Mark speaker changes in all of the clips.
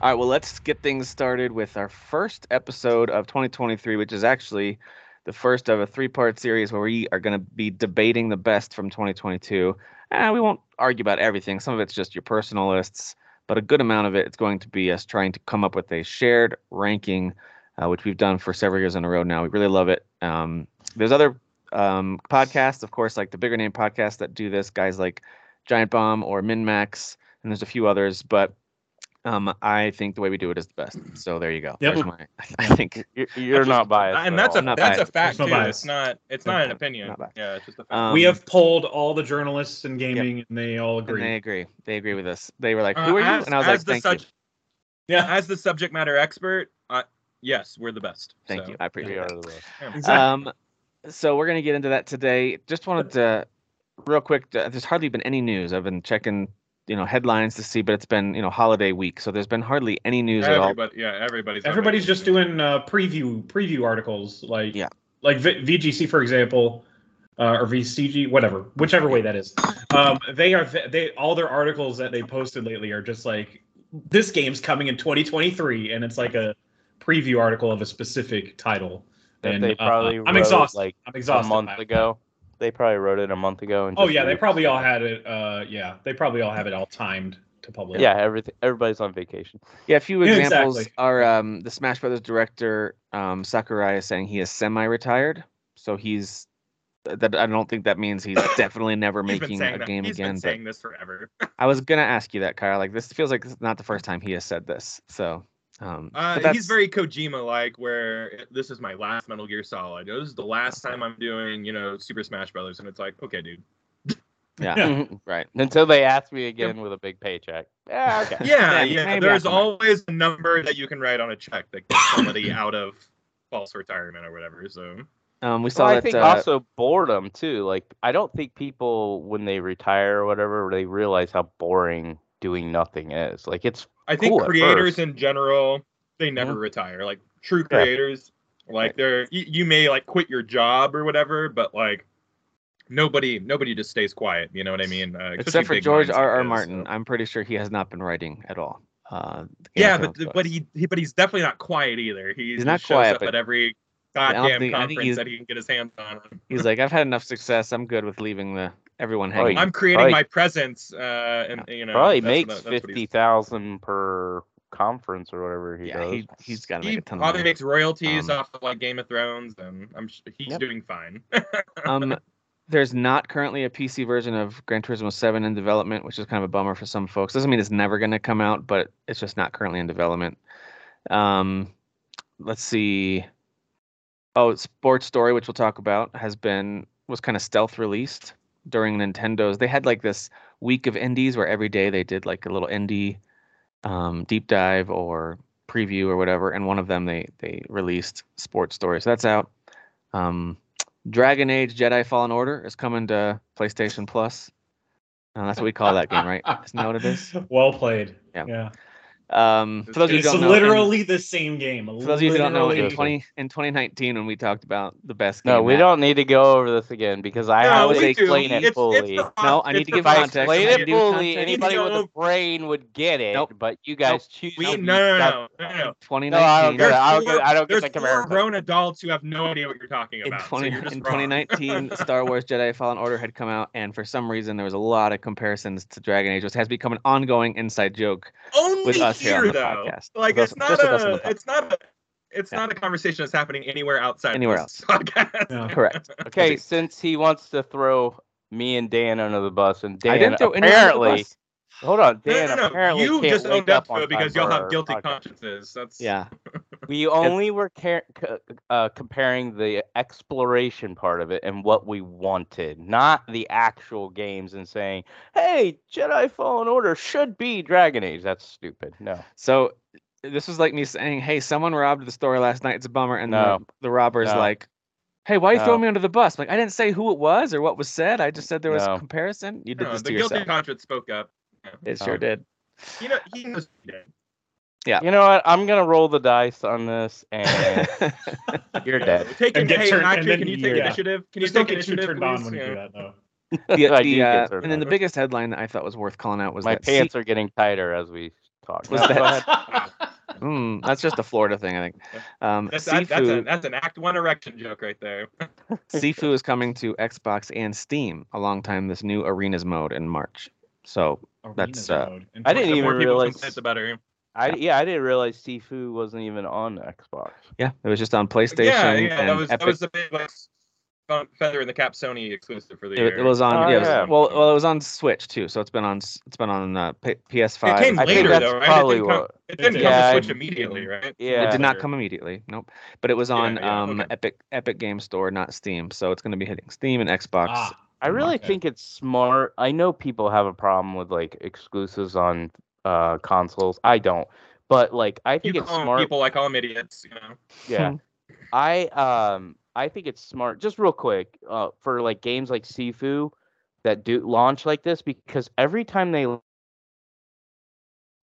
Speaker 1: All right, well, let's get things started with our first episode of 2023, which is actually the first of a three part series where we are going to be debating the best from 2022. And we won't argue about everything, some of it's just your personal lists, but a good amount of it is going to be us trying to come up with a shared ranking, uh, which we've done for several years in a row now. We really love it. Um, there's other um, podcasts, of course, like the bigger name podcasts that do this, guys like Giant Bomb or MinMax, and there's a few others, but um, I think the way we do it is the best. So there you go.
Speaker 2: Yep.
Speaker 1: There's my- I think
Speaker 3: You're, you're
Speaker 2: just-
Speaker 3: not biased.
Speaker 4: and
Speaker 3: at all.
Speaker 4: that's a
Speaker 1: I'm not
Speaker 4: that's
Speaker 1: biased.
Speaker 4: a fact
Speaker 2: Not
Speaker 4: too.
Speaker 2: biased.
Speaker 4: It's not it's not an
Speaker 1: Not
Speaker 4: opinion.
Speaker 1: biased.
Speaker 4: yeah, it's just a fact.
Speaker 1: Um,
Speaker 2: we have polled all the journalists in gaming, and they all
Speaker 1: and
Speaker 2: agree.
Speaker 1: they agree. They agree with us. They were like,
Speaker 4: Uh,
Speaker 1: "Who are you?"
Speaker 4: as-
Speaker 1: And I was
Speaker 4: as
Speaker 1: like,
Speaker 4: the
Speaker 1: "Thank you,
Speaker 4: subject-
Speaker 2: yeah,
Speaker 4: As the subject matter expert, uh, yes, we're the best.
Speaker 1: thank
Speaker 4: So,
Speaker 1: you. I appreciate
Speaker 3: We
Speaker 1: it."
Speaker 3: are the best.
Speaker 4: yeah.
Speaker 1: Um, so we're gonna get into that today. Just wanted to, real quick. uh, There's hardly been any news. I've been checking, you know, headlines to see, but it's been you know holiday week, so there's been hardly any news at all.
Speaker 4: Everybody, yeah, everybody's
Speaker 2: Everybody's just doing uh, preview preview articles, like
Speaker 1: Yeah.
Speaker 2: like v- VGC for example, uh, or VCG, whatever, whichever way that is. Um, they are they all their articles that they posted lately are just like this game's coming in 2023, and it's like a preview article of a specific title.
Speaker 3: That
Speaker 2: And,
Speaker 3: they
Speaker 2: uh,
Speaker 3: probably
Speaker 2: I'm
Speaker 3: wrote,
Speaker 2: exhausted.
Speaker 3: like
Speaker 2: I'm
Speaker 3: a
Speaker 2: exhausted.
Speaker 3: month
Speaker 2: by-
Speaker 3: ago. They probably wrote it a month ago. And
Speaker 2: Oh
Speaker 3: just
Speaker 2: yeah, they
Speaker 3: released
Speaker 2: probably
Speaker 3: it.
Speaker 2: all had it. Uh, yeah, they probably all have it all timed to publish.
Speaker 3: Yeah, everything. Everybody's on vacation.
Speaker 1: Yeah, a few
Speaker 2: Yeah,
Speaker 1: examples
Speaker 2: exactly.
Speaker 1: are um, the Smash Brothers director um, Sakurai is saying he is semi-retired, so he's. th- That I don't think that means he's definitely never
Speaker 4: He's been
Speaker 1: making
Speaker 4: saying
Speaker 1: a
Speaker 4: that.
Speaker 1: game
Speaker 4: He's
Speaker 1: again.
Speaker 4: been
Speaker 1: But
Speaker 4: saying this forever.
Speaker 1: I was gonna ask you that, Kyle. Like this feels like it's not the first time he has said this. So, um, but
Speaker 4: Uh,
Speaker 1: that's-
Speaker 4: he's very Kojima like, where this is my last Metal Gear Solid. This is the last time I'm doing, you know, Super Smash Brothers, and it's like, okay, dude.
Speaker 1: yeah,
Speaker 2: Yeah.
Speaker 1: mhm, right.
Speaker 3: Until they asked me again with a big paycheck. Yeah. Okay.
Speaker 4: Yeah,
Speaker 1: maybe
Speaker 4: yeah.
Speaker 1: after
Speaker 4: there's
Speaker 1: that.
Speaker 4: always a number that you can write on a check that gets somebody out of false retirement or whatever. So
Speaker 1: Um, we
Speaker 3: So
Speaker 1: saw
Speaker 3: I
Speaker 1: that.
Speaker 3: think
Speaker 1: uh,
Speaker 3: also boredom too. Like I don't think people when they retire or whatever they realize how boring doing nothing is. Like it's
Speaker 4: I think
Speaker 3: Cool at
Speaker 4: creators
Speaker 3: first. Mm-hmm.
Speaker 4: in general, they never retire. Like true
Speaker 3: Yeah.
Speaker 4: creators, like they're you, you may like quit your job or whatever, but like nobody nobody just stays quiet. You know what I mean? Uh, especially
Speaker 1: except for
Speaker 4: big
Speaker 1: George
Speaker 4: minds
Speaker 1: R.
Speaker 4: like
Speaker 1: R.
Speaker 4: this,
Speaker 1: Martin.
Speaker 4: so.
Speaker 1: I'm pretty sure he has not been writing at all. Uh, the Game
Speaker 4: Yeah,
Speaker 1: of
Speaker 4: but
Speaker 1: Thrones
Speaker 4: but
Speaker 1: books.
Speaker 4: he, he but he's definitely not quiet either. He
Speaker 1: He's
Speaker 4: just
Speaker 1: not
Speaker 4: shows
Speaker 1: quiet,
Speaker 4: up
Speaker 1: but
Speaker 4: at every
Speaker 1: I don't
Speaker 4: goddamn
Speaker 1: think- I think
Speaker 4: conference
Speaker 1: he's-
Speaker 4: that he can get his hands on.
Speaker 1: he's like, I've had enough success. I'm good with leaving the everyone
Speaker 3: Oh,
Speaker 1: hanging.
Speaker 3: yeah.
Speaker 4: I'm creating
Speaker 3: Probably-
Speaker 4: my presence, uh, and you know
Speaker 3: probably
Speaker 4: that's
Speaker 3: makes
Speaker 4: what- that's what
Speaker 3: fifty
Speaker 4: he's-
Speaker 3: thousand per conference or whatever he
Speaker 1: yeah,
Speaker 3: does.
Speaker 1: he, he's got to make
Speaker 4: He
Speaker 1: a ton of
Speaker 4: probably
Speaker 1: money.
Speaker 4: makes royalties
Speaker 1: Um,
Speaker 4: off of like Game of Thrones, and I'm sh- he's
Speaker 1: Yep.
Speaker 4: doing fine.
Speaker 1: Um, there's not currently a PC version of Gran Turismo 7 in development, which is kind of a bummer for some folks. Doesn't mean it's never going to come out, but it's just not currently in development. Um, let's see. Oh, Sports Story, which we'll talk about, has been was kind of stealth released during Nintendo's. They had like this week of indies where every day they did like a little indie um, deep dive or preview or whatever, and one of them they they released Sports Story, so that's out. Um, Dragon Age Jedi Fallen Order is coming to PlayStation Plus. Uh, that's what we call that game, right? Isn't that what it is?
Speaker 2: Well played.
Speaker 1: Yeah.
Speaker 2: yeah.
Speaker 1: Um, for those of you who
Speaker 2: It's
Speaker 1: don't know, in-
Speaker 2: literally the same game.
Speaker 1: for those of you who don't know, in
Speaker 3: Literally.
Speaker 1: twenty in twenty nineteen when we talked about the best game,
Speaker 3: no, we
Speaker 1: that-
Speaker 3: don't need to go over this again because I
Speaker 1: No,
Speaker 3: always
Speaker 1: we do.
Speaker 3: explain
Speaker 4: It's-
Speaker 3: it
Speaker 4: it's
Speaker 3: fully.
Speaker 4: the con-
Speaker 1: No, I
Speaker 4: it's
Speaker 1: need to
Speaker 4: the
Speaker 1: give
Speaker 3: if I
Speaker 1: context,
Speaker 3: explain
Speaker 1: I
Speaker 3: it
Speaker 1: do
Speaker 3: fully,
Speaker 1: context.
Speaker 3: anybody with a
Speaker 4: Nope.
Speaker 3: brain would get it.
Speaker 1: Nope.
Speaker 3: But you guys choose.
Speaker 4: We
Speaker 3: not
Speaker 4: no
Speaker 3: to
Speaker 4: no
Speaker 3: use that-
Speaker 4: no no. no.
Speaker 1: twenty
Speaker 3: No, I don't
Speaker 1: nineteen.
Speaker 3: get it.
Speaker 4: There's
Speaker 3: I don't get, I don't
Speaker 4: There's
Speaker 3: get that
Speaker 4: four
Speaker 3: comparison.
Speaker 4: grown adults who have no idea what you're talking
Speaker 1: in,
Speaker 4: about.
Speaker 1: 20,
Speaker 4: so you're just
Speaker 1: in
Speaker 4: wrong.
Speaker 1: 2019 star wars jedi fallen order had come out and for some reason there was a lot of comparisons to dragon age which has become an ongoing inside joke
Speaker 4: Only
Speaker 1: with us here
Speaker 4: here,
Speaker 1: on the
Speaker 4: though.
Speaker 1: podcast.
Speaker 4: Like
Speaker 1: With us-
Speaker 4: it's not,
Speaker 1: just with us on the
Speaker 4: a,
Speaker 1: podcast.
Speaker 4: it's not a it's
Speaker 1: Yeah.
Speaker 4: not a conversation that's happening anywhere outside
Speaker 1: Anywhere
Speaker 4: of this podcast.
Speaker 2: Yeah.
Speaker 1: correct
Speaker 3: Okay,
Speaker 1: Okay.
Speaker 3: since he wants to throw me and Dan under the bus, and Dan
Speaker 1: i didn't throw anyone under the
Speaker 3: apparently,
Speaker 1: bus.
Speaker 3: hold on,
Speaker 4: No,
Speaker 3: Dan
Speaker 4: no, no,
Speaker 3: apparently
Speaker 4: You
Speaker 3: can't
Speaker 4: just
Speaker 3: wake
Speaker 4: owned up
Speaker 3: on
Speaker 4: to it
Speaker 3: time
Speaker 4: because
Speaker 3: for
Speaker 4: you'll
Speaker 3: our
Speaker 4: have guilty
Speaker 3: podcast.
Speaker 4: consciences. That's
Speaker 1: yeah
Speaker 3: We only were car- c- uh, comparing the exploration part of it and what we wanted, not the actual games, and saying, "Hey, Jedi Fallen Order should be Dragon Age." That's stupid. No,
Speaker 1: so this was like me saying hey someone robbed the store last night it's a bummer and the,
Speaker 3: No.
Speaker 1: the robber's
Speaker 3: No.
Speaker 1: like hey why are you throwing
Speaker 3: No.
Speaker 1: me under the bus I'm like i didn't say who it was or what was said i just said there was a
Speaker 3: No.
Speaker 1: comparison you did
Speaker 4: No,
Speaker 1: this
Speaker 4: the
Speaker 1: to
Speaker 4: guilty
Speaker 1: yourself
Speaker 4: conscience spoke up.
Speaker 1: it sure
Speaker 3: Um,
Speaker 1: did
Speaker 4: You know, he knows he did.
Speaker 3: you know what? I'm gonna roll the dice on this, and you're dead.
Speaker 4: Take
Speaker 2: And
Speaker 4: an-
Speaker 2: get
Speaker 4: hey,
Speaker 2: turned-
Speaker 4: Patrick,
Speaker 2: and then
Speaker 4: can you
Speaker 2: you-
Speaker 4: take
Speaker 2: yeah.
Speaker 4: initiative? Can
Speaker 2: You
Speaker 4: you
Speaker 2: still
Speaker 4: take
Speaker 2: get too
Speaker 4: initiative?
Speaker 2: turned on
Speaker 4: please?
Speaker 2: when you
Speaker 4: Yeah.
Speaker 2: do that, though.
Speaker 1: the,
Speaker 3: I do
Speaker 1: the,
Speaker 3: get
Speaker 1: uh,
Speaker 3: turned
Speaker 1: and then the
Speaker 3: on.
Speaker 1: biggest headline that i thought was worth calling out was
Speaker 3: My
Speaker 1: that Se-
Speaker 3: pants are getting tighter as we talk.
Speaker 1: Was
Speaker 3: No,
Speaker 1: that-
Speaker 3: go ahead.
Speaker 1: Mm, that's just a Florida thing, I think. Um,
Speaker 4: That's,
Speaker 1: Sifu,
Speaker 4: that, that's, a, that's an Act One erection joke right there.
Speaker 1: Sifu is coming to Xbox and Steam a long time. This new Arenas mode in March. So That's, uh,
Speaker 3: I didn't
Speaker 4: the
Speaker 3: even
Speaker 4: more people
Speaker 3: realize-
Speaker 4: complain, the better.
Speaker 3: I yeah, I didn't realize Sifu wasn't even on Xbox.
Speaker 1: yeah, it was just on PlayStation
Speaker 4: yeah, yeah,
Speaker 1: and
Speaker 4: that was
Speaker 1: Epic.
Speaker 4: that was the big like, fe- feather in the cap Sony exclusive for the
Speaker 1: it,
Speaker 4: year.
Speaker 1: it was on.
Speaker 3: Oh,
Speaker 1: yeah, it was-
Speaker 3: yeah.
Speaker 1: well, well, it was on Switch too. So it's been on. s- It's been on uh, P- PS5.
Speaker 4: It came
Speaker 3: I think
Speaker 4: later,
Speaker 3: that's
Speaker 4: though, right? It
Speaker 3: probably
Speaker 4: didn't come-
Speaker 3: what.
Speaker 4: it didn't
Speaker 3: Yeah,
Speaker 4: come to Switch
Speaker 3: I-
Speaker 4: immediately, right?
Speaker 3: Yeah.
Speaker 1: It did not come immediately. Nope. But it was
Speaker 4: Yeah,
Speaker 1: on
Speaker 4: yeah,
Speaker 1: um
Speaker 4: okay.
Speaker 1: Epic Epic Game Store, not Steam. So it's going to be hitting Steam and Xbox.
Speaker 2: Ah,
Speaker 3: I really
Speaker 2: Okay.
Speaker 3: think it's smart. I know people have a problem with like exclusives on uh consoles. I don't. But like I think
Speaker 4: You
Speaker 3: it's
Speaker 4: call 'em
Speaker 3: smart.
Speaker 4: people, I call them idiots. You know,
Speaker 3: Yeah. I um I think it's smart. Just real quick, uh, for like games like Sifu that do launch like this, because every time they launch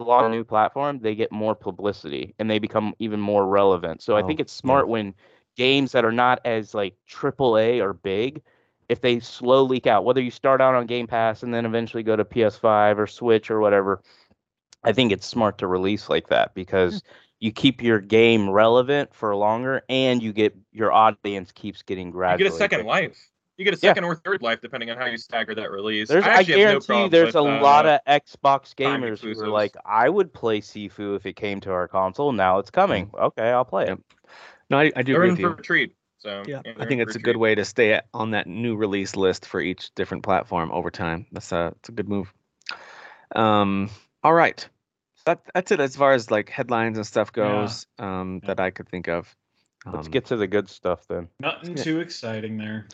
Speaker 3: a new platform, they get more publicity and they become even more relevant. So I
Speaker 1: Oh,
Speaker 3: think it's smart when games that are not as like AAA or big, if they slow leak out, whether you start out on Game Pass and then eventually go to PS5 or Switch or whatever, I think it's smart to release like that because
Speaker 4: Hmm.
Speaker 3: you keep your game relevant for longer and you get your audience keeps getting
Speaker 4: you
Speaker 3: gradually.
Speaker 4: get a second
Speaker 3: bigger.
Speaker 4: life. You get a
Speaker 3: Yeah.
Speaker 4: second or third life depending on how you stagger that release.
Speaker 3: There's, I,
Speaker 4: actually have no
Speaker 3: guarantee you,
Speaker 4: problem
Speaker 3: there's
Speaker 4: with,
Speaker 3: a
Speaker 4: uh,
Speaker 3: lot of Xbox gamers
Speaker 4: time
Speaker 3: who are
Speaker 4: exclusives.
Speaker 3: like, I would play Sifu if it came to our console. Now it's coming. Okay, I'll play
Speaker 1: Yep.
Speaker 3: it.
Speaker 1: No, I, I do
Speaker 4: They're
Speaker 1: agree
Speaker 4: in
Speaker 1: with
Speaker 4: for
Speaker 1: you.
Speaker 4: a treat. So
Speaker 1: Yeah,
Speaker 4: they're
Speaker 1: I
Speaker 4: in
Speaker 1: think
Speaker 4: for
Speaker 1: it's a good
Speaker 4: treat.
Speaker 1: way to stay at- on that new release list for each different platform over time. That's a it's a good move. Um, all right, so that that's it as far as like headlines and stuff
Speaker 2: Yeah.
Speaker 1: goes. Um,
Speaker 2: Yeah.
Speaker 1: that I could think of.
Speaker 3: Let's
Speaker 1: Um,
Speaker 3: get to the good stuff then.
Speaker 2: nothing too exciting there.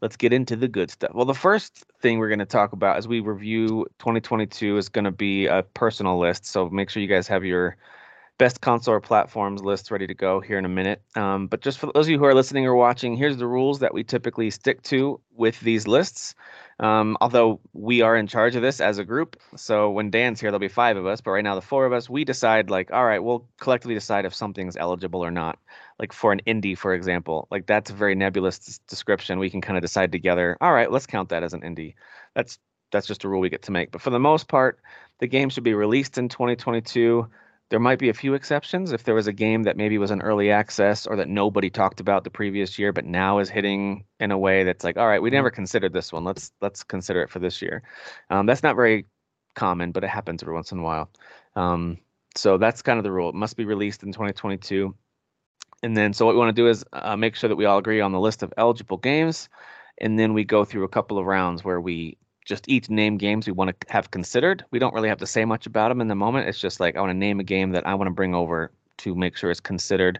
Speaker 1: let's get into the good stuff. Well, the first thing we're going to talk about as we review 2022 is going to be a personal list. So make sure you guys have your best console or platforms list ready to go here in a minute. Um, but just for those of you who are listening or watching, here's the rules that we typically stick to with these lists. Um, although we are in charge of this as a group, so when Dan's here, there'll be five of us. But right now, the four of us, we decide like, all right, we'll collectively decide if something's eligible or not like for an indie, for example, like that's a very nebulous des- description. We can kind of decide together. All right, let's count that as an indie. That's that's just a rule we get to make. But for the most part, the game should be released in 2022. There might be a few exceptions if there was a game that maybe was an early access or that nobody talked about the previous year, but now is hitting in a way that's like, all right, we never considered this one. Let's let's consider it for this year. Um, that's not very common, but it happens every once in a while. Um, so that's kind of the rule. It must be released in 2022. And then, so what we want to do is uh, make sure that we all agree on the list of eligible games, and then we go through a couple of rounds where we just each name games we want to have considered. We don't really have to say much about them in the moment. It's just like I want to name a game that I want to bring over to make sure it's considered.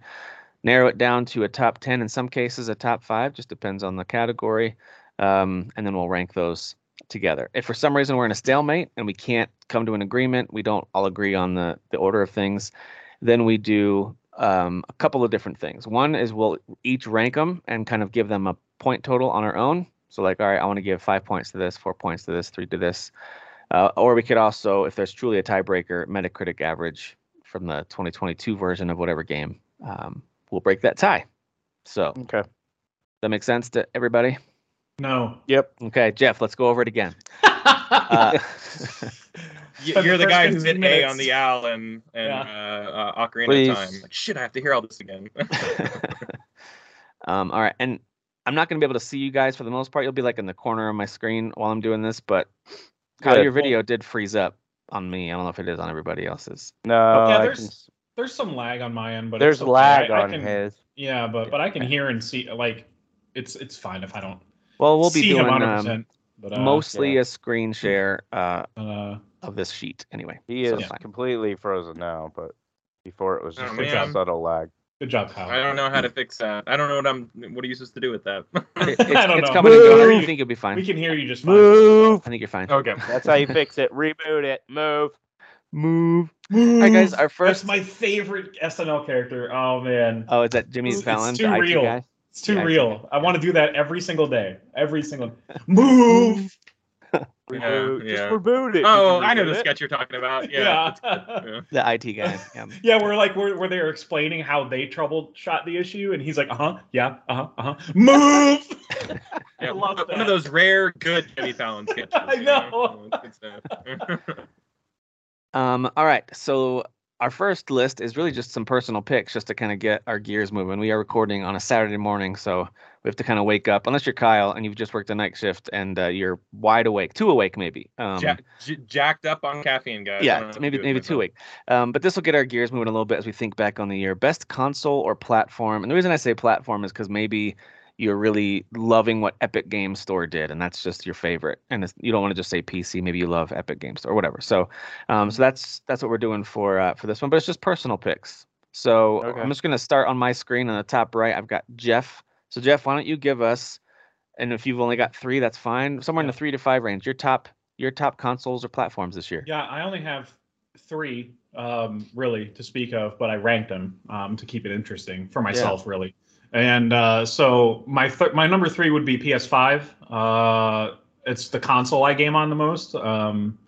Speaker 1: Narrow it down to a top ten, in some cases a top five, just depends on the category, um, and then we'll rank those together. If for some reason we're in a stalemate and we can't come to an agreement, we don't all agree on the the order of things, then we do um, a couple of different things. One is we'll each rank them and kind of give them a point total on our own. So like, all right, I want to give five points to this, four points to this, three to this. Uh, or we could also, if there's truly a tiebreaker, Metacritic average from the 2022 version of whatever game, um, we'll break that tie. So
Speaker 3: Okay.
Speaker 1: that makes sense to everybody.
Speaker 2: No.
Speaker 3: Yep.
Speaker 1: Okay, Jeff, let's go over it again.
Speaker 2: Uh,
Speaker 1: Uh,
Speaker 4: You,
Speaker 2: But
Speaker 4: you're
Speaker 2: the
Speaker 4: the
Speaker 2: first
Speaker 4: guy who
Speaker 2: thing's
Speaker 4: did A
Speaker 2: minutes.
Speaker 4: on the owl and and
Speaker 2: Yeah.
Speaker 4: uh, uh, Ocarina
Speaker 3: Please.
Speaker 4: of Time. Like, Shit, I have to hear all this again.
Speaker 1: um, all right, and I'm not going to be able to see you guys for the most part. You'll be like in the corner of my screen while I'm doing this, but Kyle,
Speaker 3: Good.
Speaker 1: your video did freeze up on me. I don't know if it is on everybody else's.
Speaker 3: No,
Speaker 2: Yeah,
Speaker 3: I
Speaker 2: there's-
Speaker 3: can s-
Speaker 2: There's some lag on my end, but
Speaker 3: there's
Speaker 2: it's okay.
Speaker 3: lag
Speaker 2: I- I
Speaker 3: on
Speaker 2: can-
Speaker 3: his.
Speaker 2: Yeah, but but I can hear and see. Like, it's it's fine if I don't
Speaker 1: Well, we'll be
Speaker 2: see him
Speaker 1: doing
Speaker 2: 100%.
Speaker 1: um,
Speaker 2: but uh,
Speaker 1: mostly
Speaker 3: yeah.
Speaker 1: a screen share uh,
Speaker 2: uh,
Speaker 1: of this sheet anyway.
Speaker 3: He
Speaker 1: so
Speaker 3: is
Speaker 1: fine.
Speaker 3: completely frozen now, but before it was
Speaker 4: Oh,
Speaker 3: just like a
Speaker 4: man.
Speaker 3: subtle lag.
Speaker 2: good job, Kyle.
Speaker 4: I don't know how to fix that. I don't know what I'm. What are you supposed to do with that?
Speaker 1: It- it's,
Speaker 2: I don't
Speaker 1: it's
Speaker 2: know.
Speaker 1: coming and going.
Speaker 2: Move.
Speaker 1: I think you'll be
Speaker 2: We Oh,
Speaker 1: fine.
Speaker 2: can hear you just fine.
Speaker 3: Move.
Speaker 1: I think you're fine.
Speaker 4: okay.
Speaker 3: That's how you fix it. Reboot it. Move.
Speaker 1: Move. All right, guys. Our
Speaker 2: That's
Speaker 1: first.
Speaker 2: my favorite SNL character. Oh man,
Speaker 1: Oh, is that Jimmy
Speaker 2: It's- it's
Speaker 1: Fallon?
Speaker 2: too
Speaker 1: the IT
Speaker 2: real.
Speaker 1: guy?
Speaker 2: it's too
Speaker 1: yeah, I
Speaker 2: real. I want to do that every single day. Every single move.
Speaker 4: Yeah,
Speaker 3: Reboot.
Speaker 4: yeah.
Speaker 3: Just reboot it.
Speaker 4: Oh,
Speaker 3: You can
Speaker 4: I know
Speaker 3: reboot
Speaker 4: the
Speaker 3: it.
Speaker 4: sketch you're talking about. Yeah.
Speaker 2: Yeah. yeah.
Speaker 4: yeah.
Speaker 1: The IT guy. Yeah.
Speaker 2: we're like we're where they're explaining how they troubleshot the issue, and he's like, uh huh, yeah, uh huh, uh huh, move. I
Speaker 4: Yeah,
Speaker 2: love
Speaker 4: one
Speaker 2: that.
Speaker 4: of those rare Oh, good Jimmy Fallon sketches.
Speaker 2: I
Speaker 4: you
Speaker 2: know.
Speaker 4: It's good stuff.
Speaker 1: Um, all right. So our first list is really just some personal picks just to kind of get our gears moving. We are recording on a Saturday morning, so we have to kind of wake up, unless you're Kyle and you've just worked a night shift and uh, you're wide awake, too awake maybe. Um,
Speaker 4: Jack, j- jacked up on caffeine, guys. I don't know
Speaker 1: yeah,
Speaker 4: what to
Speaker 1: maybe
Speaker 4: do with
Speaker 1: maybe
Speaker 4: myself.
Speaker 1: two week. Um, but this will get our gears moving a little bit as we think back on the year. Best console or platform, and the reason I say platform is because maybe you're really loving what Epic Game Store did, and that's just your favorite. And it's, you don't want to just say PC. Maybe you love Epic Game Store or whatever. So, um,
Speaker 4: Mm-hmm.
Speaker 1: so that's that's what we're doing for uh, for this one. But it's just personal picks. So
Speaker 3: Okay.
Speaker 1: I'm just gonna start on my screen on the top right. I've got Jeff. So Jeff, why don't you give us, and if you've only got three, that's fine. Somewhere in the three to five range. Your top your top consoles or platforms this year.
Speaker 2: Yeah, I only have three um, really to speak of, but I ranked them um, to keep it interesting for myself, really. And uh, so my th- my number three would be PS5. Uh, it's the console I game on the most. Um,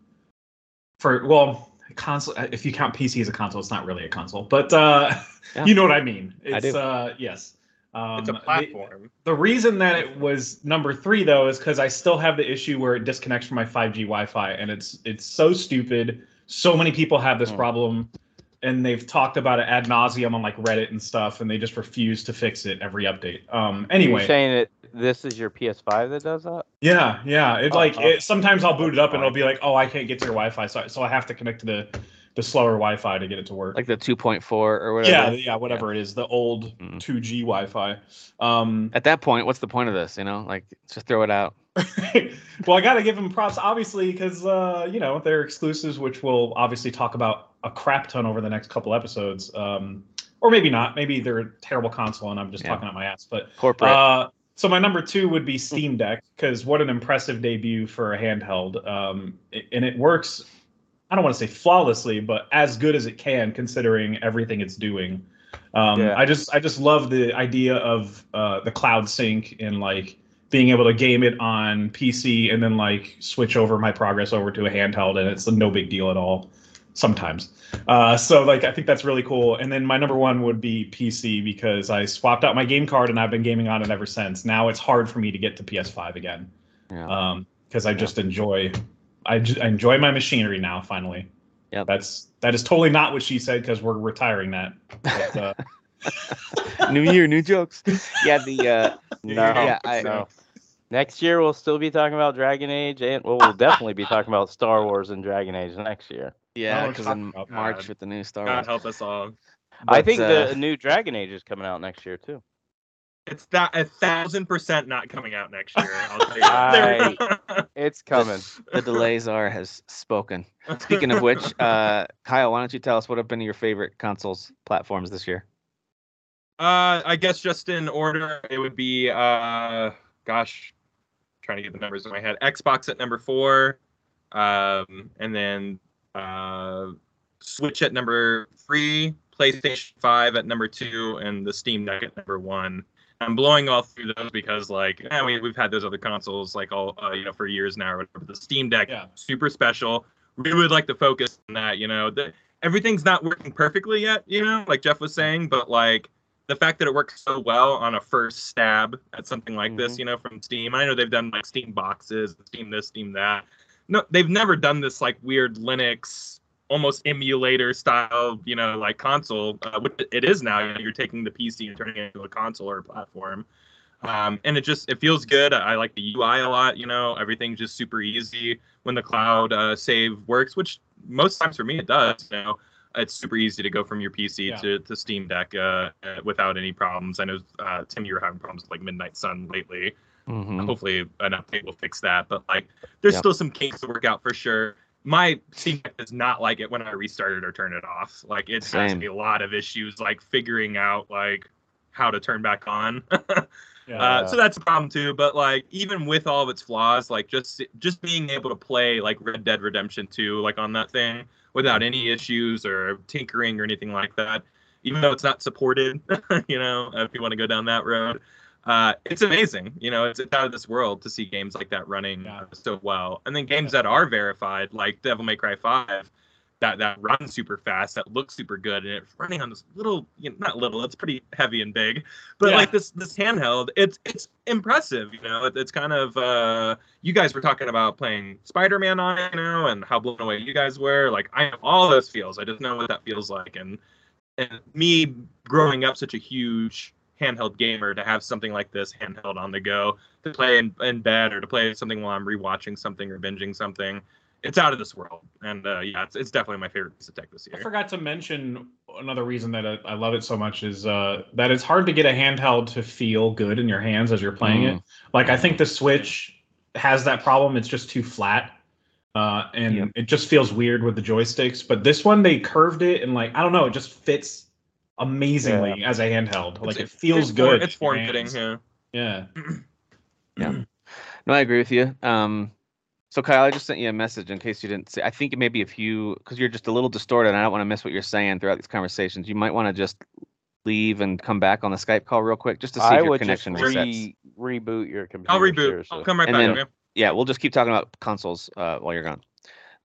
Speaker 2: for well, console. uh, If you count PC as a console, it's not really a console, but uh,
Speaker 1: Yeah.
Speaker 2: you know what I mean.
Speaker 1: I
Speaker 2: It's
Speaker 1: do.
Speaker 2: Uh, yes. Um,
Speaker 4: It's a
Speaker 2: the-
Speaker 4: platform.
Speaker 2: the reason that it was number three though is because I still have the issue where it disconnects from my 5G Wi-Fi, and it's it's so stupid. So many people have this
Speaker 3: Mm.
Speaker 2: problem, and they've talked about it ad nauseum on like Reddit and stuff, and they just refuse to fix it every update. Um,
Speaker 3: You're
Speaker 2: anyway,
Speaker 3: saying that this is your PS5 that does that?
Speaker 2: yeah, yeah. It
Speaker 3: Oh,
Speaker 2: like
Speaker 3: okay.
Speaker 2: it, sometimes I'll boot it up and
Speaker 3: Fine.
Speaker 2: it'll be like, oh, I can't get to your Wi-Fi, so so I have to connect to the the slower Wi-Fi to get it to work.
Speaker 1: like the 2.4 or whatever.
Speaker 2: yeah, yeah, whatever it is, the old
Speaker 1: Mm.
Speaker 2: 2G Wi-Fi. Um,
Speaker 1: At that point, what's the point of this? You know, like just throw it out.
Speaker 2: well, I got to give them props, obviously, because uh, you know they're exclusives, which we'll obviously talk about a crap ton over the next couple episodes, um, or maybe not. Maybe they're a terrible console, and I'm just
Speaker 1: Yeah.
Speaker 2: talking out my ass. But
Speaker 1: Corporate.
Speaker 2: uh, so my number two would be Steam Deck, because what an impressive debut for a handheld, um, i- and it works. I don't want to say flawlessly, but as good as it can, considering everything it's doing. Um,
Speaker 3: Yeah.
Speaker 2: I just I just love the idea of uh, the cloud sync and like being able to game it on PC and then like switch over my progress over to a handheld, and it's no big deal at all. Sometimes, uh, so like I think that's really cool. And then my number one would be PC because I swapped out my game card and I've been gaming on it ever since. Now it's hard for me to get to PS5 again
Speaker 1: yeah.
Speaker 2: because I just enjoy, I, ju- I enjoy my machinery now. Finally,
Speaker 1: Yep.
Speaker 2: that's that is totally not what she said because we're retiring that. But, uh,
Speaker 1: new year, new jokes. Yeah, the uh,
Speaker 3: No.
Speaker 1: yeah, I-
Speaker 3: no. Next year we'll still be talking about Dragon Age, and well, we'll definitely be talking about Star Wars and Dragon Age next year.
Speaker 1: yeah,
Speaker 2: Oh,
Speaker 1: because in
Speaker 2: God.
Speaker 1: March with the new Star
Speaker 4: God
Speaker 1: Wars.
Speaker 4: help us all.
Speaker 3: I
Speaker 1: But,
Speaker 3: think
Speaker 1: uh,
Speaker 3: the new Dragon Age is coming out next year too.
Speaker 4: It's that a thousand percent not coming out next year. I'll tell you.
Speaker 3: I-
Speaker 4: that.
Speaker 3: It's coming.
Speaker 1: the delays are has spoken. Speaking of which, uh, Kyle, why don't you tell us what have been your favorite consoles platforms this year?
Speaker 4: Uh, I guess just in order, it would be uh, gosh, trying to get the numbers in my head. Xbox at number four, um, and then uh, Switch at number three, PlayStation Five at number two, and the Steam Deck at number one. I'm blowing all through those because like eh, we we've had those other consoles like all uh, you know for years now or whatever. The Steam Deck
Speaker 2: yeah,
Speaker 4: super special. We would like to focus on that, you know. The, everything's not working perfectly yet, you know, like Jeff was saying, but like the fact that it works so well on a first stab at something like this, you know, from Steam. I know they've done like Steam boxes, Steam this, Steam that. No, they've never done this like weird Linux almost emulator style, you know, like console, uh, which it is now. You know, you're taking the PC and turning it into a console or a platform. Um, and it just it feels good. I like the UI a lot. You know, everything's just super easy when the cloud uh, save works, which most times for me it does. You know, it's super easy to go from your PC
Speaker 2: Yeah.
Speaker 4: to, to Steam Deck uh, uh, without any problems. I know uh, Tim, you were having problems with like Midnight Sun lately
Speaker 1: Mhm.
Speaker 4: hopefully an update will fix that. But like, there's
Speaker 1: Yeah.
Speaker 4: still some kinks to work out for sure. My Steam Deck does not like it when I restart it or turn it off. Like, it has
Speaker 1: Same.
Speaker 4: a lot of issues like figuring out like how to turn back on.
Speaker 2: yeah.
Speaker 4: Uh, so that's a problem too. But like, even with all of its flaws, like just just being able to play like Red Dead Redemption 2, like on that thing without any issues or tinkering or anything like that, even though it's not supported, you know, if you want to go down that road, uh, it's amazing. You know, it's, it's out of this world to see games like that running
Speaker 2: Yeah.
Speaker 4: uh, so well. And then games that are verified, like Devil May Cry 5. that that runs super fast, that looks super good, and it's running on this little, you know, not little, it's pretty heavy and big, but
Speaker 2: Yeah.
Speaker 4: like this this handheld, it's it's impressive. You know, it, it's kind of uh, you guys were talking about playing Spider Man on it, you know, and how blown away you guys were. Like I have all those feels. I just know what that feels like, and and me growing up such a huge handheld gamer to have something like this handheld on the go to play in, in bed or to play something while I'm rewatching something or binging something. It's out of this world, and uh, yeah, it's, it's definitely my favorite piece of tech this
Speaker 2: I
Speaker 4: year.
Speaker 2: forgot to mention another reason that I, I love it so much is uh, that it's hard to get a handheld to feel good in your hands as you're playing
Speaker 4: Mm.
Speaker 2: it. Like I think the Switch has that problem; it's just too flat, uh, and
Speaker 1: Yep.
Speaker 2: it just feels weird with the joysticks. But this one, they curved it, and like I don't know, it just fits amazingly as a handheld. Like it
Speaker 4: It's-
Speaker 2: feels
Speaker 4: it's
Speaker 2: good.
Speaker 4: form-
Speaker 2: in
Speaker 4: It's
Speaker 2: your
Speaker 4: form fitting.
Speaker 2: hands.
Speaker 4: Yeah.
Speaker 2: Yeah.
Speaker 1: No, I agree with you. Um, so Kyle, I just sent you a message in case you didn't see. I think it may be if you, because you're just a little distorted, and I don't want to miss what you're saying throughout these conversations. You might want to just leave and come back on the Skype call real quick just to see
Speaker 3: I
Speaker 1: if your
Speaker 3: would
Speaker 1: connection
Speaker 3: just
Speaker 1: resets.
Speaker 3: re- reboot your computer.
Speaker 4: I'll reboot.
Speaker 3: seriously.
Speaker 4: I'll come right
Speaker 1: And
Speaker 4: back.
Speaker 1: then-
Speaker 4: okay?
Speaker 1: yeah, we'll just keep talking about consoles uh, while you're gone.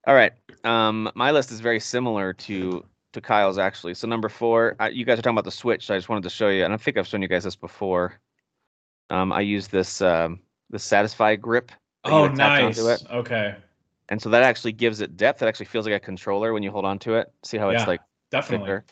Speaker 1: All right, um, my list is very similar to to Kyle's actually. So number four, I, you guys are talking about the Switch. So I just wanted to show you, and I think I've shown you guys this before. Um, I use this um, the Satisfy grip, that you
Speaker 2: Oh,
Speaker 1: would tap
Speaker 2: nice.
Speaker 1: onto it.
Speaker 2: Okay,
Speaker 1: and so that actually gives it depth. It actually feels like a controller when you hold onto it. See how
Speaker 2: Yeah.
Speaker 1: it's like
Speaker 2: definitely.
Speaker 1: thicker.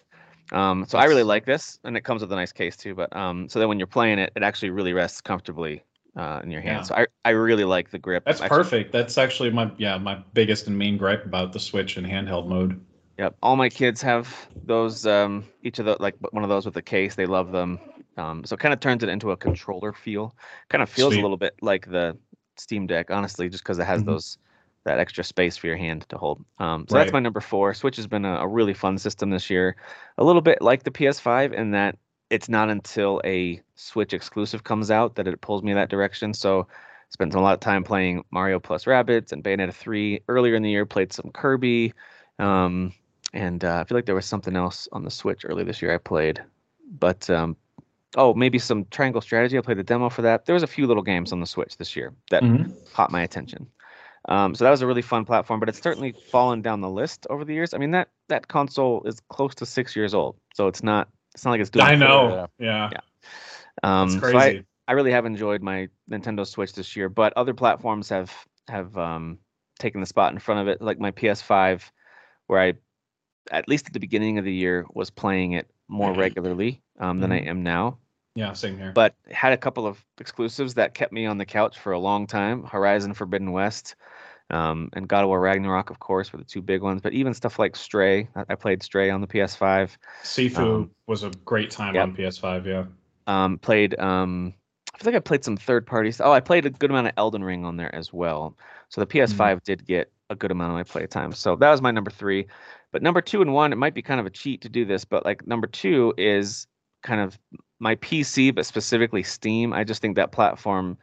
Speaker 1: Um, so I really like this, and it comes with a nice case too. But um, so then when you're playing it, it actually really rests comfortably uh, in your hand.
Speaker 2: Yeah.
Speaker 1: So I, I really like the grip.
Speaker 2: That's
Speaker 1: Actually,
Speaker 2: perfect. That's actually my yeah my biggest and main gripe about the Switch in handheld mode.
Speaker 1: Yep. All my kids have those. Um, each of the like one of those with the case. They love them. Um, so it kind of turns it into a controller feel. Kind of feels
Speaker 2: Sweet.
Speaker 1: a little bit like the Steam Deck, honestly, just because it has
Speaker 2: Mhm.
Speaker 1: those that extra space for your hand to hold. Um, so
Speaker 2: Right.
Speaker 1: that's my number four. Switch has been a, a really fun system this year. A little bit like the PS5 in that it's not until a Switch exclusive comes out that it pulls me that direction. So spent a lot of time playing Mario plus Rabbids and Bayonetta 3. Earlier in the year, played some Kirby. Um, and uh, I feel like there was something else on the Switch earlier this year I played, but um, oh, maybe some Triangle Strategy. I played the demo for that. There was a few little games on the Switch this year that
Speaker 2: Mm.
Speaker 4: Mm-hmm.
Speaker 1: caught my attention. Um, so that was a really fun platform, but it's certainly fallen down the list over the years. I mean that that console is close to six years old, so it's not it's not like it's doing.
Speaker 2: I
Speaker 1: poorly.
Speaker 2: know. Yeah,
Speaker 1: Um,
Speaker 2: it's
Speaker 1: so I-
Speaker 2: crazy.
Speaker 1: I really have enjoyed my Nintendo Switch this year, but other platforms have have um, taken the spot in front of it. Like my PS5, where I, at least at the beginning of the year, was playing it more regularly um, than I am now.
Speaker 2: yeah, same here.
Speaker 1: But had a couple of exclusives that kept me on the couch for a long time. Horizon Forbidden West, um, and God of War Ragnarok, of course, were the two big ones. But even stuff like Stray, I, I played Stray on the PS5.
Speaker 2: Sifu
Speaker 1: Um,
Speaker 2: was a great time
Speaker 1: yep.
Speaker 2: on PS5. Yeah.
Speaker 1: um played um i feel like i played some third parties oh i played a good amount of elden ring on there as well so the ps5 did get a good amount of my playtime so that was my number three but number two and one it might be kind of a cheat to do this but like number two is kind of my pc but specifically steam i just think that platform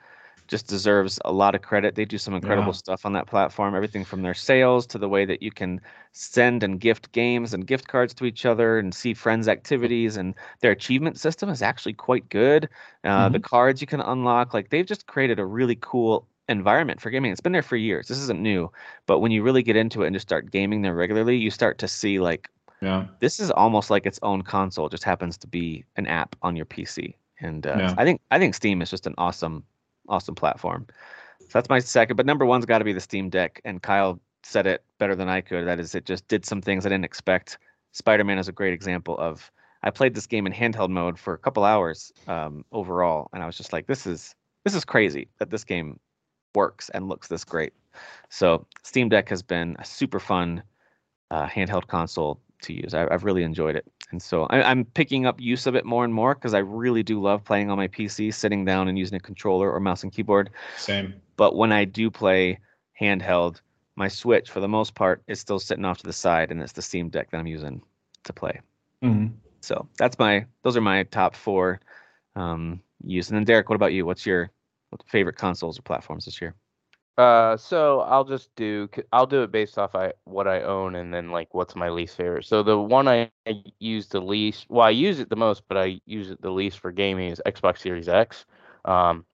Speaker 1: just deserves a lot of credit they do some incredible
Speaker 2: Yeah.
Speaker 1: stuff on that platform everything from their sales to the way that you can send and gift games and gift cards to each other and see friends activities and their achievement system is actually quite good. Uh, The cards you can unlock, like they've just created a really cool environment for gaming. It's been there for years. This isn't new, but when you really get into it and just start gaming there regularly, you start to see like
Speaker 2: Yeah.
Speaker 1: this is almost like its own console. It just happens to be an app on your PC, and uh,
Speaker 2: Yeah.
Speaker 1: I think I think Steam is just an awesome, awesome platform. So that's my second, but number one's got to be the Steam Deck. And Kyle said it better than I could. That is, it just did some things I didn't expect. Spider Man is a great example of. I played this game in handheld mode for a couple hours um, overall, and I was just like, "This is this is crazy that this game works and looks this great." So Steam Deck has been a super fun uh, handheld console to use. I, I've really enjoyed it, and so I, I'm picking up use of it more and more because I really do love playing on my PC, sitting down and using a controller or mouse and keyboard.
Speaker 2: Same.
Speaker 1: But when I do play handheld, my Switch for the most part is still sitting off to the side, and it's the Steam Deck that I'm using to play.
Speaker 4: Mm-hmm.
Speaker 1: So that's my those are my top four um, use. And then Derek, what about you? What's your what favorite consoles or platforms this year?
Speaker 3: Uh, so I'll just do c- I'll do it based off I what I own and then like what's my least favorite. So the one I, I use the least, well I use it the most, but I use it the least for gaming is Xbox Series X. Um,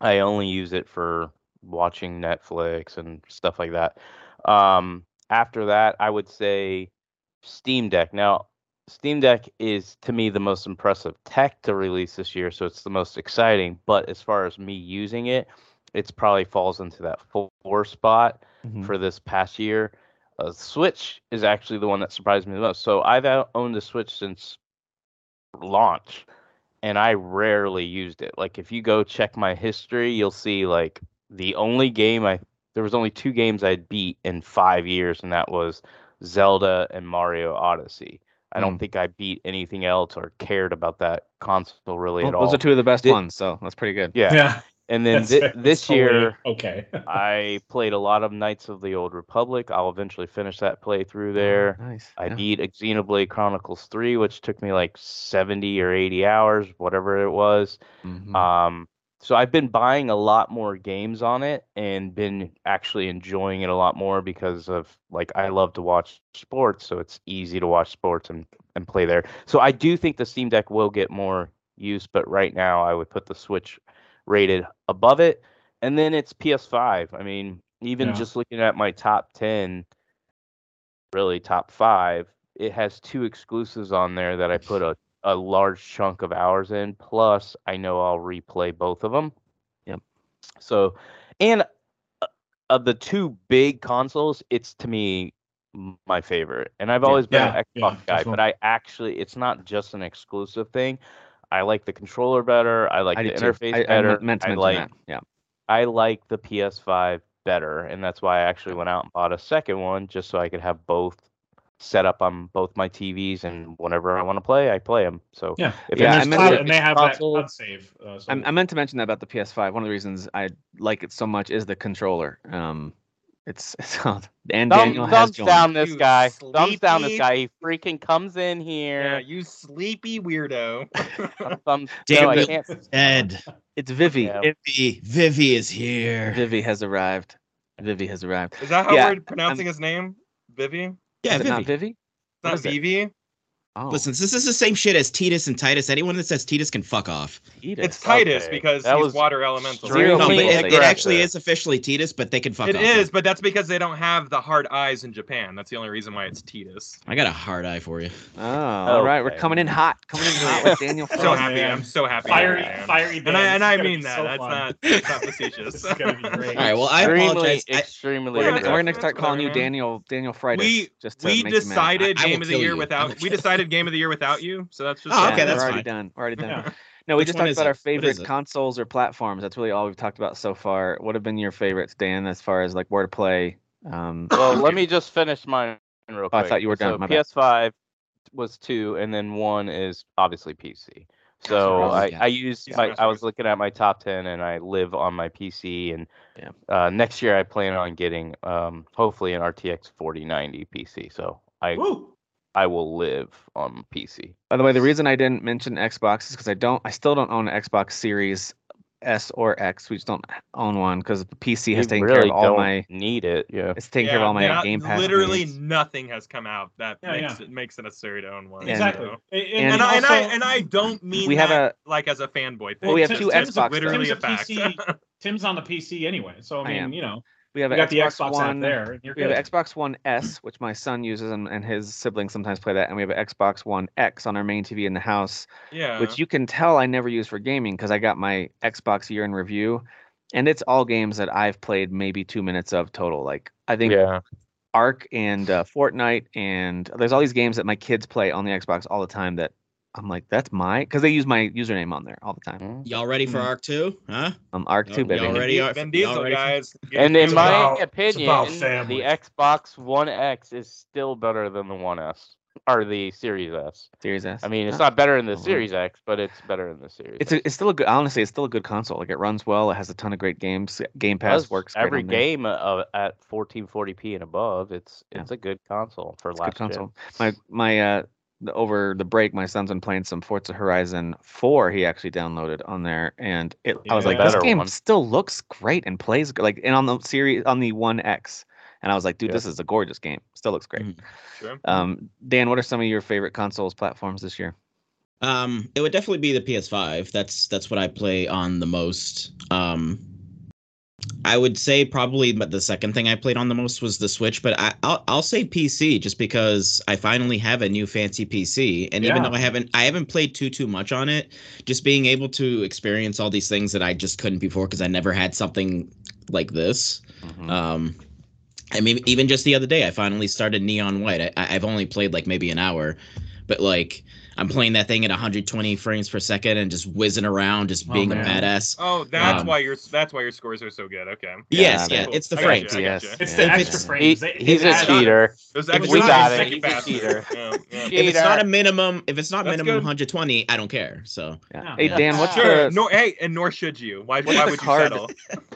Speaker 3: I only use it for watching Netflix and stuff like that. Um, after that, I would say Steam Deck. Now, Steam Deck is to me the most impressive tech to release this year, so it's the most exciting. But as far as me using it, it's probably falls into that four spot
Speaker 2: Mm-hmm.
Speaker 1: Mhm.
Speaker 3: for this past year. Uh, Switch is actually the one that surprised me the most. So I've out- owned the Switch since launch, and I rarely used it. Like if you go check my history, you'll see like the only game I there was only two games I beat in five years, and that was Zelda and Mario Odyssey. I don't
Speaker 2: Mm.
Speaker 1: Hmm.
Speaker 3: think I beat anything else or cared about that console really
Speaker 1: Well,
Speaker 3: at
Speaker 1: those
Speaker 3: all.
Speaker 1: are two of the best
Speaker 3: Did-
Speaker 1: ones, so that's pretty good.
Speaker 3: yeah.
Speaker 2: Yeah.
Speaker 3: and then
Speaker 2: that's-
Speaker 3: thi-
Speaker 2: that's
Speaker 3: this
Speaker 2: totally
Speaker 3: year.
Speaker 2: Okay.
Speaker 3: I played a lot of Knights of the Old Republic. I'll eventually finish that playthrough there.
Speaker 1: Nice.
Speaker 3: I
Speaker 1: Oh, yeah.
Speaker 3: beat Xenoblade Chronicles 3, which took me like 70 or 80 hours, whatever it was.
Speaker 1: Mhm.
Speaker 3: Um, so I've been buying a lot more games on it and been actually enjoying it a lot more because of like I love to watch sports, so it's easy to watch sports and, and play there. So I do think the Steam Deck will get more use, but right now I would put the Switch rated above it. And then it's PS5. I mean, even
Speaker 2: Yeah.
Speaker 3: just looking at my top 10, really top five, it has two exclusives on there that I put a a large chunk of hours in. Plus, I know I'll replay both of them.
Speaker 1: Yep.
Speaker 3: So, and uh, of the two big consoles, it's to me m- my favorite. And I've
Speaker 1: Yeah.
Speaker 3: always been
Speaker 2: Yeah,
Speaker 3: an
Speaker 2: yeah,
Speaker 3: Xbox guy,
Speaker 2: definitely.
Speaker 3: but I actually it's not just an exclusive thing. I like the controller better. I like
Speaker 1: I
Speaker 3: the
Speaker 1: did too.
Speaker 3: interface
Speaker 1: I, I
Speaker 3: better.
Speaker 1: meant- meant to
Speaker 3: I
Speaker 1: mention
Speaker 3: like
Speaker 1: that. Yeah.
Speaker 3: I like the PS5 better, and that's why I actually went out and bought a second one just so I could have both set up on both my TVs, and whenever I want to play, I play them. So
Speaker 2: Yeah.
Speaker 3: if
Speaker 1: Yeah,
Speaker 2: and
Speaker 1: I
Speaker 2: there's
Speaker 1: meant
Speaker 2: cloud,
Speaker 1: to-
Speaker 2: and they have that
Speaker 3: console-
Speaker 2: cloud save. Uh, so
Speaker 1: I, I meant to mention that about the PS5. One of the reasons I like it so much is the controller. Um, it's it's
Speaker 3: Thumb-
Speaker 1: and Daniel has
Speaker 3: thumbs
Speaker 1: joined.
Speaker 3: down this
Speaker 4: You
Speaker 3: guy. Thumbs down this
Speaker 4: sleepy-
Speaker 3: guy. He freaking comes in
Speaker 4: Yeah,
Speaker 3: here.
Speaker 4: you sleepy weirdo.
Speaker 3: Thumbs.
Speaker 5: Damn
Speaker 3: no, I
Speaker 5: it.
Speaker 3: can't.
Speaker 5: Ed,
Speaker 1: It's Vivi.
Speaker 3: Yeah.
Speaker 5: Vivi, Vivi is here.
Speaker 1: Vivi has arrived. Vivi has arrived.
Speaker 4: Is that how
Speaker 1: Yeah,
Speaker 4: we're pronouncing his name? Vivi? It's
Speaker 5: Yeah,
Speaker 1: is it not
Speaker 5: Vivi.
Speaker 1: Vivi? What
Speaker 4: not
Speaker 1: is it?
Speaker 4: Vivi.
Speaker 1: Oh,
Speaker 5: Listen, this is the same shit as Titus and Titus. Anyone that says Titus can fuck off.
Speaker 1: Titus.
Speaker 4: It's Titus
Speaker 3: Okay,
Speaker 4: because
Speaker 3: that
Speaker 4: he's
Speaker 3: was
Speaker 4: water elemental.
Speaker 1: Zero
Speaker 5: No, but
Speaker 1: Clean
Speaker 5: it, it
Speaker 1: correct.
Speaker 5: actually is officially Titus, but they can fuck
Speaker 4: It
Speaker 5: off.
Speaker 4: is, but that's because they don't have the hard eyes in Japan. That's the only reason why it's Titus.
Speaker 5: I got a hard eye for you.
Speaker 1: Oh, all right. We're
Speaker 3: Okay.
Speaker 1: coming in hot. Coming in hot with Daniel.
Speaker 4: So
Speaker 2: Oh,
Speaker 1: Frost.
Speaker 4: happy.
Speaker 2: man.
Speaker 4: I'm so happy.
Speaker 2: fiery,
Speaker 4: man.
Speaker 2: fiery.
Speaker 4: And I,
Speaker 2: bands.
Speaker 4: and
Speaker 2: It's
Speaker 4: I
Speaker 2: gonna
Speaker 4: mean
Speaker 2: be
Speaker 4: that.
Speaker 2: so
Speaker 4: that's
Speaker 2: fun.
Speaker 4: not that's not facetious.
Speaker 2: This is gonna be great.
Speaker 5: All right. Well, I
Speaker 3: extremely,
Speaker 5: apologize. I,
Speaker 3: extremely.
Speaker 1: We're gonna,
Speaker 4: Yeah,
Speaker 1: we're
Speaker 3: aggressive.
Speaker 1: gonna start
Speaker 4: that's
Speaker 1: calling you
Speaker 4: whatever, man.
Speaker 1: Daniel Daniel Friday.
Speaker 4: We-
Speaker 1: just to
Speaker 4: we
Speaker 1: make you mad.
Speaker 4: decided
Speaker 5: I- I will
Speaker 4: game of the
Speaker 5: kill
Speaker 4: year
Speaker 5: you. I will
Speaker 4: without we
Speaker 5: kill you.
Speaker 4: decided game of the year without you. So that's just
Speaker 5: Oh,
Speaker 1: Yeah,
Speaker 5: okay, that's
Speaker 1: we're already
Speaker 5: fine.
Speaker 1: done. We're already done.
Speaker 2: Yeah.
Speaker 1: No, we
Speaker 5: Which
Speaker 1: just
Speaker 5: one
Speaker 1: talked
Speaker 5: is
Speaker 1: about
Speaker 5: it?
Speaker 1: our
Speaker 5: What is
Speaker 1: favorite
Speaker 5: it?
Speaker 1: consoles or platforms. That's really all we've talked about so far. What have been your favorites, Dan, as far as like where to play? Um,
Speaker 3: Well, let me just finish mine real quick.
Speaker 1: Oh, I thought you were done.
Speaker 3: So
Speaker 1: My bad.
Speaker 3: PS5 was two, and then one is obviously PC. So
Speaker 5: Gotcha.
Speaker 3: I,
Speaker 5: Yeah.
Speaker 3: I used
Speaker 4: Yeah.
Speaker 3: my, I was looking at my top ten, and I live on my PC. And
Speaker 1: Yeah.
Speaker 3: uh, next year, I plan on getting um, hopefully an RTX 4090 PC. So I
Speaker 2: Woo.
Speaker 3: I will live on PC.
Speaker 1: by the way, the reason I didn't mention Xbox is because I don't, I still don't own an Xbox Series S or X. We just don't own one because the PC has
Speaker 3: You
Speaker 1: taken
Speaker 3: really
Speaker 1: care of all
Speaker 3: don't
Speaker 1: my,
Speaker 3: need it. Yeah.
Speaker 1: it's taking care of all my
Speaker 4: not-
Speaker 1: Game Pass.
Speaker 4: Literally
Speaker 1: needs.
Speaker 4: nothing has come out that
Speaker 2: Yeah,
Speaker 4: makes
Speaker 2: yeah.
Speaker 4: it makes it necessary to own one.
Speaker 1: And-
Speaker 2: Exactly.
Speaker 4: So-
Speaker 2: And,
Speaker 1: And
Speaker 4: And,
Speaker 1: also-
Speaker 4: I, and I and I don't mean
Speaker 1: we have
Speaker 4: that
Speaker 1: a,
Speaker 4: like as a fanboy thing.
Speaker 1: Well, we have
Speaker 4: It's
Speaker 1: two
Speaker 4: just
Speaker 1: Xbox,
Speaker 4: literally
Speaker 2: though.
Speaker 4: a fact.
Speaker 2: Tim's a Tim's on the PC anyway, so I
Speaker 1: I
Speaker 2: mean,
Speaker 1: am.
Speaker 2: you know,
Speaker 1: we have
Speaker 2: you
Speaker 1: an
Speaker 2: got the
Speaker 1: Xbox,
Speaker 2: Xbox
Speaker 1: One
Speaker 2: out there. and You're
Speaker 1: We
Speaker 2: good.
Speaker 1: have an Xbox One S, which my son uses, and, and his siblings sometimes play that. And we have an Xbox One X on our main TV in the house,
Speaker 4: yeah.
Speaker 3: Uh-huh.
Speaker 1: which you can tell I never use for gaming because I got my Xbox year in review, and it's all games that I've played maybe two minutes of total. Like I think
Speaker 3: Yeah.
Speaker 1: Arc and uh, Fortnite, and there's all these games that my kids play on the Xbox all the time that I'm like, that's my because they use my username on there all the time.
Speaker 5: Y'all ready for
Speaker 4: Hmm.
Speaker 5: Arc Two? Huh?
Speaker 1: Um, Arc too,
Speaker 5: Y'all
Speaker 1: baby.
Speaker 5: ready? Y'all-
Speaker 4: Vin
Speaker 5: y'all
Speaker 4: Diesel
Speaker 5: ready for-
Speaker 4: guys.
Speaker 3: And in
Speaker 2: It's
Speaker 3: my
Speaker 2: about- it's
Speaker 3: opinion,
Speaker 2: about
Speaker 3: the
Speaker 2: family.
Speaker 3: Xbox One X is still better than the One S or the Series S.
Speaker 1: Series S.
Speaker 3: I mean,
Speaker 1: Uh,
Speaker 3: it's not better than the
Speaker 1: Alright.
Speaker 3: Series X, but it's better than the Series.
Speaker 1: It's
Speaker 3: X.
Speaker 1: a, it's still a good. Honestly, it's still a good console. Like it runs well. It has a ton of great games. Game Pass
Speaker 3: Plus,
Speaker 1: works. great
Speaker 3: every
Speaker 1: on there.
Speaker 3: game uh, at 1440p and above. It's
Speaker 1: Yeah.
Speaker 3: it's a good console for
Speaker 1: It's a
Speaker 3: last
Speaker 1: good console. My my uh the, over the break, my son's been playing some Forza Horizon Four. He actually downloaded on there, and it I was
Speaker 2: Yeah.
Speaker 1: like, this
Speaker 3: Better
Speaker 1: game
Speaker 3: one.
Speaker 1: still looks great and plays g- like and on the series on the One X, and I was like, dude,
Speaker 3: Yeah.
Speaker 1: this is a gorgeous game. Still looks great.
Speaker 4: Sure.
Speaker 1: Um, Dan, what are some of your favorite consoles platforms this year?
Speaker 5: Um, it would definitely be the PS5. That's that's what I play on the most. Um, I would say probably but the second thing I played on the most was the Switch, but I, I'll I'll say PC just because I finally have a new fancy PC, and
Speaker 2: Yeah.
Speaker 5: even though I haven't I haven't played too too much on it, just being able to experience all these things that I just couldn't before because I never had something like this.
Speaker 3: Mhm.
Speaker 5: Um, I mean, even just the other day, I finally started Neon White. I, I- I've only played like maybe an hour, but like I'm playing that thing at 120 frames per second and just whizzing around, just
Speaker 2: Oh,
Speaker 5: being
Speaker 2: man.
Speaker 5: a badass.
Speaker 4: Oh, that's
Speaker 5: Um,
Speaker 4: why your that's why your scores are so good. Okay.
Speaker 5: yes,
Speaker 1: that-
Speaker 5: yeah,
Speaker 4: Cool.
Speaker 5: it's the
Speaker 4: I got
Speaker 5: frames.
Speaker 4: you, I got
Speaker 1: Yes.
Speaker 4: you.
Speaker 2: It's the
Speaker 5: If
Speaker 2: extra
Speaker 1: it's-
Speaker 3: He-
Speaker 2: frames. They-
Speaker 3: he's
Speaker 2: they
Speaker 3: a
Speaker 2: add up.
Speaker 3: cheater.
Speaker 4: Those
Speaker 5: If
Speaker 4: extra
Speaker 5: we
Speaker 4: frames
Speaker 5: got
Speaker 4: make
Speaker 2: it,
Speaker 4: it
Speaker 2: he's a
Speaker 4: faster.
Speaker 3: cheater.
Speaker 4: Yeah, yeah.
Speaker 5: If it's not a
Speaker 3: Cheater.
Speaker 5: minimum, if it's not
Speaker 4: That's
Speaker 5: minimum
Speaker 4: good.
Speaker 5: 120, I don't care. So
Speaker 1: Yeah.
Speaker 2: Yeah.
Speaker 1: Hey
Speaker 5: Yeah.
Speaker 1: Dan, what's the
Speaker 4: Sure. nor, hey, and nor should you. Why,
Speaker 1: What's
Speaker 4: why
Speaker 1: the
Speaker 4: would you
Speaker 1: card?
Speaker 4: settle?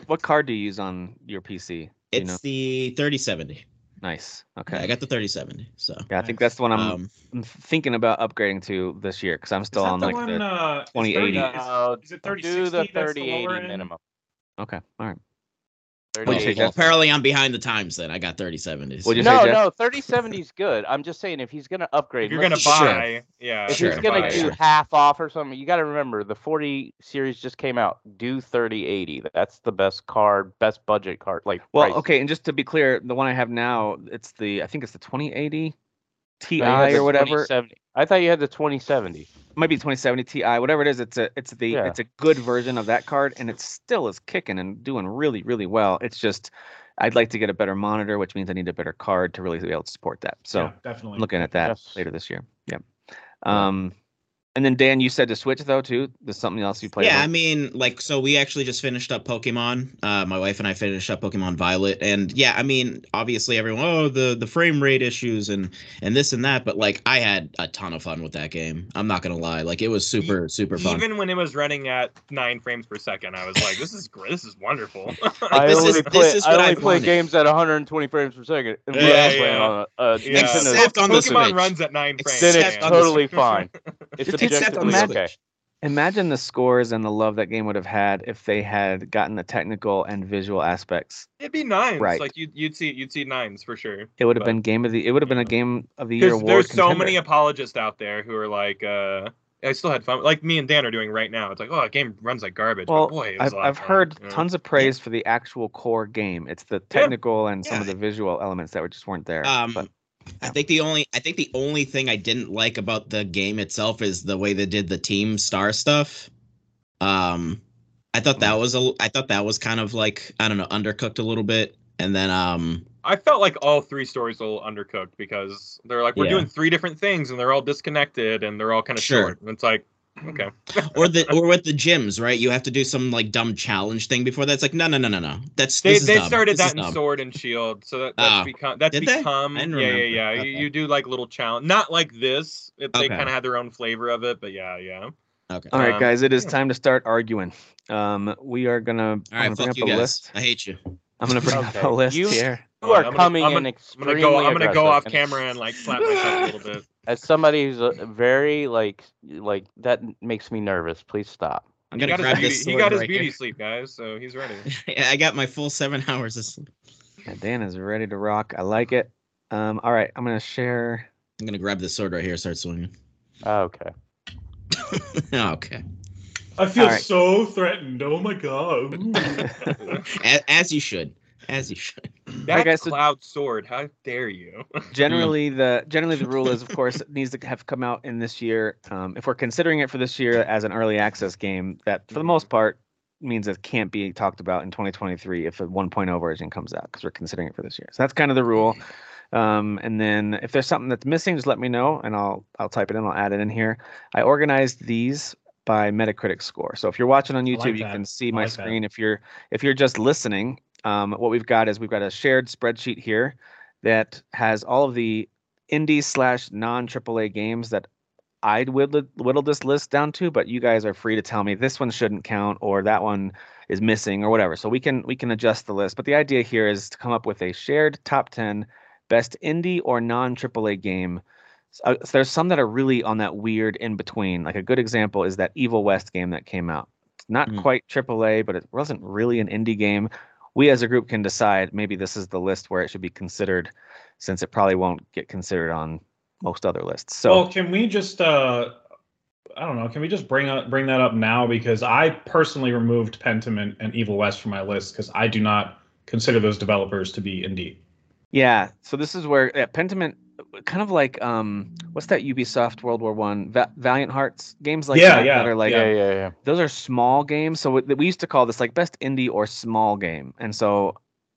Speaker 1: what card do you use on your PC? Do you
Speaker 5: it's
Speaker 1: know?
Speaker 5: the 3070.
Speaker 1: nice. Okay.
Speaker 5: Okay. I got the 3070. So
Speaker 1: yeah, I think that's the one I'm
Speaker 5: um,
Speaker 1: I'm thinking about upgrading to this year because I'm
Speaker 2: Is
Speaker 1: still
Speaker 2: that
Speaker 1: on
Speaker 2: the
Speaker 1: like
Speaker 2: one?
Speaker 1: the.
Speaker 2: uh, is
Speaker 1: 2080.
Speaker 2: 30 is-
Speaker 3: No,
Speaker 2: Is it
Speaker 3: do
Speaker 2: 3060?
Speaker 3: the
Speaker 2: That's the
Speaker 3: 3080
Speaker 2: lower end?
Speaker 3: minimum.
Speaker 1: Okay. All right.
Speaker 3: 3080.
Speaker 1: Jeff?
Speaker 5: apparently I'm behind the times then. I got 3070.
Speaker 1: What'd you say?
Speaker 3: no,
Speaker 1: Jeff?
Speaker 3: no, 3070 is good. I'm just saying if he's gonna upgrade,
Speaker 4: If you're
Speaker 3: let's
Speaker 4: gonna
Speaker 3: just-
Speaker 5: Sure.
Speaker 4: buy, yeah.
Speaker 3: if
Speaker 5: Sure.
Speaker 3: he's
Speaker 4: you're
Speaker 3: gonna
Speaker 4: buy-
Speaker 3: do
Speaker 5: Sure.
Speaker 3: half off or something, you got to remember the 40 series just came out. Do 3080. That's the best card, best budget card. Like
Speaker 1: Well,
Speaker 3: price.
Speaker 1: okay, and just to be clear, the one I have now, it's the I think it's the 2080 Ti
Speaker 3: No, you had the
Speaker 1: E or whatever.
Speaker 3: 2070. I thought you had the 2070.
Speaker 1: It might be 2070 Ti, whatever it is. It's a it's the
Speaker 3: Yeah.
Speaker 1: it's a good version of that card, and it still is kicking and doing really really well. It's just I'd like to get a better monitor, which means I need a better card to really be able to support that. So
Speaker 2: Yeah, definitely.
Speaker 1: I'm looking at that
Speaker 3: Yes.
Speaker 1: later this year. Yeah.
Speaker 3: Yeah.
Speaker 1: Um, and then Dan, you said to switch though too. There's something else you played.
Speaker 5: yeah,
Speaker 1: on-
Speaker 5: I mean, like, so we actually just finished up Pokemon. Uh, my wife and I finished up Pokemon Violet, and yeah, I mean, obviously everyone, oh, the the frame rate issues and and this and that, but like, I had a ton of fun with that game. I'm not gonna lie, like, it was super super fun.
Speaker 4: Even when it was running at nine frames per second, I was like, "This is great. This is wonderful."
Speaker 3: I
Speaker 5: this
Speaker 3: only
Speaker 5: is-
Speaker 3: play,
Speaker 5: this is
Speaker 3: I
Speaker 5: what I
Speaker 3: only play
Speaker 5: wanted.
Speaker 3: games at 120 frames per second. and we're
Speaker 5: Yeah,
Speaker 3: all playing
Speaker 4: yeah.
Speaker 3: on a- a
Speaker 4: Yeah.
Speaker 3: Nintendo
Speaker 5: Except on the
Speaker 4: Pokemon
Speaker 5: Switch.
Speaker 4: runs at nine frames.
Speaker 3: then it's
Speaker 5: Except on the
Speaker 3: totally fine. It's
Speaker 5: Except on
Speaker 3: objectively
Speaker 5: the
Speaker 3: okay.
Speaker 5: Switch.
Speaker 1: Imagine the scores and the love that game would have had if they had gotten the technical and visual aspects.
Speaker 4: It'd be nines.
Speaker 1: Right.
Speaker 4: Like you'd, you'd see you'd see nines for sure.
Speaker 1: It would have
Speaker 4: But-
Speaker 1: been game of the. It would have been a
Speaker 4: Yeah.
Speaker 1: game of the year
Speaker 4: There's,
Speaker 1: award.
Speaker 4: there's so
Speaker 1: contender.
Speaker 4: many apologists out there who are like, uh, "I still had fun." Like me and Dan are doing right now. It's like, "Oh, that game runs like garbage."
Speaker 1: Well,
Speaker 4: but boy, it was
Speaker 1: I've,
Speaker 4: a lot
Speaker 1: I've
Speaker 4: of fun.
Speaker 1: heard
Speaker 4: Yeah.
Speaker 1: tons of praise for the actual core game. It's the technical and some of the visual elements that were just weren't there.
Speaker 5: Um,
Speaker 1: but
Speaker 5: I think the only I think the only thing I didn't like about the game itself is the way they did the team star stuff. Um, I thought that was a I thought that was kind of like I don't know undercooked a little bit, and then um,
Speaker 4: I felt like all three stories a little undercooked because they're like, "We're
Speaker 5: Yeah.
Speaker 4: doing three different things, and they're all disconnected, and they're all kind of
Speaker 5: Sure.
Speaker 4: short." And it's like, okay,
Speaker 5: or the or with the gyms, right? You have to do some like dumb challenge thing before that. It's like no, no, no, no, no. That's
Speaker 4: they,
Speaker 5: this is
Speaker 4: they
Speaker 5: dumb.
Speaker 4: started
Speaker 5: This is
Speaker 4: that in
Speaker 5: dumb.
Speaker 4: Sword and Shield, so that, that's
Speaker 5: Oh.
Speaker 4: become that's
Speaker 5: Did they?
Speaker 4: become
Speaker 5: I
Speaker 4: yeah
Speaker 5: didn't remember.
Speaker 4: yeah yeah. You,
Speaker 5: Okay.
Speaker 4: you do like little challenge, not like this. It, They
Speaker 5: Okay.
Speaker 4: kind of had their own flavor of it, but yeah yeah.
Speaker 5: Okay.
Speaker 1: all right,
Speaker 4: um,
Speaker 1: guys, it is
Speaker 4: yeah.
Speaker 1: time to start arguing. Um, we are gonna.
Speaker 5: All
Speaker 1: I'm
Speaker 5: right,
Speaker 1: gonna bring
Speaker 5: fuck
Speaker 1: up
Speaker 5: you
Speaker 1: a
Speaker 5: guys.
Speaker 1: list.
Speaker 5: I hate you.
Speaker 1: I'm gonna bring up
Speaker 3: Okay.
Speaker 1: a list
Speaker 3: You-
Speaker 1: here.
Speaker 3: You are
Speaker 4: I'm gonna-
Speaker 3: coming
Speaker 4: I'm
Speaker 3: in
Speaker 4: gonna- I'm
Speaker 3: extremely
Speaker 4: gonna go. I'm gonna go off
Speaker 3: aggressive.
Speaker 4: camera and like slap myself a little bit.
Speaker 3: As somebody who's a very like like that makes me nervous. Please stop.
Speaker 5: I'm
Speaker 4: He
Speaker 5: gonna
Speaker 4: got his
Speaker 5: grab
Speaker 4: beauty,
Speaker 5: this
Speaker 4: he
Speaker 5: sword
Speaker 4: got his
Speaker 5: right
Speaker 4: beauty
Speaker 5: here.
Speaker 4: sleep, guys, so he's ready.
Speaker 5: I got my full seven hours of sleep.
Speaker 1: Yeah, Dan is ready to rock. I like it. Um, all right, I'm gonna share.
Speaker 5: I'm gonna grab this sword right here. and Start swinging. Oh,
Speaker 3: Okay.
Speaker 5: okay.
Speaker 2: I feel
Speaker 1: Alright.
Speaker 2: so threatened. Oh my god. Ooh.
Speaker 5: As, as you should. As you should.
Speaker 4: That
Speaker 1: guys, so-
Speaker 4: cloud sword, how dare you?
Speaker 1: generally
Speaker 2: Mm.
Speaker 1: the generally the rule is of course it needs to have come out in this year um, if we're considering it for this year as an early access game that for the most part means it can't be talked about in 2023 if a 1.0 version comes out because we're considering it for this year so that's kind of the rule um, and then if there's something that's missing just let me know and i'll i'll type it in i'll add it in here i organized these by metacritic score so if you're watching on
Speaker 2: like
Speaker 1: youtube you
Speaker 2: that.
Speaker 1: can see
Speaker 2: I
Speaker 1: my
Speaker 2: like that.
Speaker 1: screen if you're if you're just listening um, what we've got is we've got a shared spreadsheet here that has all of the indie slash non AAA games that I'd whittle, whittle this list down to, but you guys are free to tell me this one shouldn't count or that one is missing or whatever. So we can we can adjust the list. But the idea here is to come up with a shared top ten best indie or non AAA game. So, uh, so there's some that are really on that weird in between. Like a good example is that Evil West game that came out. It's not
Speaker 2: Hmm.
Speaker 5: Mm.
Speaker 1: quite AAA, but it wasn't really an indie game. We as a group can decide maybe this is the list where it should be considered, since it probably won't get considered on most other lists. So
Speaker 2: well, can we just uh I don't know. Can we just bring up bring that up now? Because I personally removed Pentiment and Evil West from my list because I do not consider those developers to be indie.
Speaker 1: Yeah. So this is where yeah, Pentiment, kind of like um, what's that Ubisoft World War One Va- Valiant Hearts games like
Speaker 2: Yeah,
Speaker 1: that,
Speaker 2: yeah,
Speaker 1: that are like
Speaker 3: yeah, yeah, yeah.
Speaker 1: those are small games. So what- we used to call this like best indie or small game. And so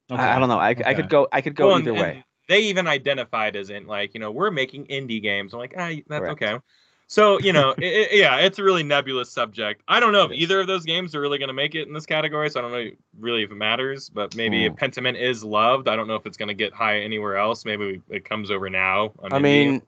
Speaker 1: I, I don't know. I, I
Speaker 2: okay.
Speaker 1: could go. I could go
Speaker 4: Well, and-
Speaker 1: either
Speaker 4: and
Speaker 1: way.
Speaker 4: They even identified as in like you know we're making indie games. I'm like ah that's
Speaker 1: Correct.
Speaker 4: okay. So you know i i yeah, it's a really nebulous subject. I don't know if
Speaker 1: It is.
Speaker 4: either of those games are really going to make it in this category. So I don't know really if it matters. But maybe
Speaker 1: Mm.
Speaker 4: if Pentiment is loved, I don't know if it's going to get high anywhere else. Maybe it comes over now. on
Speaker 3: I
Speaker 4: indie.
Speaker 3: mean,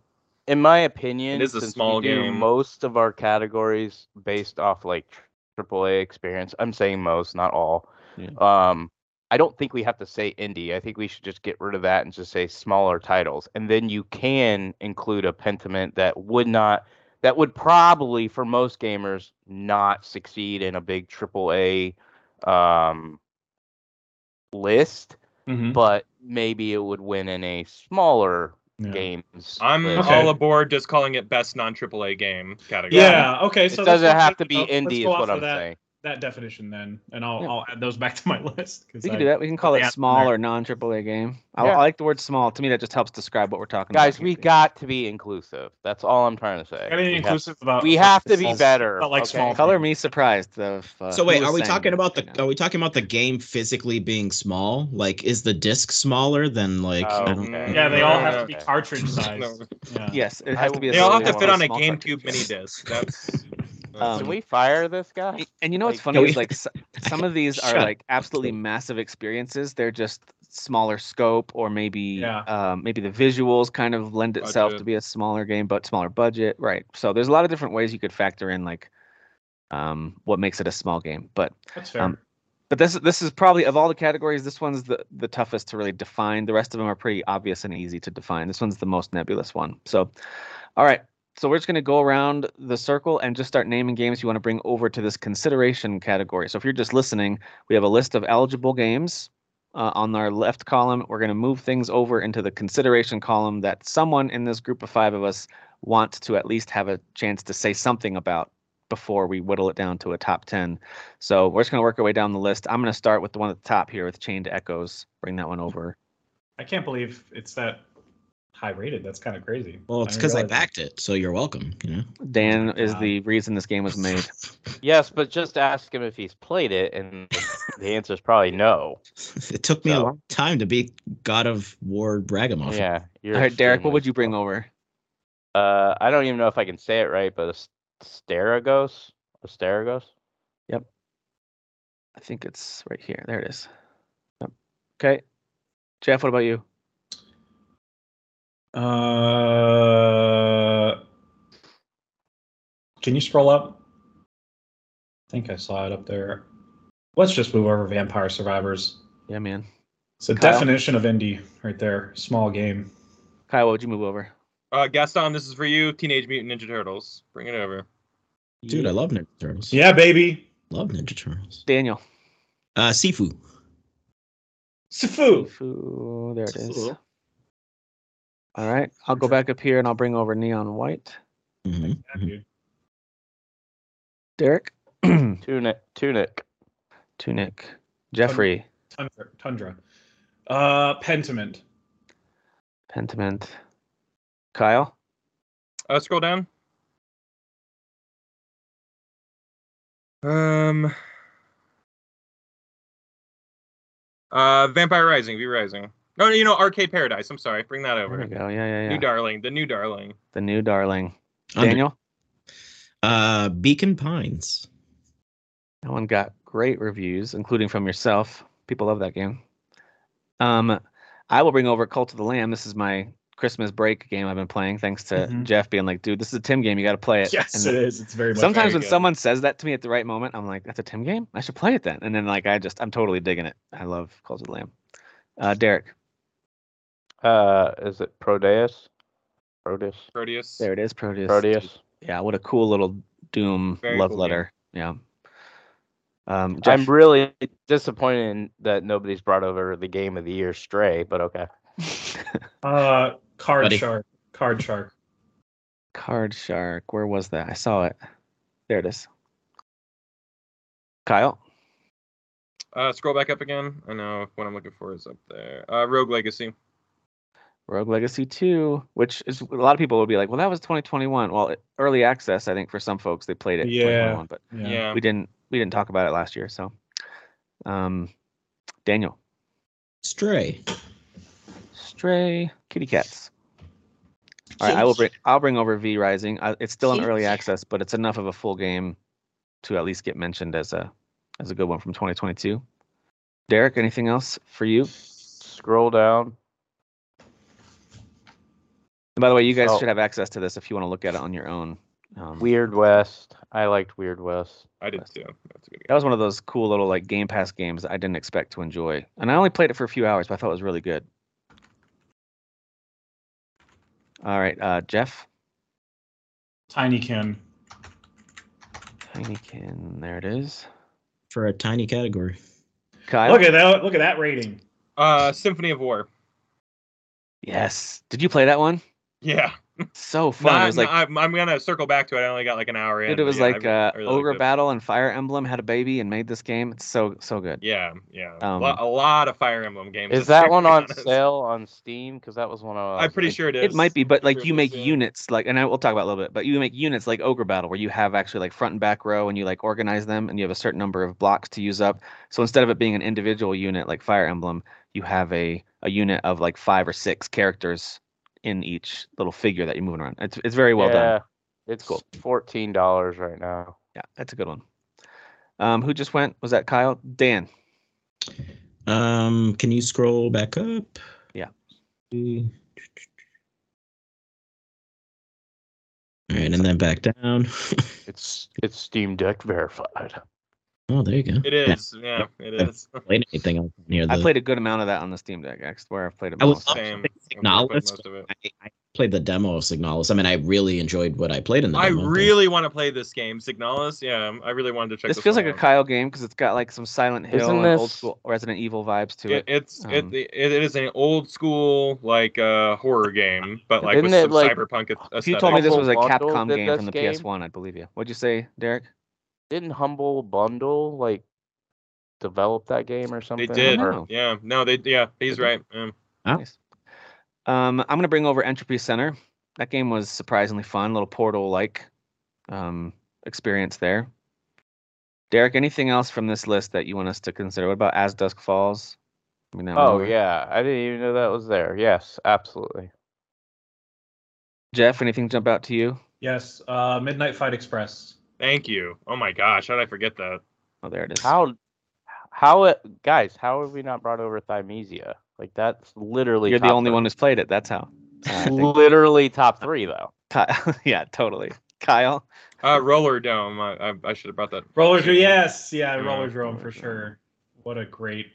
Speaker 3: in my opinion,
Speaker 4: It is a
Speaker 3: since
Speaker 4: small
Speaker 3: we do
Speaker 4: game.
Speaker 3: most of our categories based off like tr- AAA experience. I'm saying most, not all.
Speaker 1: Yeah.
Speaker 3: Um, I don't think we have to say indie. I think we should just get rid of that and just say smaller titles, and then you can include a Pentiment that would not, that would probably for most gamers not succeed in a big AAA um, list,
Speaker 2: Mhm.
Speaker 3: but maybe it would win in a smaller
Speaker 2: Yeah.
Speaker 3: games.
Speaker 4: I'm
Speaker 3: list.
Speaker 2: Okay.
Speaker 4: all aboard just calling it best non AAA game category.
Speaker 2: Yeah. Okay.
Speaker 3: It
Speaker 2: So let's
Speaker 3: doesn't
Speaker 2: go-
Speaker 3: have to be
Speaker 2: let's go
Speaker 3: indie, is
Speaker 2: off
Speaker 3: what
Speaker 2: of
Speaker 3: I'm
Speaker 2: that,
Speaker 3: saying.
Speaker 2: That definition then, and I'll
Speaker 1: Yeah.
Speaker 2: I'll add those back to my list. 'cause
Speaker 1: We
Speaker 2: I-
Speaker 1: can do that. We can call it
Speaker 2: Yeah.
Speaker 1: small or non AAA game. I,
Speaker 3: Yeah.
Speaker 1: I like the word small. To me, that just helps describe what we're talking about.
Speaker 3: Guys, we
Speaker 1: here.
Speaker 3: got to be inclusive. That's all I'm trying to say.
Speaker 2: Gotta be
Speaker 3: We have-
Speaker 2: inclusive about.
Speaker 3: we have to be
Speaker 2: small-
Speaker 3: better.
Speaker 2: about, like
Speaker 3: okay?
Speaker 2: small
Speaker 1: color me surprised. Of, uh,
Speaker 5: So
Speaker 1: who
Speaker 5: wait,
Speaker 1: was
Speaker 5: are we
Speaker 1: saying
Speaker 5: talking
Speaker 1: that
Speaker 5: about the
Speaker 1: right
Speaker 5: are
Speaker 1: now.
Speaker 5: we talking about the game physically being small? Like is the disc smaller than like
Speaker 3: Oh,
Speaker 5: I don't-
Speaker 4: okay.
Speaker 2: Yeah, they all have to be
Speaker 3: Okay.
Speaker 2: cartridge
Speaker 4: No.
Speaker 2: sized. Yeah.
Speaker 1: Yes, it
Speaker 3: I
Speaker 1: has to
Speaker 3: will-
Speaker 1: be. a
Speaker 4: They all have
Speaker 1: solid
Speaker 4: to fit on a
Speaker 1: small
Speaker 4: GameCube
Speaker 1: cartridge.
Speaker 4: mini disc. That's. that's
Speaker 1: Um,
Speaker 3: Can we fire this guy?
Speaker 1: Y- And you know what's
Speaker 3: Like,
Speaker 1: funny
Speaker 5: can
Speaker 1: is
Speaker 5: we-
Speaker 1: like s- some of these are
Speaker 5: Shut
Speaker 1: like absolutely massive experiences. They're just smaller scope, or maybe
Speaker 2: Yeah.
Speaker 1: um, maybe the visuals kind of lend itself to
Speaker 4: Budget.
Speaker 1: be a smaller game, but smaller budget, right? So there's a lot of different ways you could factor in like um, what makes it a small game. But
Speaker 2: That's fair.
Speaker 1: Um, but this this is probably of all the categories, this one's the the toughest to really define. The rest of them are pretty obvious and easy to define. This one's the most nebulous one. So, all right. So we're just going to go around the circle and just start naming games you want to bring over to this consideration category. So if you're just listening, we have a list of eligible games uh, on our left column. We're going to move things over into the consideration column that someone in this group of five of us wants to at least have a chance to say something about before we whittle it down to a top ten. So we're just going to work our way down the list. I'm going to start with the one at the top here with Chained Echoes. Bring that one over.
Speaker 2: I can't believe it's that high rated. That's kind of crazy.
Speaker 5: Well, it's
Speaker 2: didn't
Speaker 5: because I
Speaker 2: realize that.
Speaker 5: backed it, so you're welcome. You know.
Speaker 1: Dan is
Speaker 2: God.
Speaker 1: the reason this game was made.
Speaker 3: Yes, but just ask him if he's played it, and the answer is probably no.
Speaker 5: It took me a
Speaker 3: So-
Speaker 5: long time to beat God of War Ragamuffin.
Speaker 3: Yeah. You're
Speaker 1: All right, Derek, what
Speaker 3: extremely
Speaker 1: would you bring
Speaker 3: slow.
Speaker 1: over?
Speaker 3: Uh, I don't even know if I can say it right, but as- Asteragos? Asteragos?
Speaker 1: I think it's right here. There it is. Yep. Okay. Jeff, what about you?
Speaker 2: Uh, can you scroll up? I think I saw it up there. Let's just move over Vampire Survivors.
Speaker 1: Yeah, man.
Speaker 2: It's a
Speaker 1: Kyle?
Speaker 2: definition of indie right there. Small game.
Speaker 1: Kyle, what would you move over?
Speaker 4: Uh, Gaston, this is for you. Teenage Mutant Ninja Turtles. Bring it over.
Speaker 5: Dude, I love Ninja Turtles.
Speaker 2: Yeah, baby.
Speaker 5: Love Ninja Turtles.
Speaker 1: Daniel.
Speaker 5: Uh, Sifu.
Speaker 2: Sifu.
Speaker 1: Fu- There it is.
Speaker 5: Cool.
Speaker 1: All right. I'll go back up here and I'll bring over Neon White.
Speaker 2: Yeah,
Speaker 5: Mhm.
Speaker 1: Mm-hmm.
Speaker 2: dude.
Speaker 1: Derek.
Speaker 2: Hmm.
Speaker 3: Tunic. Tunic.
Speaker 1: Tunic. Jeffrey.
Speaker 2: Tundra. Tundra. Uh, Pentiment.
Speaker 1: Pentiment. Kyle.
Speaker 4: Uh, scroll down. Um. Uh, Vampire Rising, V Rising. No, no, you know, Arcade Paradise. I'm sorry. Bring that
Speaker 1: There we
Speaker 4: over.
Speaker 1: go. Yeah, yeah,
Speaker 4: New
Speaker 1: yeah.
Speaker 4: Darling, the New Darling.
Speaker 1: the new darling.
Speaker 5: Under-
Speaker 1: Daniel.
Speaker 5: Uh, Beacon Pines.
Speaker 1: That one got great reviews, including from yourself. People love that game. Um, I will bring over Cult of the Lamb. This is my Christmas break game I've been playing, thanks to
Speaker 2: Mhm.
Speaker 1: Jeff being like, dude, this is a Tim game. You got to play it.
Speaker 2: Yes,
Speaker 1: And
Speaker 2: it is. It's very much.
Speaker 1: sometimes
Speaker 4: Mm-hmm. very
Speaker 1: when
Speaker 4: good.
Speaker 1: someone says that to me at the right moment, I'm like, that's a Tim game? I should play it then. And then, like, I just, I'm totally digging it. I love Cult of the Lamb. Uh, Derek,
Speaker 3: Uh, is it Prodeus? Prodeus?
Speaker 4: Proteus.
Speaker 1: there it is, Proteus.
Speaker 3: Prodeus?
Speaker 1: Yeah, what a cool little Doom
Speaker 4: Very
Speaker 1: love
Speaker 4: cool game.
Speaker 1: letter. Yeah. Um,
Speaker 3: I'm
Speaker 1: Jeff,
Speaker 3: really disappointed in- that nobody's brought over the game of the year, Stray. But okay.
Speaker 2: Uh, Card
Speaker 5: Buddy.
Speaker 2: Shark. Card Shark.
Speaker 1: Card Shark, where was that? I saw it. There it is. Kyle.
Speaker 4: Uh, scroll back up again. I know what I'm looking for is up there. Uh, Rogue Legacy.
Speaker 1: Rogue Legacy 2, which is a lot of people will be like, well, that was 2021. Well, it- early access, I think for some folks, they played it in
Speaker 2: Yeah.
Speaker 1: 2021, but
Speaker 4: Yeah. Um
Speaker 1: we didn't we didn't talk about it last year. So, um, Daniel,
Speaker 5: Stray.
Speaker 1: Stray, Kitty Cats. All right, I will bring I'll bring over V Rising. I, it's still in early access, but it's enough of a full game to at least get mentioned as a as a good one from 2022. Derek, anything else for you?
Speaker 3: Scroll down.
Speaker 1: And by the way, you guys
Speaker 2: Oh.
Speaker 3: So-
Speaker 1: should have access to this if you want to look at it on your own. Um,
Speaker 3: Weird West. I liked Weird West.
Speaker 4: I did too. That's a good
Speaker 1: that was one of those cool little like Game Pass games that I didn't expect to enjoy, and I only played it for a few hours, but I thought it was really good. All right, uh, Jeff.
Speaker 2: Tinykin.
Speaker 1: Tinykin, there it is.
Speaker 5: For a tiny category.
Speaker 1: Kyle.
Speaker 2: Look at that! Look at that rating.
Speaker 4: game. Uh, Symphony of War.
Speaker 1: Yes. Did you play that one?
Speaker 4: Yeah.
Speaker 1: So fun.
Speaker 4: Not,
Speaker 1: it was like
Speaker 4: I'm, I'm gonna circle back to it. I only got like an hour in.
Speaker 1: dude, it
Speaker 4: but
Speaker 1: was
Speaker 4: yeah,
Speaker 1: like
Speaker 4: I,
Speaker 1: uh,
Speaker 4: I really
Speaker 1: Ogre
Speaker 4: liked it.
Speaker 1: Battle and Fire Emblem had a baby and made this game. It's so so good.
Speaker 4: Yeah, yeah.
Speaker 1: Um,
Speaker 4: Lo- a lot of Fire Emblem games.
Speaker 3: Is
Speaker 4: this
Speaker 3: that
Speaker 4: year,
Speaker 3: one
Speaker 4: to be
Speaker 3: on
Speaker 4: honest.
Speaker 3: sale on Steam? Because that was one of.
Speaker 4: I'm pretty sure it is.
Speaker 1: It might be, but like
Speaker 4: sure
Speaker 1: you
Speaker 4: it
Speaker 1: make
Speaker 4: is, yeah.
Speaker 1: units like, and I will talk about it a little bit, but you make units like Ogre Battle where you have actually like front and back row and you like organize them and you have a certain number of blocks to use up. So instead of it being an individual unit like Fire Emblem, you have a a unit of like five or six characters in each little figure that you're moving around. It's it's very well done.
Speaker 3: It's
Speaker 1: Cool.
Speaker 3: fourteen dollars right now.
Speaker 1: Yeah, that's a good one. Um, who just went? Was that Kyle? Dan.
Speaker 5: Um, can you scroll back up?
Speaker 1: Yeah.
Speaker 5: Mm. All right, and then back down.
Speaker 3: It's it's Steam Deck verified.
Speaker 5: oh, there you go.
Speaker 4: It is. Yeah, it is.
Speaker 5: Played anything else near the?
Speaker 1: I played a good amount of that on the Steam Deck. That's where I've played it
Speaker 5: I would
Speaker 1: most.
Speaker 5: love
Speaker 4: Same.
Speaker 5: Signal, let's-
Speaker 4: most of it.
Speaker 5: I, I played the demo of Signalis. I mean, I really enjoyed what I played in the
Speaker 4: I
Speaker 5: demo. but-
Speaker 4: really want to play this game, Signalis. Yeah, um, I really wanted to check.
Speaker 1: This
Speaker 4: This,
Speaker 1: feels like
Speaker 4: one
Speaker 1: a
Speaker 4: out.
Speaker 1: Kyle game because it's got like some Silent Hill
Speaker 3: Isn't
Speaker 1: and old
Speaker 3: this-
Speaker 1: school Resident Evil vibes to
Speaker 4: It,
Speaker 1: it.
Speaker 4: it's
Speaker 1: Um,
Speaker 4: it, it it is an old school like uh horror game, but like with
Speaker 3: Isn't it,
Speaker 4: some
Speaker 3: like-
Speaker 4: cyberpunk aesthetic.
Speaker 1: If you told me this was a
Speaker 3: Humble Bundle
Speaker 1: Capcom
Speaker 3: did
Speaker 1: game
Speaker 3: this
Speaker 1: from the
Speaker 3: game?
Speaker 1: PS1, I'd believe you. What'd you say, Derek?
Speaker 3: Didn't Humble Bundle like develop that game or
Speaker 4: they
Speaker 3: something?
Speaker 4: did. Oh,
Speaker 1: know.
Speaker 3: Or-
Speaker 4: Yeah, no, they yeah, he's right. Um,
Speaker 5: Oh.
Speaker 1: Nice. Um, I'm gonna bring over Entropy Center. That game was surprisingly fun, little Portal-like um, experience there. Derek, anything else from this list that you want us to consider? What about As Dusk Falls? I mean, that one
Speaker 3: Oh
Speaker 1: over.
Speaker 3: yeah, I didn't even know that was there. Yes, absolutely.
Speaker 1: Jeff, anything jump out to you?
Speaker 2: Yes. Uh, Midnight Fight Express.
Speaker 4: thank you. Oh my gosh, how did I forget that?
Speaker 1: Oh, there it is.
Speaker 3: How how it guys? How have we not brought over Thymesia? Like that's literally
Speaker 1: You're the
Speaker 3: top
Speaker 1: only
Speaker 3: three.
Speaker 1: one who's played it. That's how. Uh, I think
Speaker 3: literally top three though.
Speaker 1: Kyle, yeah, totally. Kyle.
Speaker 4: Uh, Roller Dome. I I, I should have brought that.
Speaker 2: Roller Dome. Yes. Yeah.
Speaker 4: Yeah,
Speaker 2: Roller Dome
Speaker 1: Roller
Speaker 2: for
Speaker 1: Dome.
Speaker 2: sure. What a great.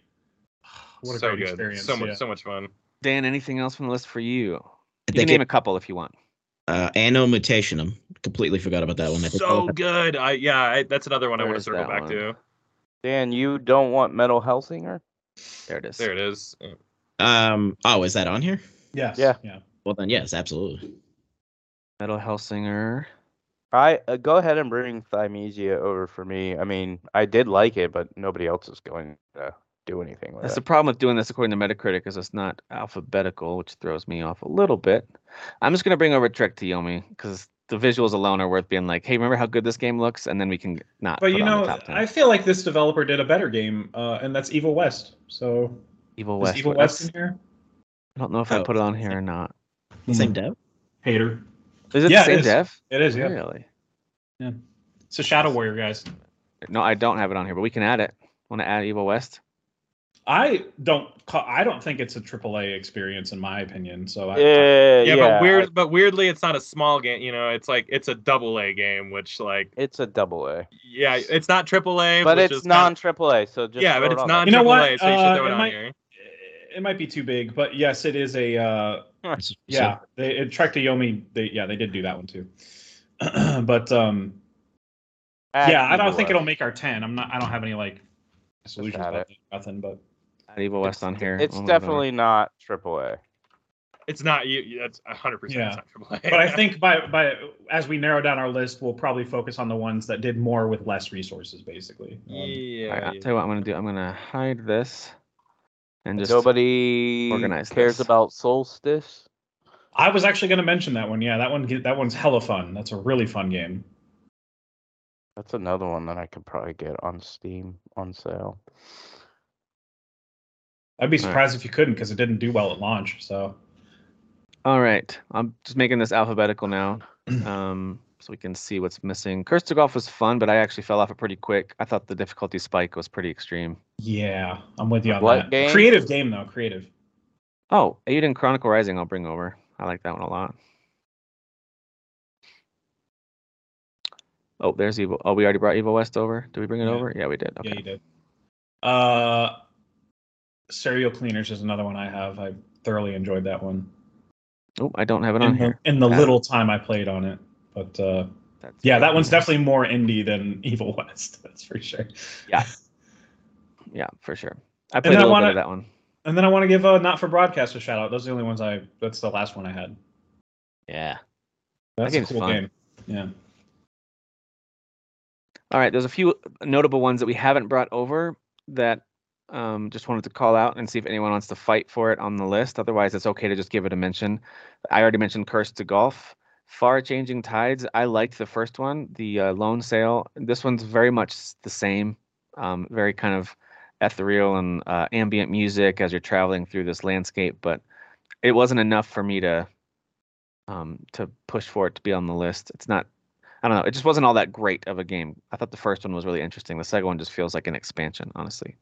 Speaker 2: What a
Speaker 4: so
Speaker 2: great
Speaker 4: good.
Speaker 2: experience.
Speaker 4: So much
Speaker 2: yeah.
Speaker 4: so much fun.
Speaker 1: Dan, anything else from the list for you?
Speaker 5: I
Speaker 1: You can
Speaker 5: think
Speaker 1: name
Speaker 5: it,
Speaker 1: a couple if you want.
Speaker 5: uh, Anno Mutationum. Completely forgot about that one. I think
Speaker 4: So good. I yeah, I, that's another one I
Speaker 1: Where
Speaker 4: want to
Speaker 1: is
Speaker 4: circle
Speaker 1: that
Speaker 4: back
Speaker 1: one?
Speaker 4: to.
Speaker 3: Dan, you don't want Metal Hellsinger?
Speaker 1: There it is.
Speaker 4: There it is.
Speaker 5: Um. Oh, is that on here?
Speaker 2: Yes.
Speaker 3: Yeah.
Speaker 2: Yeah.
Speaker 5: Well then, yes, absolutely.
Speaker 1: Metal Hellsinger.
Speaker 3: I uh, go ahead and bring Thymesia over for me. I mean, I did like it, but nobody else is going to do anything with
Speaker 1: That's the
Speaker 3: it.
Speaker 1: problem with doing this according to Metacritic is it's not alphabetical, which throws me off a little bit. I'm just gonna bring over Trek to Yomi because the visuals alone are worth being like, hey, remember how good this game looks? And then we can not.
Speaker 2: But
Speaker 1: put
Speaker 2: you
Speaker 1: it on the
Speaker 2: know,
Speaker 1: top 10.
Speaker 2: I feel like this developer did a better game, uh, and that's Evil West. So
Speaker 1: Evil
Speaker 2: is
Speaker 1: West.
Speaker 2: Evil
Speaker 1: but
Speaker 2: West in
Speaker 1: that's-
Speaker 2: here? Hmm.
Speaker 1: I don't know if I
Speaker 5: Oh.
Speaker 1: put it on here or not.
Speaker 2: Mm-hmm.
Speaker 5: Same dev.
Speaker 2: Hater.
Speaker 1: Is it
Speaker 2: Yeah,
Speaker 1: the
Speaker 2: it
Speaker 1: same
Speaker 2: is.
Speaker 1: dev?
Speaker 2: It is. Yeah.
Speaker 1: Really?
Speaker 2: It's a Shadow Warrior, guys.
Speaker 1: No, I don't have it on here, but we can add it. Want to add Evil West?
Speaker 2: I don't. Call, I don't think it's a AAA experience, in my opinion. So I,
Speaker 3: Yeah,
Speaker 4: yeah,
Speaker 3: yeah,
Speaker 4: but weird,
Speaker 3: I-
Speaker 4: but weirdly, it's not a small game. You know, it's like it's a double A game, which like
Speaker 3: it's a double A,
Speaker 4: yeah, it's not triple A,
Speaker 3: but
Speaker 4: which
Speaker 3: it's
Speaker 4: is kinda-
Speaker 3: non triple A. So just
Speaker 4: yeah,
Speaker 3: throw it
Speaker 4: but it's
Speaker 3: on
Speaker 4: non
Speaker 3: there.
Speaker 2: You know
Speaker 4: triple
Speaker 2: what?
Speaker 4: A, so you should
Speaker 2: Uh,
Speaker 4: throw
Speaker 2: it
Speaker 4: it on
Speaker 2: might-
Speaker 4: here.
Speaker 2: it might be too big, but yes, it is a. Uh,
Speaker 5: So-
Speaker 2: yeah, they it, Trek to Yomi. They yeah, they did do that one too. but um,
Speaker 3: Add
Speaker 2: yeah, I don't
Speaker 3: Evil
Speaker 2: think
Speaker 3: West.
Speaker 2: it'll make our ten. I'm not. I don't have any like solutions
Speaker 3: had
Speaker 2: about
Speaker 3: it.
Speaker 2: that, nothing. But
Speaker 1: Add Evil West on here.
Speaker 3: It's
Speaker 1: We'll move it over.
Speaker 3: definitely not triple A.
Speaker 4: It's not you. That's 100%
Speaker 2: Yeah.
Speaker 4: it's not AAA.
Speaker 2: But I think by by as we narrow down our list, we'll probably focus on the ones that did more with less resources, basically. Um,
Speaker 1: All right,
Speaker 4: yeah.
Speaker 1: I'll tell you what I'm gonna do. I'm gonna hide this and just
Speaker 3: Nobody
Speaker 1: organize
Speaker 3: cares
Speaker 1: this.
Speaker 3: about Solstice.
Speaker 2: I was actually going to mention that one. Yeah, that one that one's hella fun. That's a really fun game.
Speaker 3: That's another one that I could probably get on Steam on sale.
Speaker 2: I'd be
Speaker 1: All right.
Speaker 2: surprised if you couldn't because it didn't do well at launch. So
Speaker 1: All right, I'm just making this alphabetical now, um, so we can see what's missing. Curse to Golf was fun, but I actually fell off it pretty quick. I thought the difficulty spike was pretty extreme.
Speaker 2: yeah, I'm with you on
Speaker 3: What
Speaker 2: that.
Speaker 3: game?
Speaker 2: Creative game though, creative.
Speaker 1: Oh, Aiden Chronicle Rising, I'll bring over. I like that one a lot. Oh, there's Evil. Oh, we already brought Evil West over. Did we bring it
Speaker 2: Yeah.
Speaker 1: over? Yeah, we did.
Speaker 2: Yeah,
Speaker 1: Okay.
Speaker 2: you did. Uh, Serial Cleaners is another one I have. I thoroughly enjoyed that one.
Speaker 1: Oh, I don't have it on
Speaker 2: In the,
Speaker 1: here.
Speaker 2: in the
Speaker 1: Yeah.
Speaker 2: little time I played on it, but uh,
Speaker 1: That's
Speaker 2: yeah, that
Speaker 1: fine.
Speaker 2: one's definitely more indie than Evil West. That's for sure.
Speaker 1: Yeah, for sure. I played a
Speaker 2: I
Speaker 1: little
Speaker 2: wanna-
Speaker 1: bit of that one.
Speaker 2: And then I want to give uh, Not for Broadcast a shout out. Those are the only ones I. That's the last one I had.
Speaker 1: Yeah.
Speaker 2: That's a
Speaker 1: game's
Speaker 2: cool
Speaker 1: fun.
Speaker 2: game. Yeah.
Speaker 1: All right. There's a few notable ones that we haven't brought over that um, just wanted to call out and see if anyone wants to fight for it on the list. Otherwise, it's okay to just give it a mention. I already mentioned Curse to Golf. Far Changing Tides. I liked the first one, the uh, loan sale. This one's very much s- the same, um, very kind of ethereal and uh, ambient music as you're traveling through this landscape. But it wasn't enough for me to um, to push for it to be on the list. It's not I don't know. It just wasn't all that great of a game. I thought the first one was really interesting. The second one just feels like an expansion, honestly.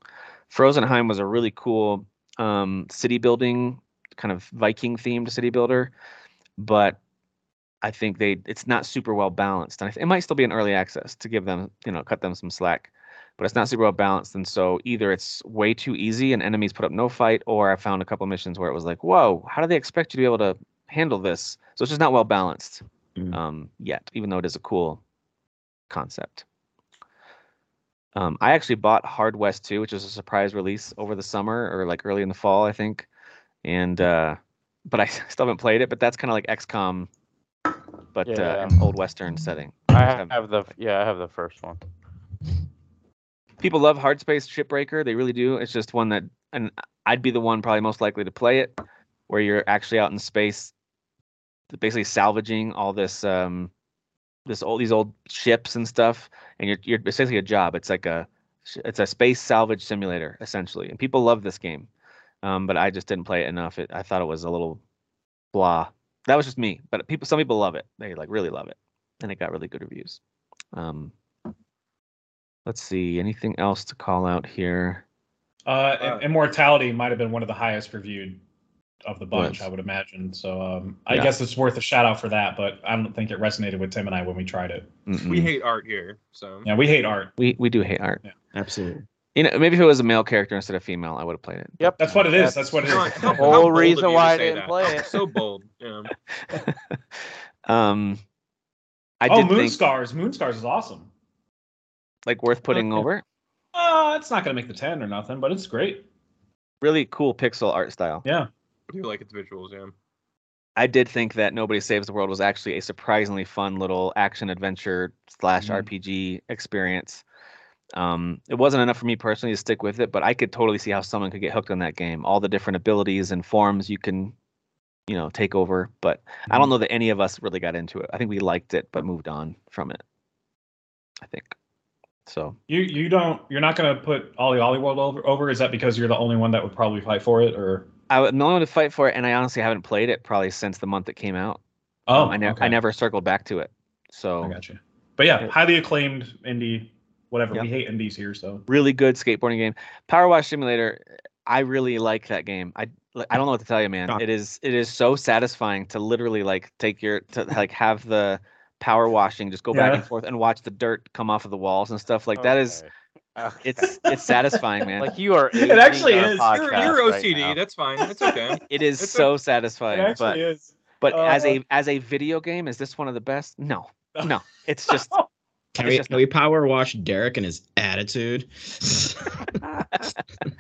Speaker 1: Frozenheim was a really cool um, city building, kind of Viking themed city builder, but I think they it's not super well balanced. And I th- it might still be an early access to give them, you know, cut them some slack, but it's not super well balanced. And so either it's way too easy and enemies put up no fight, or I found a couple missions where it was like, whoa, how do they expect you to be able to handle this? So it's just not well balanced
Speaker 5: Mm.
Speaker 1: um, yet, even though it is a cool concept. Um, I actually bought Hard West 2, which was a surprise release over the summer or like early in the fall, I think. And uh, but I still haven't played it. But that's kind of like XCOM, but
Speaker 3: Yeah.
Speaker 1: uh, in old Western setting.
Speaker 3: I
Speaker 1: have-
Speaker 3: have the yeah, I have the first one.
Speaker 1: People love Hard Space Shipbreaker; they really do. It's just one that, and I'd be the one probably most likely to play it, where you're actually out in space, basically salvaging all this, um, this old these old ships and stuff, and you're you're basically a job. It's like a it's a space salvage simulator essentially, and people love this game. Um, but I just didn't play it enough. It, I thought it was a little blah. That was just me. But people, some people love it. They like really love it, and it got really good reviews. Um, let's see, anything else to call out here?
Speaker 2: Uh,
Speaker 4: Uh,
Speaker 2: Immortality might have been one of the highest reviewed of the bunch,
Speaker 1: Was.
Speaker 2: I would imagine. So um, I
Speaker 1: Yeah.
Speaker 2: guess it's worth a shout out for that, but I don't think it resonated with Tim and I when we tried it.
Speaker 4: we
Speaker 1: Mm-mm.
Speaker 4: hate art here.
Speaker 1: Mm.
Speaker 4: So
Speaker 2: Mm-hmm. Yeah, we hate art.
Speaker 1: we we do hate art.
Speaker 5: Absolutely.
Speaker 1: You know, maybe if it was a male character instead of female, I would have played it.
Speaker 3: Yep.
Speaker 2: That's what it is. That's what it
Speaker 4: How-
Speaker 2: is.
Speaker 4: how- how
Speaker 3: whole
Speaker 1: Oh,
Speaker 4: bold of
Speaker 3: reason
Speaker 4: you to
Speaker 3: why I
Speaker 4: say
Speaker 3: didn't
Speaker 4: that.
Speaker 3: play it.
Speaker 4: So bold. Yeah.
Speaker 1: um, I
Speaker 2: oh,
Speaker 1: did
Speaker 2: Moon
Speaker 1: think
Speaker 2: Scars. Moon Scars is awesome.
Speaker 1: like worth putting
Speaker 2: Okay.
Speaker 1: over.
Speaker 2: Uh, it's not going to make the 10 or nothing, but it's great.
Speaker 1: Really cool pixel art style.
Speaker 2: Yeah.
Speaker 4: I do like its visuals. Yeah.
Speaker 1: I did think that Nobody Saves the World was actually a surprisingly fun little action adventure slash
Speaker 2: Mhm.
Speaker 1: RPG experience. Um, it wasn't enough for me personally to stick with it, but I could totally see how someone could get hooked on that game. All the different abilities and forms you can, you know, take over. But I
Speaker 2: Mm-hmm.
Speaker 1: don't know that any of us really got into it. I think we liked it, but moved on from it. I think so.
Speaker 2: You you don't you're not gonna put Ollie Ollie World over, over. Is that because you're the only one that would probably fight for it or
Speaker 1: I would- I'm the only one to fight for it, and I honestly haven't played it probably since the month it came out. Um,
Speaker 2: Oh
Speaker 1: I, never
Speaker 2: okay.
Speaker 1: I never circled back to it. So
Speaker 2: I got you. But yeah,
Speaker 1: Yeah.
Speaker 2: highly acclaimed indie whatever.
Speaker 1: Yep.
Speaker 2: We hate indies here, so
Speaker 1: really good skateboarding game. Power Wash Simulator, I really like that game. I like, I don't know what to tell you, man.
Speaker 5: Doc.
Speaker 1: It is it is so satisfying to literally like take your to like have the power washing just go back
Speaker 2: Yeah.
Speaker 1: and forth and watch the dirt come off of the walls and stuff like that is Uh,
Speaker 3: Okay.
Speaker 1: it's it's satisfying man
Speaker 3: like you are.
Speaker 2: It actually
Speaker 3: aging our
Speaker 2: is.
Speaker 4: You're,
Speaker 3: podcast
Speaker 4: you're
Speaker 3: right
Speaker 4: OCD.
Speaker 3: now.
Speaker 4: that's fine. That's okay.
Speaker 1: it is
Speaker 4: it's a-
Speaker 1: so satisfying but
Speaker 2: is.
Speaker 1: but as
Speaker 2: uh,
Speaker 1: a as a video game is this one of the best no no it's just
Speaker 5: Can
Speaker 1: It's
Speaker 5: we,
Speaker 1: just
Speaker 5: can we power wash Derek and his attitude?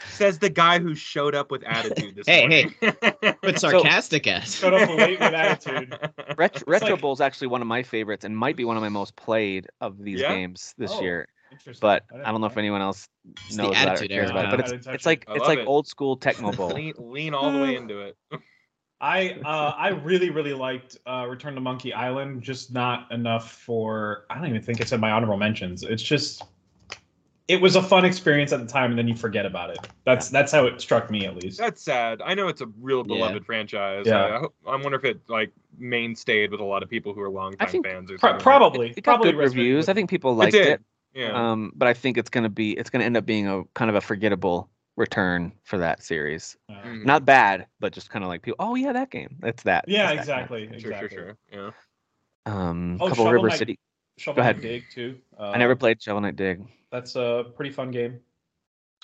Speaker 4: Says the guy who showed up with attitude this
Speaker 5: Hey,
Speaker 4: morning. Hey,
Speaker 5: but sarcastic ass.
Speaker 2: Showed up late with attitude.
Speaker 1: Ret- Retro
Speaker 2: like-
Speaker 1: Bowl is actually one of my favorites and might be one of my most played of these
Speaker 4: Yeah?
Speaker 1: games this
Speaker 2: Oh,
Speaker 1: year.
Speaker 2: Interesting.
Speaker 1: But
Speaker 2: didn't
Speaker 1: I don't know if anyone else knows
Speaker 5: the
Speaker 1: about it or
Speaker 5: attitude
Speaker 1: cares
Speaker 5: era.
Speaker 1: about it. But
Speaker 2: I
Speaker 1: it's
Speaker 2: didn't touch
Speaker 1: it's like
Speaker 4: I
Speaker 1: it's
Speaker 4: love
Speaker 1: like
Speaker 4: it.
Speaker 1: old school Tecmo Bowl.
Speaker 4: lean, lean all the way into it.
Speaker 2: I uh, I really really liked uh, Return to Monkey Island, just not enough for. I don't even think it's in my honorable mentions. It's just, it was a fun experience at the time, and then you forget about it. That's that's how it struck me at least.
Speaker 4: That's sad. I know it's a real
Speaker 5: Yeah.
Speaker 4: beloved franchise.
Speaker 2: Yeah.
Speaker 4: I, I, hope- I wonder if it like mainstayed with a lot of people who are longtime
Speaker 1: think
Speaker 4: fans or
Speaker 2: Pro-
Speaker 4: something.
Speaker 2: probably
Speaker 1: It got
Speaker 2: probably
Speaker 1: good reviews. I think people liked
Speaker 4: did.
Speaker 1: it.
Speaker 4: Yeah.
Speaker 1: Um, but I think it's gonna be it's gonna end up being a kind of a forgettable return for that series.
Speaker 2: Uh,
Speaker 4: Mhm.
Speaker 1: Not bad, but just kind of like people. Oh yeah, that game. It's that.
Speaker 2: yeah,
Speaker 1: it's that game."
Speaker 2: exactly.
Speaker 4: Sure,
Speaker 2: exactly.
Speaker 4: sure, sure. Yeah.
Speaker 1: Um,
Speaker 2: Oh,
Speaker 1: couple
Speaker 2: Shovel
Speaker 1: River
Speaker 2: Knight.
Speaker 1: City.
Speaker 2: Shovel
Speaker 1: Go ahead.
Speaker 2: Knight Dig too. Uh,
Speaker 1: I never played Shovel Knight Dig.
Speaker 2: That's a pretty fun game.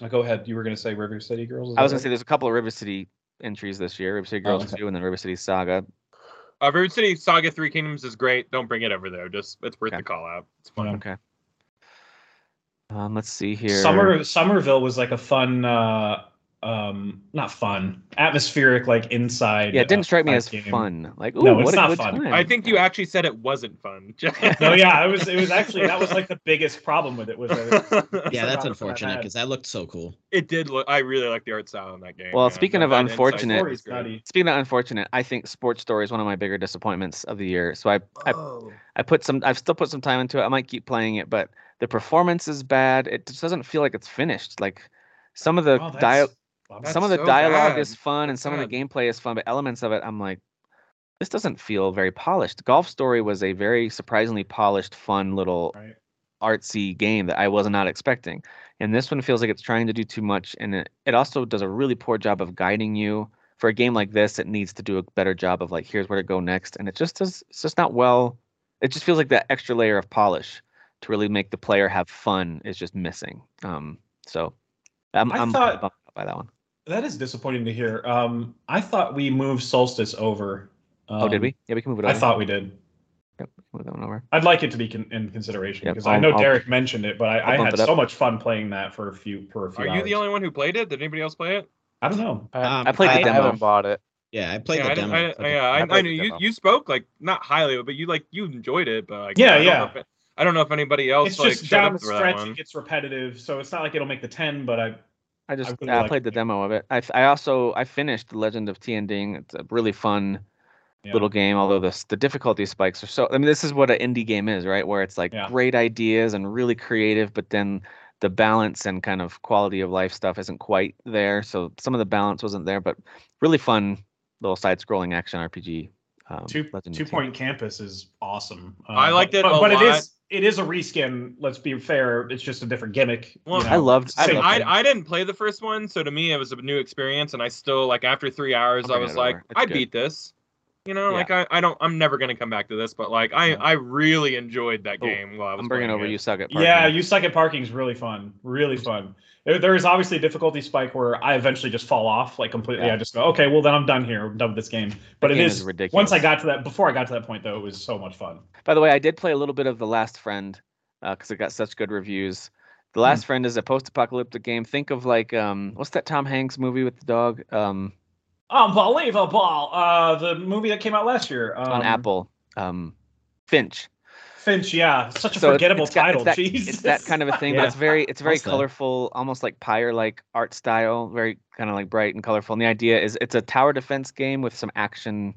Speaker 2: Uh, Go ahead. You were gonna say River City Girls. is
Speaker 1: I was
Speaker 2: that
Speaker 1: gonna say
Speaker 2: right?
Speaker 1: there's a couple of River City entries this year. River City
Speaker 2: Oh,
Speaker 1: Girls
Speaker 2: okay.
Speaker 1: two, and then River City Saga.
Speaker 4: Uh, River City Saga Three Kingdoms is great. Don't bring it over there. Just it's worth
Speaker 1: Okay.
Speaker 4: the call out. It's fun.
Speaker 2: Yeah.
Speaker 1: Okay. Um, let's see here.
Speaker 2: Summer Somerville was like a fun, uh, um, not fun, atmospheric like inside.
Speaker 1: Yeah, it
Speaker 2: uh,
Speaker 1: didn't strike me
Speaker 2: side
Speaker 1: as
Speaker 2: game.
Speaker 1: fun. Like, ooh,
Speaker 2: No, it's
Speaker 1: what a
Speaker 2: not
Speaker 1: good
Speaker 2: fun.
Speaker 1: time.
Speaker 4: I think you actually said it wasn't fun.
Speaker 2: No, yeah, it was. It was actually that was like the biggest problem with it was. that it-
Speaker 5: yeah,
Speaker 2: forgot
Speaker 5: that's
Speaker 2: about
Speaker 5: unfortunate
Speaker 2: that.
Speaker 5: because that looked so cool.
Speaker 4: it did look. I really like the art style in that game.
Speaker 1: Well,
Speaker 4: yeah.
Speaker 1: speaking
Speaker 4: That-
Speaker 1: of
Speaker 4: that inside
Speaker 1: unfortunate-
Speaker 4: story is
Speaker 2: Story's nutty.
Speaker 1: Speaking of unfortunate, I think Sports Story is one of my bigger disappointments of the year. So I,
Speaker 4: great.
Speaker 1: I
Speaker 4: Oh.
Speaker 1: I put some. I've still put some time into it. I might keep playing it, but the performance is bad. It just doesn't feel like it's finished. Like some of the
Speaker 2: Oh, that's-
Speaker 1: dial,
Speaker 2: wow,
Speaker 4: that's
Speaker 1: some of the
Speaker 4: so
Speaker 1: dialogue
Speaker 4: bad.
Speaker 1: is fun, and
Speaker 4: That's
Speaker 1: some of the
Speaker 4: sad.
Speaker 1: gameplay is fun, but elements of it, I'm like, this doesn't feel very polished. Golf Story was a very surprisingly polished, fun little
Speaker 2: Right.
Speaker 1: artsy game that I was not expecting, and this one feels like it's trying to do too much, and it, it also does a really poor job of guiding you. For a game like this, it needs to do a better job of like, here's where to go next, and it just does. It's just not well. It just feels like that extra layer of polish to really make the player have fun is just missing. Um, so I'm,
Speaker 2: I
Speaker 1: I'm
Speaker 2: thought-
Speaker 1: bummed out by that one.
Speaker 2: That is disappointing to hear. Um, I thought we moved Solstice over. Um,
Speaker 1: oh, did we? Yeah, we can move it
Speaker 2: I
Speaker 1: over.
Speaker 2: thought we did.
Speaker 1: move that one over.
Speaker 2: I'd like it to be con- in consideration
Speaker 1: Yep,
Speaker 2: because I
Speaker 1: I'll-
Speaker 2: know
Speaker 1: I'll-
Speaker 2: Derek mentioned it, but I,
Speaker 1: I'll
Speaker 2: I
Speaker 1: bump
Speaker 2: had
Speaker 1: it up.
Speaker 2: so much fun playing that for a few for a few.
Speaker 4: Are you the
Speaker 2: hours.
Speaker 4: only one who played it? Did anybody else play it?
Speaker 2: I don't know.
Speaker 5: Um,
Speaker 1: I played the
Speaker 3: I
Speaker 1: demo.
Speaker 3: haven't bought it.
Speaker 5: Yeah, I played
Speaker 4: yeah,
Speaker 5: the
Speaker 4: I
Speaker 5: demo.
Speaker 4: didn't- I,
Speaker 5: Okay.
Speaker 2: uh,
Speaker 4: yeah,
Speaker 3: I
Speaker 4: I, I,
Speaker 3: played
Speaker 4: know
Speaker 3: the
Speaker 4: you,
Speaker 3: demo.
Speaker 4: you spoke like not highly, but you like you enjoyed it. But like,
Speaker 2: Yeah,
Speaker 4: I don't
Speaker 2: yeah.
Speaker 4: know if it- I don't know if anybody else
Speaker 2: It's
Speaker 4: like
Speaker 2: just
Speaker 4: showed
Speaker 2: down
Speaker 4: up
Speaker 2: the
Speaker 4: for that
Speaker 2: stretch;
Speaker 4: one.
Speaker 2: it gets repetitive, so it's not like it'll make the ten. But I
Speaker 1: I just
Speaker 2: really
Speaker 1: I
Speaker 2: like
Speaker 1: played the
Speaker 2: it.
Speaker 1: demo of it. I I also I finished The Legend of Tian Ding. It's a really fun
Speaker 2: Yeah.
Speaker 1: little game, although the s- the difficulty spikes are so. I mean, this is what an indie game is, right? Where it's like
Speaker 2: Yeah.
Speaker 1: great ideas and really creative, but then the balance and kind of quality of life stuff isn't quite there. So some of the balance wasn't there, but really fun little side-scrolling action RPG. Um,
Speaker 2: two
Speaker 1: Legend of
Speaker 2: two
Speaker 1: Tian.
Speaker 2: point campus is awesome. Uh,
Speaker 4: I liked it
Speaker 2: but,
Speaker 4: a
Speaker 2: but it
Speaker 4: lot.
Speaker 2: is it is a reskin. Let's be fair; it's just a different gimmick. you
Speaker 4: Well,
Speaker 2: know.
Speaker 1: I loved. I,
Speaker 2: Same-
Speaker 1: loved
Speaker 4: I,
Speaker 1: it.
Speaker 4: I didn't play the first one, so to me it was a new experience, and I still like after three hours
Speaker 1: I'll
Speaker 4: I
Speaker 1: bring
Speaker 4: was
Speaker 1: it
Speaker 4: like,
Speaker 1: over. It's
Speaker 4: I
Speaker 1: good.
Speaker 4: beat this. You know,
Speaker 1: Yeah.
Speaker 4: like I, I don't I'm never gonna come back to this, but like I
Speaker 1: Yeah.
Speaker 4: I really enjoyed that
Speaker 1: Oh,
Speaker 4: game while I was
Speaker 1: I'm bringing
Speaker 4: playing
Speaker 1: over
Speaker 4: it.
Speaker 1: you suck at
Speaker 2: Yeah,
Speaker 1: Parking.
Speaker 2: you suck at parking is really fun, really fun. There, there is obviously a difficulty spike where I eventually just fall off like completely.
Speaker 1: Yeah.
Speaker 2: I just go, okay, well then I'm done here. I'm done with this game. But it
Speaker 1: game
Speaker 2: is,
Speaker 1: is ridiculous.
Speaker 2: Once I got to that, before I got to that point though, it was so much fun.
Speaker 1: By the way, I did play a little bit of The Last Friend because it got such good reviews.
Speaker 2: Hmm.
Speaker 1: The Last Friend is a post-apocalyptic game. Think of like um, what's that Tom Hanks movie with the dog um,
Speaker 2: Unbelievable! Uh, the movie that came out last year um,
Speaker 1: on Apple? Um, Finch.
Speaker 2: Finch. Yeah, such a
Speaker 1: So it-
Speaker 2: forgettable
Speaker 1: it's got-
Speaker 2: title.
Speaker 1: It's that,
Speaker 2: Jesus,
Speaker 1: it's that kind of a thing, but
Speaker 2: Yeah.
Speaker 1: it's very it's very
Speaker 5: Also.
Speaker 1: colorful, almost like Pyre-like art style, very kind of like bright and colorful. And the idea is it's a tower defense game with some action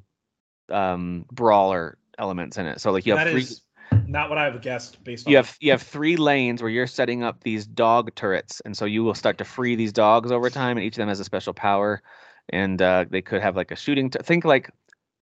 Speaker 1: um, brawler elements in it. So like you have
Speaker 2: That
Speaker 1: three
Speaker 2: is not what I have guessed based on.
Speaker 1: you have you have three lanes where you're setting up these dog turrets and so you will start to free these dogs over time and each of them has a special power and uh, they could have like a shooting t- think like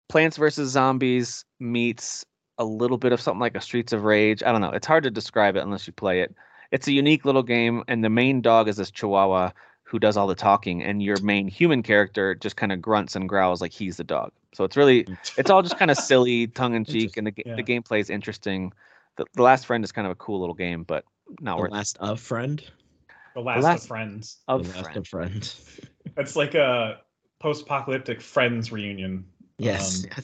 Speaker 1: plants versus zombies meets a little bit of something like a streets of rage i don't know it's hard to describe it unless you play it it's a unique little game and the main dog is this chihuahua who does all the talking and your main human character just kind of grunts and growls like he's the dog so it's really it's all just kind of silly tongue-in-cheek and the, ga- the gameplay is interesting the, the last friend is kind of a cool little game but not
Speaker 5: The
Speaker 1: worth
Speaker 5: last of friend.
Speaker 2: the last,
Speaker 1: last-
Speaker 2: of Friends.
Speaker 1: of
Speaker 5: the last
Speaker 1: friend.
Speaker 5: of friend.
Speaker 2: Um, It's like a post-apocalyptic Friends reunion.
Speaker 5: Yes.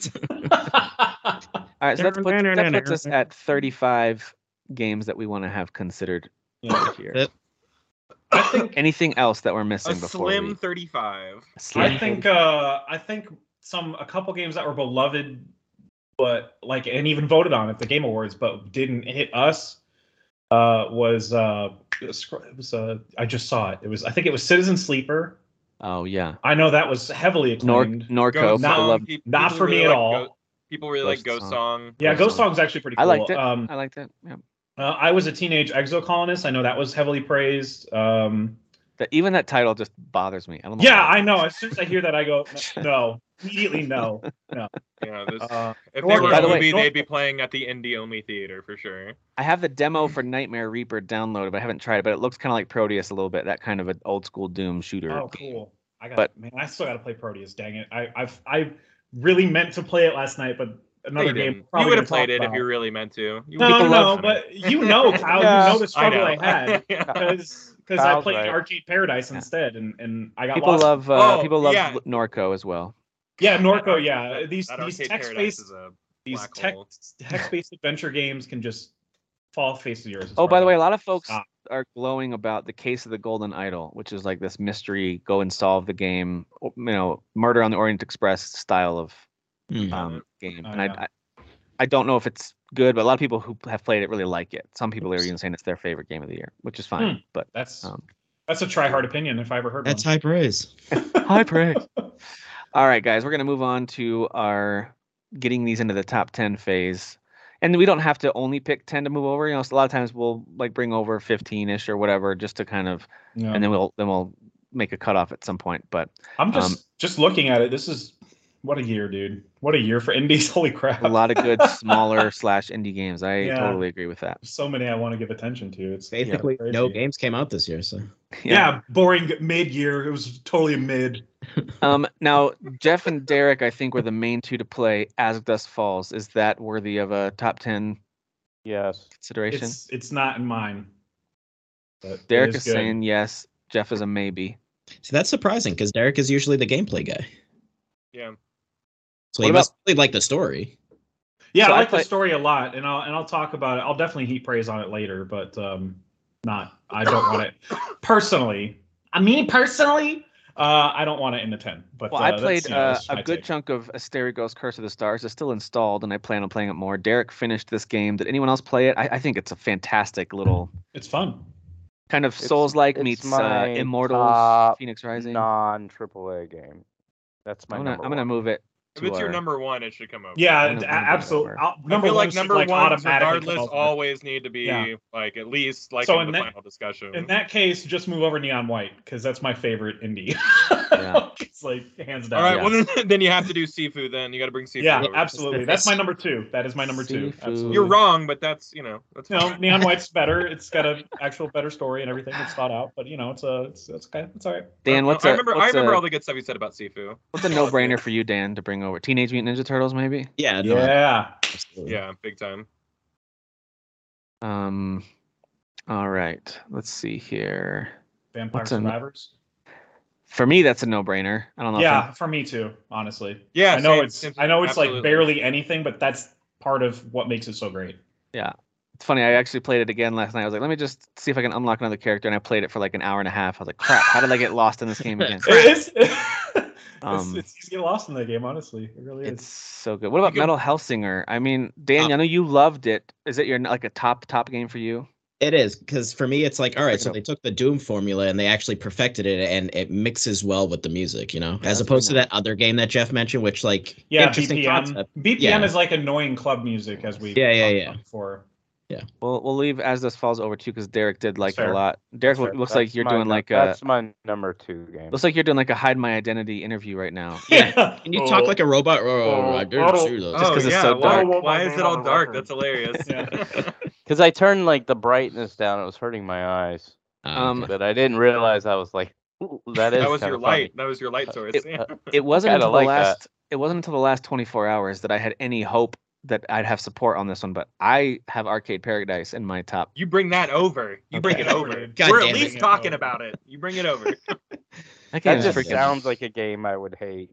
Speaker 2: Um,
Speaker 1: all right so that's, puts, that puts us at 35 games that we want to have considered
Speaker 2: Yeah.
Speaker 1: here.
Speaker 5: That-
Speaker 2: I think
Speaker 1: Anything else that we're
Speaker 4: A
Speaker 1: missing before
Speaker 4: slim
Speaker 1: we?
Speaker 4: 35.
Speaker 1: Slim.
Speaker 2: I think uh I think some a couple games that were beloved but like and even voted on at the game awards but didn't hit us uh was uh it was, it was uh I just saw it. It was I think it was Citizen Sleeper.
Speaker 1: Oh yeah,
Speaker 2: I know that was heavily
Speaker 1: Nor-
Speaker 2: acclaimed.
Speaker 1: Norco.
Speaker 4: Ghost Song,
Speaker 1: Beloved.
Speaker 4: pe-
Speaker 2: Not
Speaker 4: people
Speaker 2: for me
Speaker 4: really
Speaker 2: at
Speaker 4: like
Speaker 2: all.
Speaker 4: Ghost- people really
Speaker 1: Ghost
Speaker 4: like Ghost
Speaker 1: Song.
Speaker 4: Song.
Speaker 2: yeah,
Speaker 1: Ghost
Speaker 2: Ghost
Speaker 1: Song.
Speaker 2: Song's actually pretty
Speaker 1: I
Speaker 2: cool.
Speaker 1: liked it.
Speaker 2: Um
Speaker 1: I liked it. Yeah.
Speaker 2: uh, I was a teenage exocolonist. I know that was heavily praised. Um
Speaker 1: That even that title just bothers me. I don't know.
Speaker 2: yeah,
Speaker 1: why.
Speaker 2: I know. As soon as I hear that I go no. Immediately no.
Speaker 4: Yeah, this,
Speaker 2: Uh,
Speaker 4: if
Speaker 2: Nor-
Speaker 4: they were
Speaker 1: By
Speaker 4: a
Speaker 1: the way,
Speaker 4: movie,
Speaker 2: Nor-
Speaker 4: they'd be playing at the indie only theater for sure.
Speaker 1: I have the demo for Nightmare Reaper downloaded, but I haven't tried it. But it looks kind of like Proteus a little bit. That kind of an old school Doom shooter.
Speaker 2: Oh,
Speaker 1: game.
Speaker 2: cool. I got
Speaker 1: But-
Speaker 2: man, I still got to play Proteus. Dang it! I I've, I really meant to play it last night, but
Speaker 4: No, you
Speaker 2: another game.
Speaker 4: didn't.
Speaker 2: probably
Speaker 4: You would have
Speaker 2: gonna talk
Speaker 4: played it if
Speaker 2: about.
Speaker 4: you really meant to. You
Speaker 2: No,
Speaker 4: people
Speaker 2: no,
Speaker 4: love
Speaker 2: no,
Speaker 4: Sonic.
Speaker 2: but you know, Kyle,
Speaker 3: Yeah.
Speaker 2: you know the struggle I,
Speaker 4: know.
Speaker 2: had because I
Speaker 3: Kyle's
Speaker 2: played
Speaker 3: right.
Speaker 2: Arcade Paradise instead, and and I got
Speaker 1: People
Speaker 2: lost.
Speaker 1: love. Uh,
Speaker 4: Oh,
Speaker 1: people love
Speaker 4: yeah.
Speaker 1: Norco as well.
Speaker 2: yeah, Norco. Yeah, these
Speaker 4: That
Speaker 2: these
Speaker 4: Arcade
Speaker 2: text
Speaker 4: Paradise
Speaker 2: based
Speaker 4: is a
Speaker 2: these
Speaker 4: black hole.
Speaker 2: text text based adventure games can just fall face to the earth.
Speaker 1: Oh, by the way, a lot of folks
Speaker 2: Ah.
Speaker 1: are glowing about the case of the Golden Idol, which is like this mystery, go and solve the game, you know, Murder on the Orient Express style of
Speaker 5: Hmm.
Speaker 1: um, game.
Speaker 2: Oh,
Speaker 1: and
Speaker 2: yeah.
Speaker 1: I, I, I don't know if it's good, but a lot of people who have played it really like it. Some people are even saying it's their favorite game of the year, which is fine.
Speaker 2: Hmm.
Speaker 1: But
Speaker 2: that's
Speaker 1: um,
Speaker 2: that's a try hard opinion if I ever heard
Speaker 5: That's
Speaker 2: one.
Speaker 5: high praise.
Speaker 1: high praise. All right, guys, we're gonna move on to our getting these into the top ten phase. And we don't have to only pick ten to move over. You know, so a lot of times we'll like bring over fifteen ish or whatever, just to kind of
Speaker 2: Yeah.
Speaker 1: and then we'll then we'll make a cutoff at some point. But
Speaker 2: I'm just
Speaker 1: Um,
Speaker 2: just looking at it. This is what a year, dude. What a year for indies. Holy crap!
Speaker 1: a lot of good smaller slash indie games. I
Speaker 2: Yeah.
Speaker 1: totally agree with that.
Speaker 2: so many I want to give attention to. It's yeah,
Speaker 5: Basically,
Speaker 2: crazy.
Speaker 5: no games came out this year, so
Speaker 2: boring mid year. It was totally a mid.
Speaker 1: Um. Now Jeff and Derek, I think, were the main two to play. As Dust Falls is that worthy of a top ten
Speaker 3: Yes.
Speaker 1: consideration?
Speaker 2: It's it's not in mine. But it
Speaker 1: Derek is
Speaker 2: good.
Speaker 1: saying yes. Jeff is a maybe.
Speaker 5: so that's surprising because Derek is usually the gameplay guy.
Speaker 4: Yeah.
Speaker 5: So
Speaker 1: What
Speaker 5: he
Speaker 1: about-
Speaker 5: must really like the story.
Speaker 2: Yeah,
Speaker 1: So
Speaker 2: I
Speaker 1: I
Speaker 2: like
Speaker 1: play-
Speaker 2: the story a lot, and I'll and I'll talk about it. I'll definitely heat praise on it later, but um, not. I don't want it personally. I mean, personally, uh, I don't want it in the ten. But
Speaker 1: Well,
Speaker 2: uh,
Speaker 1: I
Speaker 2: that's,
Speaker 1: played
Speaker 2: you know,
Speaker 1: uh,
Speaker 2: that's my
Speaker 1: a good
Speaker 2: take.
Speaker 1: chunk of Asterigos Curse of the Stars. It's still installed, and I plan on playing it more. Derek finished this game. Did anyone else play it? I, I think it's a fantastic little
Speaker 2: It's fun.
Speaker 1: kind of
Speaker 3: It's-
Speaker 1: Souls like
Speaker 3: it's
Speaker 1: meets uh,
Speaker 3: my
Speaker 1: Immortals,
Speaker 3: top
Speaker 1: Phoenix Rising.
Speaker 3: Non AAA game. That's my
Speaker 1: I'm gonna,
Speaker 3: number
Speaker 1: I'm gonna
Speaker 3: one.
Speaker 1: move it.
Speaker 4: If
Speaker 1: to
Speaker 4: it's your
Speaker 1: our-
Speaker 4: number one, it should come over.
Speaker 1: I'm
Speaker 2: Yeah,
Speaker 1: gonna- I'm gonna go
Speaker 2: absolutely.
Speaker 1: over.
Speaker 2: Number
Speaker 4: I
Speaker 2: one
Speaker 4: feel like
Speaker 2: should,
Speaker 4: number
Speaker 2: like,
Speaker 4: one,
Speaker 2: automatically
Speaker 4: regardless,
Speaker 2: come over.
Speaker 4: always need to be
Speaker 2: Yeah.
Speaker 4: like at least like
Speaker 2: So
Speaker 4: in
Speaker 2: in
Speaker 4: the
Speaker 2: that-
Speaker 4: final discussion.
Speaker 2: In that case, just move over Neon White because that's my favorite indie.
Speaker 1: Yeah.
Speaker 2: it's like hands down.
Speaker 4: all right,
Speaker 1: yeah.
Speaker 4: well then, then you have to do seafood. Then you got to bring seafood.
Speaker 2: Yeah,
Speaker 4: over.
Speaker 2: absolutely. That's my number two. That is my number two.
Speaker 1: Seafood.
Speaker 2: Absolutely.
Speaker 4: You're wrong, but that's you know that's
Speaker 2: No, Neon White's better. It's got an actual better story and everything. It's thought out, but you know, it's a, it's, it's okay. It's all right.
Speaker 1: Dan,
Speaker 4: No,
Speaker 1: what's
Speaker 4: I
Speaker 1: a,
Speaker 4: remember? I
Speaker 1: what's
Speaker 4: remember
Speaker 1: a-
Speaker 4: all the good stuff you said about seafood.
Speaker 1: What's a no-brainer for you, Dan, to bring over? Teenage Mutant Ninja Turtles, maybe.
Speaker 5: Yeah. no,
Speaker 2: Yeah.
Speaker 5: absolutely.
Speaker 4: Yeah, big time.
Speaker 1: Um, all right. Let's see here.
Speaker 2: Vampire
Speaker 1: What's a-
Speaker 2: Survivors.
Speaker 1: For me, that's a no-brainer. I don't know. if
Speaker 2: Yeah, for me too. Honestly,
Speaker 4: Yeah,
Speaker 2: I know
Speaker 4: same-
Speaker 2: it's,
Speaker 4: same-
Speaker 2: I know it's like
Speaker 4: absolutely.
Speaker 2: barely anything, but that's part of what makes it so great.
Speaker 1: It's funny. I actually played it again last night. I was like, let me just see if I can unlock another character, and I played it for like an hour and a half. I was like, crap, how did I get lost in this game again?
Speaker 2: It is. it's,
Speaker 1: Um,
Speaker 2: it's easy to get lost in that game. Honestly, it really is.
Speaker 1: It's so good. What about
Speaker 4: can-
Speaker 1: Metal Hellsinger? I mean, Dan, I know you loved it. Is it your like a top top game for you?
Speaker 5: It is because for me, it's like all
Speaker 1: Pick
Speaker 5: right.
Speaker 1: it
Speaker 5: So
Speaker 1: up.
Speaker 5: they took the Doom formula and they actually perfected it, and it mixes well with the music, you know, as
Speaker 1: that's
Speaker 5: opposed to
Speaker 1: pretty
Speaker 5: that other game that Jeff mentioned, which like
Speaker 2: Yeah,
Speaker 5: interesting
Speaker 2: BPM.
Speaker 5: concept.
Speaker 2: BPM
Speaker 5: Yeah.
Speaker 2: is like annoying club music, as we
Speaker 5: Yeah, yeah,
Speaker 2: talked
Speaker 5: yeah.
Speaker 2: about before.
Speaker 1: We'll we'll leave as this falls over to you because Derek did like it a
Speaker 2: Fair.
Speaker 1: lot. Derek
Speaker 2: Fair.
Speaker 1: loo- looks like
Speaker 3: That's
Speaker 1: you're
Speaker 3: my
Speaker 1: doing
Speaker 3: nu-
Speaker 1: like a
Speaker 3: That's my number two game.
Speaker 1: looks like you're doing like a hide my identity interview right now.
Speaker 5: Can you talk like a robot? Oh, I didn't
Speaker 2: oh,
Speaker 5: see that.
Speaker 1: Just
Speaker 4: oh
Speaker 1: 'cause it's
Speaker 4: yeah,
Speaker 1: so
Speaker 4: why,
Speaker 1: dark.
Speaker 4: why is it all dark? That's hilarious.
Speaker 2: Yeah.
Speaker 3: Because I turned like the brightness down, it was hurting my eyes.
Speaker 1: Um,
Speaker 3: But I didn't realize I was like, "Ooh, that is.
Speaker 4: that was
Speaker 3: kinda
Speaker 4: your
Speaker 3: funny."
Speaker 4: light. That was your light source.
Speaker 1: It-
Speaker 4: yeah.
Speaker 1: It wasn't
Speaker 3: Kinda
Speaker 1: until
Speaker 3: like
Speaker 1: the
Speaker 3: that.
Speaker 1: last it wasn't until the last 24 hours that I had any hope that I'd have support on this one. But I have Arcade Paradise in my top.
Speaker 4: You bring that over. You bring
Speaker 1: Okay.
Speaker 4: it over.
Speaker 5: God
Speaker 4: Oh. We're
Speaker 5: damn
Speaker 4: at
Speaker 5: it.
Speaker 4: least talking about it. You bring it over.
Speaker 1: That game
Speaker 3: That
Speaker 1: is
Speaker 3: just
Speaker 1: freaking.
Speaker 3: sounds like a game I would hate.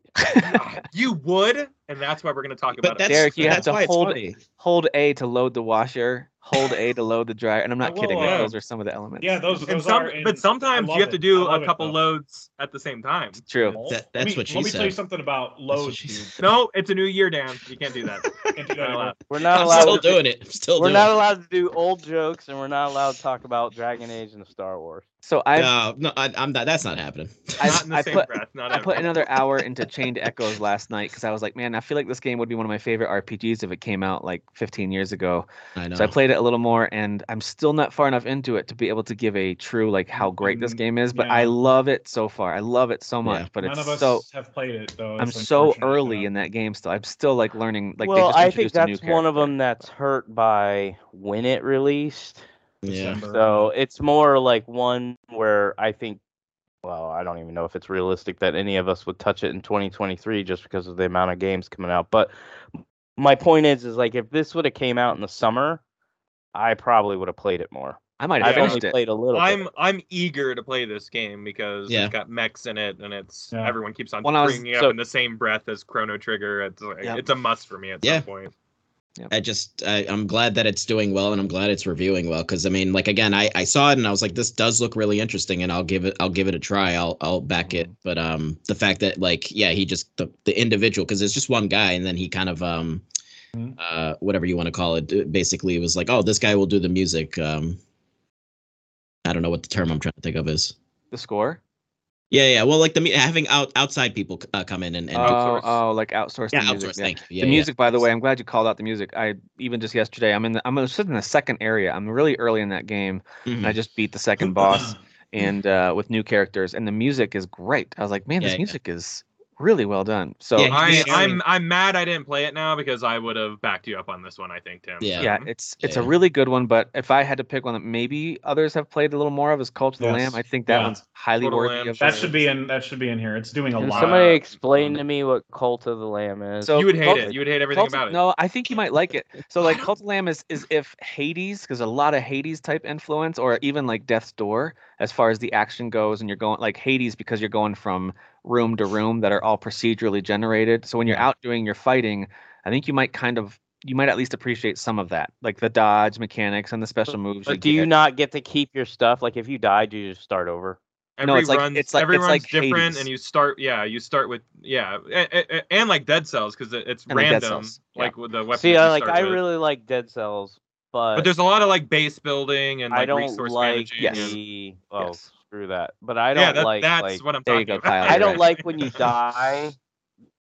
Speaker 4: you would, and that's why we're gonna talk
Speaker 5: but
Speaker 4: about
Speaker 5: that's
Speaker 4: it.
Speaker 1: Derek, you have
Speaker 5: that's
Speaker 1: to
Speaker 5: why it's
Speaker 1: hold-
Speaker 5: funny.
Speaker 1: Hold A to load the washer. hold A to load the dryer, and I'm not
Speaker 2: Whoa,
Speaker 1: kidding.
Speaker 2: whoa.
Speaker 1: Like, those are some of the elements.
Speaker 2: Yeah, those,
Speaker 4: And
Speaker 2: those
Speaker 4: some,
Speaker 2: are. and
Speaker 4: but sometimes
Speaker 2: I
Speaker 4: you
Speaker 2: love
Speaker 4: have to
Speaker 2: it.
Speaker 4: do
Speaker 2: I love
Speaker 4: a
Speaker 2: it,
Speaker 4: couple
Speaker 2: though.
Speaker 4: loads at the same time.
Speaker 1: It's true.
Speaker 2: No.
Speaker 5: That-
Speaker 2: Let
Speaker 5: that's
Speaker 2: me-
Speaker 5: what she
Speaker 2: Let me tell you
Speaker 5: said.
Speaker 2: something about
Speaker 5: That's what
Speaker 2: loads.
Speaker 5: she
Speaker 2: dude.
Speaker 5: said.
Speaker 4: No, it's a new year, Dan. You can't do that.
Speaker 2: Can't do that
Speaker 4: Not
Speaker 2: anymore.
Speaker 4: allowed.
Speaker 3: We're not
Speaker 5: I'm
Speaker 3: allowed.
Speaker 5: still
Speaker 3: to,
Speaker 5: doing it. I'm still
Speaker 3: we're
Speaker 5: doing
Speaker 3: not
Speaker 5: it.
Speaker 3: allowed to do old jokes, and we're not allowed to talk about Dragon Age and Star Wars.
Speaker 1: So I've
Speaker 5: no, no, I, I'm not. That's not happening.
Speaker 1: I-
Speaker 4: Not in the
Speaker 1: I
Speaker 4: same
Speaker 1: put-
Speaker 4: breath. Not
Speaker 1: I
Speaker 4: ever.
Speaker 1: put another hour into Chained Echoes last night because I was like, man, I feel like this game would be one of my favorite RPGs if it came out like 15 years ago.
Speaker 5: I know.
Speaker 1: So I played it a little more, and I'm still not far enough into it to be able to give a true like how great this
Speaker 2: Mm,
Speaker 1: game is. But
Speaker 2: yeah.
Speaker 1: I love it so far. I love it so much.
Speaker 5: Yeah.
Speaker 1: But
Speaker 2: None
Speaker 1: it's
Speaker 2: of us
Speaker 1: so
Speaker 2: have played it though.
Speaker 1: I'm
Speaker 2: It's
Speaker 1: so
Speaker 2: unfortunate,
Speaker 1: early
Speaker 2: yeah.
Speaker 1: in that game still. I'm still like learning. Like they
Speaker 3: well,
Speaker 1: just
Speaker 3: I think
Speaker 1: introduced a new
Speaker 3: that's one of
Speaker 1: character.
Speaker 3: them that's hurt by when it released.
Speaker 5: yeah.
Speaker 2: December.
Speaker 3: So
Speaker 1: uh-huh.
Speaker 3: it's more like one where I think, well, I don't even know if it's realistic that any of us would touch it in 2023 just because of the amount of games coming out. But my point is, is like if this would have came out in the summer, I probably would have played it more.
Speaker 1: I might have
Speaker 3: I've
Speaker 2: Yeah.
Speaker 3: only
Speaker 1: finished it.
Speaker 3: played a little. bit.
Speaker 4: I'm I'm eager to play this game because
Speaker 5: Yeah.
Speaker 4: it's got mechs in it, and it's
Speaker 2: Yeah.
Speaker 4: everyone keeps on
Speaker 1: When I was-
Speaker 4: bringing it
Speaker 3: so-
Speaker 4: up in the same breath as Chrono Trigger. It's like,
Speaker 1: Yep.
Speaker 4: it's a must for me at
Speaker 5: Yeah.
Speaker 4: some point.
Speaker 5: I just I, I'm glad that it's doing well and I'm glad it's reviewing well because I mean like again I, I saw it and I was like this does look really interesting and I'll give it I'll give it a try I'll I'll back
Speaker 1: Mm-hmm.
Speaker 5: it but um the fact that like yeah he just the, the individual because it's just one guy and then he kind of um
Speaker 1: Mm-hmm.
Speaker 2: Mhm.
Speaker 5: uh whatever you want to call it uh, basically it was like oh this guy will do the music um I don't know what the term I'm trying to think of is
Speaker 1: The score?
Speaker 5: yeah yeah well like the mu- having out outside people uh, come in and, and do,
Speaker 1: Oh,
Speaker 4: outsource.
Speaker 1: oh, like outsourced.
Speaker 5: yeah
Speaker 1: the music.
Speaker 5: outsource thank you yeah,
Speaker 1: the
Speaker 5: yeah.
Speaker 1: music, by the way, I'm glad you called out the music. I even just yesterday, I'm in the, I'm just in the second area. I'm really early in that game, and
Speaker 5: Mhm.
Speaker 1: I just beat the second boss
Speaker 5: Mm.
Speaker 1: and uh, with new characters, and the music is great. I was like, man,
Speaker 5: Yeah,
Speaker 1: this
Speaker 5: yeah.
Speaker 1: music is really well done. So
Speaker 5: Yeah,
Speaker 1: yeah,
Speaker 4: I,
Speaker 5: he's-
Speaker 4: I'm I'm mad I didn't play it now because I would have backed you up on this one. I think Tim.
Speaker 5: Yeah.
Speaker 1: it's it's a
Speaker 5: Yeah.
Speaker 1: really good one. But if I had to pick one that maybe others have played a little more of, is Cult of the
Speaker 2: Yes.
Speaker 1: Lamb. I think that
Speaker 2: Yeah.
Speaker 1: one's highly
Speaker 4: Cult of the Lamb.
Speaker 1: worthy of.
Speaker 2: That
Speaker 1: a-
Speaker 2: should be in. That should be in here. It's doing a
Speaker 3: Can
Speaker 2: lot.
Speaker 3: somebody explain to me what Cult of the Lamb is?
Speaker 1: So-
Speaker 4: you would hate
Speaker 1: Cult-
Speaker 4: it. You would hate everything
Speaker 1: Cult of-
Speaker 4: about it.
Speaker 1: No, I think you might like it. So like
Speaker 4: I
Speaker 1: Cult of Lamb is is if Hades, because a lot of Hades type influence, or even like Death's Door, as far as the action goes, and you're going like Hades because you're going from room to room that are all procedurally generated. So when you're out doing your fighting, I think you might kind of you might at least appreciate some of that, like the dodge mechanics and the special moves.
Speaker 3: But do you
Speaker 1: get.
Speaker 3: not get to keep your stuff? Like if you die, do you just start over?
Speaker 4: Every
Speaker 1: No, it's like-
Speaker 4: run's,
Speaker 1: it's like-
Speaker 4: every
Speaker 1: it's
Speaker 4: run's
Speaker 1: like
Speaker 4: different,
Speaker 1: Hades.
Speaker 4: and you start. Yeah, you start with yeah, and, and like Dead Cells because it, it's
Speaker 1: And like Dead
Speaker 4: random.
Speaker 1: Cells, yeah.
Speaker 4: Like with the weapons.
Speaker 3: See,
Speaker 4: you
Speaker 3: I, like
Speaker 4: start
Speaker 3: I
Speaker 4: with.
Speaker 3: really like Dead Cells, but,
Speaker 4: But there's a lot of like base building and like
Speaker 3: I don't
Speaker 4: resource
Speaker 3: like
Speaker 4: managing.
Speaker 1: Yes.
Speaker 4: and-
Speaker 3: the. Oh,
Speaker 1: Yes.
Speaker 3: screw that! But I don't
Speaker 4: yeah, that,
Speaker 3: like
Speaker 4: that's
Speaker 3: like
Speaker 4: what I'm
Speaker 1: There you
Speaker 4: talking
Speaker 1: go,
Speaker 4: about.
Speaker 1: Kyle,
Speaker 3: I
Speaker 1: you're
Speaker 3: don't
Speaker 1: right.
Speaker 3: like when you die,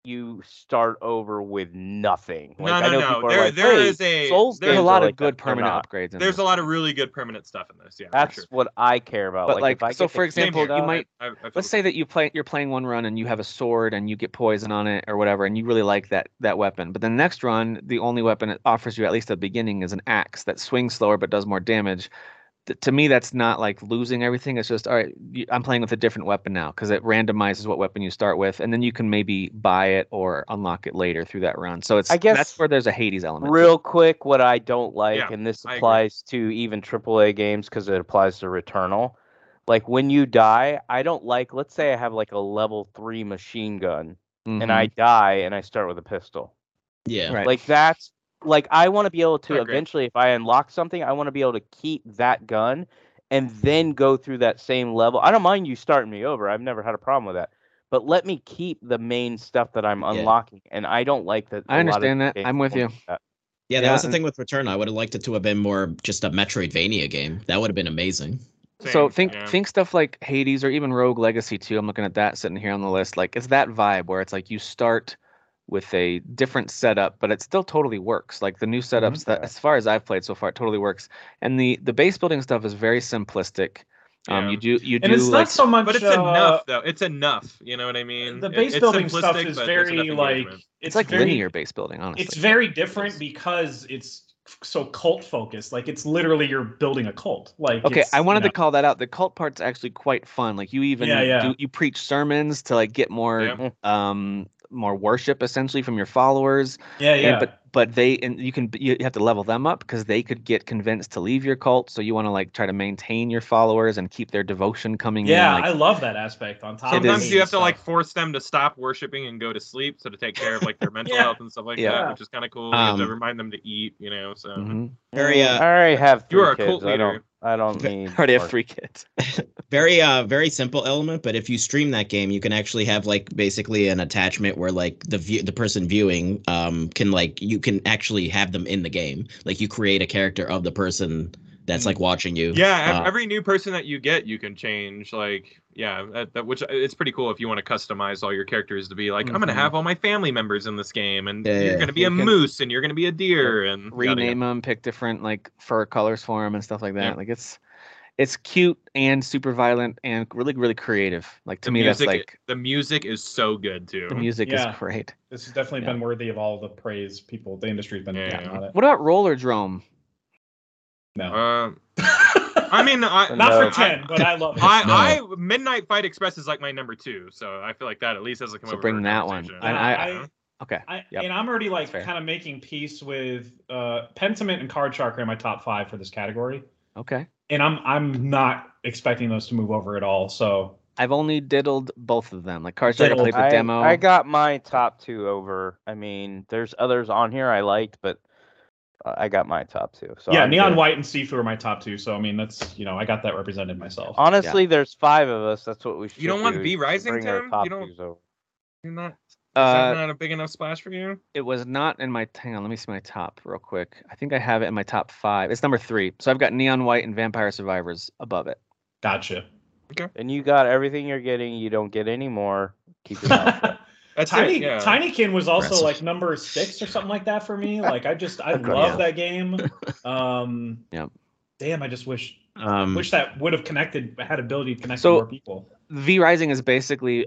Speaker 3: you start over with nothing. Like, I
Speaker 4: no,
Speaker 3: know
Speaker 4: no,
Speaker 3: people
Speaker 4: no.
Speaker 3: are
Speaker 4: There,
Speaker 3: like,
Speaker 4: there
Speaker 3: "Hey,
Speaker 4: is a
Speaker 3: Souls
Speaker 1: There's
Speaker 4: there's,
Speaker 1: a
Speaker 3: games are
Speaker 1: lot of
Speaker 3: like that,
Speaker 1: good
Speaker 3: they're
Speaker 1: permanent
Speaker 3: not.
Speaker 1: upgrades. In
Speaker 4: there's
Speaker 1: this.
Speaker 4: a lot of really good permanent stuff in this. Yeah, for
Speaker 3: That's
Speaker 4: sure.
Speaker 3: what I care about.
Speaker 1: But,
Speaker 3: like, if
Speaker 1: like,
Speaker 3: I
Speaker 1: so
Speaker 3: get to
Speaker 1: for
Speaker 3: keep
Speaker 4: Same
Speaker 1: example,
Speaker 4: here.
Speaker 3: stuff-
Speaker 1: you might-
Speaker 4: I- I- I feel
Speaker 1: let's
Speaker 4: the
Speaker 1: say
Speaker 4: same.
Speaker 1: that you play you're playing one run and you have a sword and you get poison on it or whatever and you really like that that weapon but the next run the only weapon it offers you at least at the beginning is an axe that swings slower but does more damage Th- to me that's not like losing everything it's just all right you, i'm playing with a different weapon now because it randomizes what weapon you start with and then you can maybe buy it or unlock it later through that run so it's
Speaker 3: I guess
Speaker 1: that's where there's a hades element to it.
Speaker 3: Real quick, what I don't like,
Speaker 4: Yeah,
Speaker 3: and this
Speaker 4: I agree.
Speaker 3: applies to even AAA games because it applies to Returnal. Like when you die, I don't like. Let's say I have like a level three machine gun, and
Speaker 1: Mhm.
Speaker 3: I die, and I start with a pistol.
Speaker 5: yeah
Speaker 1: Right.
Speaker 3: Like that's like I want to be able to
Speaker 4: Not great.
Speaker 3: eventually, if I unlock something, I want to be able to keep that gun and then go through that same level. I don't mind you starting me over. I've never had a problem with that. But let me keep the main stuff that I'm
Speaker 5: Yeah.
Speaker 3: unlocking, and I don't like that.
Speaker 1: I
Speaker 3: a lot of
Speaker 1: understand that.
Speaker 3: games
Speaker 1: I'm with
Speaker 3: don't
Speaker 1: you.
Speaker 3: do that.
Speaker 5: Yeah, that
Speaker 1: Yeah,
Speaker 5: was the
Speaker 1: and-
Speaker 5: thing with Return. I would have liked it to have been more just a Metroidvania game. That would have been amazing.
Speaker 1: so
Speaker 4: Same,
Speaker 1: think
Speaker 4: yeah.
Speaker 1: think stuff like Hades or even Rogue Legacy 2. I'm looking at that sitting here on the list. Like it's that vibe where it's like you start with a different setup, but it still totally works. Like the new setups that
Speaker 2: Mm-hmm.
Speaker 3: Yeah.
Speaker 1: as far as I've played so far, it totally works. And the the base building stuff is very simplistic. Um
Speaker 4: Yeah.
Speaker 1: you do you
Speaker 2: And
Speaker 1: do
Speaker 2: it's
Speaker 1: like
Speaker 2: not so much.
Speaker 4: But it's
Speaker 2: uh,
Speaker 4: enough, though. It's enough. You know what I mean?
Speaker 2: The
Speaker 4: It-
Speaker 2: base
Speaker 4: it's
Speaker 2: building stuff
Speaker 4: simplistic,
Speaker 2: is
Speaker 4: but there's
Speaker 2: very
Speaker 4: enough
Speaker 2: like.
Speaker 4: engagement.
Speaker 1: it's like
Speaker 2: very-
Speaker 1: linear base building, honestly.
Speaker 2: It's very different because it's f- so cult focused. Like it's literally you're building a cult. Like
Speaker 1: Okay,
Speaker 2: it's,
Speaker 1: I
Speaker 2: you
Speaker 1: wanted
Speaker 2: know,
Speaker 1: to call that out. The cult part's actually quite fun. Like you even
Speaker 2: Yeah, yeah.
Speaker 1: Do, you preach sermons to like get more
Speaker 4: Yeah.
Speaker 1: um more worship essentially from your followers.
Speaker 2: Yeah,
Speaker 1: And-
Speaker 2: yeah.
Speaker 1: but but they and you can you have to level them up because they could get convinced to leave your cult. So you want to like try to maintain your followers and keep their devotion coming
Speaker 2: yeah,
Speaker 1: in. like-
Speaker 2: I love that aspect on top of
Speaker 4: Sometimes
Speaker 1: is.
Speaker 4: you have to
Speaker 2: stuff.
Speaker 4: like force them to stop worshiping and go to sleep, so to take care of like their mental
Speaker 2: Yeah.
Speaker 4: health and stuff like
Speaker 1: Yeah.
Speaker 4: that, which is kind of cool. you have to
Speaker 5: Um,
Speaker 4: remind them to eat, you know. So
Speaker 1: Mhm.
Speaker 5: Very,
Speaker 3: Mm,
Speaker 5: uh,
Speaker 3: I already have three
Speaker 4: You are a
Speaker 3: kids.
Speaker 4: cult
Speaker 3: I don't.
Speaker 4: leader.
Speaker 3: I don't need.
Speaker 1: I already have
Speaker 3: more.
Speaker 1: three kids.
Speaker 5: very uh very simple element but if you stream that game you can actually have like basically an attachment where like the view the person viewing um can like you can actually have them in the game like you create a character of the person that's like watching you
Speaker 4: yeah, ev-
Speaker 5: Uh,
Speaker 4: every new person that you get, you can change. Like, yeah, that, that, which uh, it's pretty cool if you want to customize all your characters to be like, I'm gonna
Speaker 1: Mhm.
Speaker 4: have all my family members in this game, and
Speaker 5: Yeah,
Speaker 4: you're
Speaker 5: yeah.
Speaker 4: gonna be
Speaker 1: You
Speaker 4: a
Speaker 1: can
Speaker 4: moose, and you're gonna be a deer, and yada, yada.
Speaker 1: rename them, pick different like fur colors for them and stuff like that.
Speaker 4: Yep.
Speaker 1: Like it's it's cute and super violent and really really creative. Like to
Speaker 4: The
Speaker 1: me,
Speaker 4: music,
Speaker 1: that's like
Speaker 4: the music is so good too.
Speaker 1: the music
Speaker 2: Yeah.
Speaker 1: is great.
Speaker 2: this has definitely
Speaker 1: Yeah.
Speaker 2: been worthy of all the praise people the industry's been
Speaker 4: Yeah.
Speaker 2: getting on it.
Speaker 1: What about Roller Drome?
Speaker 2: No,
Speaker 4: Uh, I mean, I,
Speaker 2: not
Speaker 3: No.
Speaker 2: for ten, but I love it.
Speaker 4: I, I Midnight Fight Express is like my number two, so I feel like that at least has a come
Speaker 1: So
Speaker 4: over
Speaker 1: bring
Speaker 4: our
Speaker 1: that one.
Speaker 4: conversation.
Speaker 1: And I- Okay,
Speaker 2: I,
Speaker 1: Yep.
Speaker 2: And I'm already like
Speaker 1: fair.
Speaker 2: kind of making peace with uh, Pentiment and Card Shark are in my top five for this category,
Speaker 1: okay.
Speaker 2: and I'm I'm not expecting those to move over at all. So
Speaker 1: I've only diddled both of them. Like Card Shark, I
Speaker 2: Diddled.
Speaker 1: played the
Speaker 3: I,
Speaker 1: demo.
Speaker 3: I got my top two over. I mean, there's others on here I liked, but uh, I got my top two. So
Speaker 2: yeah,
Speaker 3: I'm
Speaker 2: Neon
Speaker 3: good.
Speaker 2: White and Sifu are my top two. So I mean, that's you know I got that represented myself.
Speaker 3: Honestly, there's five of us. That's what we should.
Speaker 4: don't want
Speaker 3: do,
Speaker 4: V
Speaker 3: is
Speaker 4: Rising,
Speaker 3: bring our
Speaker 4: Tim?
Speaker 3: top
Speaker 4: You don't-
Speaker 3: twos over.
Speaker 4: You're not, is
Speaker 1: Uh,
Speaker 4: that not a big enough splash for you?
Speaker 1: it was not in my. Hang on, let me see my top real quick. I think I have it in my top five. It's number three. So I've got Neon White and Vampire Survivors above it.
Speaker 2: Gotcha.
Speaker 3: And you got everything you're getting. You don't get any more. Keep your mouth shut.
Speaker 2: Tiny
Speaker 4: That's it, yeah.
Speaker 2: Tinykin was also
Speaker 5: Impressive.
Speaker 2: like number six or something like that for me. Like I just I
Speaker 1: Okay.
Speaker 2: love
Speaker 1: Yeah.
Speaker 2: that game. Um,
Speaker 1: Yep.
Speaker 2: Damn, I just wish
Speaker 5: um
Speaker 2: wish that would have connected had ability to connect
Speaker 1: So-
Speaker 2: to more people.
Speaker 1: V Rising is basically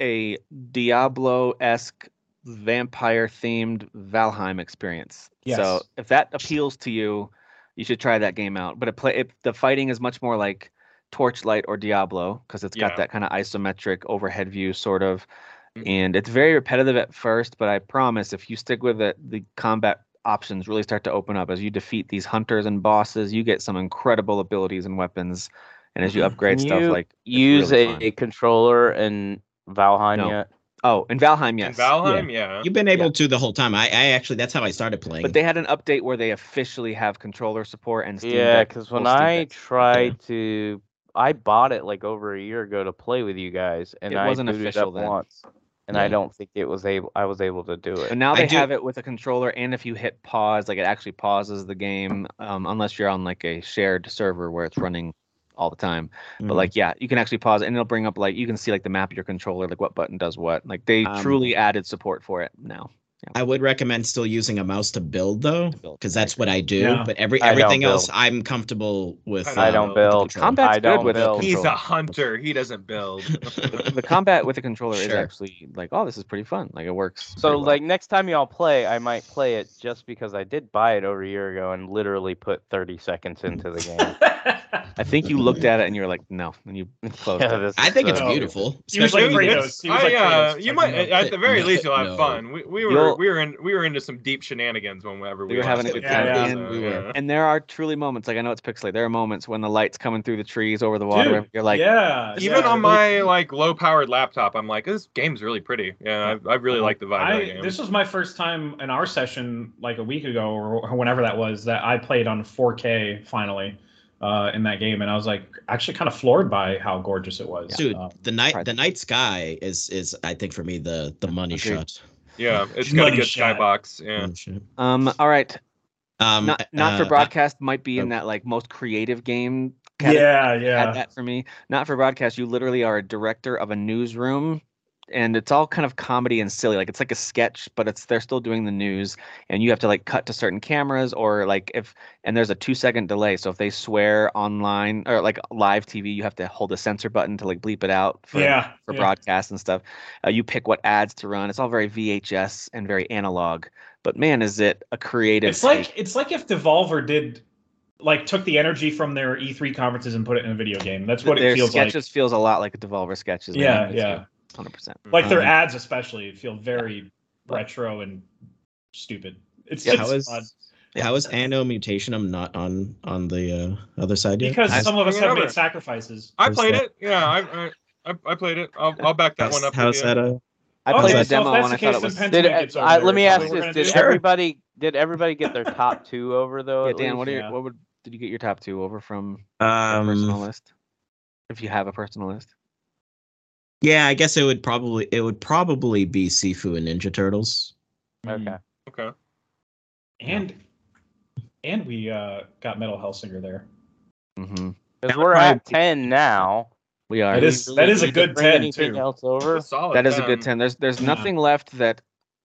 Speaker 1: a Diablo esque vampire themed Valheim experience. So
Speaker 2: Yes.
Speaker 1: if that appeals to you, you should try that game out. But it play it, the fighting is much more like Torchlight or Diablo because it's
Speaker 4: Yeah.
Speaker 1: got that kind of isometric overhead view sort of,
Speaker 4: Mhm.
Speaker 1: and it's very repetitive at first. But I promise, if you stick with it, the combat options really start to open up as you defeat these hunters and bosses. You get some incredible abilities and weapons, and as you
Speaker 4: Mhm.
Speaker 1: upgrade stuff
Speaker 3: You
Speaker 1: like it's
Speaker 3: Use
Speaker 1: really
Speaker 3: a,
Speaker 1: fun.
Speaker 3: a controller in Valheim
Speaker 1: No.
Speaker 3: yet?
Speaker 1: Oh, in Valheim, yes.
Speaker 4: In Valheim, yeah.
Speaker 5: you've been able to the whole time I, I actually that's how i started playing
Speaker 1: But they had an update where they officially have controller support and Steam
Speaker 3: Yeah,
Speaker 1: Deck.
Speaker 3: because
Speaker 1: full
Speaker 3: when
Speaker 1: Steam
Speaker 3: I
Speaker 1: Deck.
Speaker 3: tried to, I bought it like over a year ago to play with you guys, and
Speaker 1: It
Speaker 3: I
Speaker 1: wasn't
Speaker 3: booted it
Speaker 1: official
Speaker 3: up
Speaker 1: then.
Speaker 3: once, and I
Speaker 5: Yeah.
Speaker 3: don't think it was able. I was able to do
Speaker 1: But
Speaker 3: it.
Speaker 1: now
Speaker 5: I
Speaker 1: they
Speaker 5: do-
Speaker 1: have it with a controller, and if you hit pause, like it actually pauses the game, um, unless you're on like a shared server where it's running all the time. But
Speaker 3: Mm-hmm.
Speaker 5: Mhm.
Speaker 1: like, yeah, you can actually pause, it and it'll bring up like you can see like the map of your controller, like what button does what. Like they
Speaker 5: Um,
Speaker 1: truly added support for it now.
Speaker 5: I would recommend still using a mouse to build though,
Speaker 1: build,
Speaker 5: because that's what I do.
Speaker 2: Yeah.
Speaker 5: But every
Speaker 3: I don't
Speaker 5: everything else,
Speaker 3: build.
Speaker 5: I'm comfortable with.
Speaker 4: I
Speaker 5: uh,
Speaker 4: don't
Speaker 5: with the
Speaker 3: build.
Speaker 5: controller.
Speaker 1: Combat's
Speaker 3: I
Speaker 1: good
Speaker 3: don't
Speaker 1: with a
Speaker 3: build.
Speaker 4: He's
Speaker 1: controller.
Speaker 4: a hunter. He doesn't build.
Speaker 1: the combat with a controller is
Speaker 5: Sure.
Speaker 1: actually like, oh, this is pretty fun. Like it works.
Speaker 3: So
Speaker 1: pretty well.
Speaker 3: like next time y'all play, I might play it just because I did buy it over a year ago and literally put 30 seconds into the game.
Speaker 1: I think you looked at it and you were like, no, and you closed
Speaker 3: Yeah,
Speaker 1: it.
Speaker 3: this
Speaker 5: I
Speaker 3: is
Speaker 5: think it's
Speaker 3: so-
Speaker 2: No.
Speaker 5: beautiful.
Speaker 2: He was like
Speaker 5: especially when
Speaker 2: Kratos.
Speaker 5: it's-
Speaker 2: He was
Speaker 4: I,
Speaker 2: like
Speaker 4: uh,
Speaker 2: Kratos,
Speaker 4: you
Speaker 2: like,
Speaker 4: might,
Speaker 2: no.
Speaker 4: at the very least, you'll have
Speaker 5: No.
Speaker 4: fun. We, we were
Speaker 1: You'll-
Speaker 4: we were in we were into some deep shenanigans whenever we
Speaker 1: We were having a
Speaker 4: watched
Speaker 1: good
Speaker 4: it,
Speaker 2: time.
Speaker 4: so,
Speaker 2: Yeah,
Speaker 5: we were.
Speaker 1: And there are truly moments, like I know it's pixelated. There are moments when the light's coming through the trees over the water.
Speaker 2: Dude,
Speaker 1: you're like,
Speaker 2: yeah,
Speaker 4: Even
Speaker 2: yeah.
Speaker 4: on my like low-powered laptop, I'm like, this game's really pretty. Yeah, I, I really
Speaker 1: Uh-huh.
Speaker 4: like the vibe of the
Speaker 2: I
Speaker 4: game.
Speaker 2: this was my first time in our session like a week ago or whenever that was that I played on 4K finally uh, in that game, and I was like actually kind of floored by how gorgeous it was.
Speaker 5: Dude,
Speaker 2: Um,
Speaker 5: the night
Speaker 1: Right.
Speaker 5: the night sky is is I think for me the the money
Speaker 1: Agreed.
Speaker 5: shot.
Speaker 4: Yeah, it's got a
Speaker 2: Money
Speaker 4: good
Speaker 2: shot.
Speaker 4: skybox. Yeah.
Speaker 5: Money shot.
Speaker 1: um, all right,
Speaker 5: Um,
Speaker 1: not not for
Speaker 5: uh, oh.
Speaker 1: broadcast might be in
Speaker 5: okay.
Speaker 1: that like most creative game. category.
Speaker 2: yeah,
Speaker 1: Add
Speaker 2: yeah,
Speaker 1: that for me. Not for broadcast. You literally are a director of a newsroom, and it's all kind of comedy and silly. Like it's like a sketch, but it's they're still doing the news, and you have to like cut to certain cameras or like if and there's a two second delay. So if they swear online or like live TV, you have to hold the censor button to like bleep it out for
Speaker 2: yeah.
Speaker 1: for
Speaker 2: yeah.
Speaker 1: broadcast and stuff. Uh, you pick what ads to run. It's all very VHS and very analog. But man, is it a creative?
Speaker 2: It's
Speaker 1: take.
Speaker 2: like it's like if Devolver did like took the energy from their E E3 conferences and put it in a video game. That's what
Speaker 1: their
Speaker 2: it feels
Speaker 1: sketches feels a lot like a Devolver sketches.
Speaker 2: like.
Speaker 1: man.
Speaker 2: Yeah,
Speaker 1: It's-
Speaker 2: yeah.
Speaker 1: hundred percent.
Speaker 2: Like their
Speaker 5: Um,
Speaker 2: ads, especially, feel very retro and stupid. It's
Speaker 5: Yeah,
Speaker 2: just
Speaker 5: how is-
Speaker 2: odd.
Speaker 1: Yeah.
Speaker 5: How is Anno Mutationum not on on the uh, other side yet?
Speaker 2: because
Speaker 5: I-
Speaker 2: some of us have
Speaker 4: Remember.
Speaker 2: made sacrifices.
Speaker 4: I
Speaker 5: Where's
Speaker 4: played
Speaker 5: that?
Speaker 4: it. Yeah, I, I I I played it. I'll I'll back that one
Speaker 5: how's,
Speaker 4: up.
Speaker 5: how's
Speaker 4: with you.
Speaker 5: that? Uh,
Speaker 1: I
Speaker 2: Okay,
Speaker 1: played the
Speaker 2: so if
Speaker 1: demo
Speaker 2: that's
Speaker 1: and I
Speaker 2: the
Speaker 1: thought
Speaker 2: case,
Speaker 1: it was.
Speaker 2: then
Speaker 3: Did
Speaker 2: Pennsylvania gets over
Speaker 3: uh,
Speaker 2: there,
Speaker 3: let me
Speaker 2: so
Speaker 3: ask
Speaker 2: we're
Speaker 3: this:
Speaker 2: gonna
Speaker 3: Did
Speaker 2: do-
Speaker 5: Sure.
Speaker 3: everybody did everybody get their top two over though?
Speaker 1: Yeah,
Speaker 3: at
Speaker 1: Dan,
Speaker 3: least?
Speaker 1: what are
Speaker 2: yeah.
Speaker 1: your, what would did you get your top two over from your personal
Speaker 5: uh, um,
Speaker 1: list? If you have a personal list,
Speaker 5: yeah, I guess it would probably it would probably be Sifu and Ninja Turtles.
Speaker 3: Okay.
Speaker 1: Mm.
Speaker 4: Okay.
Speaker 2: Mm-hmm. And and we uh, got Metal Hellsinger there.
Speaker 1: hmm
Speaker 3: Because we're at ten now.
Speaker 1: we are.
Speaker 2: It is-
Speaker 3: Do we
Speaker 2: that is a
Speaker 3: need to
Speaker 2: good
Speaker 3: bring
Speaker 2: 10,
Speaker 3: Anything
Speaker 2: too.
Speaker 3: else over?
Speaker 4: That's a solid
Speaker 1: That is a good
Speaker 4: 10.
Speaker 1: ten. There's there's
Speaker 2: Yeah.
Speaker 1: nothing left that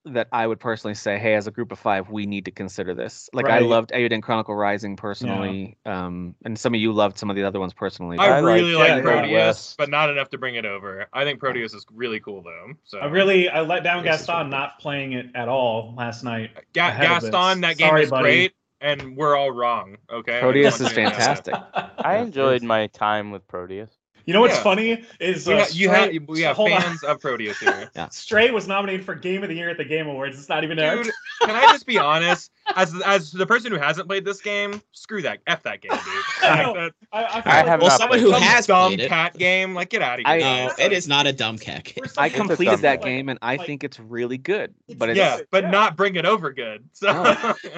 Speaker 1: that I would personally say, hey, as a group of five, we need to consider this. Like I
Speaker 2: Right.
Speaker 1: loved Aiden Chronicle Rising personally, um, and some of you loved some of the other ones personally.
Speaker 4: I,
Speaker 3: I like
Speaker 4: really like,
Speaker 2: Jack and
Speaker 4: Proteus,
Speaker 3: West.
Speaker 4: but not enough to bring it over. I think Proteus is really cool though. So
Speaker 2: I really I let down
Speaker 1: Yes, it's
Speaker 2: Gaston
Speaker 1: really
Speaker 2: not playing it at all last night.
Speaker 4: Ga-
Speaker 2: ahead of
Speaker 4: Gaston,
Speaker 2: this.
Speaker 4: that game
Speaker 2: Sorry,
Speaker 4: is
Speaker 2: buddy.
Speaker 4: great, and we're all wrong. Okay. I
Speaker 1: Proteus
Speaker 4: just
Speaker 1: is
Speaker 4: want you to know that.
Speaker 1: fantastic.
Speaker 3: I enjoyed my time with Proteus.
Speaker 2: You know what's
Speaker 4: Yeah.
Speaker 2: funny is
Speaker 4: We
Speaker 2: uh,
Speaker 4: ha- you have
Speaker 2: Stray-
Speaker 4: we have
Speaker 2: hold on.
Speaker 4: fans of Proteus here.
Speaker 2: Stray was nominated for Game of the Year at the Game Awards. It's not even out.
Speaker 4: Dude, can I just be honest? As as the person who hasn't played this game, screw that, f that game, dude.
Speaker 2: I know.
Speaker 4: Like, that-
Speaker 2: I, I, feel
Speaker 3: I
Speaker 2: like
Speaker 3: have
Speaker 5: well,
Speaker 3: not
Speaker 5: someone
Speaker 3: played
Speaker 5: who
Speaker 4: some
Speaker 3: it.
Speaker 5: has
Speaker 4: dumb
Speaker 5: played it.
Speaker 4: cat game. Like, get out of
Speaker 1: I-
Speaker 4: here.
Speaker 5: No, Oh, it is not a dumb cack.
Speaker 2: we're so
Speaker 1: I
Speaker 2: used to,
Speaker 1: completed
Speaker 2: like,
Speaker 1: that
Speaker 2: like,
Speaker 1: game, and I
Speaker 2: like-
Speaker 1: think it's really good. But it's,
Speaker 4: yeah,
Speaker 2: it's-
Speaker 4: but
Speaker 2: yeah.
Speaker 4: not bring it over good. So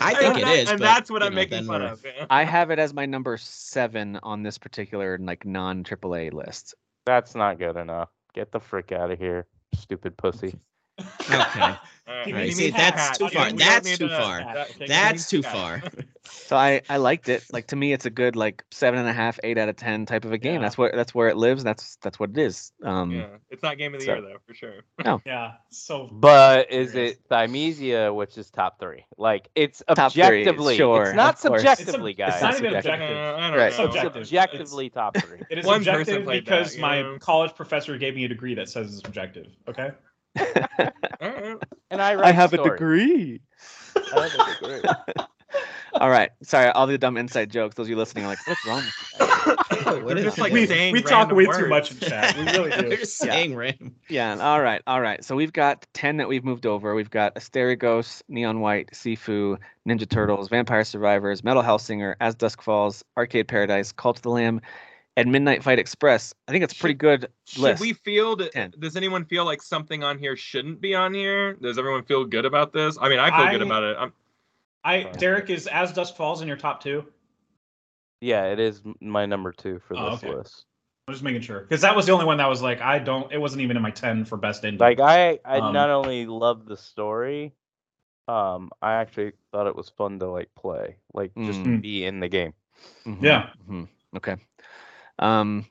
Speaker 1: No.
Speaker 5: I think
Speaker 4: and
Speaker 5: it
Speaker 4: that-
Speaker 5: is,
Speaker 4: and
Speaker 5: but,
Speaker 4: that's what
Speaker 5: you
Speaker 4: I'm
Speaker 5: know,
Speaker 4: making
Speaker 5: then
Speaker 4: fun
Speaker 5: we're-
Speaker 4: of. yeah.
Speaker 1: I have it as my number seven on this particular like non AAA list.
Speaker 3: That's not good enough. Get the frick out of here, stupid pussy.
Speaker 5: Okay.
Speaker 4: All right,
Speaker 2: Give
Speaker 4: you
Speaker 2: me-
Speaker 4: mean
Speaker 2: see,
Speaker 4: cat,
Speaker 5: that's too
Speaker 4: you
Speaker 5: far.
Speaker 4: mean we
Speaker 5: That's
Speaker 4: don't need
Speaker 5: too
Speaker 4: to-
Speaker 5: far.
Speaker 4: that- you mean
Speaker 5: That's too
Speaker 4: cat.
Speaker 5: far.
Speaker 1: So I I liked it. Like to me, it's a good like seven and a half, eight out of ten type of a game.
Speaker 2: Yeah.
Speaker 1: That's where that's where it lives. That's that's what it is. Um,
Speaker 4: Yeah, it's not game of the
Speaker 1: So-
Speaker 4: year though, for sure. Uh,
Speaker 2: Yeah. So
Speaker 3: But is
Speaker 2: Yes.
Speaker 3: it Thymesia, which is top three? Like it's
Speaker 1: Top three,
Speaker 3: objectively,
Speaker 1: sure,
Speaker 3: it's not
Speaker 1: of course.
Speaker 3: subjectively,
Speaker 2: It's a- it's
Speaker 3: guys.
Speaker 2: not
Speaker 3: It's
Speaker 2: even
Speaker 1: subjective.
Speaker 2: objective.
Speaker 4: Uh, I don't
Speaker 1: Right.
Speaker 4: know.
Speaker 2: Subjective. objective.
Speaker 3: Objectively top three.
Speaker 2: It is
Speaker 4: One person
Speaker 2: objective
Speaker 4: played that,
Speaker 2: because
Speaker 4: you
Speaker 2: my
Speaker 4: know?
Speaker 2: college professor gave me a degree that says it's objective. Okay.
Speaker 4: All right.
Speaker 3: And I, write stories.
Speaker 1: degree.
Speaker 3: I have a degree.
Speaker 1: All right. Sorry, all the dumb inside jokes. Those of you listening are like, what's wrong? with you guys?"
Speaker 4: We're
Speaker 5: is
Speaker 4: just like
Speaker 5: this?
Speaker 4: saying
Speaker 2: we talk
Speaker 4: random
Speaker 2: way too
Speaker 4: words.
Speaker 2: much in chat. We really
Speaker 5: They're
Speaker 2: do.
Speaker 5: just saying random.
Speaker 1: yeah. All right. All right. So we've got 10 that we've moved over. We've got Asterigos, Neon White, Sifu, Ninja Turtles, Vampire Survivors, Metal Hellsinger, As Dusk Falls, Arcade Paradise, Cult of the Lamb, and Midnight Fight Express. I think it's pretty good.
Speaker 4: Should
Speaker 1: list.
Speaker 4: we feel? that-
Speaker 1: Ten.
Speaker 4: Does anyone feel like something on here shouldn't be on here? Does everyone feel good about this? I mean, I feel good
Speaker 2: I-
Speaker 4: about it. I'm,
Speaker 2: I Derek is as dusk falls in your top two.
Speaker 3: Yeah, it is m- my number two for this
Speaker 2: Oh, okay.
Speaker 3: list.
Speaker 2: I'm just making sure because that was the only one that was like I don't. It wasn't even in my ten for best indie.
Speaker 3: Like I, I
Speaker 2: Um,
Speaker 3: not only love the story, um, I actually thought it was fun to like play, like just
Speaker 2: Mm.
Speaker 3: be in the game.
Speaker 1: Mhm,
Speaker 2: Yeah.
Speaker 1: mhm. Okay. Um,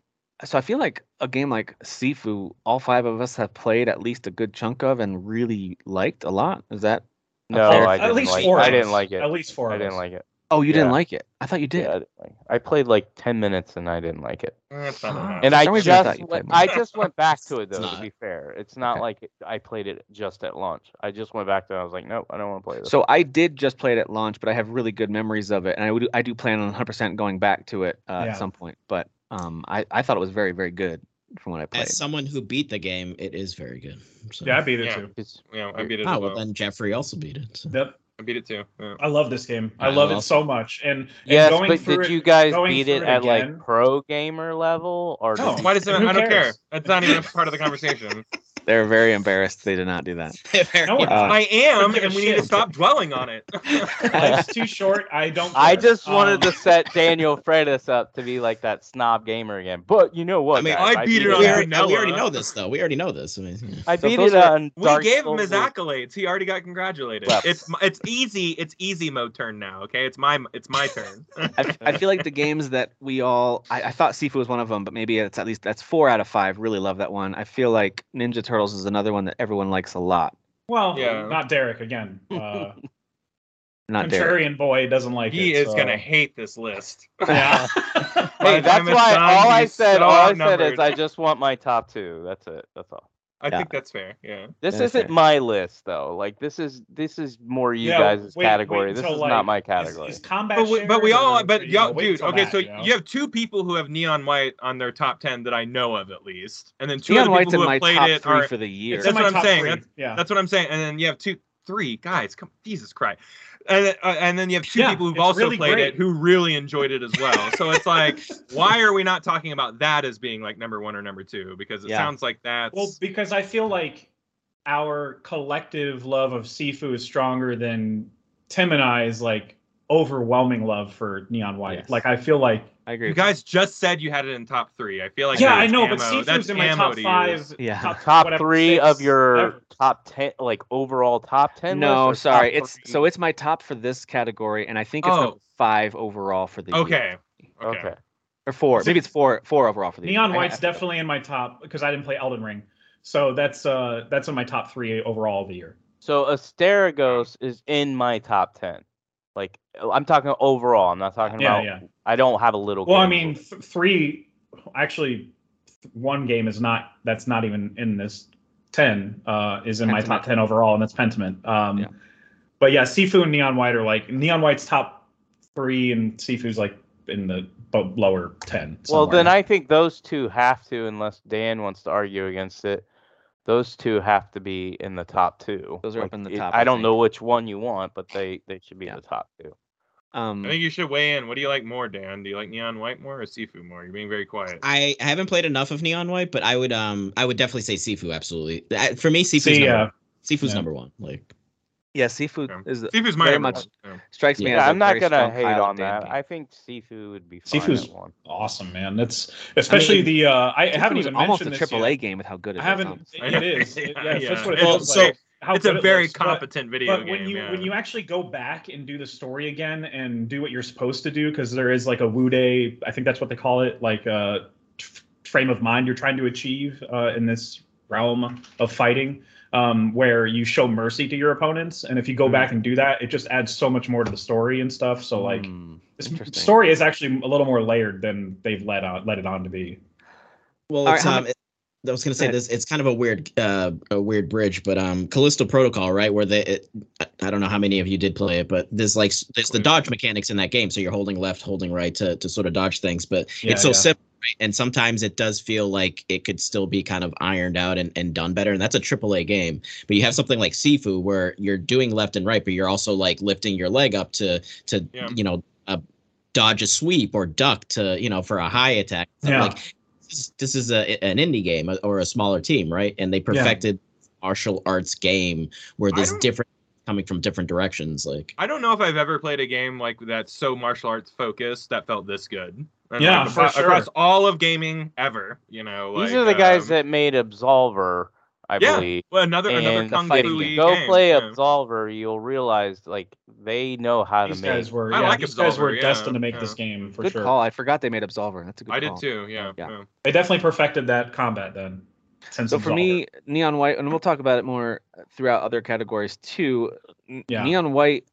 Speaker 1: so I feel like a game like Sifu, all five of us have played at least a good chunk of and really liked a lot. Is that? a
Speaker 3: No,
Speaker 1: fair-
Speaker 3: I
Speaker 2: at
Speaker 3: didn't
Speaker 2: least
Speaker 3: like.
Speaker 2: four. of
Speaker 3: I didn't
Speaker 2: us.
Speaker 3: like it.
Speaker 2: At least four.
Speaker 3: I
Speaker 2: of
Speaker 3: didn't
Speaker 2: us.
Speaker 3: like it.
Speaker 1: Oh, you didn't
Speaker 3: Yeah.
Speaker 1: like it? I thought you did.
Speaker 3: Yeah, I, didn't like it. I played like ten minutes and I didn't like it.
Speaker 4: that's eh, not
Speaker 1: Ah.
Speaker 4: enough.
Speaker 3: And
Speaker 1: For
Speaker 3: I
Speaker 1: some reason I thought
Speaker 3: just
Speaker 1: you
Speaker 3: went,
Speaker 1: played more.
Speaker 3: I just went back to it
Speaker 5: It's
Speaker 3: though.
Speaker 5: not.
Speaker 3: To be fair, it's not
Speaker 1: Okay.
Speaker 3: like I played it just at launch. I just went back to it. I was like, nope, I don't want to play this.
Speaker 1: So I did just play it at launch, but I have really good memories of it, and I would I do plan on 100% going back to it uh,
Speaker 2: Yeah.
Speaker 1: at some point. But um, I I thought it was very very good from what I played.
Speaker 5: As someone who beat the game, it is very good. So.
Speaker 2: Yeah, I beat it
Speaker 4: Yeah.
Speaker 2: too.
Speaker 3: It's-
Speaker 4: yeah, I beat it.
Speaker 5: Oh
Speaker 4: as
Speaker 5: well,
Speaker 4: well.
Speaker 5: then Jeffrey also beat it. so.
Speaker 2: Yep.
Speaker 4: I beat it too. Yeah.
Speaker 2: I love this game. I
Speaker 5: Yeah,
Speaker 2: love
Speaker 5: well.
Speaker 2: it so much. And, and
Speaker 3: yes,
Speaker 2: going
Speaker 3: but
Speaker 2: through
Speaker 3: did
Speaker 2: it,
Speaker 3: you guys
Speaker 2: going
Speaker 3: beat
Speaker 2: through
Speaker 3: it
Speaker 2: it
Speaker 3: at like
Speaker 2: again-
Speaker 3: pro gamer level or? did
Speaker 2: No.
Speaker 3: you-
Speaker 4: Why does it?
Speaker 2: Oh, Who
Speaker 4: I don't care.
Speaker 2: cares?
Speaker 4: That's not even part of the conversation.
Speaker 1: They're very embarrassed they did not do that.
Speaker 5: Very-
Speaker 2: No,
Speaker 1: Uh,
Speaker 4: I am,
Speaker 2: Don't give a
Speaker 4: and we need to
Speaker 2: shit.
Speaker 4: stop dwelling on it.
Speaker 2: life's too short. I don't.
Speaker 3: I
Speaker 2: care.
Speaker 3: just wanted
Speaker 4: Oh.
Speaker 3: to
Speaker 2: Um,
Speaker 3: set Daniel Freitas up to be like that snob gamer again. But you know what?
Speaker 5: I mean,
Speaker 3: guys?
Speaker 4: I beat it
Speaker 5: we,
Speaker 4: on
Speaker 5: already,
Speaker 4: Vanilla.
Speaker 5: we already know this though. We already know this. I mean, yeah.
Speaker 3: I
Speaker 1: So
Speaker 3: beat
Speaker 1: those
Speaker 3: it
Speaker 1: are-
Speaker 3: on.
Speaker 4: We
Speaker 3: Dark
Speaker 4: gave him
Speaker 3: Souls
Speaker 4: his accolades. He already got congratulated.
Speaker 3: Well-
Speaker 4: It's it's easy. It's easy mode turn now. Okay, it's my it's my turn.
Speaker 1: I, I feel like the games that we all I, I thought Sifu was one of them, but maybe it's at least that's four out of five. Really love that one. I feel like Ninja Turtles is another one that everyone likes a lot.
Speaker 2: Well,
Speaker 4: Yeah.
Speaker 2: not Derek again. Uh,
Speaker 1: Not Derek.
Speaker 2: contrarian boy doesn't like
Speaker 4: he
Speaker 2: it.
Speaker 4: is
Speaker 2: so-
Speaker 4: gonna hate this list.
Speaker 2: Yeah.
Speaker 3: Hey,
Speaker 4: By the
Speaker 3: that's
Speaker 4: time it's
Speaker 3: why
Speaker 4: done,
Speaker 3: all I
Speaker 4: he's
Speaker 3: said,
Speaker 4: so
Speaker 3: all I said
Speaker 4: outnumbered.
Speaker 3: is I just want my top two. That's it. That's all.
Speaker 4: I
Speaker 3: Yeah.
Speaker 4: think that's fair. Yeah.
Speaker 3: This
Speaker 1: Yeah, that's
Speaker 3: isn't
Speaker 1: fair.
Speaker 3: my list though. Like this is this is more you
Speaker 2: Yeah,
Speaker 3: guys'
Speaker 2: wait- wait
Speaker 3: category. this
Speaker 2: until,
Speaker 3: is
Speaker 2: like,
Speaker 3: not my
Speaker 2: is-
Speaker 3: category.
Speaker 2: Is, combat
Speaker 4: But we, but we
Speaker 2: shares
Speaker 4: all
Speaker 2: or-
Speaker 4: but
Speaker 2: you
Speaker 4: y'all
Speaker 2: know, wait
Speaker 4: dude
Speaker 2: till
Speaker 4: okay
Speaker 2: that,
Speaker 4: so
Speaker 2: know?
Speaker 4: you have two people who have neon white on their top 10 that I know of at least and then two
Speaker 1: Dion
Speaker 4: other
Speaker 1: White's in
Speaker 4: people who
Speaker 1: my
Speaker 4: have played
Speaker 1: top
Speaker 4: it
Speaker 1: three
Speaker 4: are
Speaker 1: for the year.
Speaker 2: It's in
Speaker 4: that's
Speaker 2: my
Speaker 4: what I'm
Speaker 2: top
Speaker 4: saying,
Speaker 2: three,
Speaker 4: that's-
Speaker 2: yeah.
Speaker 4: That's what I'm saying. And then you have two, three guys. Come, Jesus Christ. And uh, and then you have two
Speaker 2: Yeah,
Speaker 4: people who've
Speaker 2: it's
Speaker 4: also
Speaker 2: really
Speaker 4: played
Speaker 2: great.
Speaker 4: it who really enjoyed it as well. so it's like, why are we not talking about that as being like number one or number two? Because it
Speaker 1: Yeah.
Speaker 4: sounds like that's
Speaker 2: Well, because I feel like our collective love of Sifu is stronger than Tim and I's like overwhelming love for Neon White.
Speaker 1: Yes.
Speaker 2: Like I feel like
Speaker 1: I agree.
Speaker 4: you
Speaker 1: with you.
Speaker 4: guys just said you had it in top three. I feel like
Speaker 2: yeah, I
Speaker 4: that's
Speaker 2: know, but
Speaker 4: ammo.
Speaker 2: Sifu's
Speaker 4: that's
Speaker 2: in my
Speaker 4: ammo
Speaker 2: top
Speaker 4: to
Speaker 2: five,
Speaker 4: use.
Speaker 1: Yeah.
Speaker 3: top
Speaker 2: whatever,
Speaker 3: three
Speaker 2: six,
Speaker 3: of your
Speaker 2: whatever.
Speaker 3: top ten, like overall top ten.
Speaker 1: No,
Speaker 3: list or top
Speaker 1: sorry. It's
Speaker 3: three?
Speaker 1: so it's my top for this category, and I think it's
Speaker 4: Oh.
Speaker 1: number five overall for the year.
Speaker 4: Okay. Okay.
Speaker 3: okay.
Speaker 1: or four. Maybe it's four four overall for the
Speaker 2: Neon
Speaker 1: year. I-
Speaker 2: White's
Speaker 1: I-
Speaker 2: definitely in my top because I didn't play Elden Ring. So that's uh that's in my top three overall of the year.
Speaker 3: So Asteragos is in my top ten. Like I'm talking overall. I'm not talking
Speaker 2: Yeah,
Speaker 3: about.
Speaker 2: yeah.
Speaker 3: I don't have a little.
Speaker 2: Well, I
Speaker 3: game.
Speaker 2: mean, th- three actually th- one game is not that's not even in this 10 uh is in my top
Speaker 1: Pentiment.
Speaker 2: 10 overall and that's Pentiment. Um
Speaker 1: Yeah.
Speaker 2: but yeah, Sifu and Neon White are like Neon White's top 3 and Sifu's like in the bo- lower 10.
Speaker 3: Well, then
Speaker 2: somewhere.
Speaker 3: I think those two have to, unless Dan wants to argue against it. Those two have to be in the top two.
Speaker 1: Those are up in the
Speaker 3: it-
Speaker 1: top,
Speaker 3: I
Speaker 1: I
Speaker 3: don't
Speaker 1: think.
Speaker 3: know which one you want, but they they should be in
Speaker 1: Yeah.
Speaker 3: the top two.
Speaker 1: um,
Speaker 4: I think you should weigh in. What do you like more, Dan? Do you like Neon White more or Sifu more? You're being very quiet.
Speaker 5: I I haven't played enough of Neon White, but I would um I would definitely say Sifu absolutely. I- For me, Sifu's
Speaker 2: See,
Speaker 5: number,
Speaker 2: uh,
Speaker 5: Sifu's
Speaker 2: yeah.
Speaker 5: number one. Like
Speaker 1: yeah, seafood
Speaker 4: Okay.
Speaker 1: is
Speaker 4: Sifu's my
Speaker 1: very
Speaker 4: number
Speaker 1: much-
Speaker 4: one, so.
Speaker 1: strikes me
Speaker 5: Yeah,
Speaker 1: as
Speaker 3: Yeah,
Speaker 1: a
Speaker 3: I'm not
Speaker 1: very
Speaker 3: gonna
Speaker 1: strong
Speaker 3: hate
Speaker 1: Kyle
Speaker 3: on
Speaker 1: Dan
Speaker 3: that.
Speaker 1: pick.
Speaker 3: I think Sifu would be fine
Speaker 2: Sifu's-
Speaker 3: at one.
Speaker 2: uh, awesome, man. That's especially the uh I
Speaker 1: Sifu
Speaker 2: haven't
Speaker 1: was
Speaker 2: even
Speaker 1: almost a
Speaker 2: mentioned
Speaker 1: triple
Speaker 2: this
Speaker 1: A
Speaker 2: yet.
Speaker 1: game with how good it
Speaker 2: I
Speaker 1: is. um,
Speaker 2: haven't
Speaker 1: honestly.
Speaker 2: it is. It- yeah,
Speaker 4: Yeah,
Speaker 2: that's what it
Speaker 4: yeah.
Speaker 2: feels
Speaker 5: Well, so-
Speaker 2: like. How
Speaker 4: It's a
Speaker 2: good it
Speaker 4: very
Speaker 2: looks, but-
Speaker 4: competent video
Speaker 2: but
Speaker 4: game.
Speaker 2: when you
Speaker 4: yeah.
Speaker 2: when you actually go back and do the story again and do what you're supposed to do because there is like a wu day i think that's what they call it like a f- frame of mind you're trying to achieve uh, in this realm of fighting um, where you show mercy to your opponents and if you go back and do that it just adds so much more to the story and stuff so like
Speaker 1: Hmm,
Speaker 2: this
Speaker 1: interesting.
Speaker 2: story is actually a little more layered than they've let on let it on to be
Speaker 5: well,
Speaker 1: All
Speaker 5: it's
Speaker 1: right, how
Speaker 5: um. it- I was gonna say
Speaker 1: ahead.
Speaker 5: this. It's kind of a weird, uh, a weird bridge, but um, Callisto Protocol, right? Where the it, I- I don't know how many of you did play it, but there's like s- there's the dodge mechanics in that game, so you're holding left, holding right to to sort of dodge things. But
Speaker 2: Yeah,
Speaker 5: it's so
Speaker 2: yeah.
Speaker 5: simple, right? and sometimes it does feel like it could still be kind of ironed out and, and done better. And that's a AAA game, but you have something like Sifu where you're doing left and right, but you're also like lifting your leg up to to
Speaker 4: Yeah.
Speaker 5: you know uh, dodge a sweep or duck to you know for a high attack.
Speaker 2: Yeah.
Speaker 5: Like this- this is a an indie game uh, or a smaller team, right? And they perfected martial arts game where
Speaker 4: I
Speaker 5: there's
Speaker 4: don't-
Speaker 5: different coming from different directions. Like
Speaker 4: I don't know if I've ever played a game like that's so martial arts focused that felt this good. And,
Speaker 2: Yeah, for
Speaker 4: like, across,
Speaker 2: sure.
Speaker 4: across all of gaming ever, you know.
Speaker 3: These
Speaker 4: like,
Speaker 3: are the guys
Speaker 4: um,
Speaker 3: that made Absolver, I
Speaker 4: Yeah.
Speaker 3: believe.
Speaker 4: well, another another
Speaker 3: And
Speaker 4: kung
Speaker 1: fighting
Speaker 4: fu
Speaker 1: game.
Speaker 3: go
Speaker 4: game,
Speaker 3: play
Speaker 4: yeah.
Speaker 3: Absolver, you'll realize like they know how to
Speaker 2: these
Speaker 3: make.
Speaker 2: guys were
Speaker 4: I
Speaker 2: yeah,
Speaker 4: like
Speaker 2: these guys were
Speaker 4: Absolver, yeah,
Speaker 2: destined to make this
Speaker 4: yeah.
Speaker 2: game for
Speaker 1: good
Speaker 2: sure
Speaker 1: call. I forgot they made Absolver. That's a good
Speaker 4: I
Speaker 1: call.
Speaker 4: did too. Yeah.
Speaker 1: Yeah.
Speaker 4: yeah.
Speaker 2: they definitely perfected that combat then since
Speaker 1: So for
Speaker 2: Absolver.
Speaker 1: me, Neon White, and we'll talk about it more uh, throughout other categories too. N-
Speaker 2: Yeah.
Speaker 1: Neon White,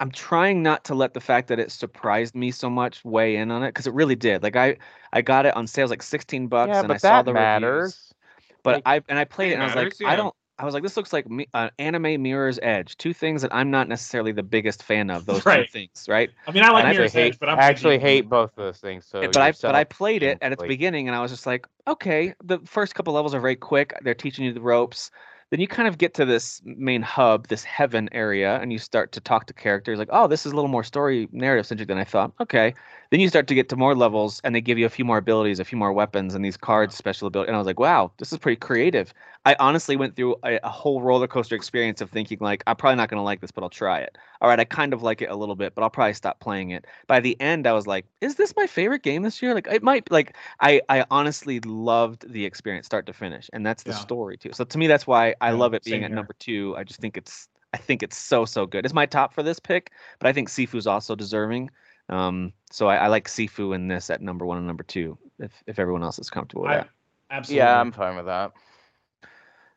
Speaker 1: I'm trying not to let the fact that it surprised me so much weigh in on it because it really did. Like I, I got it on sales like 16 bucks,
Speaker 3: Yeah,
Speaker 1: and
Speaker 3: but
Speaker 1: I
Speaker 3: that
Speaker 1: saw the reviews.
Speaker 3: matters.
Speaker 1: But
Speaker 3: Like-
Speaker 1: I and I played
Speaker 4: It
Speaker 1: it, and I was like,
Speaker 4: matters, yeah.
Speaker 1: I don't. I was like, this looks like me, uh, anime Mirror's Edge. Two things that I'm not necessarily the biggest fan of. Those
Speaker 2: Right.
Speaker 1: two things, right?
Speaker 2: I mean, I like
Speaker 3: I actually
Speaker 2: Mirror's
Speaker 3: hate,
Speaker 2: Edge, but I'm
Speaker 3: I actually
Speaker 2: with you.
Speaker 3: hate both of those things. So,
Speaker 1: but I
Speaker 3: yourself-
Speaker 1: but I played it
Speaker 3: and,
Speaker 1: at its
Speaker 3: like-
Speaker 1: beginning and I was just like, okay, the first couple levels are very quick. They're teaching you the ropes. Then you kind of get to this main hub, this heaven area, and you start to talk to characters like, oh, this is a little more story narrative centric than I thought. Okay. Then you start to get to more levels and they give you a few more abilities, a few more weapons, and these cards special ability. And I was like, wow, this is pretty creative. I honestly went through a, a whole roller coaster experience of thinking like, I'm probably not gonna like this, but I'll try it. All right, I kind of like it a little bit, but I'll probably stop playing it by the end i was like is this my favorite game this year like it might like i i honestly loved the experience start to finish and that's the
Speaker 2: Yeah.
Speaker 1: story too so to me that's why i
Speaker 2: Yeah,
Speaker 1: love it
Speaker 2: same
Speaker 1: being at
Speaker 2: here.
Speaker 1: number two i just think it's i think it's so so good it's my top for this pick but i think sifu's also deserving um so i, I like sifu in this at number one and number two if if everyone else is comfortable with
Speaker 2: I,
Speaker 1: that
Speaker 2: absolutely.
Speaker 3: Yeah, um, I'm fine with that.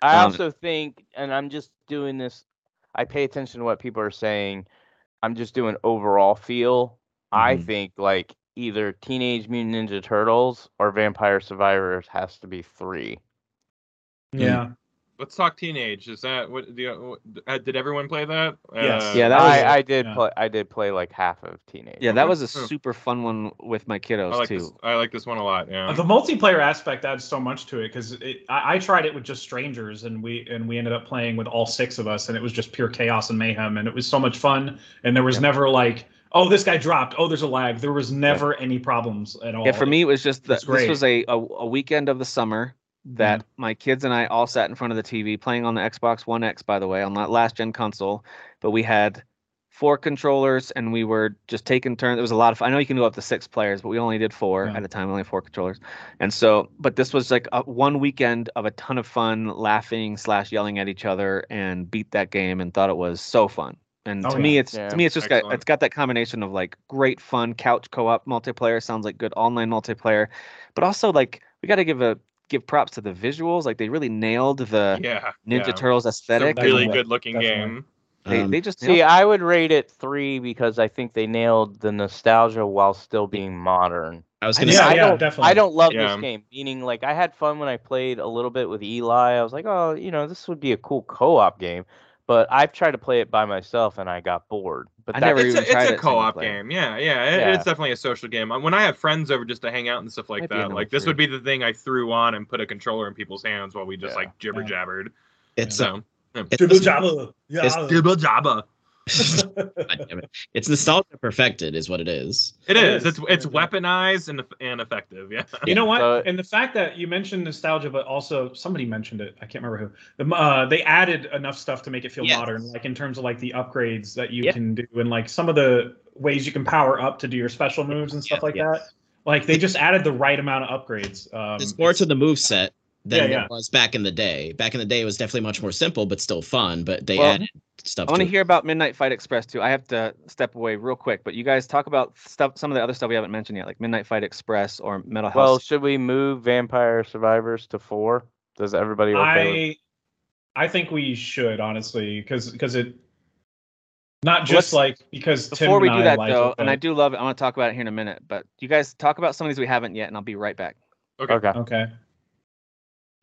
Speaker 3: I
Speaker 1: Um,
Speaker 3: also think, and I'm just doing this. I pay attention to what people are saying. I'm just doing overall feel. I
Speaker 1: Mm-hmm.
Speaker 5: Mhm.
Speaker 3: think like either Teenage Mutant Ninja Turtles or Vampire Survivors has to be three.
Speaker 2: Yeah.
Speaker 4: Let's talk teenage. Is that what? Do you, uh, did everyone play that? Uh,
Speaker 2: Yes.
Speaker 1: Yeah, that was-
Speaker 3: I, I did
Speaker 2: yeah.
Speaker 3: play. I did play like half of Teenage.
Speaker 1: Yeah, that
Speaker 4: Okay.
Speaker 1: was a
Speaker 4: Oh.
Speaker 1: super fun one with my kiddos
Speaker 4: I like
Speaker 1: too.
Speaker 4: this. I like this one a lot. Yeah.
Speaker 2: The multiplayer aspect adds so much to it because I, I tried it with just strangers, and we and we ended up playing with all six of us, and it was just pure chaos and mayhem, and it was so much fun. And there was
Speaker 1: Yeah.
Speaker 2: never like, oh, this guy dropped, oh, there's a lag. There was never any problems at all.
Speaker 1: Yeah, for me it was just that
Speaker 2: That's
Speaker 1: this was a, a a weekend of the summer that my kids and I all sat in front of the TV playing on the Xbox One X, by the way, on that last gen console. But we had four controllers and we were just taking turns. It was a lot of. I know you can go up to six players, but we only did four
Speaker 2: Yeah.
Speaker 1: at a time. Only four controllers, and so. But this was like a, one weekend of a ton of fun, laughing slash yelling at each other, and beat that game and thought it was so fun. And
Speaker 2: Oh,
Speaker 1: to
Speaker 2: yeah.
Speaker 1: me, it's
Speaker 3: Yeah.
Speaker 1: to me, it's just got
Speaker 4: Excellent.
Speaker 1: it's got that combination of like great fun couch co-op multiplayer sounds like good online multiplayer, but also like we got to give a give props to the visuals. Like they really nailed the
Speaker 4: yeah.
Speaker 1: Uh, Ninja
Speaker 4: yeah.
Speaker 1: Turtles aesthetic.
Speaker 4: It's a really
Speaker 1: and,
Speaker 2: Definitely.
Speaker 4: good looking
Speaker 2: Definitely.
Speaker 4: game.
Speaker 1: They,
Speaker 5: Um,
Speaker 1: they just nailed
Speaker 3: See,
Speaker 1: it.
Speaker 3: I would rate it three because I think they nailed the nostalgia while still being modern.
Speaker 5: I was
Speaker 3: I
Speaker 5: gonna
Speaker 3: mean,
Speaker 5: say
Speaker 3: I don't-
Speaker 2: definitely.
Speaker 3: I don't love
Speaker 4: Yeah.
Speaker 3: this game. Meaning, like, I had fun when I played a little bit with Eli. I was like, oh, you know, this would be a cool co-op game. But I've tried to play it by myself and I got bored. But
Speaker 1: I
Speaker 3: that's-
Speaker 1: never
Speaker 4: It's a,
Speaker 1: even tried
Speaker 4: it's
Speaker 1: it
Speaker 4: a
Speaker 1: single
Speaker 4: co-op
Speaker 1: player.
Speaker 4: game. Yeah, yeah, it-
Speaker 3: Yeah.
Speaker 4: It's definitely a social game. When I have friends over just to hang out and stuff like
Speaker 1: Might be
Speaker 4: that,
Speaker 1: another
Speaker 4: like this
Speaker 1: three.
Speaker 4: would be the thing I threw on and put a controller in people's hands while we just
Speaker 3: Yeah.
Speaker 4: like jibber jabbered.
Speaker 5: it's uh,
Speaker 4: So
Speaker 5: it's,
Speaker 2: Jibba jabba.
Speaker 5: It's-
Speaker 2: Yeah.
Speaker 4: jibber jabber.
Speaker 5: God damn it. it's nostalgia perfected is what it is.
Speaker 4: It
Speaker 2: It
Speaker 4: is.
Speaker 2: is.
Speaker 4: It's it's
Speaker 2: Yeah.
Speaker 4: weaponized and and effective. Yeah.
Speaker 2: You know what?
Speaker 3: So-
Speaker 2: and the fact that you mentioned nostalgia, but also somebody mentioned it. I can't remember who. The, uh, they added enough stuff to make it feel
Speaker 5: Yes.
Speaker 2: modern, like in terms of like the upgrades that you
Speaker 3: Yeah.
Speaker 2: can do, and like some of the ways you can power up to do your special moves and stuff
Speaker 5: Yeah,
Speaker 2: like
Speaker 5: yeah.
Speaker 2: that. Like they just added the right amount of upgrades. Um,
Speaker 5: it's more to the move set than
Speaker 2: Yeah,
Speaker 5: it
Speaker 2: yeah.
Speaker 5: was back in the day. Back in the day, it was definitely much more simple, but still fun. But they
Speaker 1: Well,
Speaker 5: added stuff.
Speaker 1: I want to
Speaker 5: to it.
Speaker 1: hear about Midnight Fight Express too. I have to step away real quick, but you guys talk about stuff. Some of the other stuff we haven't mentioned yet, like Midnight Fight Express or Metal
Speaker 3: well,
Speaker 1: House.
Speaker 3: should we move Vampire Survivors to four? Does everybody okay with
Speaker 2: I, I think we should honestly, because because it, not just
Speaker 1: Let's-
Speaker 2: like because Tim
Speaker 1: Before we
Speaker 2: and
Speaker 1: do
Speaker 2: I
Speaker 1: that
Speaker 2: like it,
Speaker 1: though, and I
Speaker 2: but-
Speaker 1: do love it. I want to talk about it here in a minute, but you guys talk about some of these we haven't yet, and I'll be right back.
Speaker 3: Okay.
Speaker 2: Okay.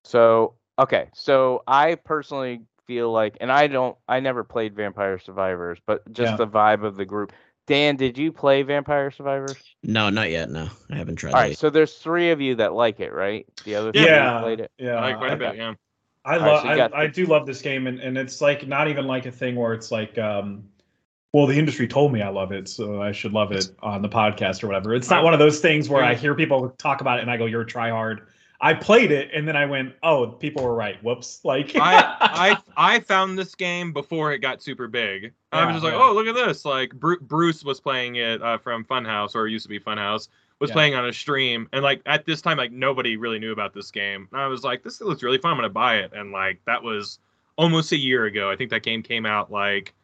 Speaker 3: So okay, so I personally feel like, and I don't, I never played Vampire Survivors, but just
Speaker 2: Yeah.
Speaker 3: the vibe of the group. Dan, did you play Vampire Survivors?
Speaker 5: No, not yet. No, I haven't tried.
Speaker 3: All right,
Speaker 5: it.
Speaker 3: so there's three of you that like it, right? The other three
Speaker 2: Yeah.
Speaker 3: played it.
Speaker 2: Yeah.
Speaker 4: I like quite a bit.
Speaker 3: okay.
Speaker 4: Yeah.
Speaker 2: I
Speaker 3: All right,
Speaker 2: love
Speaker 3: so you got
Speaker 2: I, I do love this game and, and it's like not even like a thing where it's like um well the industry told me I love it so I should love it on the podcast or whatever. It's not one of those things where I hear people talk about it and I go you're a tryhard. I played it and then I went oh people were right. Whoops. Like
Speaker 4: I I I found this game before it got super big. I was
Speaker 2: Yeah,
Speaker 4: just like,
Speaker 2: yeah.
Speaker 4: oh, look at this! Like Bru- Bruce was playing it uh, from Funhouse, or it used to be Funhouse, was
Speaker 2: Yeah.
Speaker 4: playing on a stream, and like at this time, like nobody really knew about this game. And I was like, this looks really fun. I'm gonna buy it. And like that was almost a year ago. I think that game came out like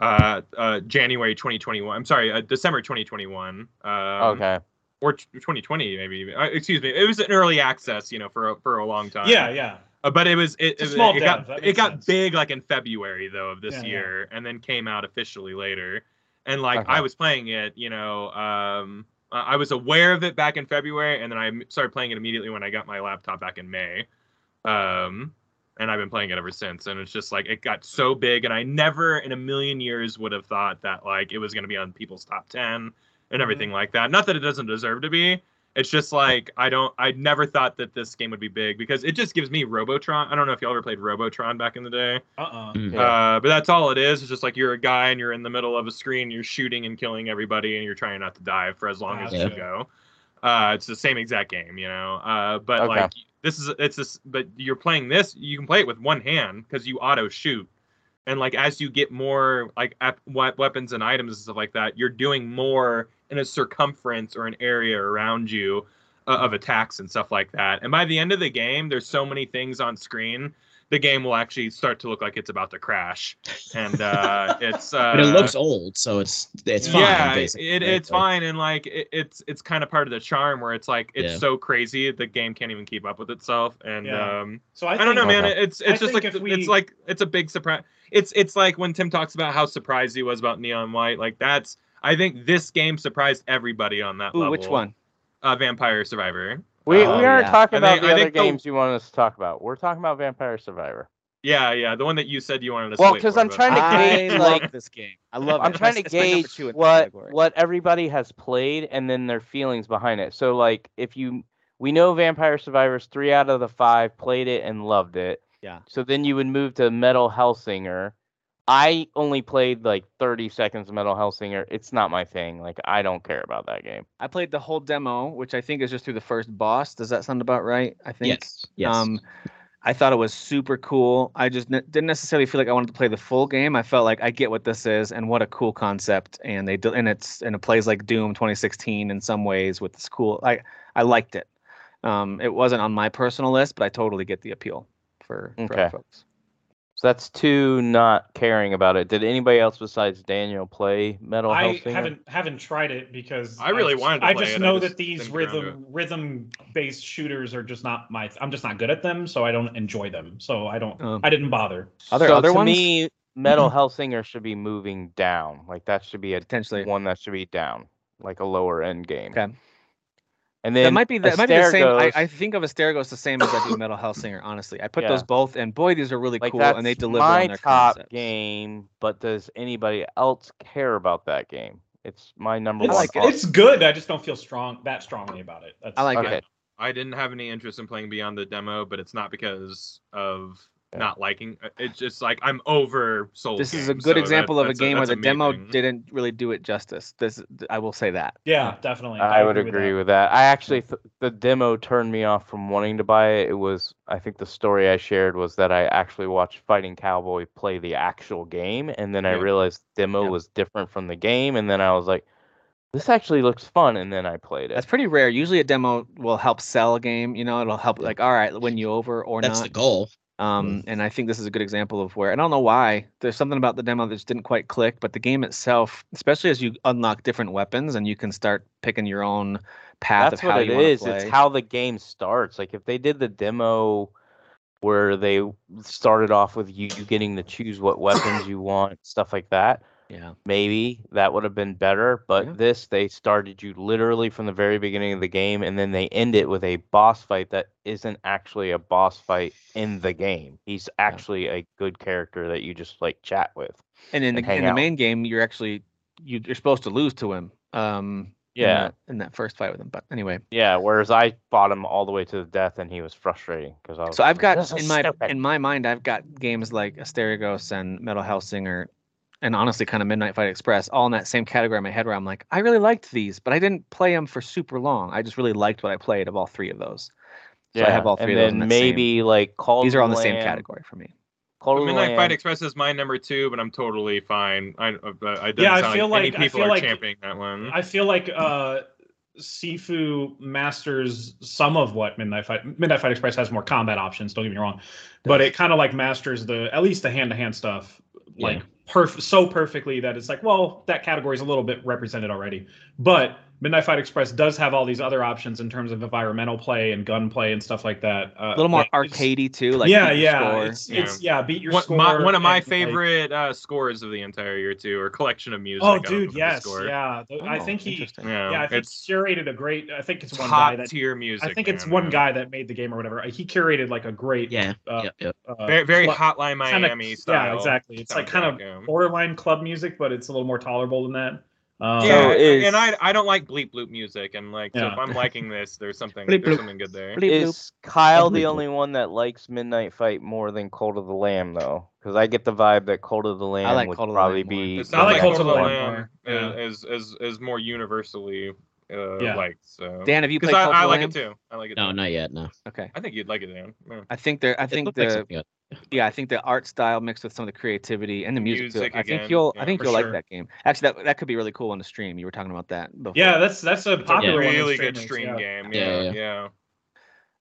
Speaker 4: uh uh January 2021. I'm sorry, uh, December 2021. Um,
Speaker 3: Okay.
Speaker 4: Or t- 2020 maybe. even. Uh, excuse me. It was an early access, you know, for a, for a long time.
Speaker 2: yeah, yeah.
Speaker 4: Uh, but it was it,
Speaker 2: It's a
Speaker 4: it,
Speaker 2: small
Speaker 4: it
Speaker 2: dev, that
Speaker 4: got it
Speaker 2: makes
Speaker 4: got
Speaker 2: sense.
Speaker 4: big like in February though of this
Speaker 2: Yeah, yeah.
Speaker 4: year, and then came out officially later. And like
Speaker 3: Okay.
Speaker 4: I was playing it, you know, um, I I was aware of it back in February, and then I m- started playing it immediately when I got my laptop back in May. Um, and I've been playing it ever since, and it's just like it got so big, and I never in a million years would have thought that like it was gonna be on people's top ten and everything like that. Not that it doesn't deserve to be. It's just like I don't. I never thought that this game would be big because it just gives me Robotron. I don't know if y'all ever played Robotron back in the day,
Speaker 2: Uh-uh.
Speaker 5: Mm.
Speaker 3: Yeah.
Speaker 4: uh, but that's all it is. It's just like you're a guy and you're in the middle of a screen, you're shooting and killing everybody, and you're trying not to die for as long as you
Speaker 2: Gotcha.
Speaker 4: go. Uh, it's the same exact game, you know. Uh, but
Speaker 3: Okay.
Speaker 4: like this is it's this, but you're playing this. You can play it with one hand because you auto shoot, and like as you get more like ap- we- weapons and items and stuff like that, you're doing more in a circumference or an area around you uh, of attacks and stuff like that. And by the end of the game, there's so many things on screen. The game will actually start to look like it's about to crash, and uh, it's. Uh,
Speaker 5: but it looks old, so it's it's fine.
Speaker 4: yeah,
Speaker 5: basically.
Speaker 4: it, it's fine, and like it, it's it's kind of part of the charm where it's like it's
Speaker 5: Yeah.
Speaker 4: so crazy the game can't even keep up with itself, and
Speaker 2: Yeah.
Speaker 4: um,
Speaker 2: So I,
Speaker 4: I, don't know,
Speaker 2: think-
Speaker 4: man.
Speaker 3: Okay.
Speaker 4: it- It's
Speaker 2: I
Speaker 4: it's just
Speaker 2: think
Speaker 4: like
Speaker 2: if
Speaker 4: th-
Speaker 2: we-
Speaker 4: it's like it's a big surprise. It's it's like when Tim talks about how surprised he was about Neon White. Like that's I think this game surprised everybody on that
Speaker 1: Ooh,
Speaker 4: level.
Speaker 1: which one?
Speaker 4: Uh, Vampire Survivor.
Speaker 3: We, we
Speaker 1: Oh,
Speaker 3: aren't
Speaker 1: yeah.
Speaker 3: talking
Speaker 4: I
Speaker 3: about
Speaker 4: think-
Speaker 3: the
Speaker 4: I
Speaker 3: other
Speaker 4: think the-
Speaker 3: games you want us to talk about. We're talking about Vampire Survivor.
Speaker 4: Yeah, yeah, the one that you said you wanted to.
Speaker 3: Well,
Speaker 4: wait
Speaker 3: 'cause
Speaker 4: for,
Speaker 3: I'm
Speaker 4: but-
Speaker 3: trying to
Speaker 1: I
Speaker 3: gauge,
Speaker 1: love
Speaker 3: like-
Speaker 1: this game. I love it.
Speaker 3: I'm trying to
Speaker 1: It's my- it's my number
Speaker 3: gauge
Speaker 1: two in this
Speaker 3: what
Speaker 1: category.
Speaker 3: what everybody has played and then their feelings behind it. So like if you we know Vampire Survivors three out of the five played it and loved it.
Speaker 1: Yeah.
Speaker 3: So then you would move to Metal Hellsinger. I only played like 30 seconds of Metal Hellsinger. It's not my thing. Like I don't care about that game.
Speaker 1: I played the whole demo, which I think is just through the first boss. Does that sound about right? I think.
Speaker 5: Yes. Yes.
Speaker 1: Um, I thought it was super cool. I just ne- didn't necessarily feel like I wanted to play the full game. I felt like I get what this is and what a cool concept, and they do, and it's and it plays like Doom 2016 in some ways with this cool. I I liked it. Um, it wasn't on my personal list, but I totally get the appeal for, for
Speaker 3: Okay.
Speaker 1: other folks.
Speaker 3: So that's two not caring about it. Did anybody else besides Daniel play Metal
Speaker 2: I
Speaker 3: Hellsinger?
Speaker 2: haven't haven't tried it because
Speaker 4: I really wanted to
Speaker 2: I
Speaker 4: play
Speaker 2: just
Speaker 4: it, I
Speaker 2: know
Speaker 4: just
Speaker 2: that these
Speaker 4: didn't get around
Speaker 2: rhythm rhythm based shooters are just not my. I'm just not good at them, so I don't enjoy them. So I don't.
Speaker 3: Oh.
Speaker 1: Um,
Speaker 2: I didn't bother.
Speaker 1: Are there
Speaker 3: so
Speaker 1: other
Speaker 3: to
Speaker 1: ones? Mm-hmm.
Speaker 3: me, Metal Hellsinger should be moving down. Like that should be a
Speaker 1: Potentially,
Speaker 3: one that should be down, like a lower end game.
Speaker 1: Okay.
Speaker 3: And then
Speaker 1: that might be that might be the same. I,
Speaker 3: Astergos-
Speaker 1: I think of Astergos the same as I do Metal Hellsinger. Honestly, I put
Speaker 3: Yeah.
Speaker 1: those both, and boy, these are really
Speaker 3: like
Speaker 1: cool,
Speaker 3: that's
Speaker 1: and they deliver
Speaker 3: my
Speaker 1: on their
Speaker 3: top
Speaker 1: concepts.
Speaker 3: game. But does anybody else care about that game? It's my number
Speaker 2: It's,
Speaker 3: one.
Speaker 1: like it.
Speaker 3: all-
Speaker 2: it's good. I just don't feel strong that strongly about it. That's,
Speaker 1: I like
Speaker 3: okay.
Speaker 4: I didn't have any interest in playing beyond the demo, but it's not because of
Speaker 3: Yeah.
Speaker 4: not liking. uh, It's just like I'm over Soul.
Speaker 1: This is a
Speaker 4: games,
Speaker 1: good
Speaker 4: so
Speaker 1: example
Speaker 4: that-
Speaker 1: of a
Speaker 4: that's
Speaker 1: game where
Speaker 4: that's
Speaker 1: the demo
Speaker 4: main thing.
Speaker 1: didn't really do it justice. This th- I will say that.
Speaker 2: Yeah, definitely.
Speaker 3: I would agree
Speaker 2: with
Speaker 3: with that. I actually th- the demo turned me off from wanting to buy it. It was I think the story I shared was that I actually watched Fighting Cowboy play the actual game, and then I
Speaker 4: Yeah.
Speaker 3: realized the demo
Speaker 1: Yeah.
Speaker 3: was different from the game, and then I was like, this actually looks fun, and then I played it.
Speaker 1: That's pretty rare. Usually a demo will help sell a game, you know, it'll help like all right, win you over or
Speaker 5: That's the
Speaker 1: not.
Speaker 5: goal.
Speaker 1: Um
Speaker 3: Mm.
Speaker 1: and I think this is a good example of where I don't know why there's something about the demo that just didn't quite click, but the game itself, especially as you unlock different weapons and you can start picking your own path
Speaker 3: That's
Speaker 1: of how
Speaker 3: what it
Speaker 1: you wanna
Speaker 3: is.
Speaker 1: play.
Speaker 3: It's how the game starts. Like if they did the demo where they started off with you getting to choose what weapons you want, stuff like that,
Speaker 1: yeah.
Speaker 3: maybe that would have been better. But
Speaker 1: Yeah.
Speaker 3: this, they started you literally from the very beginning of the game, and then they end it with a boss fight that isn't actually a boss fight in the game. He's actually a good character that you just like chat with.
Speaker 1: And in
Speaker 3: and
Speaker 1: the
Speaker 3: hang
Speaker 1: in the
Speaker 3: out.
Speaker 1: main game, you're actually you, you're supposed to lose to him. Um in
Speaker 3: Yeah.
Speaker 1: that- in that first fight with him. But anyway.
Speaker 3: Yeah, whereas I fought him all the way to the death, and he was frustrating because I was.
Speaker 1: So I've
Speaker 3: like,
Speaker 1: got
Speaker 3: Oh, "This is
Speaker 1: in my
Speaker 3: stupid."
Speaker 1: in my mind, I've got games like Asterigos and Metal Hellsinger, and honestly, kind of Midnight Fight Express, all in that same category in my head, where I'm like, I really liked these, but I didn't play them for super long. I just really liked what I played of all three of those. So I have all three
Speaker 3: and
Speaker 1: of those. in
Speaker 3: then
Speaker 1: that same-
Speaker 3: maybe like Call.
Speaker 1: these
Speaker 3: to
Speaker 1: are all in the same
Speaker 3: Land,
Speaker 1: category for me.
Speaker 3: Call
Speaker 4: But
Speaker 3: to the
Speaker 4: Midnight Fight
Speaker 3: Land.
Speaker 4: Express is my number two, but I'm totally fine. I, uh, but I
Speaker 2: Yeah, I
Speaker 4: sound
Speaker 2: feel
Speaker 4: any
Speaker 2: like- I
Speaker 4: people
Speaker 2: feel
Speaker 4: are
Speaker 2: like-
Speaker 4: championing that one.
Speaker 2: I feel like uh Sifu masters some of what Midnight Fight Midnight Fight Express has more combat options, don't get me wrong. But it kind of like masters the at least the hand-to-hand stuff like perf- so perfectly that it's like, well, that category is a little bit represented already. But Midnight Fight Express does have all these other options in terms of environmental play and gunplay and stuff like that. Uh,
Speaker 1: A little more
Speaker 2: like, it's-
Speaker 1: arcadey too, like
Speaker 2: yeah,
Speaker 1: keep your
Speaker 2: yeah,
Speaker 1: score.
Speaker 2: it's,
Speaker 4: Yeah.
Speaker 2: it's yeah, beat your
Speaker 4: What-
Speaker 2: score.
Speaker 4: my- one of my
Speaker 2: and, like,
Speaker 4: favorite uh, scores of the entire year too, or collection of music.
Speaker 2: Oh,
Speaker 4: I don't
Speaker 2: dude,
Speaker 4: remember the
Speaker 2: yes,
Speaker 4: score.
Speaker 2: yeah. The- I
Speaker 1: Oh,
Speaker 2: think he,
Speaker 1: interesting.
Speaker 4: Yeah,
Speaker 2: yeah, I think
Speaker 4: it's
Speaker 2: he curated a great. I think it's one guy
Speaker 4: top
Speaker 2: that
Speaker 4: tier music.
Speaker 2: I think it's
Speaker 4: man,
Speaker 2: one
Speaker 4: yeah.
Speaker 2: guy that made the game or whatever. He curated like a great,
Speaker 5: Yeah.
Speaker 2: uh,
Speaker 5: yep, yep.
Speaker 2: uh,
Speaker 4: Very, very
Speaker 2: club-
Speaker 4: hotline
Speaker 2: kinda-
Speaker 4: Miami style.
Speaker 2: Yeah, exactly. It's like kind
Speaker 4: soundtrack,
Speaker 2: of
Speaker 4: yeah.
Speaker 2: borderline club music, but it's a little more tolerable than that. Um,
Speaker 4: yeah,
Speaker 3: So
Speaker 4: and-
Speaker 3: is-
Speaker 4: and I I don't like bleep bloop music, and like so
Speaker 2: Yeah.
Speaker 4: if I'm liking this, there's something
Speaker 1: Bleep bloop.
Speaker 4: there's something good there.
Speaker 1: Bleep bloop.
Speaker 3: Is Kyle the
Speaker 5: Unbelievable.
Speaker 3: only one that likes Midnight Fight more than Cold of the Lamb though? Because I get the vibe that Cold of the Lamb
Speaker 1: like
Speaker 3: would
Speaker 1: Call to the
Speaker 3: probably
Speaker 1: Lamb more.
Speaker 3: be.
Speaker 4: It's
Speaker 2: I
Speaker 4: not like
Speaker 2: like
Speaker 4: Cult of the
Speaker 2: Cult of the
Speaker 4: Lamb
Speaker 2: Lamb,
Speaker 4: uh, is is is more universally uh,
Speaker 2: Yeah.
Speaker 4: liked. So
Speaker 1: Dan, have you
Speaker 4: because
Speaker 1: played?
Speaker 4: I,
Speaker 1: Cult of
Speaker 4: I
Speaker 1: the
Speaker 4: like
Speaker 1: Lamb?
Speaker 4: it too. I like it.
Speaker 5: No,
Speaker 4: too.
Speaker 5: not yet. No.
Speaker 1: Okay,
Speaker 4: I think you'd like it, Dan. Yeah.
Speaker 1: I think there. I think
Speaker 5: it looks like
Speaker 1: the
Speaker 5: something else.
Speaker 1: yeah, I think the art style mixed with some of the creativity and the music. too.
Speaker 4: Music
Speaker 1: I think
Speaker 4: again,
Speaker 1: you'll,
Speaker 4: yeah,
Speaker 1: I think
Speaker 2: for
Speaker 1: you'll
Speaker 2: sure.
Speaker 1: like that game. Actually, that that could be really cool on the stream. You were talking about that. Before.
Speaker 2: yeah, that's that's a
Speaker 4: It's a
Speaker 2: popular one on
Speaker 4: really good
Speaker 2: streamers,
Speaker 4: stream
Speaker 2: yeah.
Speaker 4: game.
Speaker 5: Yeah,
Speaker 4: Yeah,
Speaker 5: yeah,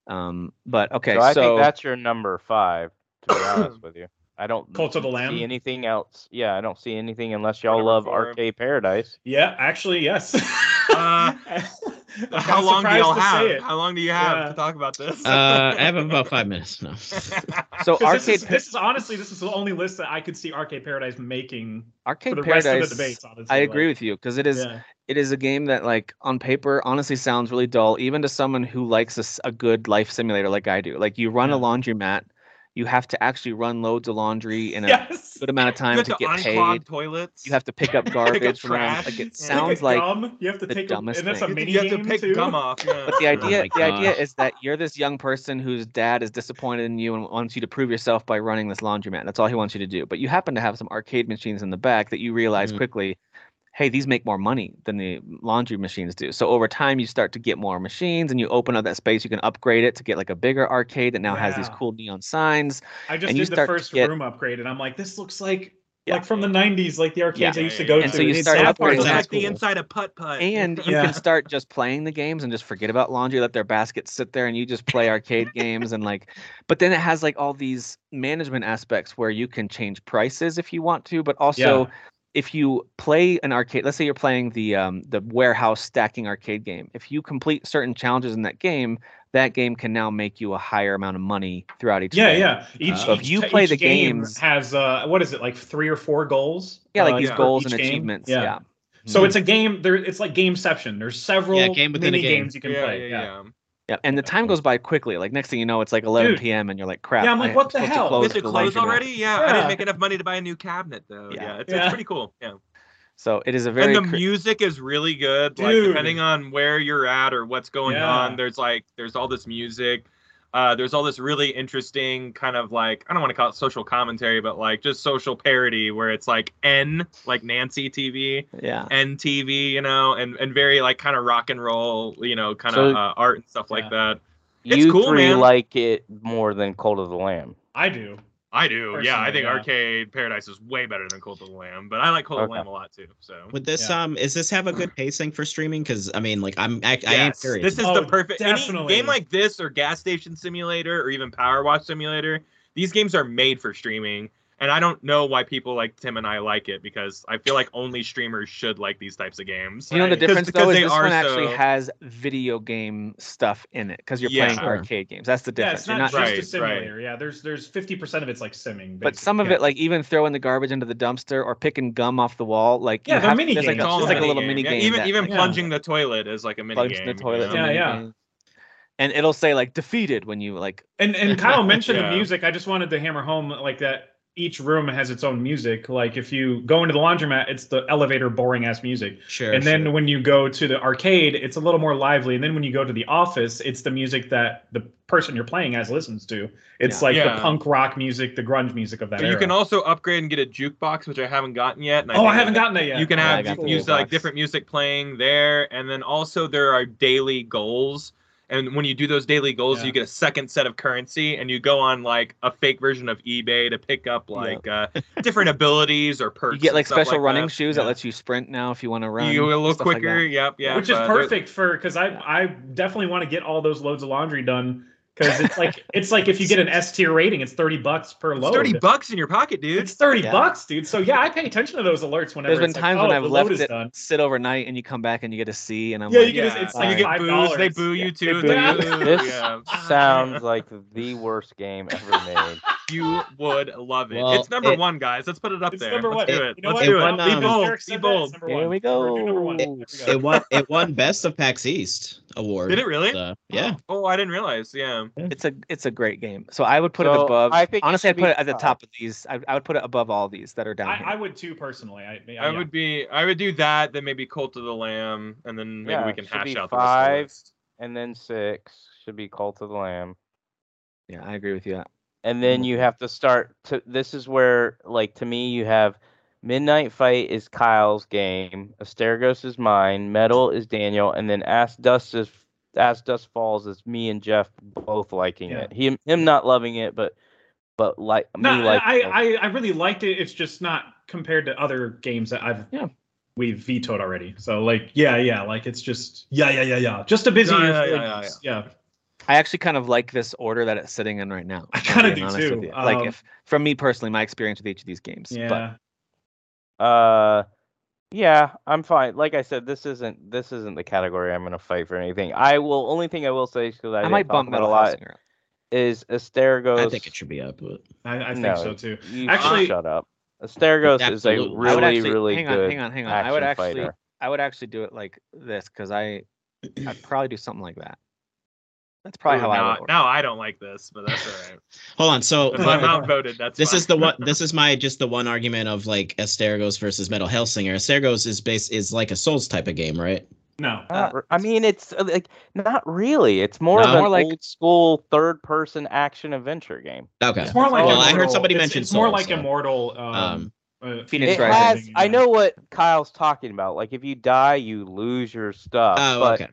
Speaker 4: yeah.
Speaker 1: Um. But okay.
Speaker 3: so
Speaker 1: So,
Speaker 3: I think that's your number five. To be honest with you, I don't
Speaker 2: Cult of the Lamb?
Speaker 3: see anything else. Yeah, I don't see anything unless y'all
Speaker 4: Number
Speaker 3: love
Speaker 4: four.
Speaker 3: Arcade Paradise.
Speaker 2: Yeah, actually, yes.
Speaker 4: Uh,
Speaker 2: I'm
Speaker 4: How long do
Speaker 2: surprised
Speaker 4: y'all
Speaker 2: to say
Speaker 4: have?
Speaker 2: it.
Speaker 4: How long do you have
Speaker 2: Yeah.
Speaker 4: to talk about this?
Speaker 5: Uh, I have about five minutes. No.
Speaker 1: so
Speaker 2: 'Cause
Speaker 1: arcade
Speaker 2: This is, this is honestly, this is the only list that I could see Arcade Paradise making
Speaker 1: arcade
Speaker 2: for the
Speaker 1: paradise.
Speaker 2: rest of the debates. Honestly,
Speaker 1: I agree with you because it is
Speaker 2: Yeah.
Speaker 1: it is a game that like on paper honestly sounds really dull even to someone who likes a, s- a good life simulator like i do like you run a laundromat you have to actually run loads of laundry in a
Speaker 2: yes.
Speaker 1: good amount of
Speaker 4: You
Speaker 1: time
Speaker 4: have
Speaker 1: to
Speaker 4: to,
Speaker 1: get
Speaker 4: unclog
Speaker 1: paid
Speaker 4: toilets.
Speaker 1: you have to pick up garbage from around- like
Speaker 4: trash. You
Speaker 1: it
Speaker 4: have to
Speaker 1: sounds
Speaker 2: Pick
Speaker 1: like
Speaker 2: gum. You have to
Speaker 1: the
Speaker 2: take
Speaker 1: dumbest
Speaker 2: a, and that's
Speaker 1: thing.
Speaker 2: a mini
Speaker 4: you have to
Speaker 2: game
Speaker 4: pick
Speaker 2: too.
Speaker 4: gum off. Yeah.
Speaker 1: But the
Speaker 5: Oh
Speaker 1: idea,
Speaker 5: my
Speaker 1: the idea
Speaker 5: gosh.
Speaker 1: is that you're this young person whose dad is disappointed in you and wants you to prove yourself by running this laundromat. That's all he wants you to do. But you happen to have some arcade machines in the back that you realize
Speaker 5: Mhm.
Speaker 1: quickly, hey, these make more money than the laundry machines do. So over time, you start to get more machines, and you open up that space. You can upgrade it to get like a bigger arcade that now has these
Speaker 2: Yeah.
Speaker 1: cool neon signs.
Speaker 2: I just
Speaker 1: and you
Speaker 2: did the
Speaker 1: start to
Speaker 2: first
Speaker 1: get-
Speaker 2: room upgrade, and I'm like, this looks like
Speaker 1: Yeah.
Speaker 2: like from the '90s, like the arcades
Speaker 4: Yeah.
Speaker 2: I used to go
Speaker 4: And
Speaker 2: to.
Speaker 4: so you
Speaker 2: It's
Speaker 1: start
Speaker 2: that
Speaker 4: That part
Speaker 2: part
Speaker 1: upgrading
Speaker 2: of
Speaker 4: looks
Speaker 1: Yeah.
Speaker 4: like
Speaker 2: that.
Speaker 4: the
Speaker 1: Cool.
Speaker 4: inside of putt putt.
Speaker 1: And you
Speaker 2: Yeah.
Speaker 1: can start just playing the games and just forget about laundry, let their baskets sit there and you just play arcade games and like but then it has like all these management aspects where you can change prices if you want to, but also if you play an arcade, let's say you're playing the um the warehouse stacking arcade game. If you complete certain challenges in that game, that game can now make you a higher amount of money throughout each
Speaker 2: Yeah,
Speaker 1: day.
Speaker 2: yeah. Each,
Speaker 5: So
Speaker 1: Uh, if
Speaker 2: each-
Speaker 1: you play
Speaker 2: each
Speaker 1: the
Speaker 2: game
Speaker 1: games-
Speaker 2: has uh, what is it like three or four goals?
Speaker 1: Yeah, like
Speaker 2: uh,
Speaker 1: these
Speaker 2: for
Speaker 1: goals and
Speaker 2: each game?
Speaker 1: achievements.
Speaker 2: Yeah.
Speaker 1: yeah. Mm-hmm.
Speaker 2: So it's a game. There, it's like Gameception. There's several
Speaker 5: Yeah, game within a
Speaker 2: mini
Speaker 5: game.
Speaker 2: games you
Speaker 4: yeah,
Speaker 2: can
Speaker 4: yeah,
Speaker 2: play.
Speaker 4: yeah,
Speaker 1: Yeah, and the time goes by quickly. Like next thing you know, it's like 11
Speaker 2: Dude.
Speaker 1: p.m. and you're like, "Crap!"
Speaker 2: Yeah, I'm
Speaker 1: I-
Speaker 2: like, what the
Speaker 1: supposed to
Speaker 2: hell?
Speaker 4: We
Speaker 1: close
Speaker 4: have to
Speaker 1: the
Speaker 4: close
Speaker 1: laundromat.
Speaker 4: already? Yeah. I
Speaker 2: Yeah.
Speaker 4: didn't make enough money to buy a new cabinet though.
Speaker 1: Yeah.
Speaker 4: Yeah, it's,
Speaker 2: Yeah.
Speaker 4: it's pretty cool. Yeah.
Speaker 1: So it is a very
Speaker 4: and the
Speaker 1: cre-
Speaker 4: music is really good.
Speaker 2: Dude.
Speaker 4: Like depending on where you're at or what's going
Speaker 2: Yeah.
Speaker 4: on, there's like there's all this music. Uh, there's all this really interesting kind of like I don't want to call it social commentary, but like just social parody where it's like N like Nancy TV,
Speaker 1: yeah.
Speaker 4: NTV, you know, and and very like kind of rock and roll, you know, kind
Speaker 3: So-
Speaker 4: of uh, art and stuff
Speaker 2: Yeah.
Speaker 4: like that. It's
Speaker 3: you
Speaker 4: cool,
Speaker 3: three
Speaker 4: man.
Speaker 3: like it more than Cold of the Lamb.
Speaker 2: I do.
Speaker 4: I do, yeah.
Speaker 2: Personally,
Speaker 4: I think
Speaker 2: yeah.
Speaker 4: Arcade Paradise is way better than Cult of the Lamb, but I like Cult of the
Speaker 3: Okay.
Speaker 4: Lamb a lot too. So
Speaker 5: Would this
Speaker 2: Yeah.
Speaker 5: um is this have a good pacing for streaming? Because I mean, like I'm I, I am
Speaker 4: Yes,
Speaker 5: curious.
Speaker 4: This is
Speaker 2: Oh,
Speaker 4: the perfect any
Speaker 2: definitely.
Speaker 4: game like this or gas station simulator or even power wash simulator. These games are made for streaming. And I don't know why people like Tim and I like it because I feel like only streamers should like these types of games.
Speaker 1: You know the
Speaker 2: Right. 'Cause-
Speaker 1: difference
Speaker 4: because
Speaker 1: though is
Speaker 4: they
Speaker 1: this
Speaker 4: are
Speaker 1: one actually
Speaker 4: so-
Speaker 1: has video game stuff in it because you're
Speaker 4: Yeah.
Speaker 1: playing
Speaker 5: Sure.
Speaker 1: arcade games. That's the
Speaker 2: Yeah,
Speaker 1: difference.
Speaker 2: it's not, just
Speaker 1: you're not.
Speaker 4: Right,
Speaker 2: a
Speaker 4: right.
Speaker 2: simulator. Yeah, there's there's 50% of it's like simming.
Speaker 1: But some of
Speaker 2: basically.
Speaker 1: it, like even throwing the garbage into the dumpster or picking gum off the wall, like you
Speaker 2: Yeah, they're
Speaker 1: have-
Speaker 2: mini
Speaker 1: there's like
Speaker 2: games.
Speaker 1: a,
Speaker 2: It's
Speaker 1: there's like a
Speaker 2: mini
Speaker 1: little
Speaker 4: minigame.
Speaker 1: mini
Speaker 4: Yeah,
Speaker 1: game.
Speaker 4: Even
Speaker 1: that,
Speaker 4: even
Speaker 1: like,
Speaker 2: yeah.
Speaker 4: plunging the toilet is like a mini
Speaker 1: plugs in
Speaker 4: game.
Speaker 1: the toilet.
Speaker 4: You know?
Speaker 1: and
Speaker 2: Yeah,
Speaker 1: mini game. And it'll say like defeated when you like.
Speaker 2: And and Kyle mentioned
Speaker 4: Yeah.
Speaker 2: the music. I just wanted to hammer home like that. Each room has its own music. Like if you go into the laundromat, it's the elevator boring ass music.
Speaker 5: sure.
Speaker 2: and then
Speaker 5: sure.
Speaker 2: when you go to the arcade, it's a little more lively. And then when you go to the office, it's the music that the person you're playing as listens to. It's
Speaker 1: Yeah.
Speaker 2: like
Speaker 4: Yeah.
Speaker 2: the punk rock music, the grunge music of that.
Speaker 4: But you
Speaker 2: era.
Speaker 4: can also upgrade and get a jukebox, which I haven't gotten yet. And
Speaker 2: oh,
Speaker 4: think
Speaker 2: I haven't
Speaker 4: that-
Speaker 2: gotten that yet.
Speaker 4: you can
Speaker 1: Yeah, I
Speaker 4: have
Speaker 1: got
Speaker 4: you
Speaker 1: the
Speaker 4: can use like
Speaker 1: jukebox.
Speaker 4: different music playing there and then also there are daily goals and when you do those daily goals
Speaker 2: Yeah.
Speaker 4: you get a second set of currency and you go on like a fake version of ebay to pick up like uh, different abilities or perks
Speaker 1: You get
Speaker 4: and
Speaker 1: like
Speaker 4: stuff
Speaker 1: special running
Speaker 4: that.
Speaker 1: shoes
Speaker 2: Yeah.
Speaker 1: that lets you sprint now if you want to run.
Speaker 4: you get a little
Speaker 1: stuff like
Speaker 4: quicker
Speaker 1: that.
Speaker 4: yep uh, yeah
Speaker 2: which is
Speaker 4: but there-
Speaker 2: perfect for because I I definitely want to get all those loads of laundry done because it's like it's like if you get an S tier rating, it's thirty bucks per
Speaker 4: it's
Speaker 2: load.
Speaker 4: 30 bucks in your pocket dude
Speaker 2: It's thirty
Speaker 1: Yeah.
Speaker 2: bucks, dude. So yeah, I pay attention to those alerts whenever.
Speaker 1: There's been
Speaker 2: it's
Speaker 1: times
Speaker 2: like,
Speaker 1: when
Speaker 2: oh,
Speaker 1: I've
Speaker 2: the
Speaker 1: left
Speaker 2: load is
Speaker 1: it
Speaker 2: done.
Speaker 1: sit overnight and you come back and you get a C and I'm
Speaker 2: Yeah,
Speaker 1: like,
Speaker 2: you get a-
Speaker 4: Yeah.
Speaker 2: it's like
Speaker 4: you get
Speaker 2: five
Speaker 4: booze they
Speaker 2: dollars.
Speaker 4: boo you too
Speaker 1: boo
Speaker 4: they
Speaker 2: you.
Speaker 4: boo you,
Speaker 3: This
Speaker 4: yeah.
Speaker 3: Sounds like the worst game ever made.
Speaker 4: you would love it
Speaker 5: Well,
Speaker 4: it's number
Speaker 5: it-
Speaker 4: one guys let's put it up
Speaker 2: It's
Speaker 4: there
Speaker 2: number
Speaker 4: let's
Speaker 2: one.
Speaker 4: do it
Speaker 2: You know
Speaker 4: let's
Speaker 2: what?
Speaker 4: do
Speaker 5: It won,
Speaker 4: it be
Speaker 5: um,
Speaker 4: bold
Speaker 2: Eric
Speaker 4: be
Speaker 2: said that, it's
Speaker 4: bold
Speaker 2: number
Speaker 1: Here
Speaker 2: one.
Speaker 1: we
Speaker 2: We're doing number
Speaker 1: go. It-
Speaker 2: one. There we
Speaker 5: it
Speaker 2: go.
Speaker 5: won it won best of PAX East award.
Speaker 4: did it really
Speaker 5: So, yeah.
Speaker 4: Oh, I didn't realize. Yeah.
Speaker 1: It's a it's a great game. So I would put it
Speaker 3: So,
Speaker 1: above.
Speaker 3: I think it
Speaker 1: honestly,
Speaker 3: should
Speaker 1: I'd put
Speaker 3: be
Speaker 1: it at the
Speaker 3: top.
Speaker 1: top of these. I, I would put it above all these that are down here.
Speaker 2: I, I would too personally. I,
Speaker 4: I would be I would do that, then maybe Cult of the Lamb, and then maybe
Speaker 3: Yeah,
Speaker 4: we can
Speaker 3: should
Speaker 4: hash
Speaker 3: be
Speaker 4: out the
Speaker 3: five.
Speaker 4: list.
Speaker 3: And then six should be Cult of the Lamb.
Speaker 1: yeah, I agree with you.
Speaker 3: and then you have to start to this is where like to me you have midnight fight is kyle's game astergos is mine metal is daniel and then ask dust is ask dust falls is me and jeff both liking
Speaker 2: Yeah.
Speaker 3: it him him not loving it but but like
Speaker 2: No,
Speaker 3: me like
Speaker 2: I, I I really liked it. It's just not compared to other games that I've
Speaker 1: Yeah.
Speaker 2: we've vetoed already. So like yeah yeah like it's just yeah yeah yeah yeah just a busy
Speaker 4: Yeah,
Speaker 2: year
Speaker 4: yeah,
Speaker 2: for
Speaker 4: yeah,
Speaker 2: games. yeah.
Speaker 1: I actually kind of like this order that it's sitting in right now.
Speaker 2: I
Speaker 1: if I'm being
Speaker 2: kinda do
Speaker 1: honest
Speaker 2: too.
Speaker 1: with you. like
Speaker 2: Um,
Speaker 1: if from me personally, my experience with each of these games.
Speaker 2: yeah.
Speaker 1: But
Speaker 3: Uh, yeah, I'm fine. Like I said, this isn't this isn't the category I'm gonna fight for anything. I will only thing I will say because I,
Speaker 1: I,
Speaker 3: didn't
Speaker 1: might
Speaker 3: talk
Speaker 1: bump
Speaker 3: about a
Speaker 1: Metal
Speaker 3: lot
Speaker 1: Housing Earl.
Speaker 3: is Astergos.
Speaker 5: I think it should be up, but
Speaker 2: I, I think
Speaker 3: No.
Speaker 2: so too.
Speaker 3: You
Speaker 2: Actually-
Speaker 3: Actually, shut up. Astergos is a
Speaker 5: Absolutely. I would
Speaker 3: really,
Speaker 1: actually-
Speaker 3: really
Speaker 1: hang on,
Speaker 3: good
Speaker 1: hang on, hang on. I
Speaker 3: action
Speaker 1: would actually
Speaker 3: fighter.
Speaker 1: I would actually do it like this because I I'd probably do something like that. That's probably how
Speaker 4: Ooh,
Speaker 1: I
Speaker 4: now,
Speaker 1: would. order.
Speaker 4: now I don't like this, but that's all right.
Speaker 5: Hold on. So
Speaker 4: If I'm
Speaker 5: my-
Speaker 4: outvoted, that's
Speaker 5: this
Speaker 4: fine.
Speaker 5: is the one. This is my just the one argument of like Astergos versus Metal Hellsinger. Astergos is base is like a Souls type of game, right?
Speaker 2: No.
Speaker 1: Uh,
Speaker 3: Not r- I mean, it's uh, like not really. It's more of
Speaker 5: No.
Speaker 3: an
Speaker 1: More like-
Speaker 3: old school third person action adventure game.
Speaker 5: Okay.
Speaker 2: It's more like
Speaker 3: Well, I heard
Speaker 2: Immortal.
Speaker 5: somebody
Speaker 2: It's-
Speaker 5: mention
Speaker 2: It's more
Speaker 5: Souls,
Speaker 2: like
Speaker 5: so.
Speaker 2: Immortal. Um,
Speaker 5: Um,
Speaker 2: uh,
Speaker 1: Phoenix
Speaker 3: It has.
Speaker 1: Rising.
Speaker 3: I know what Kyle's talking about. Like if you die, you lose your stuff.
Speaker 5: Oh,
Speaker 3: but
Speaker 5: okay.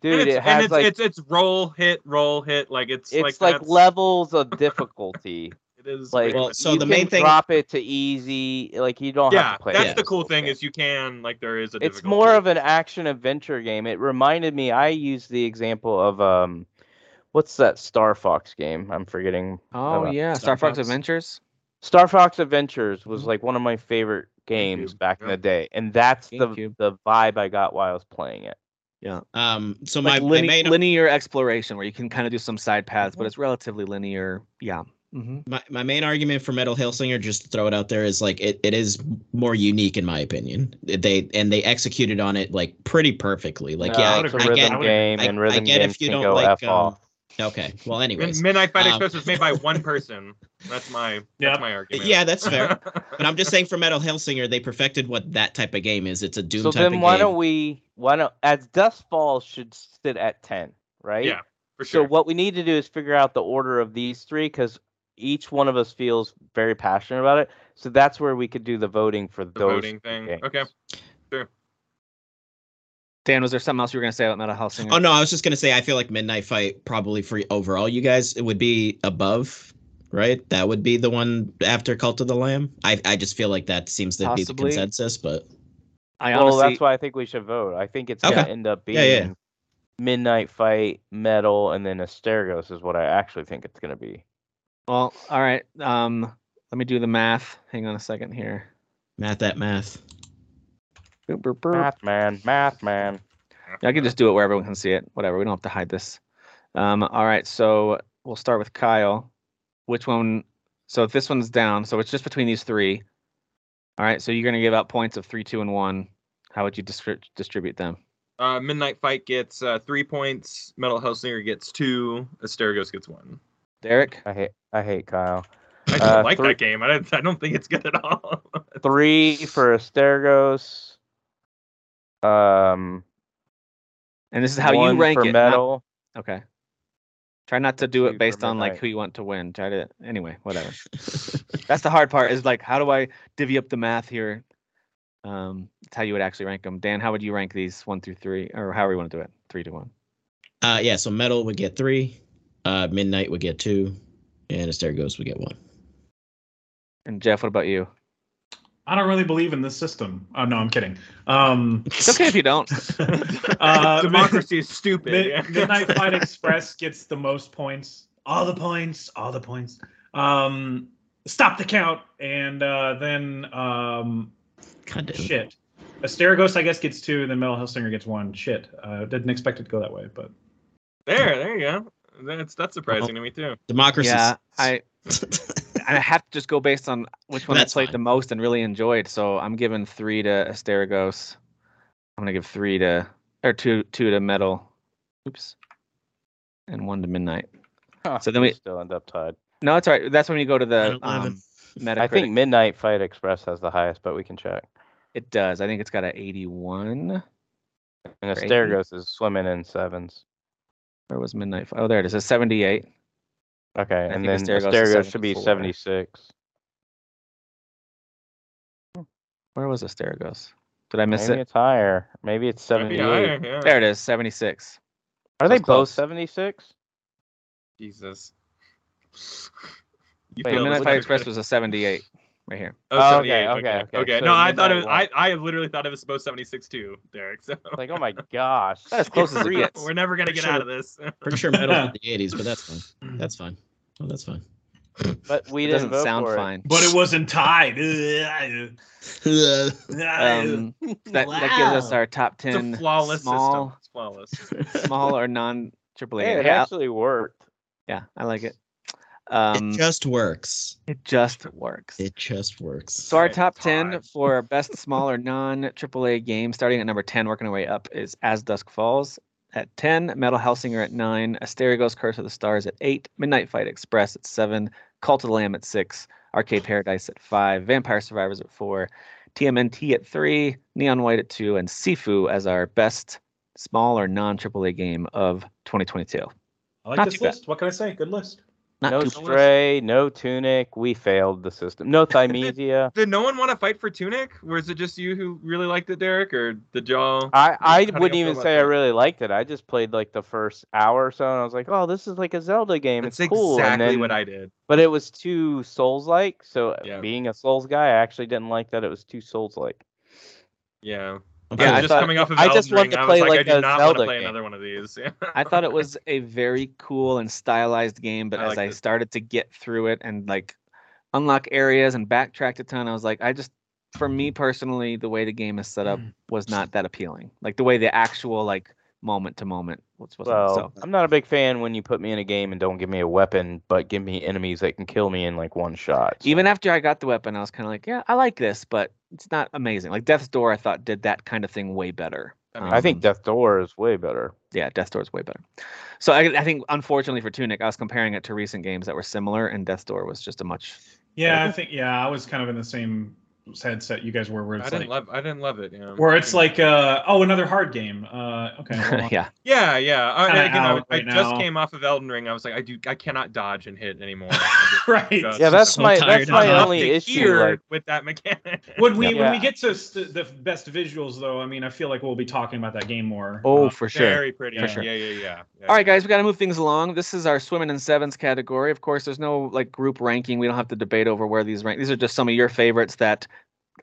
Speaker 3: dude,
Speaker 4: and it's,
Speaker 3: it has
Speaker 4: and it's,
Speaker 3: like
Speaker 4: it's it's roll hit roll hit like it's,
Speaker 3: it's,
Speaker 4: like,
Speaker 3: like,
Speaker 4: that's-
Speaker 3: levels of difficulty.
Speaker 4: it is
Speaker 3: like-
Speaker 4: ridiculous.
Speaker 5: Well, so
Speaker 3: you
Speaker 5: the
Speaker 3: can
Speaker 5: main thing.
Speaker 3: drop it to easy. Like you don't
Speaker 4: yeah
Speaker 3: have to play.
Speaker 4: that's
Speaker 3: it.
Speaker 4: the cool thing
Speaker 3: Yeah.
Speaker 4: is you can like there is a
Speaker 3: it's
Speaker 4: difficulty.
Speaker 3: more of an action adventure game. It reminded me. I used the example of um, what's that Star Fox game? I'm forgetting.
Speaker 1: Oh
Speaker 3: about
Speaker 1: yeah,
Speaker 5: Star
Speaker 1: Star Fox
Speaker 5: Fox.
Speaker 1: Adventures.
Speaker 3: Star Fox Adventures was
Speaker 2: Mm-hmm.
Speaker 1: Mhm.
Speaker 3: like one of my favorite games
Speaker 4: GameCube,
Speaker 3: back in
Speaker 4: yeah.
Speaker 3: the day, and that's the
Speaker 1: GameCube.
Speaker 3: the vibe I got while I was playing it.
Speaker 5: Um. So my
Speaker 1: Like
Speaker 5: my
Speaker 1: line-
Speaker 5: main
Speaker 1: linear exploration where you can kind of do some side paths,
Speaker 3: Mm-hmm.
Speaker 1: but it's relatively linear. Yeah. Mm-hmm.
Speaker 5: my, my main argument for Metal Hellsinger, just to throw it out there, is like it, it is more unique in my opinion. They and they executed on it like pretty perfectly. Like yeah,
Speaker 2: I
Speaker 5: I,
Speaker 2: would
Speaker 3: it's a
Speaker 2: agree
Speaker 5: I
Speaker 2: with
Speaker 5: get
Speaker 2: that. I
Speaker 3: rhythm
Speaker 2: would-
Speaker 3: game,
Speaker 5: I-
Speaker 3: and
Speaker 5: I
Speaker 3: rhythm
Speaker 5: get if
Speaker 3: games
Speaker 5: you
Speaker 3: can
Speaker 5: don't
Speaker 3: go
Speaker 5: like,
Speaker 3: f off.
Speaker 5: um, okay. Well,
Speaker 4: Mid-
Speaker 5: anyways,
Speaker 4: Midnight Fight
Speaker 5: Um,
Speaker 4: Express was made by one person. That's my
Speaker 2: Yeah.
Speaker 4: that's my argument.
Speaker 5: yeah, that's fair. but I'm just saying for Metal Hellsinger, they perfected what that type of game is. It's a Doom
Speaker 3: So
Speaker 5: type
Speaker 3: then,
Speaker 5: of
Speaker 3: why
Speaker 5: game.
Speaker 3: don't we? Why don't as Dust Falls should sit at ten, right?
Speaker 4: Yeah, for sure.
Speaker 3: So what we need to do is figure out the order of these three because each one of us feels very passionate about it. So that's where we could do the voting for
Speaker 4: the
Speaker 3: those.
Speaker 4: voting thing.
Speaker 3: games.
Speaker 4: Okay.
Speaker 1: Dan, was there something else you were gonna say about Metal Hellsinger?
Speaker 5: Oh no, I was just gonna say I feel like Midnight Fight probably for overall you guys it would be above, right? That would be the one after Cult of the Lamb. I I just feel like that seems to be the
Speaker 1: Possibly.
Speaker 5: consensus, but
Speaker 1: I
Speaker 3: Well,
Speaker 1: honestly,
Speaker 3: that's why I think we should vote. I think it's gonna
Speaker 5: Okay.
Speaker 3: end up being
Speaker 5: Yeah, yeah.
Speaker 3: Midnight Fight, Metal, and then Astergos is what I actually think it's gonna be.
Speaker 1: well, all right. Um, let me do the math. Hang on a second here.
Speaker 5: math that math.
Speaker 1: Boop, boop, boop.
Speaker 3: Math man, math man.
Speaker 1: I can just do it where everyone can see it. Whatever. We don't have to hide this. Um, all right. So we'll start with Kyle. Which one? So this one's down. So it's just between these three. All right. So you're going to give out points of three, two, and one. How would you distri- distribute them?
Speaker 4: Uh, Midnight Fight gets uh, three points. Metal Hellsinger gets two. Astergos gets one.
Speaker 1: Derek?
Speaker 3: I hate I hate Kyle.
Speaker 4: I don't
Speaker 3: Uh,
Speaker 4: like
Speaker 3: three-
Speaker 4: that game. I don't, I don't think it's good at all.
Speaker 3: Three for Astergos. Um
Speaker 1: And this is how
Speaker 3: one
Speaker 1: you rank
Speaker 3: for
Speaker 1: it. not-
Speaker 3: metal.
Speaker 1: okay. Try not to do
Speaker 3: Two for
Speaker 1: it based on like
Speaker 3: Midnight.
Speaker 1: who you want to win. Try to anyway, whatever. That's the hard part is like how do I divvy up the math here? Um, it's how you would actually rank them. Dan, how would you rank these one through three, or however you want to do it, three to one?
Speaker 5: Uh yeah, so metal would get three, uh midnight would get two, and Astergos would get one.
Speaker 1: And Jeff, what about you?
Speaker 2: I don't really believe in this system. Oh no, I'm kidding. Um,
Speaker 1: It's okay if you don't.
Speaker 2: uh,
Speaker 4: Democracy is stupid.
Speaker 2: Mid-
Speaker 4: yeah.
Speaker 2: Midnight Fight Express gets the most points. All the points. All the points. Um, stop the count, and uh, then um,
Speaker 5: God damn. it.
Speaker 2: shit. Asteragos, I guess, gets two, and then Metal Hellsinger gets one. Shit, uh, didn't expect it to go that way, but
Speaker 4: There, there you go. That's that's surprising to me too.
Speaker 5: Democracy.
Speaker 1: yeah, I Uh, and I have to just go based on which one
Speaker 5: That's
Speaker 1: I played the
Speaker 5: fine.
Speaker 1: most and really enjoyed. So I'm giving three to Asteragos. I'm gonna give three to or two two to Metal. Oops. And one to Midnight.
Speaker 3: Huh,
Speaker 1: So then we-
Speaker 3: still end up tied.
Speaker 1: No, that's all right. That's when you go to the
Speaker 5: I don't
Speaker 1: um, Metacritic.
Speaker 3: I think Midnight Fight Express has the highest, but we can check.
Speaker 1: it does. I think it's got an 81.
Speaker 3: And
Speaker 1: Great.
Speaker 3: Astergos is swimming in sevens.
Speaker 1: Where was Midnight? Fi- Oh, there it is. A 78.
Speaker 3: Okay,
Speaker 1: I
Speaker 3: and then
Speaker 1: think Astergos is
Speaker 3: Astergos should be
Speaker 1: 74.
Speaker 3: 76.
Speaker 1: Where was Asteragos? Did I miss
Speaker 3: Maybe
Speaker 1: it?
Speaker 3: it's higher. Maybe it's
Speaker 4: Might be
Speaker 3: 78.
Speaker 4: higher, yeah.
Speaker 1: There it is. 76.
Speaker 3: Are they
Speaker 1: That's
Speaker 3: both
Speaker 1: close.
Speaker 3: 76?
Speaker 4: Jesus. You
Speaker 1: Wait,
Speaker 4: failed
Speaker 1: Midnight
Speaker 4: us.
Speaker 1: Fight Express was a 78 right here.
Speaker 3: Oh,
Speaker 4: Oh,
Speaker 3: okay,
Speaker 4: 78, okay,
Speaker 3: okay,
Speaker 4: okay,
Speaker 3: okay. So
Speaker 4: no, I thought it,
Speaker 3: midnight
Speaker 4: I I literally thought it was supposed 76 too, Derek. So
Speaker 3: It's like, oh my gosh.
Speaker 1: That's close as it
Speaker 4: we're,
Speaker 1: gets.
Speaker 4: we're never gonna get
Speaker 5: Sure.
Speaker 4: out of this.
Speaker 5: pretty sure metal's in the eighties, but that's fine. That's fine. Well, that's fine.
Speaker 3: But we
Speaker 1: It
Speaker 3: didn't
Speaker 1: doesn't
Speaker 3: vote
Speaker 1: sound
Speaker 3: for
Speaker 1: fine.
Speaker 2: but it wasn't tied. Ugh.
Speaker 1: Um, that, that gives us
Speaker 5: Wow.
Speaker 1: our top
Speaker 4: It's
Speaker 1: 10
Speaker 4: a flawless
Speaker 1: small,
Speaker 4: system. It's flawless.
Speaker 1: small or non
Speaker 3: it.
Speaker 1: triple
Speaker 3: Hey,
Speaker 1: A.
Speaker 3: it
Speaker 1: Yeah,
Speaker 3: actually worked.
Speaker 1: yeah, I like it. Um,
Speaker 5: it just works.
Speaker 1: it just works.
Speaker 5: It just works.
Speaker 1: So our
Speaker 4: Right,
Speaker 1: top ten
Speaker 4: Todd.
Speaker 1: for best small or non AAA game, starting at number ten, working our way up, is As Dusk Falls at ten, Metal Hellsinger at nine, Asterigos Curse of the Stars at eight, Midnight Fight Express at seven, Cult of the Lamb at six, Arcade Paradise at five, Vampire Survivors at four, TMNT at three, Neon White at two, and Sifu as our best small or non AAA game of 2022.
Speaker 2: I like
Speaker 1: Not
Speaker 2: this
Speaker 1: too bad.
Speaker 2: list. What can I say? Good list.
Speaker 1: Not
Speaker 3: no
Speaker 1: too-
Speaker 3: stray, no tunic. We failed the system. No Thymesia.
Speaker 4: Did no one want to fight for Tunic? Was it just you who really liked it, Derek, or did y'all?
Speaker 3: I,
Speaker 4: How
Speaker 3: I
Speaker 4: do you
Speaker 3: wouldn't
Speaker 4: feel
Speaker 3: even
Speaker 4: about
Speaker 3: say I
Speaker 4: that?
Speaker 3: really liked it. I just played like the first hour or so, and I was like, "Oh, this is like a Zelda game.
Speaker 4: That's
Speaker 3: it's cool."
Speaker 4: exactly
Speaker 3: and then,
Speaker 4: what I did.
Speaker 3: But it was too Souls-like. So uh,
Speaker 4: Yeah.
Speaker 3: being a Souls guy, I actually didn't like that. It was too Souls-like.
Speaker 4: Yeah.
Speaker 1: Yeah, I
Speaker 4: I was just
Speaker 3: thought-
Speaker 4: coming off of
Speaker 3: I
Speaker 4: Elden
Speaker 3: just wanted
Speaker 4: Ring,
Speaker 3: to
Speaker 4: I
Speaker 3: play
Speaker 4: was like,
Speaker 3: like
Speaker 4: I do
Speaker 3: a
Speaker 4: not want
Speaker 3: Zelda
Speaker 4: to play
Speaker 3: game.
Speaker 4: another one of these.
Speaker 1: I thought it was a very cool and stylized game, but
Speaker 4: I
Speaker 1: as
Speaker 4: liked
Speaker 1: I
Speaker 4: it.
Speaker 1: started to get through it and like unlock areas and backtracked a ton, I was like, I just, for me personally, the way the game is set
Speaker 4: Mm.
Speaker 1: up was not that appealing. Like the way the actual like moment to moment was was
Speaker 3: Well,
Speaker 1: so.
Speaker 3: I'm not a big fan when you put me in a game and don't give me a weapon, but give me enemies that can kill me in like one shot. so-
Speaker 1: Even after I got the weapon, I was kind of like, yeah, I like this, but it's not amazing. Like Death's Door, I thought did that kind of thing way better.
Speaker 4: I mean,
Speaker 3: I think
Speaker 5: Mhm.
Speaker 1: Um,
Speaker 3: Death Door is way better.
Speaker 1: yeah, Death's Door is way better. So I, I think, unfortunately for Tunic, I was comparing it to recent games that were similar, and Death's Door was just a much
Speaker 2: Yeah, I think yeah, I was kind of in the same headset you guys were where
Speaker 4: I
Speaker 2: it's
Speaker 4: didn't
Speaker 2: like
Speaker 4: love. I didn't love it. You know?
Speaker 2: where it's like uh oh another hard game. Uh okay. hold on.
Speaker 1: yeah.
Speaker 4: Yeah, yeah. I,
Speaker 2: Kinda
Speaker 4: I- you know,
Speaker 2: out
Speaker 4: I
Speaker 2: right
Speaker 4: just
Speaker 2: now.
Speaker 4: came off of Elden Ring. I was like, I do. I cannot dodge and hit anymore. I just-
Speaker 2: Right.
Speaker 4: just-
Speaker 3: Yeah, that's
Speaker 5: so
Speaker 3: my
Speaker 5: tired
Speaker 3: that's
Speaker 5: of
Speaker 3: my
Speaker 5: it.
Speaker 4: I'm up
Speaker 3: only
Speaker 4: to
Speaker 3: issue.
Speaker 4: here
Speaker 3: Like,
Speaker 4: with that mechanic.
Speaker 2: When we when
Speaker 3: Yeah.
Speaker 2: we get to st- the best visuals though, I mean, I feel like we'll be talking about that game more.
Speaker 1: Oh,
Speaker 2: Uh,
Speaker 1: for sure.
Speaker 4: Very pretty.
Speaker 1: For
Speaker 4: Yeah,
Speaker 1: sure.
Speaker 4: yeah, yeah, yeah, yeah.
Speaker 1: All right, guys, we got to move things along. This is our swimming in sevens category. Of course, there's no like group ranking. We don't have to debate over where these rank. These are just some of your favorites that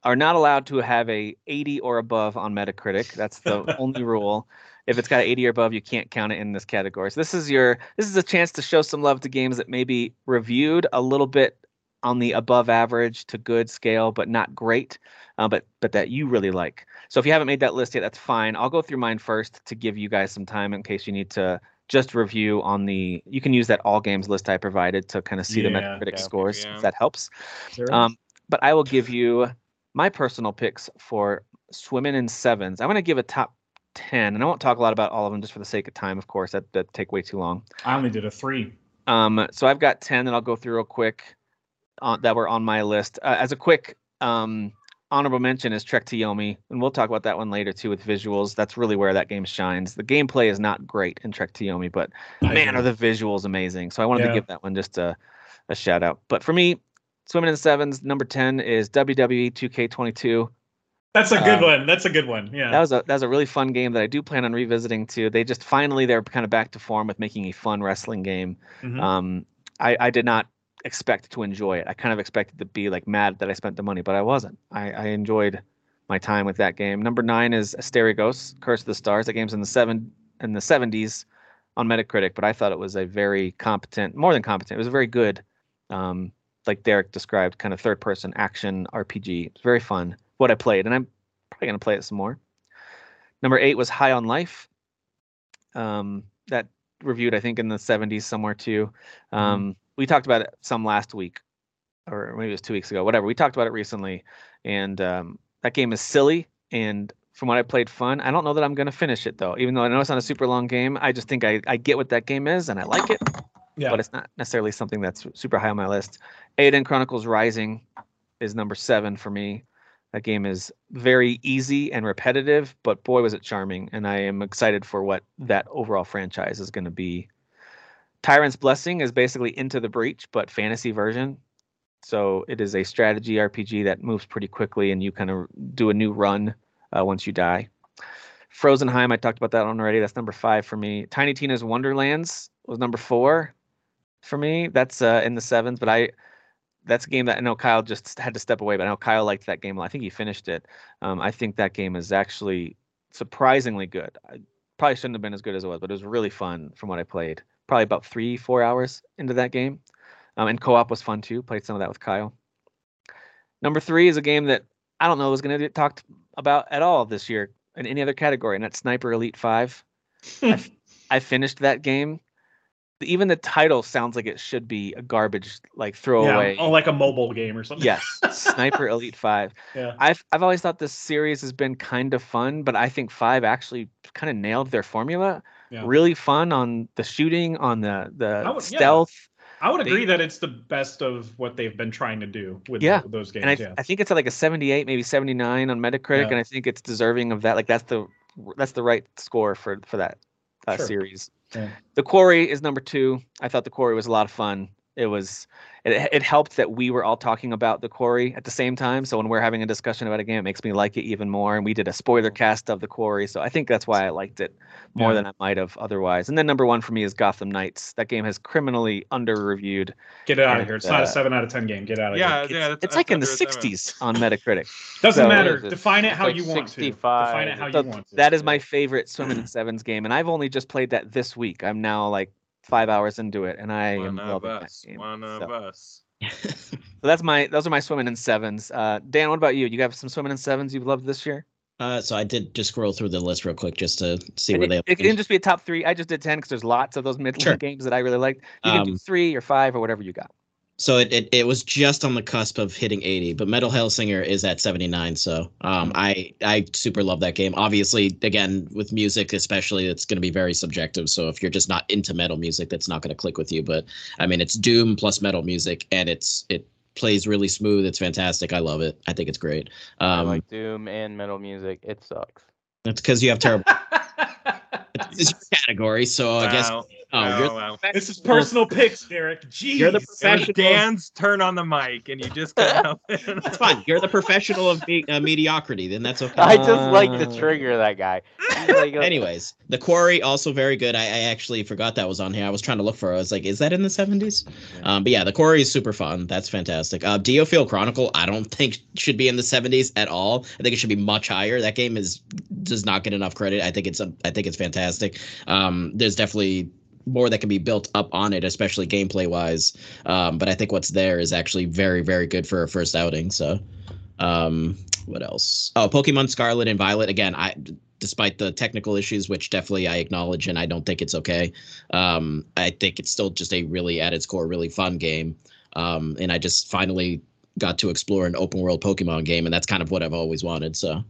Speaker 1: are not allowed to have a 80 or above on Metacritic. That's the only rule. If it's got an 80 or above, you can't count it in this category. So this is your this is a chance to show some love to games that may be reviewed a little bit on the above average to good scale, but not great, uh, but but that you really like. So if you haven't made that list yet, that's fine. I'll go through mine first to give you guys some time in case you need to just review on the. You can use that all games list I provided to kind of see the
Speaker 2: Yeah,
Speaker 1: Metacritic
Speaker 4: yeah,
Speaker 1: scores
Speaker 4: yeah.
Speaker 1: if that helps.
Speaker 2: Sure.
Speaker 1: Um, but I will give you my personal picks for swimming in sevens. I'm going to give a top 10, and I won't talk a lot about all of them just for the sake of time, of course. That, that'd take way too long.
Speaker 2: I only did a three.
Speaker 1: Um, so I've got 10 that I'll go through real quick on, that were on my list. Uh, as a quick um, honorable mention is Trek to Yomi, and we'll talk about that one later too with visuals. That's really where that game shines. The gameplay is not great in Trek to Yomi, but
Speaker 2: I
Speaker 1: man,
Speaker 2: agree.
Speaker 1: are the visuals amazing. So I wanted to
Speaker 2: Yeah.
Speaker 1: give that one just a, a shout out. But for me, Swimming in Sevens, number 10 is E WWE 2K22.
Speaker 2: That's a good
Speaker 1: um,
Speaker 2: one. That's a good one. Yeah.
Speaker 1: That was a that was a really fun game that I do plan on revisiting too. They just finally they're kind of back to form with making a fun wrestling game.
Speaker 2: Mhm.
Speaker 1: Um, I, I did not expect to enjoy it. I kind of expected to be like mad that I spent the money, but I wasn't. I, I enjoyed my time with that game. Number nine is Asterigos, Curse of the Stars. That game's in the seven in the seventies on Metacritic, but I thought it was a very competent, more than competent. It was a very good, um, like Derek described, kind of third person action RPG. It's very fun. What I played, and I'm probably gonna play it some more. Number eight was High on Life. Um, that reviewed, I think, in the 70s somewhere too. Um, We talked about it some last week, or maybe it was two weeks ago, whatever. We talked about it recently, and um, that game is silly. And from what I played, fun. I don't know that I'm going to finish it though, even though I know it's not a super long game. I just think I, I get what that game is and I like it,
Speaker 2: yeah.
Speaker 1: but it's not necessarily something that's super high on my list. Aiden Chronicles Rising is number seven for me. That game is very easy and repetitive, but boy, was it charming. And I am excited for what that overall franchise is going to be. Tyrant's Blessing is basically Into the Breach, but fantasy version. So it is a strategy RPG that moves pretty quickly, and you kind of do a new run uh, once you die. Frozenheim, I talked about that one already. That's number five for me. Tiny Tina's Wonderlands was number four for me. That's uh, in the sevens, but I that's a game that I know Kyle just had to step away, but I know Kyle liked that game. a lot. I think he finished it. Um, I think that game is actually surprisingly good. I probably shouldn't have been as good as it was, but it was really fun from what I played. Probably about three, four hours into that game. Um, and co op was fun too. Played some of that with Kyle. Number three is a game that I don't know was going to get talked about at all this year in any other category, and that's Sniper Elite 5. I, f- I finished that game even the title sounds like it should be a garbage like throwaway.
Speaker 2: Yeah, oh, like a mobile game or something.
Speaker 1: Yes, Sniper Elite Five.
Speaker 2: Yeah.
Speaker 1: I've I've always thought this series has been kind of fun, but I think Five actually kind of nailed their formula.
Speaker 2: Yeah.
Speaker 1: Really fun on the shooting, on the
Speaker 2: I
Speaker 1: the
Speaker 2: would- yeah.
Speaker 1: stealth,
Speaker 2: I would agree
Speaker 1: They-
Speaker 2: that it's the best of what they've been trying to do with
Speaker 1: Yeah.
Speaker 2: tho- those games.
Speaker 1: and I,
Speaker 2: yeah.
Speaker 1: I think it's at like a 78, maybe 79 on Metacritic,
Speaker 2: Yeah.
Speaker 1: and I think it's deserving of that. Like that's the that's the right score for for that uh,
Speaker 2: Sure.
Speaker 1: series.
Speaker 2: Yeah.
Speaker 1: The Quarry is number two. I thought the Quarry was a lot of fun. It was it, it helped that we were all talking about the Quarry at the same time. So when we're having a discussion about a game, it makes me like it even more. And we did a spoiler cast of the Quarry, so I think that's why I liked it more
Speaker 2: Yeah.
Speaker 1: than I might have otherwise. And then number one for me is Gotham Knights. That game has criminally under reviewed.
Speaker 2: Get it out
Speaker 1: and,
Speaker 2: of here. It's not
Speaker 1: uh,
Speaker 2: a seven out of ten game. Get out of
Speaker 4: Oh, Yeah,
Speaker 2: here.
Speaker 1: It's,
Speaker 4: yeah. that's-
Speaker 1: it's
Speaker 4: that's
Speaker 1: like in the
Speaker 4: under a seven.
Speaker 1: 60s on Metacritic.
Speaker 2: Doesn't
Speaker 1: so-
Speaker 2: matter.
Speaker 3: It's a-
Speaker 2: Define it
Speaker 3: it's
Speaker 2: how
Speaker 3: like
Speaker 2: you want to.
Speaker 3: 65.
Speaker 2: Define it how
Speaker 1: So
Speaker 2: you want to.
Speaker 1: that is my favorite Swimming in Sevens game, and I've only just played that this week. I'm now like five hours into it, and I am
Speaker 4: One of
Speaker 1: loving that
Speaker 4: us.
Speaker 1: game.
Speaker 4: One of
Speaker 1: So,
Speaker 4: us.
Speaker 1: so that's my those are my Swimming in Sevens. Uh, Dan, what about you? You have some Swimming in Sevens you've loved this year?
Speaker 5: Uh, so I did just scroll through the list real quick just to see
Speaker 1: And
Speaker 5: where
Speaker 1: It,
Speaker 5: they.
Speaker 1: it can just be a top three. I just did ten because there's lots of those mid
Speaker 5: Sure.
Speaker 1: games that I really liked. You can do
Speaker 5: Um,
Speaker 1: three or five or whatever you got.
Speaker 5: so it, it it was just on the cusp of hitting 80 but metal hellsinger is at 79 so
Speaker 3: Hmm.
Speaker 5: um i i super love that game obviously again with music especially it's going to be very subjective so if you're just not into metal music that's not going to click with you but i mean it's doom plus metal music and it's it plays really smooth it's fantastic i love it i think it's great
Speaker 3: I
Speaker 5: um
Speaker 3: like Doom and metal music. It sucks.
Speaker 5: that's because you have terrible it's your category so i guess
Speaker 4: Wow,
Speaker 5: oh,
Speaker 4: wow,
Speaker 5: you're,
Speaker 4: wow.
Speaker 2: this is personal picks, Derek. Jeez.
Speaker 5: You're the
Speaker 4: It was
Speaker 5: professional.
Speaker 4: Dan's turn on the mic, and you just couldn't help it.
Speaker 5: it's fine you're the professional of being uh, mediocrity then that's okay
Speaker 3: I just like
Speaker 1: Uh,
Speaker 3: to trigger that guy. He's like a-
Speaker 5: Anyways, the quarry also very good. I, I actually forgot that was on here. I was trying to look for. It. I was like, is that in the seventies? Um, but yeah, the quarry is super fun. That's fantastic. Uh, Diophil Chronicle, I don't think should be in the seventies at all. I think it should be much higher. That game is does not get enough credit. I think it's a, I think it's fantastic. Um, there's definitely more that can be built up on it, especially gameplay wise. Um, but I think what's there is actually very very good for a first outing. So. Um, what else? Oh, Pokemon Scarlet and Violet. Again, I despite the technical issues, which definitely I acknowledge and I don't think it's okay. Um, I think it's still just a really, at its core, really fun game. Um, and I just finally got to explore an open world Pokemon game, and that's kind of what I've always wanted. So,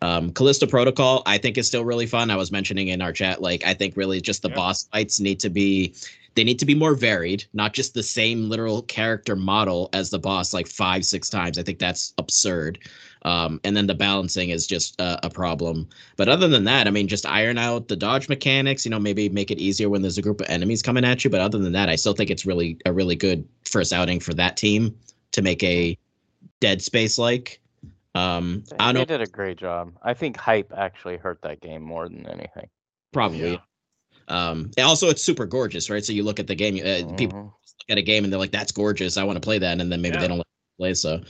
Speaker 5: um, Callisto Protocol, I think, is still really fun. I was mentioning in our chat, like, I think really just the
Speaker 4: Yeah.
Speaker 5: boss fights need to be. They need to be more varied, not just the same literal character model as the boss like five, six times. I think that's absurd. Um, and then the balancing is just uh, a problem. But other than that, I mean, just iron out the dodge mechanics. You know, maybe make it easier when there's a group of enemies coming at you. But other than that, I still think it's really a really good first outing for that team to make a Dead Space like. Um, I
Speaker 3: They
Speaker 5: don't know,
Speaker 3: did a great job. I think hype actually hurt that game more than anything.
Speaker 5: probably. Um, and also, it's super gorgeous, right? So you look at the game, uh, people
Speaker 3: Mhm.
Speaker 5: look at a game and they're like, "That's gorgeous. I want to play that." And then maybe
Speaker 2: Yeah.
Speaker 5: they don't like to play. So,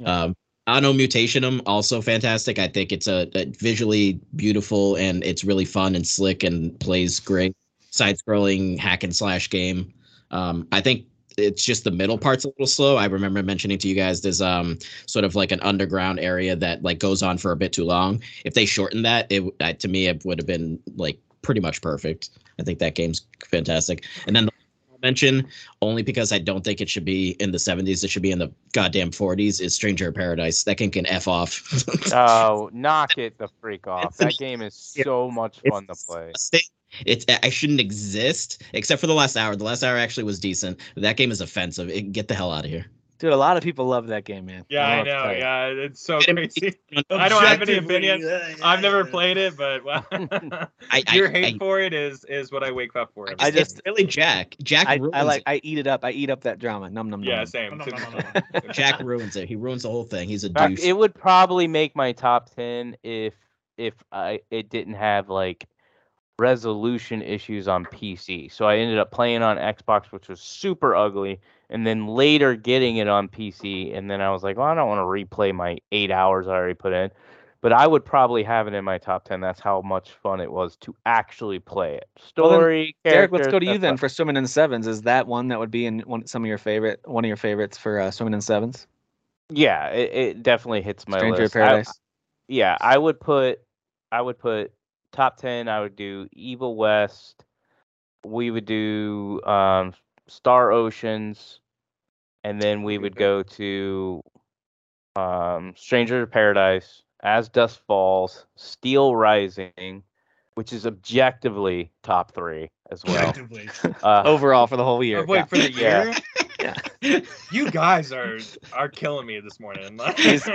Speaker 3: Yeah.
Speaker 5: um, Anno Mutationum also fantastic. I think it's a, a visually beautiful and it's really fun and slick and plays great. Side-scrolling hack and slash game. Um, I think it's just the middle part's a little slow. I remember mentioning to you guys there's um sort of like an underground area that like goes on for a bit too long. If they shortened that, it w- I- to me it would have been like pretty much perfect. I think that game's fantastic. And then the mention only because I don't think it should be in the 70s. It should be in the goddamn 40s. Is Stranger in Paradise that game can f off.
Speaker 3: Oh, knock it the freak off.
Speaker 5: It's the-
Speaker 3: That game is
Speaker 5: yeah.
Speaker 3: so much fun to play.
Speaker 5: disgusting. It's I shouldn't exist except for the last hour. The last hour actually was decent. But that game is offensive. It, get the hell out of here.
Speaker 1: Dude, a lot of people love that game, man.
Speaker 4: Yeah,
Speaker 1: I
Speaker 4: I
Speaker 1: don't
Speaker 4: know.
Speaker 1: tell you.
Speaker 4: Yeah, it's so
Speaker 5: Get him-
Speaker 4: crazy. I don't have any opinions.
Speaker 2: Objectively,
Speaker 4: I've never played it, but wow.
Speaker 5: I- I-
Speaker 4: your hate
Speaker 5: I-
Speaker 4: for it is is what I wake up for. every
Speaker 1: I
Speaker 4: day.
Speaker 1: just-
Speaker 5: It's really Jack. Jack
Speaker 1: I,
Speaker 5: ruins
Speaker 1: I like
Speaker 5: it.
Speaker 1: I eat it up. I eat up that drama. Num num num.
Speaker 4: yeah,
Speaker 1: num.
Speaker 4: same.
Speaker 2: No, no, no, no, no.
Speaker 5: Jack ruins it. He ruins the whole thing. He's a
Speaker 3: In fact,
Speaker 5: douche.
Speaker 3: it would probably make my top ten if if I it didn't have like resolution issues on PC. So I ended up playing on Xbox, which was super ugly, and then later getting it on PC. And then I was like, well, I don't want to replay my eight hours I already put in. But I would probably have it in my top ten. That's how much fun it was to actually play it.
Speaker 1: Well, then,
Speaker 3: Story,
Speaker 1: Derek, let's
Speaker 3: characters,
Speaker 1: go to you
Speaker 3: that's
Speaker 1: then
Speaker 3: all.
Speaker 1: for swimming in sevens. Is that one that would be in one some of your favorite one of your favorites for uh, swimming in sevens?
Speaker 3: Yeah, it, it definitely hits my
Speaker 1: Stranger
Speaker 3: list. I-
Speaker 1: Paradise.
Speaker 3: yeah, I would put I would put top ten. I would do Evil West, we would do um, Star Oceans, and then we would go to um, Stranger to Paradise, As Dust Falls, Steel Rising, which is objectively top three as well.
Speaker 6: Objectively.
Speaker 3: Uh,
Speaker 1: Overall for the whole year.
Speaker 4: Oh, wait,
Speaker 1: yeah.
Speaker 4: for the
Speaker 3: Yeah.
Speaker 4: year?
Speaker 1: Yeah.
Speaker 4: You guys are are killing me this morning.
Speaker 3: he's- he,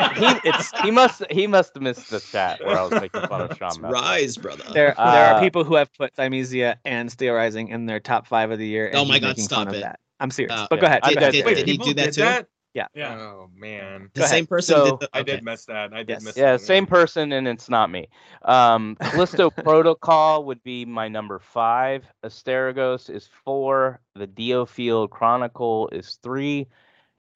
Speaker 3: it's, he must he must have missed the chat where I was making fun of Sean.
Speaker 5: It's
Speaker 3: Mount.
Speaker 5: rise, brother.
Speaker 1: There, there
Speaker 3: Uh,
Speaker 1: are people who have put Thymesia and Steel Rising in their top five of the year. and
Speaker 5: Oh my
Speaker 1: he's
Speaker 5: God,
Speaker 1: making fun
Speaker 5: stop
Speaker 1: of
Speaker 5: it.
Speaker 1: that. I'm serious.
Speaker 5: Uh,
Speaker 1: but go ahead.
Speaker 3: I did-
Speaker 1: go ahead.
Speaker 3: did-
Speaker 4: Wait,
Speaker 3: did
Speaker 5: he
Speaker 4: people
Speaker 5: do that
Speaker 4: did
Speaker 5: too?
Speaker 4: That?
Speaker 2: Yeah.
Speaker 4: Oh man,
Speaker 5: the
Speaker 1: go ahead.
Speaker 5: same person.
Speaker 3: So-
Speaker 5: did the,
Speaker 4: I
Speaker 5: okay.
Speaker 4: did miss that. I did
Speaker 1: Yes.
Speaker 4: miss.
Speaker 3: Yeah,
Speaker 4: that.
Speaker 3: same person, and it's not me. Um, Callisto Protocol would be my number five. Asteragos is four. The Dio Field Chronicle is three.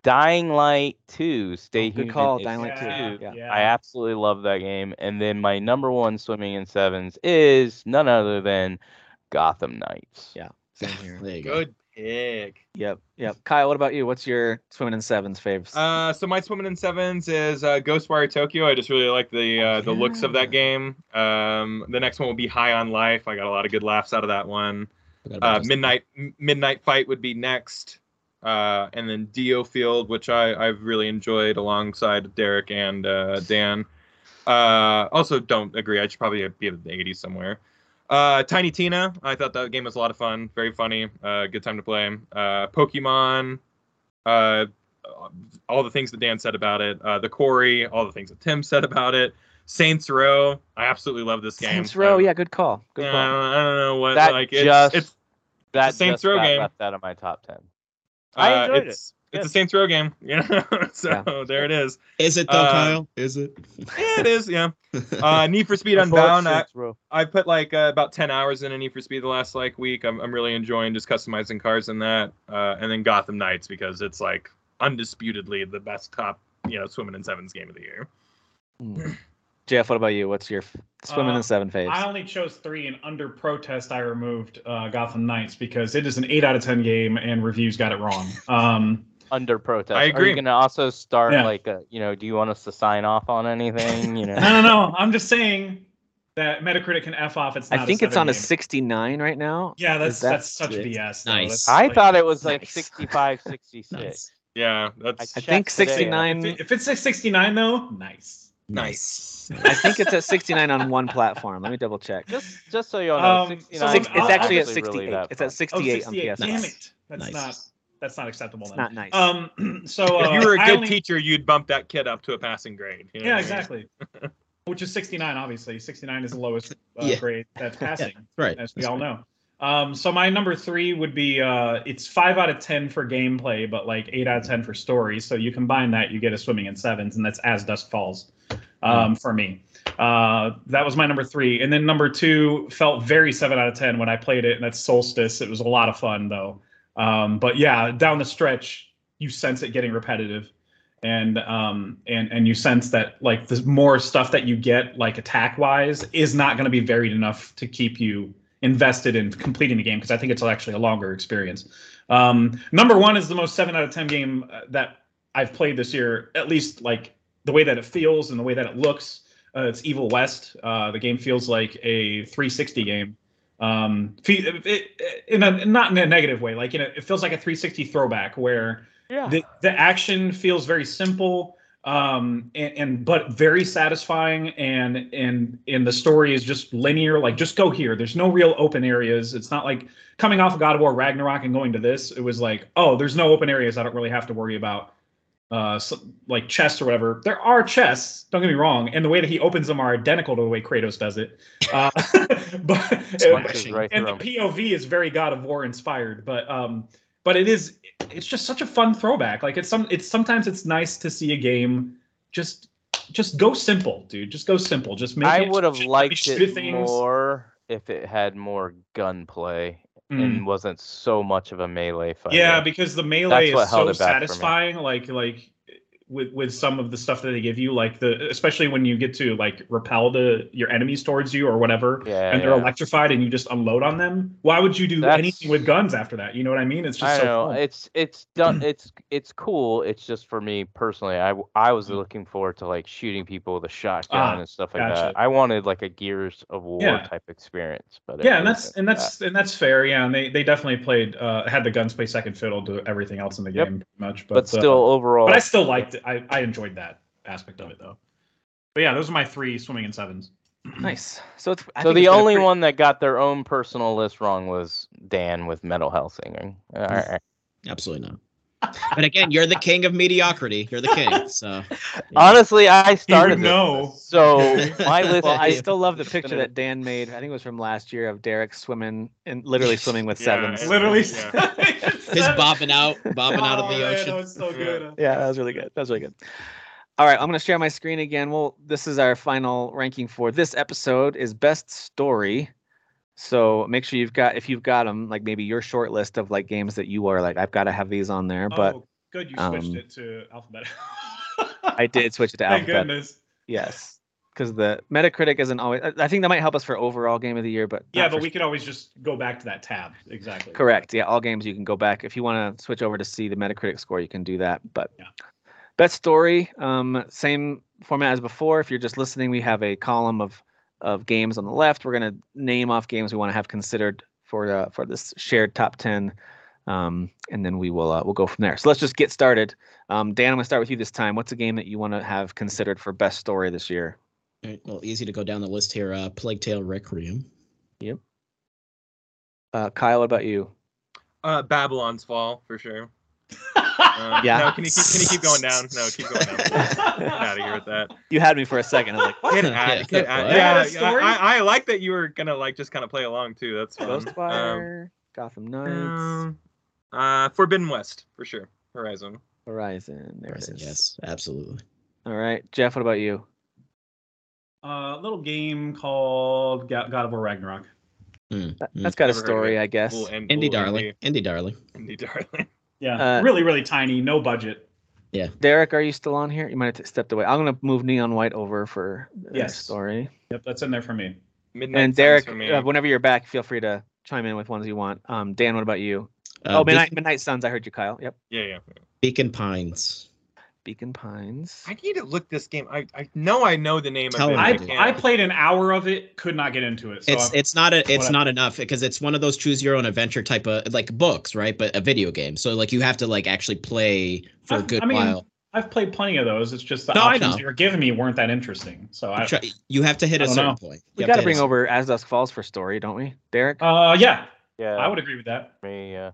Speaker 3: Dying Light two. Stay
Speaker 1: Oh, Good
Speaker 3: Human
Speaker 1: call,
Speaker 3: is
Speaker 1: Dying Light two, yeah.
Speaker 3: I absolutely love that game. And then my number one swimming in sevens is none other than Gotham Knights.
Speaker 1: Yeah. Same here.
Speaker 5: There you go.
Speaker 4: Good pick.
Speaker 1: Yep. Yep. Kyle, what about you? What's your swimming in sevens faves?
Speaker 4: Uh, so my swimming in sevens is uh, Ghostwire Tokyo. I just really like the uh, the looks of
Speaker 1: Yeah.
Speaker 4: that game. Um, the next one will be High on Life. I got a lot of good laughs out of that one.
Speaker 5: Forgot about
Speaker 4: Uh,
Speaker 5: Justin.
Speaker 4: Midnight M- Midnight Fight would be next, uh, and then Dio Field, which I I've really enjoyed alongside Derek and uh, Dan. Uh, also, don't agree. I should probably be in the 80s somewhere. Uh, Tiny Tina. I thought that game was a lot of fun. Very funny. Uh, good time to play. Uh, Pokemon. Uh, all the things that Dan said about it. Uh, the Quarry. All the things that Tim said about it. Saints Row. I absolutely love this game.
Speaker 1: Saints Row.
Speaker 4: Um,
Speaker 1: Yeah. Good call. Good
Speaker 4: yeah, I
Speaker 1: call.
Speaker 4: don't- I don't know what
Speaker 3: That
Speaker 4: like
Speaker 3: just-
Speaker 4: it's, it's
Speaker 3: That
Speaker 4: Saints
Speaker 3: just
Speaker 4: Row
Speaker 3: got
Speaker 4: game.
Speaker 3: left out of my top ten. I enjoyed it.
Speaker 4: Uh, it's,
Speaker 3: Good.
Speaker 4: It's a Saints Row game, you know. so
Speaker 1: Yeah.
Speaker 4: there it is.
Speaker 5: Is it though,
Speaker 4: uh,
Speaker 5: Kyle? Is it?
Speaker 4: Yeah, it is. Yeah. Uh, Need for Speed
Speaker 3: I thought
Speaker 4: Unbound.
Speaker 1: uh,
Speaker 4: I,
Speaker 3: Saints Row.
Speaker 4: I put like uh, about ten hours in a Need for Speed the last like week. I'm I'm really enjoying just customizing cars and that. Uh, and then Gotham Knights because it's like undisputedly the best top you know swimming in sevens game of the year.
Speaker 1: Mm. Jeff, what about you? What's your f- swimming
Speaker 2: Uh,
Speaker 1: in seven faves?
Speaker 2: I only chose three, and under protest, I removed uh, Gotham Knights because it is an eight out of ten game, and reviews got it wrong. Um,
Speaker 3: under protest.
Speaker 4: I
Speaker 3: Are
Speaker 4: agree.
Speaker 3: you gonna also start
Speaker 2: Yeah.
Speaker 3: like a, you know, do you want us to sign off on anything? You know,
Speaker 2: no, no, no. I'm just saying that Metacritic can f off. It's not.
Speaker 1: I think it's on
Speaker 2: seven
Speaker 1: a
Speaker 2: game.
Speaker 1: 69 right now.
Speaker 2: Yeah, that's
Speaker 1: Is that-
Speaker 2: that's such
Speaker 5: it's
Speaker 2: BS. though.
Speaker 5: nice.
Speaker 2: That's
Speaker 3: I
Speaker 2: like-
Speaker 3: thought it was like
Speaker 1: Nice.
Speaker 3: 65, 66.
Speaker 5: nice.
Speaker 4: Yeah, that's
Speaker 1: I think
Speaker 3: Check today.
Speaker 1: 69.
Speaker 2: if, it- if it's a 69 though, nice.
Speaker 5: Nice.
Speaker 1: I think it's at 69 on one platform. Let me double check.
Speaker 3: Just, just so you all know,
Speaker 2: Um, so
Speaker 3: 69
Speaker 1: Six-
Speaker 2: I'll-
Speaker 1: it's
Speaker 2: I'll
Speaker 1: actually at
Speaker 2: just-
Speaker 3: really
Speaker 1: 68.
Speaker 3: that
Speaker 1: it's
Speaker 3: fun.
Speaker 1: at
Speaker 2: Oh,
Speaker 1: 68 on
Speaker 2: 68.
Speaker 1: PS.
Speaker 2: Damn
Speaker 5: Nice.
Speaker 2: it. That's
Speaker 5: Nice.
Speaker 2: not that's not acceptable.
Speaker 1: It's
Speaker 2: Then.
Speaker 1: not nice.
Speaker 2: Um. So uh,
Speaker 4: if you were a
Speaker 2: I
Speaker 4: good
Speaker 2: only-
Speaker 4: teacher, you'd bump that kid up to a passing grade. you know
Speaker 2: Yeah,
Speaker 4: what I mean?
Speaker 2: exactly. Which is 69, obviously. 69 is the lowest uh,
Speaker 5: Yeah.
Speaker 2: grade that's passing,
Speaker 5: Right.
Speaker 2: as we all know. Um, so my number three would be uh, it's five out of ten for gameplay, but like eight out of ten for story. So you combine that, you get a swimming in sevens, and that's as dust falls
Speaker 5: Hmm.
Speaker 2: um, for me. Uh, that was my number three, and then number two felt very seven out of ten when I played it, and that's Solstice. It was a lot of fun though. Um, but yeah, down the stretch, you sense it getting repetitive, and um, and and you sense that like the more stuff that you get like attack wise is not going to be varied enough to keep you invested in completing the game because I think it's actually a longer experience. Um, number one is the most seven out of ten game uh, that I've played this year, at least like the way that it feels and the way that it looks. Uh, it's Evil West. Uh, the game feels like a 360 game. Um, fe- it, it- in a not in a negative way, like you know, it feels like a 360 throwback where
Speaker 3: Yeah.
Speaker 2: the, the action feels very simple um and, and but very satisfying and and and the story is just linear like just go here there's no real open areas it's not like coming off of god of war ragnarok and going to this it was like oh there's no open areas i don't really have to worry about uh so, like chests or whatever there are chests don't get me wrong and the way that he opens them are identical to the way kratos does it uh, but
Speaker 3: Smashes
Speaker 5: Smashing.
Speaker 3: right
Speaker 2: and
Speaker 3: through
Speaker 2: the
Speaker 3: 'em.
Speaker 2: POV is very God of War inspired, but um, but it is it's just such a fun throwback. Like it's some it's sometimes it's nice to see a game just just go simple, dude. Just go simple. Just make
Speaker 3: I
Speaker 2: it-
Speaker 3: would have
Speaker 2: just Mm.
Speaker 3: liked
Speaker 2: shoot
Speaker 3: it more if it had more gunplay
Speaker 2: Mm.
Speaker 3: and wasn't so much of a melee fight.
Speaker 2: Yeah, because the melee
Speaker 3: That's what
Speaker 2: is so
Speaker 3: held it back for me.
Speaker 2: satisfying. Like like with with some of the stuff that they give you, like the especially when you get to like repel the your enemies towards you or whatever,
Speaker 3: Yeah,
Speaker 2: and they're
Speaker 3: yeah.
Speaker 2: electrified and you just unload on them. Why would you do
Speaker 3: That's-
Speaker 2: anything with guns after that? You know what I mean? It's just
Speaker 3: I
Speaker 2: so
Speaker 3: know
Speaker 2: fun.
Speaker 3: it's it's done. It's it's cool. It's just for me personally. I w- I was looking forward to like shooting people with a shotgun
Speaker 2: Hmm. Ah,
Speaker 3: and stuff like that.
Speaker 2: gotcha.
Speaker 3: I wanted like a Gears of War
Speaker 2: Yeah.
Speaker 3: type experience. But it
Speaker 2: yeah, and that's
Speaker 3: wasn't
Speaker 2: and that's and that's fair. Yeah, and they they definitely played uh had the guns play second fiddle to everything else in the
Speaker 3: Yep.
Speaker 2: game pretty much.
Speaker 3: that.
Speaker 2: But,
Speaker 3: but, still
Speaker 2: uh,
Speaker 3: overall.
Speaker 2: but I still liked it. I I enjoyed that aspect of it though. But yeah, those are my three swimming in sevens.
Speaker 1: Nice. So it's I
Speaker 3: so
Speaker 1: think
Speaker 3: the
Speaker 1: it's been a
Speaker 3: only
Speaker 1: pretty-
Speaker 3: one that got their own personal list wrong was Dan with Metal Hellsinger. All right.
Speaker 5: Absolutely not. But again, you're the king of mediocrity. You're the king. So
Speaker 3: Honestly, I started. this
Speaker 2: know.
Speaker 3: list, So my list.
Speaker 1: Well, I
Speaker 5: Yeah.
Speaker 1: still love the picture that Dan made. I think it was from last year of Derek swimming and literally swimming with
Speaker 4: Yeah.
Speaker 1: sevens.
Speaker 2: Literally, Oh,
Speaker 4: Yeah.
Speaker 5: His bobbing out, bobbing out of the
Speaker 2: man,
Speaker 5: ocean.
Speaker 2: That was so
Speaker 4: Yeah.
Speaker 2: good.
Speaker 1: Yeah, that was really good. That was really good. All right, I'm going to share my screen again. Well, this is our final ranking for this episode is best story. So make sure you've got if you've got them like maybe your short list of like games that you are like I've got to have these on there. But
Speaker 2: oh, good, you
Speaker 1: um,
Speaker 2: switched it to alphabet.
Speaker 1: I did switch it to
Speaker 2: Thank
Speaker 1: alphabet.
Speaker 2: goodness.
Speaker 1: Yes, because the Metacritic isn't always. I I think that might help us for overall game of the year, but
Speaker 2: Yeah,
Speaker 1: not
Speaker 2: but
Speaker 1: for-
Speaker 2: we could always just go back to that tab. Exactly.
Speaker 1: correct. Yeah, all games you can go back if you want to switch over to see the Metacritic score, you can do that. But
Speaker 2: Yeah.
Speaker 1: best story, um, same format as before. If you're just listening, we have a column of of games on the left. We're gonna name off games we want to have considered for uh, for this shared top ten. Um, and then we will uh, we'll go from there. So let's just get started. Um, Dan, I'm gonna start with you this time. What's a game that you want to have considered for best story this year?
Speaker 5: All right, well, easy to go down the list here. Uh, Plague Tale Requiem.
Speaker 1: Uh, Kyle, what about you?
Speaker 4: Uh, Babylon's Fall for sure. Uh,
Speaker 1: Yeah.
Speaker 4: No, can you keep, can you keep going down? No, keep going down. Get out of here with that.
Speaker 1: You had me for a second. I was like,
Speaker 4: Get
Speaker 5: Yeah.
Speaker 4: out. Get out.
Speaker 5: Yeah,
Speaker 4: Yeah,
Speaker 2: that
Speaker 4: yeah,
Speaker 2: story-
Speaker 4: I, I like that you were gonna like just kind of play along too. That's fun. Um,
Speaker 1: Ghostwire, Gotham Knights,
Speaker 4: um, uh, Forbidden West for sure. Horizon.
Speaker 1: Horizon. There
Speaker 5: Yes,
Speaker 1: it is.
Speaker 5: Yes, absolutely.
Speaker 1: All right, Jeff. What about you?
Speaker 2: Uh, A little game called Ga- God of War Ragnarok.
Speaker 1: That,
Speaker 5: Mm.
Speaker 1: has got a
Speaker 4: Never heard of
Speaker 1: story,
Speaker 4: it.
Speaker 1: I guess.
Speaker 4: Little ind-
Speaker 5: Indie
Speaker 4: little
Speaker 5: darling. Indie darling.
Speaker 4: Indie, indie darling.
Speaker 2: Yeah,
Speaker 1: Uh,
Speaker 2: really, really tiny, no budget.
Speaker 1: Derek, are you still on here? You might have t- stepped away. I'm gonna move Neon White over for the
Speaker 2: Yes.
Speaker 1: story.
Speaker 2: Yep, that's in there for me.
Speaker 4: Midnight
Speaker 1: And
Speaker 4: Suns
Speaker 1: Derek,
Speaker 4: for me.
Speaker 1: uh, whenever you're back, feel free to chime in with ones you want. Um, Dan, what about you?
Speaker 5: Uh,
Speaker 1: oh, Midnight,
Speaker 5: Beacon,
Speaker 1: Midnight Suns. I heard you, Kyle. Yep.
Speaker 4: yeah, yeah.
Speaker 5: Beacon Pines.
Speaker 1: Beacon Pines.
Speaker 4: I need to look this game. I, I know I know the name
Speaker 5: Tell
Speaker 4: of it.
Speaker 5: him
Speaker 4: I
Speaker 2: I
Speaker 5: you
Speaker 4: can't-
Speaker 2: I played an hour of it, could not get into it. So
Speaker 5: It's
Speaker 2: I'm-
Speaker 5: it's not a it's
Speaker 2: what-
Speaker 5: not enough because it's one of those choose your own adventure type of like books, right? But a video game. So like you have to like actually play for a
Speaker 2: I've-
Speaker 5: good
Speaker 2: I mean,
Speaker 5: while.
Speaker 2: I've played plenty of those. It's just the
Speaker 5: No, I
Speaker 2: options
Speaker 5: know.
Speaker 2: you were giving me weren't that interesting. So I,
Speaker 5: Try- you have to hit
Speaker 2: I
Speaker 5: a
Speaker 2: don't
Speaker 5: certain
Speaker 2: know.
Speaker 5: point. You
Speaker 1: we
Speaker 5: have to
Speaker 1: gotta
Speaker 5: hit a
Speaker 1: bring
Speaker 5: certain-
Speaker 1: over As Dusk Falls for story, don't we, Derek?
Speaker 2: uh, yeah,
Speaker 3: Yeah,
Speaker 2: I would agree with that.
Speaker 3: me. uh, Yeah.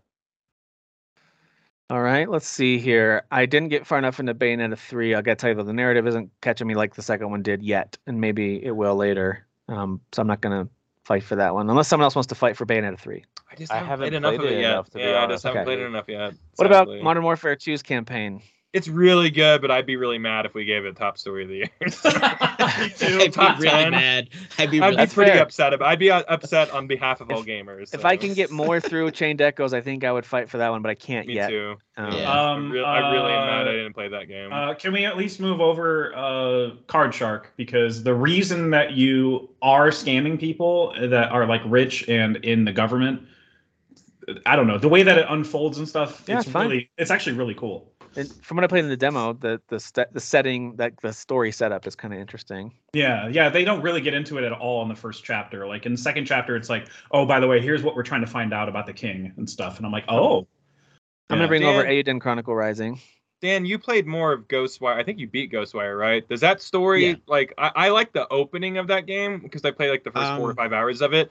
Speaker 1: All right, let's see here. I didn't get far enough into Bayonetta 3. I gotta tell you though, the narrative isn't catching me like the second one did yet, and maybe it will later. Um, so I'm not gonna fight for that one unless someone else wants to fight for Bayonetta 3.
Speaker 4: I just
Speaker 3: I
Speaker 4: haven't,
Speaker 3: haven't
Speaker 4: played enough
Speaker 3: played
Speaker 4: of
Speaker 3: it
Speaker 4: it yet.
Speaker 3: enough, to be
Speaker 4: yeah, I
Speaker 3: honest.
Speaker 4: just haven't
Speaker 1: Okay.
Speaker 4: played enough yet.
Speaker 1: What about
Speaker 4: sadly.
Speaker 1: Modern Warfare 2's campaign?
Speaker 4: It's really good, but I'd be really mad if we gave it top story of the year.
Speaker 5: I'd
Speaker 4: Top
Speaker 5: be really
Speaker 4: 10.
Speaker 5: mad. I'd
Speaker 4: I'd
Speaker 5: be really
Speaker 4: be
Speaker 1: That's
Speaker 4: pretty
Speaker 1: fair.
Speaker 4: upset about. I'd be uh, upset on behalf of
Speaker 1: If-
Speaker 4: all gamers.
Speaker 1: If I
Speaker 4: so.
Speaker 1: can get more through Chained Echoes, I think I would fight for that one, but I can't
Speaker 4: me
Speaker 1: yet.
Speaker 4: too.
Speaker 1: Um,
Speaker 5: Yeah.
Speaker 4: I,
Speaker 2: Um,
Speaker 4: re- I really am mad
Speaker 2: uh,
Speaker 4: I didn't play that game.
Speaker 2: Uh, can we at least move over uh, Card Shark? Because the reason that you are scamming people that are like rich and in the government, I don't know the way that it unfolds and stuff.
Speaker 1: Yeah,
Speaker 2: it's
Speaker 1: it's fine.
Speaker 2: really, it's actually really cool.
Speaker 1: And from what I played in the demo, the the st- the setting, that the story setup is kind of interesting.
Speaker 2: Yeah, yeah, they don't really get into it at all in the first chapter. Like in the second chapter, it's like, oh, by the way, here's what we're trying to find out about the king and stuff. And I'm like, oh,
Speaker 1: I'm
Speaker 2: Yeah.
Speaker 1: gonna bring over
Speaker 4: Dan-
Speaker 1: Aiden Chronicle Rising.
Speaker 4: Dan, you played more of Ghostwire. I think you beat Ghostwire, right? Does that story
Speaker 5: Yeah.
Speaker 4: like I, I like the opening of that game because I played like the first four or
Speaker 5: Um,
Speaker 4: five hours of it.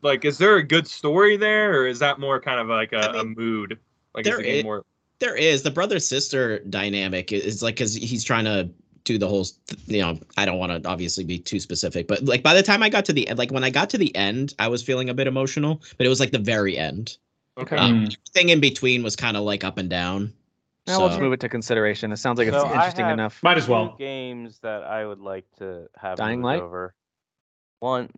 Speaker 4: Like, is there a good story there, or is that more kind of like a,
Speaker 5: I
Speaker 4: a
Speaker 5: mean,
Speaker 4: mood? Like, is
Speaker 5: there
Speaker 4: the game
Speaker 5: i-
Speaker 4: more?
Speaker 5: There is the brother sister dynamic is like because he's trying to do the whole you know I don't want to obviously be too specific but like by the time I got to the end like when I got to the end I was feeling a bit emotional but it was like the very end
Speaker 4: Okay.
Speaker 1: Ah.
Speaker 5: Um,
Speaker 2: mm,
Speaker 5: thing in between was kind of like up and down
Speaker 1: Now let's move it to consideration. It sounds like it's
Speaker 3: So I
Speaker 1: interesting
Speaker 3: have-
Speaker 1: enough.
Speaker 2: might as
Speaker 3: two
Speaker 2: well.
Speaker 3: games that I would like to have
Speaker 1: Dying
Speaker 3: moved
Speaker 1: Light?
Speaker 3: over. One,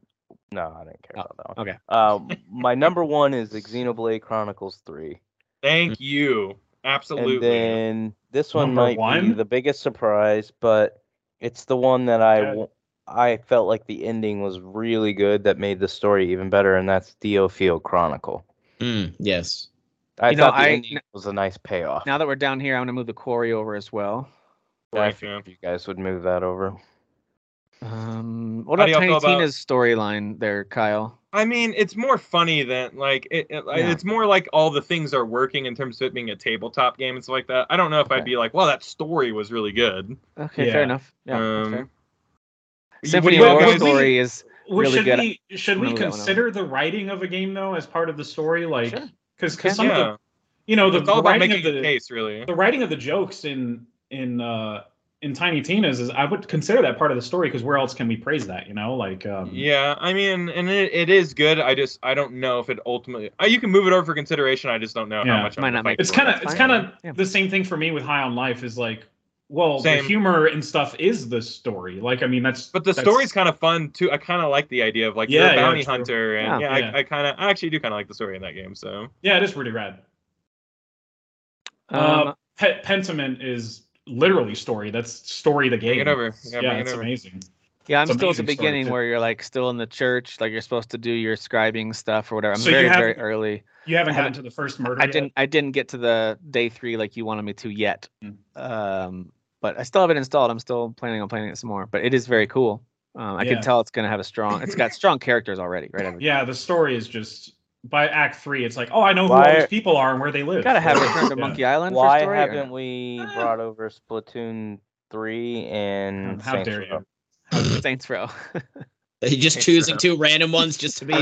Speaker 3: no, I didn't care
Speaker 1: Oh,
Speaker 3: about that one.
Speaker 1: okay.
Speaker 5: Mm-hmm.
Speaker 3: Uh, my number one is the Xenoblade Chronicles Three.
Speaker 4: Thank you. Absolutely.
Speaker 3: And then this one
Speaker 2: Number
Speaker 3: might be
Speaker 2: one?
Speaker 3: the biggest surprise, but it's the one that I
Speaker 2: Yeah.
Speaker 3: w- I felt like the ending was really good that made the story even better, and that's Dio Field Chronicle.
Speaker 5: Mm, yes.
Speaker 3: I
Speaker 1: You know,
Speaker 3: thought the
Speaker 1: I-
Speaker 3: ending was a nice payoff.
Speaker 1: Now that we're down here, I'm gonna move the quarry over as well.
Speaker 3: I
Speaker 4: Yeah.
Speaker 3: figured you guys would move that over.
Speaker 1: Um, what about
Speaker 4: How do y'all
Speaker 1: Tiny
Speaker 4: feel about-
Speaker 1: Tina's storyline there, Kyle?
Speaker 4: I mean, it's more funny than like it, it-
Speaker 1: Yeah.
Speaker 4: it's more like all the things are working in terms of it being a tabletop game and stuff like that. I don't know if
Speaker 1: Okay.
Speaker 4: I'd be like, well, that story was really good.
Speaker 1: Okay,
Speaker 2: Yeah.
Speaker 1: fair enough. Yeah, that's
Speaker 4: Um,
Speaker 1: fair.
Speaker 4: you-
Speaker 1: Symphony
Speaker 4: would
Speaker 1: of
Speaker 4: you
Speaker 1: Horror
Speaker 4: guys-
Speaker 1: story is
Speaker 2: Well,
Speaker 1: Really
Speaker 2: should
Speaker 1: good.
Speaker 2: we should
Speaker 1: I'm
Speaker 2: we
Speaker 1: gonna leave that one
Speaker 2: consider the writing of a game though as part of the story? Like,
Speaker 1: Sure.
Speaker 2: because
Speaker 1: Yeah.
Speaker 2: some of
Speaker 4: Yeah.
Speaker 2: the you know the,
Speaker 4: it's all
Speaker 2: the
Speaker 4: about
Speaker 2: writing
Speaker 4: making
Speaker 2: of
Speaker 4: the
Speaker 2: the
Speaker 4: case, really.
Speaker 2: the writing of the jokes in in uh in Tiny Tina's is I would consider that part of the story because where else can we praise that? You know, like um,
Speaker 4: Yeah, I mean, and it, it is good. I just I don't know if it ultimately uh, you can move it over for consideration. I just don't know
Speaker 2: Yeah.
Speaker 4: how much I'm
Speaker 1: Might
Speaker 4: gonna
Speaker 1: not make
Speaker 4: fight
Speaker 2: It's
Speaker 4: for
Speaker 2: kind of
Speaker 1: That's
Speaker 2: it's
Speaker 1: fine.
Speaker 2: kind of
Speaker 1: Yeah.
Speaker 2: the same thing for me with High on Life is like, well,
Speaker 4: Same.
Speaker 2: the humor and stuff is the story. Like, I mean, that's
Speaker 4: But the
Speaker 2: that's-
Speaker 4: story's kind of fun too. I kind of like the idea of like
Speaker 2: Yeah,
Speaker 4: you're a
Speaker 2: yeah,
Speaker 4: bounty
Speaker 2: true.
Speaker 4: hunter, and
Speaker 2: Yeah.
Speaker 4: yeah,
Speaker 2: Yeah.
Speaker 4: I, I kind of I actually do kind of like the story in that game. So
Speaker 2: yeah, it is pretty rad.
Speaker 1: um,
Speaker 2: uh, Pe- Pentiment is literally story. That's story the game.
Speaker 4: it over.
Speaker 2: Yeah,
Speaker 4: Yeah, bring it
Speaker 2: it's
Speaker 4: over.
Speaker 2: amazing.
Speaker 1: yeah. I'm
Speaker 2: it's
Speaker 1: still at the
Speaker 2: amazing story,
Speaker 1: beginning
Speaker 2: too.
Speaker 1: where you're like still in the church, like you're supposed to do your scribing stuff or whatever. I'm
Speaker 2: So you
Speaker 1: very
Speaker 2: have-
Speaker 1: very early.
Speaker 2: You haven't
Speaker 1: I
Speaker 2: gotten
Speaker 1: haven't-
Speaker 2: to the first murder.
Speaker 1: I
Speaker 2: yet?
Speaker 1: didn't I didn't get to the day three like you wanted me to yet.
Speaker 2: Mm.
Speaker 1: Um, but I still have it installed. I'm still planning on playing it some more. But it is very cool. Um, I
Speaker 2: Yeah.
Speaker 1: can tell it's gonna have a strong. It's got strong characters already, right? Evan?
Speaker 2: Yeah, the story is just by Act Three. It's like, oh, I know who
Speaker 3: Why-
Speaker 2: all these people are and where they live.
Speaker 1: Gotta have Return
Speaker 2: Yeah.
Speaker 1: to Monkey Island
Speaker 3: Why
Speaker 1: for story. or Ah.
Speaker 3: haven't we brought over Splatoon three and
Speaker 2: How
Speaker 3: Saints
Speaker 2: dare
Speaker 3: Row?
Speaker 2: you?
Speaker 1: no? Saints Row.
Speaker 5: You're just choosing two random ones just to be.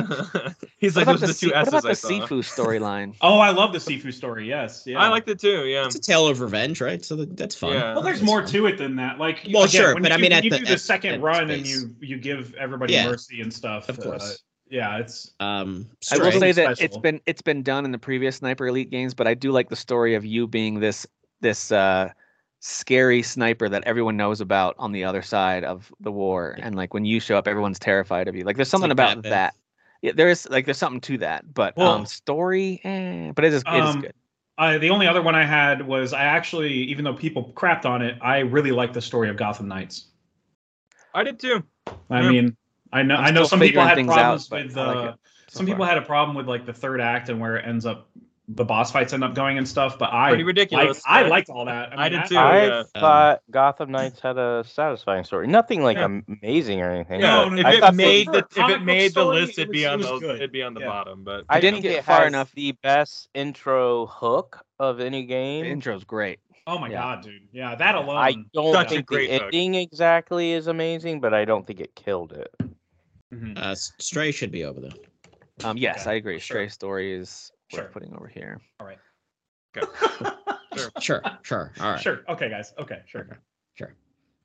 Speaker 4: He's like
Speaker 1: what about the,
Speaker 4: those are the
Speaker 1: sea-
Speaker 4: two
Speaker 1: what
Speaker 4: S's
Speaker 1: about
Speaker 4: I
Speaker 1: the
Speaker 4: saw.
Speaker 1: Sifu storyline?
Speaker 2: Oh, I love the Sifu story. Yes, yeah.
Speaker 4: I like the two. Yeah.
Speaker 5: It's a tale of revenge, right? So that, that's fun.
Speaker 4: Yeah.
Speaker 2: Well, there's
Speaker 5: That's
Speaker 2: more
Speaker 5: fun.
Speaker 2: to it than that. Like,
Speaker 5: Well,
Speaker 2: again,
Speaker 5: sure,
Speaker 2: when
Speaker 5: but
Speaker 2: you,
Speaker 5: I mean,
Speaker 2: when
Speaker 5: at
Speaker 2: you
Speaker 5: the-
Speaker 2: do the
Speaker 5: at-
Speaker 2: second
Speaker 5: at
Speaker 2: run and
Speaker 5: space.
Speaker 2: you you give everybody
Speaker 5: Yeah.
Speaker 2: mercy and stuff.
Speaker 5: Of
Speaker 2: uh,
Speaker 5: course.
Speaker 2: yeah, it's
Speaker 5: Um,
Speaker 1: I will say
Speaker 5: strike.
Speaker 2: Something
Speaker 1: that it's
Speaker 2: special.
Speaker 1: been it's been done in the previous Sniper Elite games, but I do like the story of you being this this uh, scary sniper that everyone knows about on the other side of the war, and like when you show up, everyone's terrified of you. Like there's something
Speaker 5: like
Speaker 1: about
Speaker 5: Batman.
Speaker 1: that. Yeah, there is like there's something to that, but
Speaker 2: Well-
Speaker 1: um, story, eh, but it is it is
Speaker 2: Um,
Speaker 1: good.
Speaker 2: I, the only other one I had was I actually, even though people crapped on it, I really like the story of Gotham Knights.
Speaker 4: I did too.
Speaker 2: I
Speaker 4: Yeah.
Speaker 2: mean, I know
Speaker 1: I'm
Speaker 2: I know
Speaker 1: still
Speaker 2: some people
Speaker 1: figuring
Speaker 2: had
Speaker 1: things
Speaker 2: problems
Speaker 1: out, but
Speaker 2: with
Speaker 1: I like
Speaker 2: uh,
Speaker 1: it so
Speaker 2: some people
Speaker 1: far.
Speaker 2: had a problem with like the third act and where it ends up, the boss fights end up going and stuff. But I
Speaker 4: Pretty
Speaker 2: like
Speaker 4: ridiculous.
Speaker 2: I liked all that.
Speaker 4: I did too.
Speaker 3: I
Speaker 4: yeah.
Speaker 3: thought Gotham Knights had a satisfying story. Nothing like
Speaker 4: Yeah.
Speaker 3: amazing or anything.
Speaker 4: Yeah,
Speaker 2: No,
Speaker 3: but
Speaker 2: no,
Speaker 4: if
Speaker 3: I
Speaker 4: it
Speaker 3: thought
Speaker 4: made
Speaker 2: for a
Speaker 4: the if
Speaker 2: comic
Speaker 4: it
Speaker 2: book
Speaker 4: made the
Speaker 2: story,
Speaker 4: list,
Speaker 2: it
Speaker 4: it'd be
Speaker 2: was- it
Speaker 4: on
Speaker 2: was
Speaker 4: the
Speaker 2: good.
Speaker 4: it'd be on the
Speaker 2: Yeah.
Speaker 4: bottom. But
Speaker 3: I
Speaker 1: didn't
Speaker 3: think
Speaker 1: get
Speaker 3: it
Speaker 1: far
Speaker 3: has
Speaker 1: enough.
Speaker 3: The best intro hook of any
Speaker 1: The
Speaker 3: game.
Speaker 1: intro's great.
Speaker 2: Oh my
Speaker 1: Yeah.
Speaker 2: god, dude! Yeah, that alone.
Speaker 3: I don't
Speaker 4: Such a
Speaker 3: think
Speaker 4: great
Speaker 3: the
Speaker 4: hook.
Speaker 3: ending exactly is amazing, but I don't think it killed it.
Speaker 2: Mhm.
Speaker 5: Uh, Stray should be over though.
Speaker 1: Um, yes,
Speaker 2: Okay,
Speaker 1: I agree.
Speaker 2: sure.
Speaker 1: Stray story is worth
Speaker 2: Sure.
Speaker 1: putting over here.
Speaker 2: Mm-hmm.
Speaker 5: Sure, sure, all right,
Speaker 2: Sure. Okay, guys. Okay, sure.
Speaker 5: sure.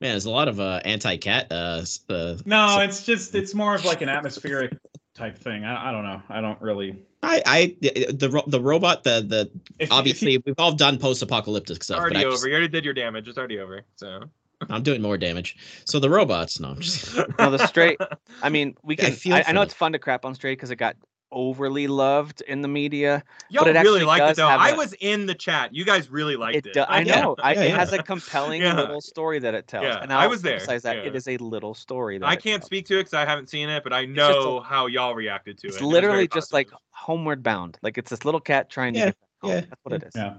Speaker 5: Man, there's a lot of uh, anti-cat. Uh, s- uh,
Speaker 2: No,
Speaker 5: So-
Speaker 2: it's just it's more of like an atmospheric type thing. I, I don't know. I don't really.
Speaker 5: I, I, the- the ro- the robot, the the
Speaker 2: If,
Speaker 5: obviously we've all done post-apocalyptic
Speaker 4: it's
Speaker 5: stuff, but
Speaker 4: already
Speaker 5: I
Speaker 4: over.
Speaker 5: just,
Speaker 4: You already did your damage. It's already over. So
Speaker 5: I'm doing more damage. So the robots, no, I'm just
Speaker 1: No, the straight. I mean, we
Speaker 5: I
Speaker 1: can.
Speaker 5: feel
Speaker 1: I, I
Speaker 5: for
Speaker 1: know
Speaker 5: them.
Speaker 1: it's fun to crap on Stray because it got overly loved in the media.
Speaker 4: Y'all
Speaker 1: it actually
Speaker 4: really liked
Speaker 1: does
Speaker 4: it though.
Speaker 1: have
Speaker 4: I
Speaker 1: a-
Speaker 4: was in the chat. You guys really liked it.
Speaker 1: do- I
Speaker 5: Yeah.
Speaker 1: know. I,
Speaker 5: Yeah,
Speaker 1: It
Speaker 5: yeah.
Speaker 1: has a compelling
Speaker 4: Yeah.
Speaker 1: little story that it tells.
Speaker 4: Yeah,
Speaker 1: And
Speaker 4: I
Speaker 1: I'll
Speaker 4: was there,
Speaker 1: emphasize that it
Speaker 4: yeah.
Speaker 1: is a little story. That
Speaker 4: I
Speaker 1: it
Speaker 4: can't
Speaker 1: tells.
Speaker 4: speak to it because I haven't seen it, but I
Speaker 1: just a-
Speaker 4: know how y'all reacted to it.
Speaker 1: It's
Speaker 4: and it was
Speaker 1: literally
Speaker 4: very
Speaker 1: just like
Speaker 4: positive.
Speaker 1: homeward bound. Like it's this little cat trying to
Speaker 5: Yeah,
Speaker 1: get back home.
Speaker 5: yeah,
Speaker 1: That's what it is.
Speaker 2: yeah,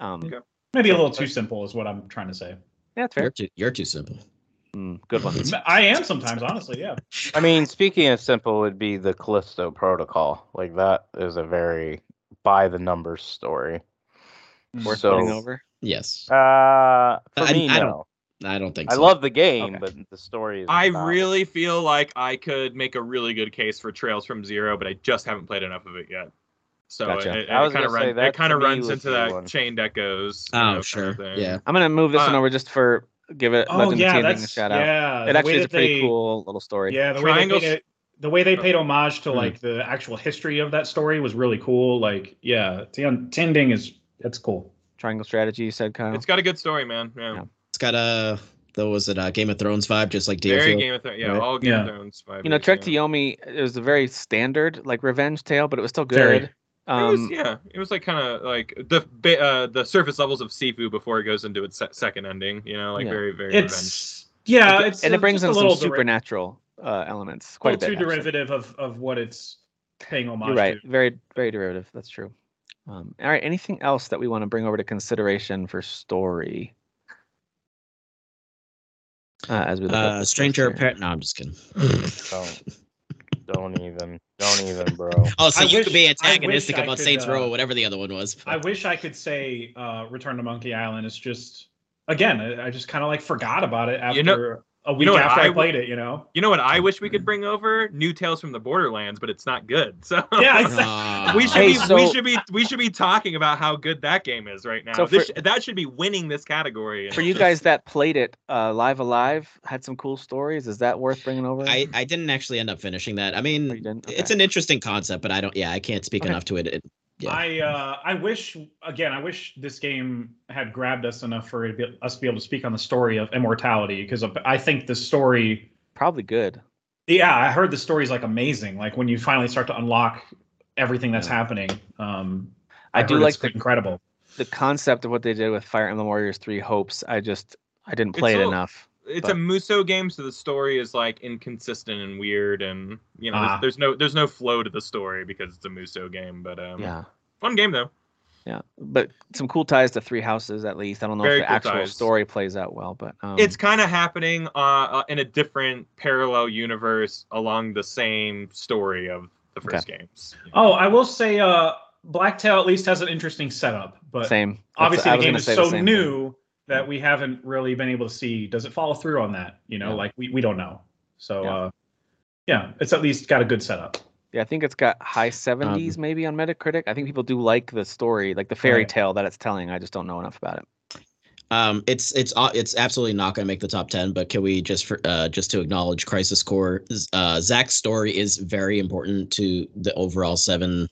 Speaker 1: Um,
Speaker 4: Okay.
Speaker 2: maybe a little too simple is what I'm trying to say.
Speaker 1: yeah, that's
Speaker 5: you're
Speaker 1: fair.
Speaker 5: too, you're too simple.
Speaker 1: Mm, good one.
Speaker 2: I am sometimes, honestly. Yeah.
Speaker 3: I mean, speaking of simple, would be the Callisto Protocol. Like that is a very by the numbers story.
Speaker 4: Hmm.
Speaker 1: Worth
Speaker 3: So-
Speaker 1: putting over.
Speaker 5: Yes,
Speaker 3: Uh, for
Speaker 5: I-
Speaker 3: me,
Speaker 5: I don't
Speaker 3: no.
Speaker 5: I don't think
Speaker 3: I
Speaker 5: so.
Speaker 3: love the game,
Speaker 1: Okay.
Speaker 3: but the story is.
Speaker 4: I
Speaker 3: not.
Speaker 4: really feel like I could make a really good case for Trails from Zero, but I just haven't played enough of it yet. So
Speaker 1: Gotcha.
Speaker 4: it, it,
Speaker 3: I was
Speaker 4: kind of
Speaker 3: gonna say,
Speaker 4: runs.
Speaker 3: that
Speaker 4: It
Speaker 3: to
Speaker 4: kind of
Speaker 3: me
Speaker 4: runs
Speaker 3: was
Speaker 4: into
Speaker 3: the
Speaker 4: that
Speaker 3: one.
Speaker 4: chain that goes. you know,
Speaker 5: Oh,
Speaker 4: kind
Speaker 5: sure,
Speaker 4: of thing.
Speaker 5: yeah.
Speaker 1: I'm gonna move this one
Speaker 4: Uh,
Speaker 1: over just for give it
Speaker 2: Oh
Speaker 1: Legend of
Speaker 2: yeah,
Speaker 1: Tianjin
Speaker 2: that's
Speaker 1: a shout out.
Speaker 2: yeah. the
Speaker 1: it
Speaker 2: way
Speaker 1: actually is a
Speaker 2: that
Speaker 1: pretty
Speaker 2: they-
Speaker 1: cool little story.
Speaker 2: Yeah, the way they
Speaker 4: Triangles-
Speaker 2: made it, the way they paid homage to
Speaker 5: Hmm.
Speaker 2: like the actual history of that story was really cool. Like, yeah, Tian Tending is that's cool.
Speaker 1: Triangle strategy, you said Kyle.
Speaker 4: It's got a good story, man. Yeah.
Speaker 1: Yeah.
Speaker 5: It's got a though was it uh, Game of Thrones vibe, just like
Speaker 4: Very
Speaker 5: Deerfield.
Speaker 4: Game of Thrones. Yeah,
Speaker 5: Right.
Speaker 4: all Game of
Speaker 2: Yeah.
Speaker 4: Thrones.
Speaker 1: you know, uh, Trek
Speaker 4: vibes,
Speaker 1: to Yomi, it was a very standard like revenge tale, but it was still good. Um,
Speaker 2: Very.
Speaker 4: it
Speaker 3: um,
Speaker 4: was, yeah, it was like kind of like the ba- uh, the surface levels of Sifu before it goes into its se- second ending. You know, like
Speaker 1: Yeah.
Speaker 4: very very. revenge.
Speaker 2: It's yeah,
Speaker 1: Like,
Speaker 2: it's
Speaker 1: and
Speaker 2: uh,
Speaker 1: it brings
Speaker 2: just
Speaker 1: in
Speaker 2: a
Speaker 1: some
Speaker 2: little deri-
Speaker 1: supernatural uh, elements quite
Speaker 2: little
Speaker 1: a bit.
Speaker 2: too
Speaker 1: actually.
Speaker 2: derivative of of what it's paying homage
Speaker 1: You're right.
Speaker 2: to.
Speaker 1: Very, very derivative. That's true. Um, all right. Anything else that we want to bring over to consideration for story? Uh, as we look at
Speaker 5: Uh,
Speaker 1: this
Speaker 5: Stranger
Speaker 1: list here.
Speaker 5: Apparent. No, I'm just kidding.
Speaker 3: Don't, don't even, don't even, bro.
Speaker 5: Oh, so
Speaker 2: I
Speaker 5: you
Speaker 2: wish-
Speaker 5: could be
Speaker 2: I
Speaker 5: antagonistic
Speaker 2: wish I
Speaker 5: about
Speaker 2: could,
Speaker 5: Saints
Speaker 2: uh,
Speaker 5: Row, whatever the other one was.
Speaker 2: I wish I could say uh, Return to Monkey Island. It's just again, I, I just kind of like forgot about it after
Speaker 4: You know-
Speaker 2: a week
Speaker 4: you know what
Speaker 2: after
Speaker 4: I
Speaker 2: I,
Speaker 4: would-
Speaker 2: played it. You know.
Speaker 4: You know what I wish we could bring over? New Tales from the Borderlands, but it's not good. So
Speaker 2: Yeah, I-
Speaker 5: Ah.
Speaker 4: we should
Speaker 1: Uh, Hey,
Speaker 4: be we
Speaker 1: so-
Speaker 4: should be we should be talking about how good that game is right now.
Speaker 1: So
Speaker 4: this,
Speaker 1: for-
Speaker 4: that should be winning this category. and
Speaker 1: For
Speaker 4: it's
Speaker 1: you
Speaker 4: just-
Speaker 1: guys that played it, uh, Live Alive had some cool stories. Is that worth bringing over?
Speaker 5: I, I didn't actually end up finishing that. I mean,
Speaker 1: Or you didn't?
Speaker 5: it's
Speaker 1: Okay.
Speaker 5: an interesting concept, but I don't. Yeah, I can't speak
Speaker 1: Okay.
Speaker 5: enough to it. It- Yeah.
Speaker 2: I uh, I wish again. I wish this game had grabbed us enough for it to be, us to be able to speak on the story of immortality because I think the story.
Speaker 1: probably good.
Speaker 2: Yeah, I heard the story is like amazing. Like when you finally start to unlock everything that's
Speaker 1: Yeah.
Speaker 2: happening. Um,
Speaker 1: I, do
Speaker 2: heard
Speaker 1: like
Speaker 2: it's
Speaker 1: the,
Speaker 2: incredible.
Speaker 1: the concept of what they did with Fire Emblem Warriors Three Hopes. I just I didn't
Speaker 4: It's
Speaker 1: play it
Speaker 4: all-
Speaker 1: enough.
Speaker 4: it's a
Speaker 1: but-
Speaker 4: Muso game, so the story is like inconsistent and weird, and you know,
Speaker 1: Uh-huh.
Speaker 2: Ah.
Speaker 4: there's, there's no there's no flow to the story because it's a Muso game. But um,
Speaker 1: yeah,
Speaker 4: fun game though.
Speaker 1: yeah, but some cool ties to Three Houses at least. I don't know
Speaker 4: Very
Speaker 1: if the
Speaker 4: cool
Speaker 1: actual
Speaker 4: ties.
Speaker 1: story plays out well, but um,
Speaker 4: it's kind of happening uh, uh, in a different parallel universe along the same story of the first games.
Speaker 2: Oh, I will say, uh, Blacktail at least has an interesting setup, but
Speaker 1: same. That's-
Speaker 2: obviously
Speaker 1: I
Speaker 2: the
Speaker 1: was
Speaker 2: game
Speaker 1: gonna
Speaker 2: is
Speaker 1: say the
Speaker 2: so
Speaker 1: same thing.
Speaker 2: new that we haven't really been able to see. Does it follow through on that? You know,
Speaker 1: Yeah.
Speaker 2: like we, we don't know. So,
Speaker 1: Yeah.
Speaker 2: uh, yeah, it's at least got a good setup.
Speaker 1: Yeah, I think it's got high 70s maybe on Metacritic. I think people do like the story, like the fairy
Speaker 2: Right.
Speaker 1: tale that it's telling. I just don't know enough about it.
Speaker 5: Um, it's it's uh, it's absolutely not going to make the top ten. But can we just for uh, just to acknowledge Crisis Core? Uh, Zach's story is very important to the overall seven,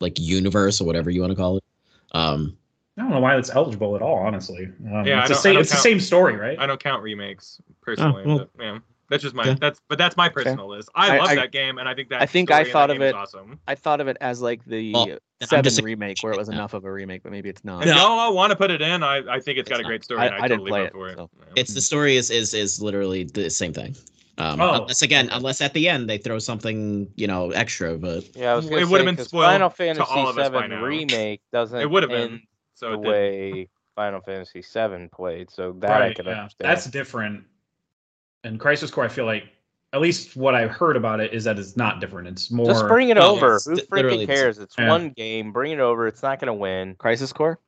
Speaker 5: like universe or whatever you want to call it. Um,
Speaker 2: I don't know why that's eligible at all, honestly. Um,
Speaker 4: Yeah, I
Speaker 2: it's, the
Speaker 4: don't- I
Speaker 2: same,
Speaker 4: don't
Speaker 2: it's the
Speaker 4: count-
Speaker 2: same story, right?
Speaker 4: I don't count remakes personally.
Speaker 5: well.
Speaker 4: but, yeah. That's just my
Speaker 5: Yeah.
Speaker 4: that's but that's my personal list. I,
Speaker 1: I-
Speaker 4: love
Speaker 1: I-
Speaker 4: that game and I think that
Speaker 1: I think I
Speaker 4: story in that
Speaker 1: thought of
Speaker 4: game is
Speaker 1: it-
Speaker 4: awesome.
Speaker 1: I thought of it as like the
Speaker 5: Well, I'm
Speaker 1: seven
Speaker 5: just-
Speaker 1: remake where it was
Speaker 5: yeah.
Speaker 1: enough of a remake, but maybe it's not.
Speaker 4: If y'all all want to put it in, I, I think it's got
Speaker 5: It's
Speaker 4: a
Speaker 5: not.
Speaker 4: great story
Speaker 1: I-
Speaker 4: and I,
Speaker 1: I didn't
Speaker 4: totally
Speaker 1: play
Speaker 4: vote
Speaker 1: it,
Speaker 4: for it.
Speaker 1: so.
Speaker 4: Yeah.
Speaker 5: it's the story is is is literally the same thing. Um,
Speaker 2: Oh.
Speaker 5: unless again, unless at the end they throw something you know extra, but
Speaker 3: Yeah, I was
Speaker 4: It
Speaker 3: gonna
Speaker 4: would've
Speaker 3: say,
Speaker 4: been
Speaker 3: 'cause
Speaker 4: spoiled
Speaker 3: Final
Speaker 4: to
Speaker 3: Fantasy
Speaker 4: all of us by
Speaker 3: VII
Speaker 4: now.
Speaker 3: remake doesn't
Speaker 4: It would've been,
Speaker 3: end
Speaker 4: so
Speaker 3: the
Speaker 4: it did-
Speaker 3: way Final Fantasy VII played, so that I
Speaker 2: right.
Speaker 3: can
Speaker 2: Yeah.
Speaker 3: understand.
Speaker 2: That's different. And Crisis Core, I feel like, at least what I heard about it is that it's not different. It's more.
Speaker 3: Just bring it
Speaker 5: No,
Speaker 3: over.
Speaker 5: it's
Speaker 3: Who
Speaker 5: li- literally
Speaker 3: freaking
Speaker 5: the same.
Speaker 3: cares? It's
Speaker 2: Yeah.
Speaker 3: one game. Bring it over. It's not gonna win.
Speaker 1: Crisis Core?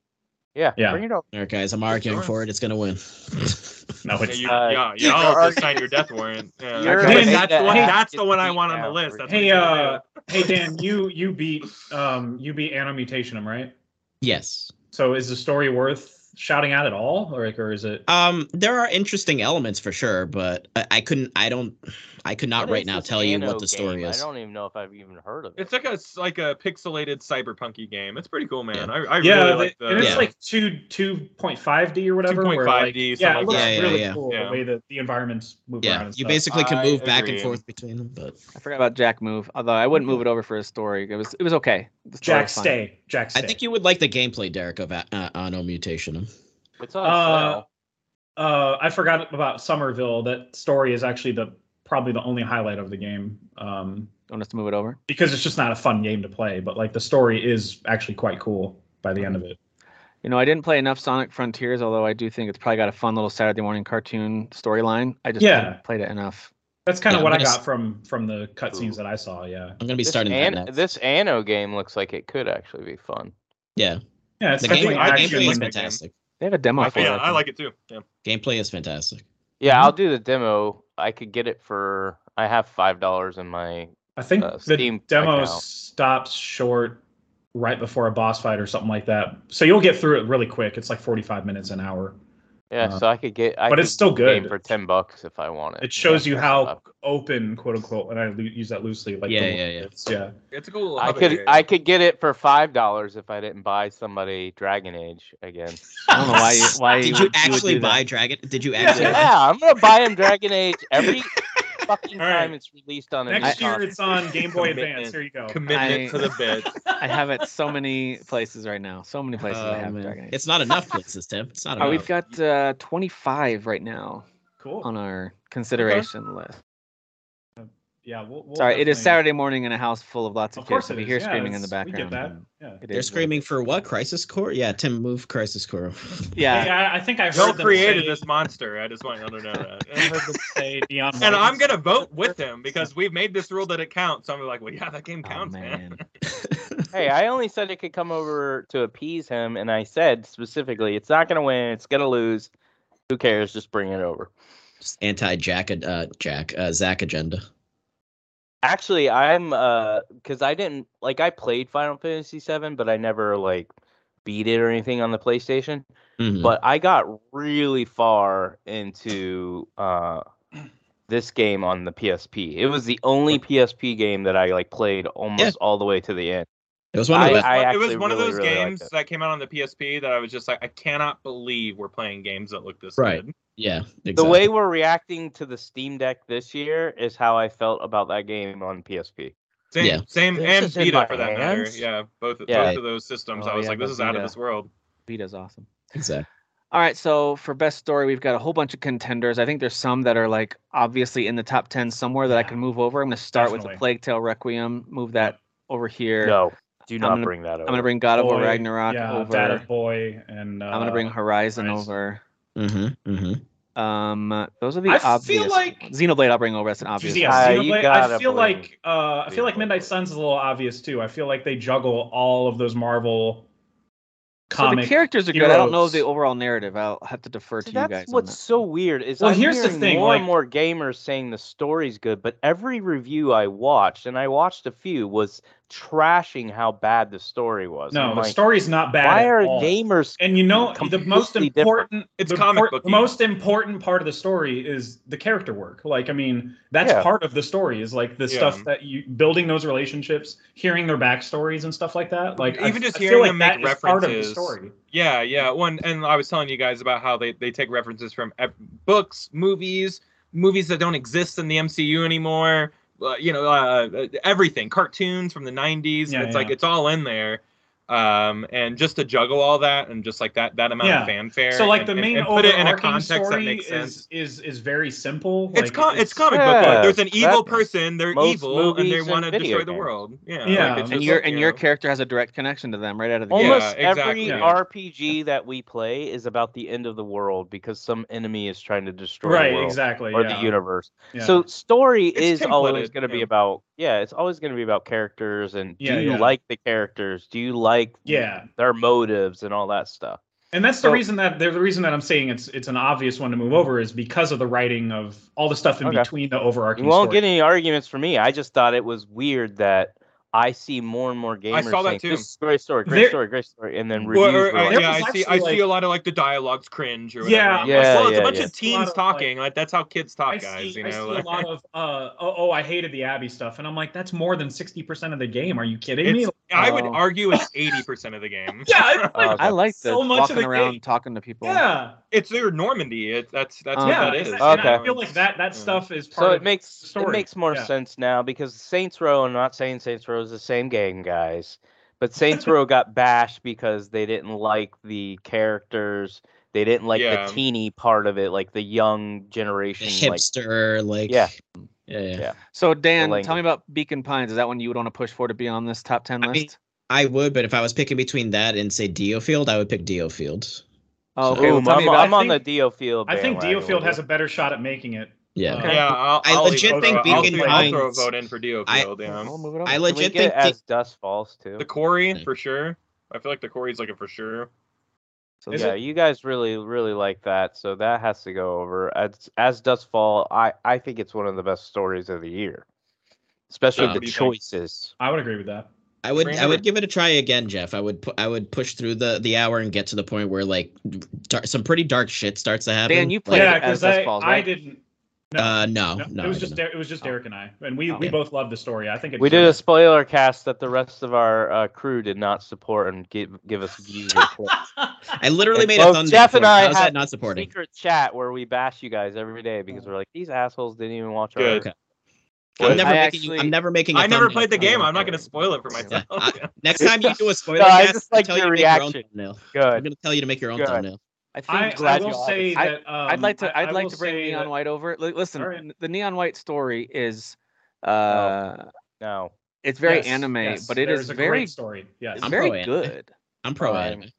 Speaker 3: Yeah,
Speaker 2: Yeah.
Speaker 3: bring it over.
Speaker 5: all right, guys, I'm arguing
Speaker 4: Sure.
Speaker 5: for it. It's gonna win.
Speaker 2: no,
Speaker 4: Yeah,
Speaker 2: it's,
Speaker 4: you,
Speaker 3: Uh,
Speaker 4: yeah,
Speaker 3: you're
Speaker 4: y'all just
Speaker 3: arguing-
Speaker 4: signed your death warrant. Yeah.
Speaker 3: You're
Speaker 2: Okay.
Speaker 4: That's,
Speaker 3: a
Speaker 4: the one,
Speaker 3: hack
Speaker 4: that's the
Speaker 3: to
Speaker 4: one I
Speaker 3: beat
Speaker 4: want on the
Speaker 3: now,
Speaker 4: list.
Speaker 3: freaking-
Speaker 4: That's what
Speaker 2: hey,
Speaker 4: you gotta
Speaker 2: uh, hey, Dan, you you beat um you beat Anno Mutationum, right?
Speaker 5: yes.
Speaker 2: So is the story worth shouting out at all, or like, or is it?
Speaker 5: Um, there are interesting elements for sure, but I, I couldn't. I don't. I could not
Speaker 3: What
Speaker 5: right
Speaker 3: is
Speaker 5: now
Speaker 3: this
Speaker 5: tell you
Speaker 3: Anno
Speaker 5: what the story
Speaker 3: game?
Speaker 5: is.
Speaker 3: I don't even know if I've even heard of
Speaker 4: do.
Speaker 3: it.
Speaker 4: It's like a s- like a pixelated cyberpunky game. It's pretty cool, man.
Speaker 5: Yeah.
Speaker 4: I, I
Speaker 2: yeah,
Speaker 4: really
Speaker 2: they-
Speaker 4: like the
Speaker 2: and it's
Speaker 5: Yeah.
Speaker 2: like two two point five D or whatever. where,
Speaker 4: 2.5D,
Speaker 2: like, yeah, it
Speaker 4: something like
Speaker 2: looks
Speaker 5: that. Yeah,
Speaker 2: really
Speaker 5: yeah,
Speaker 2: cool
Speaker 4: yeah.
Speaker 2: the way that the environments move around.
Speaker 5: Yeah,
Speaker 2: and
Speaker 5: you
Speaker 2: stuff.
Speaker 5: basically can
Speaker 4: I
Speaker 5: move back and
Speaker 4: agree.
Speaker 5: forth between them, but
Speaker 1: I forgot about Jack Move, although I wouldn't move it over for his story. It was it was okay. The story
Speaker 2: Jack
Speaker 1: was fine.
Speaker 2: Stay, Jack Stay.
Speaker 5: I think you would like the gameplay, Derek, of uh, Anno Mutationum.
Speaker 3: It's on
Speaker 2: Uh,
Speaker 3: sale.
Speaker 2: Uh, I forgot about Somerville. That story is actually the probably the only highlight of the game. Um,
Speaker 1: Want us to move it over?
Speaker 2: because it's just not a fun game to play, but like the story is actually quite cool by the end of it.
Speaker 1: You know, I didn't play enough Sonic Frontiers, although I do think it's probably got a fun little Saturday morning cartoon storyline. I just
Speaker 2: Yeah.
Speaker 1: haven't played it enough.
Speaker 2: That's kind
Speaker 5: Yeah,
Speaker 2: of what
Speaker 5: I'm
Speaker 2: I
Speaker 5: gonna s-
Speaker 2: got from from the cutscenes that I saw. Yeah,
Speaker 5: I'm gonna be
Speaker 3: This,
Speaker 5: starting that
Speaker 3: An-
Speaker 5: next.
Speaker 3: this Anno game looks like it could actually be fun.
Speaker 5: yeah,
Speaker 2: yeah, it's
Speaker 5: the, game,
Speaker 2: definitely
Speaker 5: the
Speaker 4: I
Speaker 2: action.
Speaker 4: actually
Speaker 5: gameplay is
Speaker 4: like that game.
Speaker 5: fantastic.
Speaker 1: They have a demo
Speaker 4: I,
Speaker 1: for
Speaker 4: yeah,
Speaker 1: it.
Speaker 4: I like it too. Yeah.
Speaker 5: Gameplay is fantastic.
Speaker 2: Mm-hmm.
Speaker 3: Yeah, I'll do the demo. I could get it for. I have five dollars in my.
Speaker 2: I think
Speaker 3: uh,
Speaker 2: the
Speaker 3: Steam
Speaker 2: demo
Speaker 3: account.
Speaker 2: stops short right before a boss fight or something like that. So you'll get through it really quick. It's like 45 minutes an hour.
Speaker 3: Yeah,
Speaker 2: Uh,
Speaker 3: so I could get. I
Speaker 2: but it's
Speaker 3: could
Speaker 2: still
Speaker 3: get the game
Speaker 2: good.
Speaker 3: for ten bucks if I want it.
Speaker 2: It shows
Speaker 3: Yeah,
Speaker 2: you how open, quote unquote, and I lo- use that loosely. Like
Speaker 5: Yeah,
Speaker 2: the-
Speaker 5: yeah, yeah.
Speaker 2: it's- yeah.
Speaker 4: It's a cool. little
Speaker 3: I
Speaker 4: hub
Speaker 3: could.
Speaker 4: area.
Speaker 3: I could get it for five dollars if I didn't buy somebody Dragon Age again.
Speaker 1: I don't know why you, why
Speaker 5: Did
Speaker 1: would-
Speaker 5: you
Speaker 1: would
Speaker 5: actually
Speaker 1: do that.
Speaker 5: buy Dragon? Did you
Speaker 2: Yeah.
Speaker 5: actually?
Speaker 3: yeah, I'm gonna buy him Dragon Age every fucking
Speaker 2: All right.
Speaker 3: time it's released on a new
Speaker 2: Next year
Speaker 3: console.
Speaker 2: it's on Game Boy Advance.
Speaker 4: Commitment.
Speaker 2: Here you go.
Speaker 4: Commitment
Speaker 1: I-
Speaker 4: to the bit.
Speaker 1: I have it so many places right now. So many places I
Speaker 5: Oh,
Speaker 1: have
Speaker 5: man.
Speaker 1: Dragon Age.
Speaker 5: It's not enough places, Tim. It's not
Speaker 1: Uh,
Speaker 5: enough.
Speaker 1: we've got uh, 25 right now
Speaker 2: Cool.
Speaker 1: on our consideration list.
Speaker 2: Yeah. We'll, we'll
Speaker 1: Sorry, it is
Speaker 2: definitely-
Speaker 1: Saturday morning in a house full of lots of,
Speaker 2: Of course
Speaker 1: kids.
Speaker 2: it
Speaker 1: We
Speaker 2: is.
Speaker 1: hear
Speaker 2: yeah,
Speaker 1: screaming in the
Speaker 2: it's-
Speaker 1: background.
Speaker 2: We get that.
Speaker 1: and
Speaker 2: Yeah.
Speaker 1: it
Speaker 5: They're
Speaker 1: is uh, what-
Speaker 5: screaming for what? Crisis Core? Yeah, Tim, move Crisis Core.
Speaker 1: Yeah,
Speaker 2: Hey, I, I think I heard
Speaker 4: Y'all
Speaker 2: them
Speaker 4: created
Speaker 2: say-
Speaker 4: this monster. I just want y'all to know
Speaker 2: I heard
Speaker 4: that.
Speaker 2: them say Beyond.
Speaker 4: and
Speaker 2: Light.
Speaker 4: I'm gonna vote with him because we've made this rule that it counts. So I'm like, well, yeah, that game
Speaker 1: Oh,
Speaker 4: counts, man.
Speaker 1: man.
Speaker 3: Hey, I only said it could come over to appease him, and I said specifically, it's not gonna win, it's gonna lose. Who cares? Just bring it over.
Speaker 5: Just anti-Jack, uh, Jack, uh, Zach agenda.
Speaker 3: Actually, I'm uh, cause I didn't like I played Final Fantasy VII, but I never like beat it or anything on the PlayStation.
Speaker 1: Mm.
Speaker 5: Mhm.
Speaker 3: But I got really far into uh this game on the PSP. It was the only PSP game that I like played almost all the way to the end.
Speaker 5: It was one of
Speaker 3: I-
Speaker 5: the
Speaker 3: I
Speaker 4: it was
Speaker 3: actually
Speaker 4: one of
Speaker 3: really,
Speaker 4: those
Speaker 3: really liked
Speaker 4: games
Speaker 3: it.
Speaker 4: that came out on the PSP that I was just like, I cannot believe we're playing games that look this
Speaker 5: Right.
Speaker 4: good.
Speaker 5: yeah. Exactly.
Speaker 3: The way we're reacting to the Steam Deck this year is how I felt about that game on PSP.
Speaker 4: Same,
Speaker 5: Yeah.
Speaker 4: same,
Speaker 3: This is in
Speaker 4: and Vita
Speaker 3: my
Speaker 4: for
Speaker 3: hands?
Speaker 4: that matter. Yeah, both
Speaker 3: Yeah.
Speaker 4: both of those systems.
Speaker 1: Oh,
Speaker 4: I was
Speaker 1: yeah,
Speaker 4: like, this
Speaker 1: the
Speaker 4: is out of
Speaker 1: Vita.
Speaker 4: this world.
Speaker 1: Vita's awesome.
Speaker 5: exactly.
Speaker 1: All right, so for best story, we've got a whole bunch of contenders. I think there's some that are like obviously in the top 10 somewhere that I
Speaker 2: Yeah,
Speaker 1: can move over. I'm going to start with
Speaker 2: definitely.
Speaker 1: the Plague Tale Requiem, move that over here.
Speaker 3: No, do not
Speaker 1: gonna-
Speaker 3: bring that over.
Speaker 1: I'm going to bring God of War
Speaker 2: Boy,
Speaker 1: Ragnarok
Speaker 2: yeah,
Speaker 1: over.
Speaker 2: Dad of Boy, and uh,
Speaker 1: I'm going to bring Horizon
Speaker 2: Horizon.
Speaker 1: over.
Speaker 5: Mm-hmm. Mm-hmm.
Speaker 1: Um, those are the
Speaker 2: I feel
Speaker 1: obvious.
Speaker 2: like-
Speaker 1: ones. Xenoblade. I'll bring over. That's an obvious.
Speaker 2: Yeah,
Speaker 1: one.
Speaker 3: Uh,
Speaker 2: Xenoblade-
Speaker 3: you
Speaker 2: I
Speaker 3: gotta
Speaker 2: feel
Speaker 3: believe-
Speaker 2: like uh, I feel like
Speaker 3: believe.
Speaker 2: Midnight Suns is a little obvious too. I feel like they juggle all of those Marvel
Speaker 1: So the
Speaker 2: comic.
Speaker 1: characters are good. I don't know
Speaker 2: heroes.
Speaker 1: the overall narrative. I'll have to defer
Speaker 3: See,
Speaker 1: to you
Speaker 3: that's
Speaker 1: guys. on
Speaker 3: what's
Speaker 1: that.
Speaker 3: so weird is
Speaker 2: Well,
Speaker 3: I'm
Speaker 2: here's the
Speaker 3: hearing
Speaker 2: thing,
Speaker 3: more and
Speaker 2: like-
Speaker 3: more gamers saying the story's good, but every review I watched, and I watched a few, was trashing how bad the story was.
Speaker 2: no,
Speaker 3: I'm
Speaker 2: the
Speaker 3: like,
Speaker 2: story's not bad.
Speaker 3: Why
Speaker 2: at
Speaker 3: are
Speaker 2: all.
Speaker 3: gamers?
Speaker 2: And you know the most
Speaker 3: completely different?
Speaker 2: important
Speaker 4: It's
Speaker 2: the
Speaker 4: comic
Speaker 2: por-
Speaker 4: book
Speaker 2: most important part of the story is the character work. Like I mean, that's
Speaker 3: Yeah.
Speaker 2: part of the story is like the
Speaker 4: Yeah.
Speaker 2: stuff that you building those relationships, hearing their backstories and stuff like that. Like I-
Speaker 4: Even just
Speaker 2: I feel
Speaker 4: hearing
Speaker 2: like
Speaker 4: them make
Speaker 2: that is part of the
Speaker 4: references.
Speaker 2: story.
Speaker 4: Yeah, yeah. One, and I was telling you guys about how they they take references from ev- books, movies, movies that don't exist in the MCU anymore. Uh, you know, uh, everything, cartoons from the '90s.
Speaker 2: Yeah,
Speaker 4: it's like
Speaker 2: yeah.
Speaker 4: it's all in there. Um, and just to juggle all that and just like that that amount
Speaker 2: Yeah.
Speaker 4: of fanfare.
Speaker 2: So like
Speaker 4: and-
Speaker 2: the
Speaker 4: and-
Speaker 2: main
Speaker 4: and put it in a
Speaker 2: overarching
Speaker 4: context that
Speaker 2: story
Speaker 4: makes sense.
Speaker 2: is is is very simple.
Speaker 4: it's,
Speaker 2: like,
Speaker 4: com- it's comic book.
Speaker 3: Yeah,
Speaker 4: Like, there's an evil
Speaker 3: exactly.
Speaker 4: person. They're
Speaker 3: Most
Speaker 4: evil and they
Speaker 3: movies
Speaker 4: want to
Speaker 3: and video
Speaker 4: destroy the
Speaker 3: games.
Speaker 4: world. Yeah.
Speaker 2: Yeah.
Speaker 4: it's
Speaker 1: And
Speaker 4: just
Speaker 1: your
Speaker 4: like,
Speaker 1: and
Speaker 4: you
Speaker 1: your
Speaker 4: know,
Speaker 1: character has a direct connection to them right out of the
Speaker 4: Yeah,
Speaker 1: gate.
Speaker 3: Almost
Speaker 4: exactly.
Speaker 3: every RPG that we play is about the end of the world because some enemy is trying to destroy
Speaker 2: right
Speaker 3: the world
Speaker 2: exactly
Speaker 3: or
Speaker 2: yeah.
Speaker 3: the universe.
Speaker 2: yeah.
Speaker 3: So story is
Speaker 4: It's
Speaker 3: always
Speaker 4: templated,
Speaker 3: going to be
Speaker 4: yeah.
Speaker 3: about yeah, it's always going to be about characters and
Speaker 2: Yeah,
Speaker 3: do you
Speaker 2: yeah.
Speaker 3: like the characters? Do you like
Speaker 2: yeah
Speaker 3: their motives and all that stuff?
Speaker 2: and that's the
Speaker 3: so-
Speaker 2: reason that the reason that i'm saying it's it's an obvious one to move over is because of the writing of all the stuff in
Speaker 3: Okay.
Speaker 2: between the overarching
Speaker 3: You won't
Speaker 2: story.
Speaker 3: get any arguments from me. I just thought it was weird that I see more and more gamers
Speaker 4: saw that
Speaker 3: saying,
Speaker 4: too.
Speaker 3: "This is a great story, great
Speaker 2: There-
Speaker 3: story, great story," and then
Speaker 1: Or-
Speaker 4: Or-
Speaker 3: reviews.
Speaker 4: or,
Speaker 3: were
Speaker 4: uh,
Speaker 3: like,
Speaker 2: There
Speaker 4: yeah,
Speaker 2: was
Speaker 4: I see. I
Speaker 2: actually,
Speaker 4: see
Speaker 2: like-
Speaker 4: a lot of like the dialogue's cringe or whatever.
Speaker 2: Yeah.
Speaker 4: I'm like,
Speaker 3: Yeah,
Speaker 4: well, it's
Speaker 3: yeah,
Speaker 4: a bunch
Speaker 3: yeah.
Speaker 4: of
Speaker 2: I see a lot
Speaker 4: teens
Speaker 2: of,
Speaker 4: talking. Like that's how kids talk,
Speaker 2: I see,
Speaker 4: guys. You
Speaker 2: I
Speaker 4: know,
Speaker 2: see a
Speaker 4: like-
Speaker 2: lot of uh, oh, oh, I hated the Abby stuff, and I'm like, that's more than sixty percent of the game. Are you kidding me?
Speaker 4: It's- I would
Speaker 1: Oh.
Speaker 4: argue it's eighty percent of the game.
Speaker 2: Yeah, it's like,
Speaker 3: Uh,
Speaker 1: I like the
Speaker 2: So much
Speaker 1: walking
Speaker 2: of the
Speaker 1: around
Speaker 2: game.
Speaker 1: talking to people.
Speaker 2: yeah,
Speaker 4: It's their Normandy. It, that's that's
Speaker 1: Uh,
Speaker 4: what
Speaker 2: yeah.
Speaker 4: that is.
Speaker 2: exactly.
Speaker 3: Okay. Mm.
Speaker 2: And I feel like that that
Speaker 4: Yeah.
Speaker 2: stuff is part
Speaker 3: so
Speaker 2: of
Speaker 3: it makes
Speaker 2: the story.
Speaker 3: it makes more
Speaker 2: Yeah.
Speaker 3: sense now because Saints Row. I'm not saying Saints Row is the same game, guys, but Saints Row got bashed because they didn't like the characters. They didn't like
Speaker 4: Yeah.
Speaker 3: the teeny part of it, like the young generation. like
Speaker 5: hipster, like
Speaker 3: Yeah.
Speaker 5: yeah, yeah.
Speaker 3: Yeah.
Speaker 1: So Dan,
Speaker 3: language.
Speaker 1: tell me about Beacon Pines. Is that one you would want to push for to be on this top ten
Speaker 5: I mean,
Speaker 1: list?
Speaker 5: I would, but if I was picking between that and say Dio Field, I would pick Dio Field.
Speaker 1: Oh,
Speaker 5: so-
Speaker 1: okay. well,
Speaker 3: Boom,
Speaker 1: tell me
Speaker 3: I'm,
Speaker 1: about.
Speaker 3: I'm on the
Speaker 2: think-
Speaker 3: Dio Field.
Speaker 2: I think
Speaker 3: bandwagon
Speaker 2: Dio Field
Speaker 3: with
Speaker 2: has
Speaker 3: it.
Speaker 2: a better shot at making it.
Speaker 5: Yeah.
Speaker 2: Uh,
Speaker 4: Yeah, I'll,
Speaker 5: I
Speaker 4: I'll
Speaker 5: legit
Speaker 4: even
Speaker 5: think
Speaker 4: throw- I'll,
Speaker 5: Beacon
Speaker 4: throw- I'll throw a
Speaker 5: Pines-
Speaker 4: vote in for Dio
Speaker 5: I-
Speaker 4: Field. yeah.
Speaker 1: I'll move it up.
Speaker 5: I
Speaker 3: Can we
Speaker 5: legit
Speaker 3: get
Speaker 5: think Di-
Speaker 3: as Dust Falls too.
Speaker 4: The Corey
Speaker 5: Okay.
Speaker 4: for sure. I feel like the Corey's like a for sure.
Speaker 1: So
Speaker 2: Is
Speaker 1: yeah,
Speaker 3: yeah, you guys really, really like that, so that has to go over. As as does fall, I I think it's one of the best stories of the year, especially
Speaker 5: Uh,
Speaker 3: with
Speaker 4: what do
Speaker 3: the
Speaker 4: you think?
Speaker 3: choices.
Speaker 2: I would agree with that.
Speaker 5: I would
Speaker 4: Brand
Speaker 5: I would
Speaker 4: or-
Speaker 5: give it a try again, Jeff. I would pu- I would push through the the hour and get to the point where like dar- some pretty dark shit starts to happen.
Speaker 1: Dan, you played it
Speaker 5: Like,
Speaker 2: yeah,
Speaker 1: as
Speaker 2: because
Speaker 1: Dust
Speaker 2: I,
Speaker 1: Falls,
Speaker 2: I
Speaker 1: right?
Speaker 2: didn't. No.
Speaker 5: uh, no, no,
Speaker 2: it was just
Speaker 5: there.
Speaker 2: Der- it was just Derek and I, and we we
Speaker 5: Oh. Yeah.
Speaker 2: both loved the story. I think it
Speaker 3: We did
Speaker 2: deserves-
Speaker 3: a spoiler cast that the rest of our uh, crew did not support and give give us views. or clicks.
Speaker 5: I literally
Speaker 3: And
Speaker 5: made
Speaker 3: both
Speaker 5: a thumbnail.
Speaker 3: Jeff
Speaker 5: for
Speaker 3: and
Speaker 5: it.
Speaker 3: I
Speaker 5: How's
Speaker 3: had
Speaker 5: that not supporting?
Speaker 3: secret chat where we bash you guys every day because we're like these assholes didn't even watch our.
Speaker 4: Good.
Speaker 5: Okay. I'm never
Speaker 1: I
Speaker 5: making. you,
Speaker 1: actually-
Speaker 5: I'm never making. a
Speaker 4: I never
Speaker 5: thumbnail.
Speaker 4: played the game. I'm not
Speaker 3: Yeah.
Speaker 4: going to spoil it for myself.
Speaker 5: Next time you do a spoiler,
Speaker 3: No, I
Speaker 5: cast,
Speaker 3: just
Speaker 5: I'll
Speaker 3: like
Speaker 5: tell
Speaker 3: your
Speaker 5: you to make own
Speaker 3: reaction.
Speaker 5: thumbnail. I'm
Speaker 3: Good.
Speaker 5: gonna tell you to make your own
Speaker 3: Good.
Speaker 5: thumbnail.
Speaker 1: I think
Speaker 2: I, I
Speaker 3: glad you
Speaker 2: will
Speaker 3: all-
Speaker 2: say
Speaker 1: I-
Speaker 2: that um,
Speaker 1: I'd like to.
Speaker 2: I-
Speaker 1: I'd
Speaker 2: I
Speaker 1: like
Speaker 2: will
Speaker 1: to bring
Speaker 2: say
Speaker 1: Neon
Speaker 2: that-
Speaker 1: White over. L- listen,
Speaker 2: All right. Oh,
Speaker 1: n- the Neon White story is, uh,
Speaker 3: No.
Speaker 1: it's very
Speaker 2: yes,
Speaker 1: anime,
Speaker 2: yes,
Speaker 1: but it
Speaker 2: there
Speaker 1: is
Speaker 2: a
Speaker 1: very,
Speaker 2: great story. Yes,
Speaker 1: it's
Speaker 5: I'm
Speaker 1: very
Speaker 5: pro-anime.
Speaker 1: good.
Speaker 5: I'm pro
Speaker 3: Right.
Speaker 5: anime.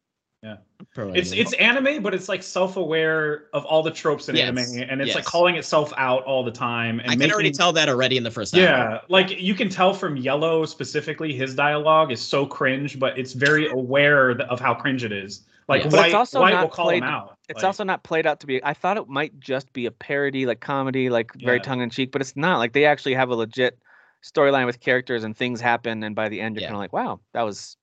Speaker 2: Yeah.
Speaker 5: I'm pro
Speaker 2: it's
Speaker 5: anime.
Speaker 2: it's anime, but it's like self-aware of all the tropes in
Speaker 5: Yes,
Speaker 2: anime, and it's like
Speaker 5: yes.
Speaker 2: calling itself out all the time. And
Speaker 5: I can
Speaker 2: making,
Speaker 5: already tell that already in the first. hour.
Speaker 2: Yeah, like you can tell from Yellow specifically, his dialogue is so cringe, but it's very aware th- of how cringe it is. Like
Speaker 5: Yes.
Speaker 1: But it's
Speaker 2: White,
Speaker 1: also
Speaker 2: White
Speaker 1: not
Speaker 2: will call
Speaker 1: played-
Speaker 2: him out.
Speaker 1: It's
Speaker 2: Like,
Speaker 1: also not played out to be. I thought it might just be a parody, like comedy, like very
Speaker 2: Yeah.
Speaker 1: tongue in cheek, but it's not. Like they actually have a legit storyline with characters and things happen, and by the end you're
Speaker 5: Yeah.
Speaker 1: kind of like, wow, that was.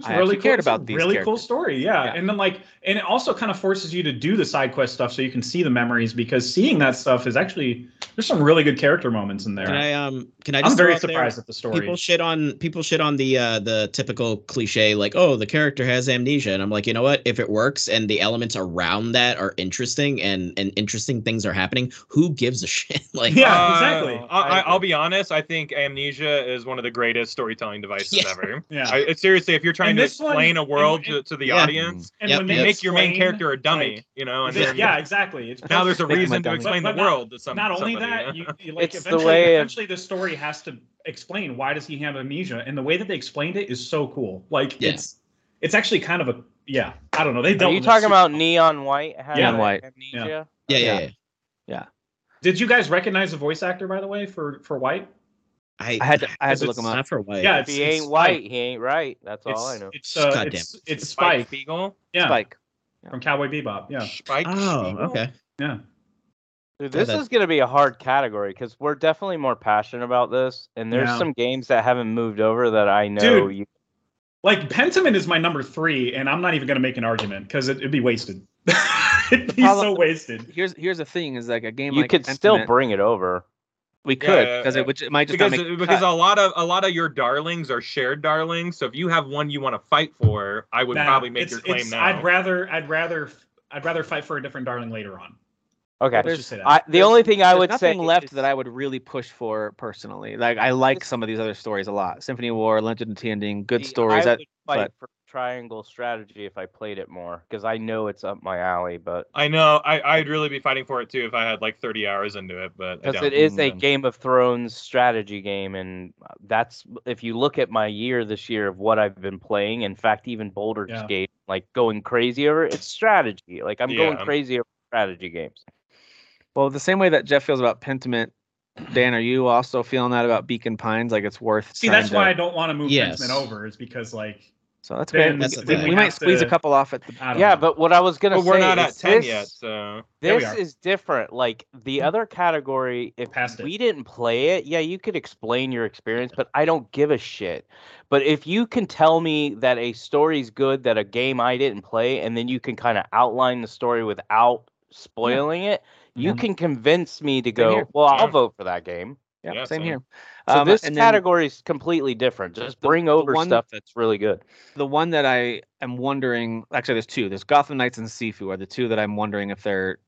Speaker 2: It's
Speaker 1: I actually
Speaker 2: cool-
Speaker 1: cared
Speaker 2: it's a
Speaker 1: about these
Speaker 2: Really cool
Speaker 1: characters.
Speaker 2: story, yeah.
Speaker 1: Yeah.
Speaker 2: And then like, and it also kind of forces you to do the side quest stuff so you can see the memories because seeing that stuff is actually there's some really good character moments in there.
Speaker 5: Can I um? Can I just?
Speaker 2: I'm
Speaker 5: throw
Speaker 2: very
Speaker 5: out there-
Speaker 2: surprised at the story.
Speaker 5: People shit on people shit on the uh, the typical cliche like oh the character has amnesia and I'm like you know what if it works and the elements around that are interesting and and interesting things are happening who gives a shit like
Speaker 2: Yeah,
Speaker 4: Uh,
Speaker 2: exactly.
Speaker 4: I, I,
Speaker 2: I
Speaker 4: I'll be honest. I think amnesia is one of the greatest storytelling devices
Speaker 5: Yeah.
Speaker 4: ever.
Speaker 2: yeah.
Speaker 4: I, seriously, if you're trying
Speaker 2: And
Speaker 4: to
Speaker 2: this one-
Speaker 4: explain a world
Speaker 2: and- and-
Speaker 4: to, to the
Speaker 5: Yeah.
Speaker 4: audience,
Speaker 2: and
Speaker 5: Yep,
Speaker 2: when
Speaker 5: yep.
Speaker 2: they
Speaker 4: make your main
Speaker 2: explain,
Speaker 4: character a dummy,
Speaker 2: like,
Speaker 4: you know. And
Speaker 2: th-
Speaker 4: then,
Speaker 2: yeah, exactly. It's
Speaker 4: now there's a
Speaker 1: Make him a
Speaker 4: reason to
Speaker 1: dummy.
Speaker 4: explain
Speaker 2: But-
Speaker 4: the
Speaker 2: but not-
Speaker 4: world to some.
Speaker 2: not only
Speaker 4: somebody, yeah.
Speaker 2: that you, you like
Speaker 3: It's the
Speaker 2: eventually,
Speaker 3: way of-
Speaker 2: eventually the story has to explain why does he have amnesia and the way that they explained it is so cool like
Speaker 5: Yeah.
Speaker 2: it's it's actually kind of a yeah i don't know they
Speaker 3: Are
Speaker 2: dealt
Speaker 3: you
Speaker 2: with it
Speaker 3: talking
Speaker 2: super-
Speaker 3: about Neon White? having
Speaker 1: Neon White.
Speaker 3: Amnesia.
Speaker 5: yeah yeah,
Speaker 1: Yeah.
Speaker 5: yeah.
Speaker 2: did you guys recognize the voice actor by the way for for white
Speaker 5: I,
Speaker 1: I had to. I had
Speaker 2: Because
Speaker 1: to look
Speaker 2: it's
Speaker 1: him
Speaker 5: it's
Speaker 1: up.
Speaker 5: not for white
Speaker 2: Yeah,
Speaker 3: If
Speaker 2: It's-
Speaker 3: he
Speaker 2: it's
Speaker 3: ain't
Speaker 2: Spike.
Speaker 3: white, he ain't right. That's
Speaker 2: it's
Speaker 3: all I know.
Speaker 2: it's uh,
Speaker 5: Goddamn.
Speaker 2: it's, it's
Speaker 4: Spike
Speaker 2: spike
Speaker 4: Spiegel.
Speaker 2: yeah
Speaker 1: Spike.
Speaker 2: from cowboy bebop yeah
Speaker 4: Spike
Speaker 5: oh
Speaker 4: Spiegel?
Speaker 5: okay
Speaker 2: yeah
Speaker 3: Dude,
Speaker 5: Yeah,
Speaker 3: this
Speaker 5: that-
Speaker 3: is going to be a hard category because we're definitely more passionate about this, and there's
Speaker 2: Yeah.
Speaker 3: some games that haven't moved over that I know.
Speaker 2: Dude.
Speaker 3: you
Speaker 2: like pentiment is my number three and i'm not even gonna make an argument because it, it'd be wasted it'd be
Speaker 1: problem-
Speaker 2: so wasted
Speaker 1: Here's here's the thing: is like a game
Speaker 3: you
Speaker 1: like
Speaker 3: could still
Speaker 1: Pentiment,
Speaker 3: bring it over.
Speaker 1: we
Speaker 4: Yeah,
Speaker 1: could
Speaker 4: yeah,
Speaker 1: because
Speaker 4: yeah.
Speaker 1: it would it might just
Speaker 4: because
Speaker 1: not make
Speaker 4: because
Speaker 1: cut.
Speaker 4: a lot of a lot of your darlings are shared darlings. So if you have one you want to fight for, I would
Speaker 2: Nah,
Speaker 4: probably make
Speaker 2: it's-
Speaker 4: your claim
Speaker 2: it's-
Speaker 4: now.
Speaker 2: i'd rather i'd rather i'd rather fight for a different darling later on
Speaker 3: Okay.
Speaker 2: Let's just say that.
Speaker 3: I, the only thing I
Speaker 1: There's
Speaker 3: would say
Speaker 1: nothing left
Speaker 3: is-
Speaker 1: that I would really push for personally. Like I like some of these other stories a lot. Symphony of War, Legend of Tianding, good
Speaker 3: See,
Speaker 1: stories.
Speaker 3: I
Speaker 1: That
Speaker 3: would fight
Speaker 1: but-
Speaker 3: for triangle strategy if I played it more because I know it's up my alley, but
Speaker 4: I know. I, I'd really be fighting for it too if I had like 30 hours into it, but I
Speaker 3: because
Speaker 4: don't.
Speaker 3: it is a
Speaker 1: Mm.
Speaker 3: Game of Thrones strategy game, and uh, that's if you look at my year this year of what I've been playing. In fact, even Boulder's
Speaker 2: Yeah.
Speaker 3: Gate, like going crazy over it, it's strategy. Like I'm going
Speaker 4: Yeah.
Speaker 3: crazy over strategy games.
Speaker 1: well, the same way that Jeff feels about Pentiment, Dan, are you also feeling that about Beacon Pines? Like it's worth.
Speaker 2: See,
Speaker 1: trying
Speaker 2: that's
Speaker 1: to-
Speaker 2: why I don't want to move
Speaker 5: Yes.
Speaker 2: Pentiment over. Is because like
Speaker 1: So that's
Speaker 2: then,
Speaker 1: great.
Speaker 5: That's the
Speaker 2: then
Speaker 5: thing.
Speaker 1: We might
Speaker 2: have
Speaker 1: squeeze
Speaker 2: to-
Speaker 1: a couple off at the.
Speaker 2: I don't
Speaker 3: Yeah,
Speaker 2: know.
Speaker 3: but what I was gonna
Speaker 4: Mm-hmm. But
Speaker 3: say
Speaker 4: we're not at
Speaker 3: is
Speaker 4: 10
Speaker 3: this,
Speaker 4: yet, so
Speaker 2: There we
Speaker 3: This
Speaker 2: are.
Speaker 3: is different. Like the
Speaker 1: Hmm.
Speaker 3: other category, if
Speaker 2: Past it.
Speaker 3: we didn't play it, yeah, you could explain your experience, but I don't give a shit. But if you can tell me that a story's good, that a game I didn't play, and then you can kind of outline the story without spoiling it, you
Speaker 1: Mhm.
Speaker 3: can convince me to
Speaker 1: Same here.
Speaker 3: go, well, I'll
Speaker 4: Yeah.
Speaker 3: vote for that game.
Speaker 1: Yeah,
Speaker 4: Yeah,
Speaker 1: same
Speaker 4: so-
Speaker 1: here.
Speaker 3: So
Speaker 1: Um,
Speaker 3: this
Speaker 1: and then-
Speaker 3: category is completely different. Just
Speaker 1: the-
Speaker 3: bring over
Speaker 1: one-
Speaker 3: stuff that's really good.
Speaker 1: the one that I am wondering, actually, there's two. There's Gotham Knights and Sifu are the two that I'm wondering if they're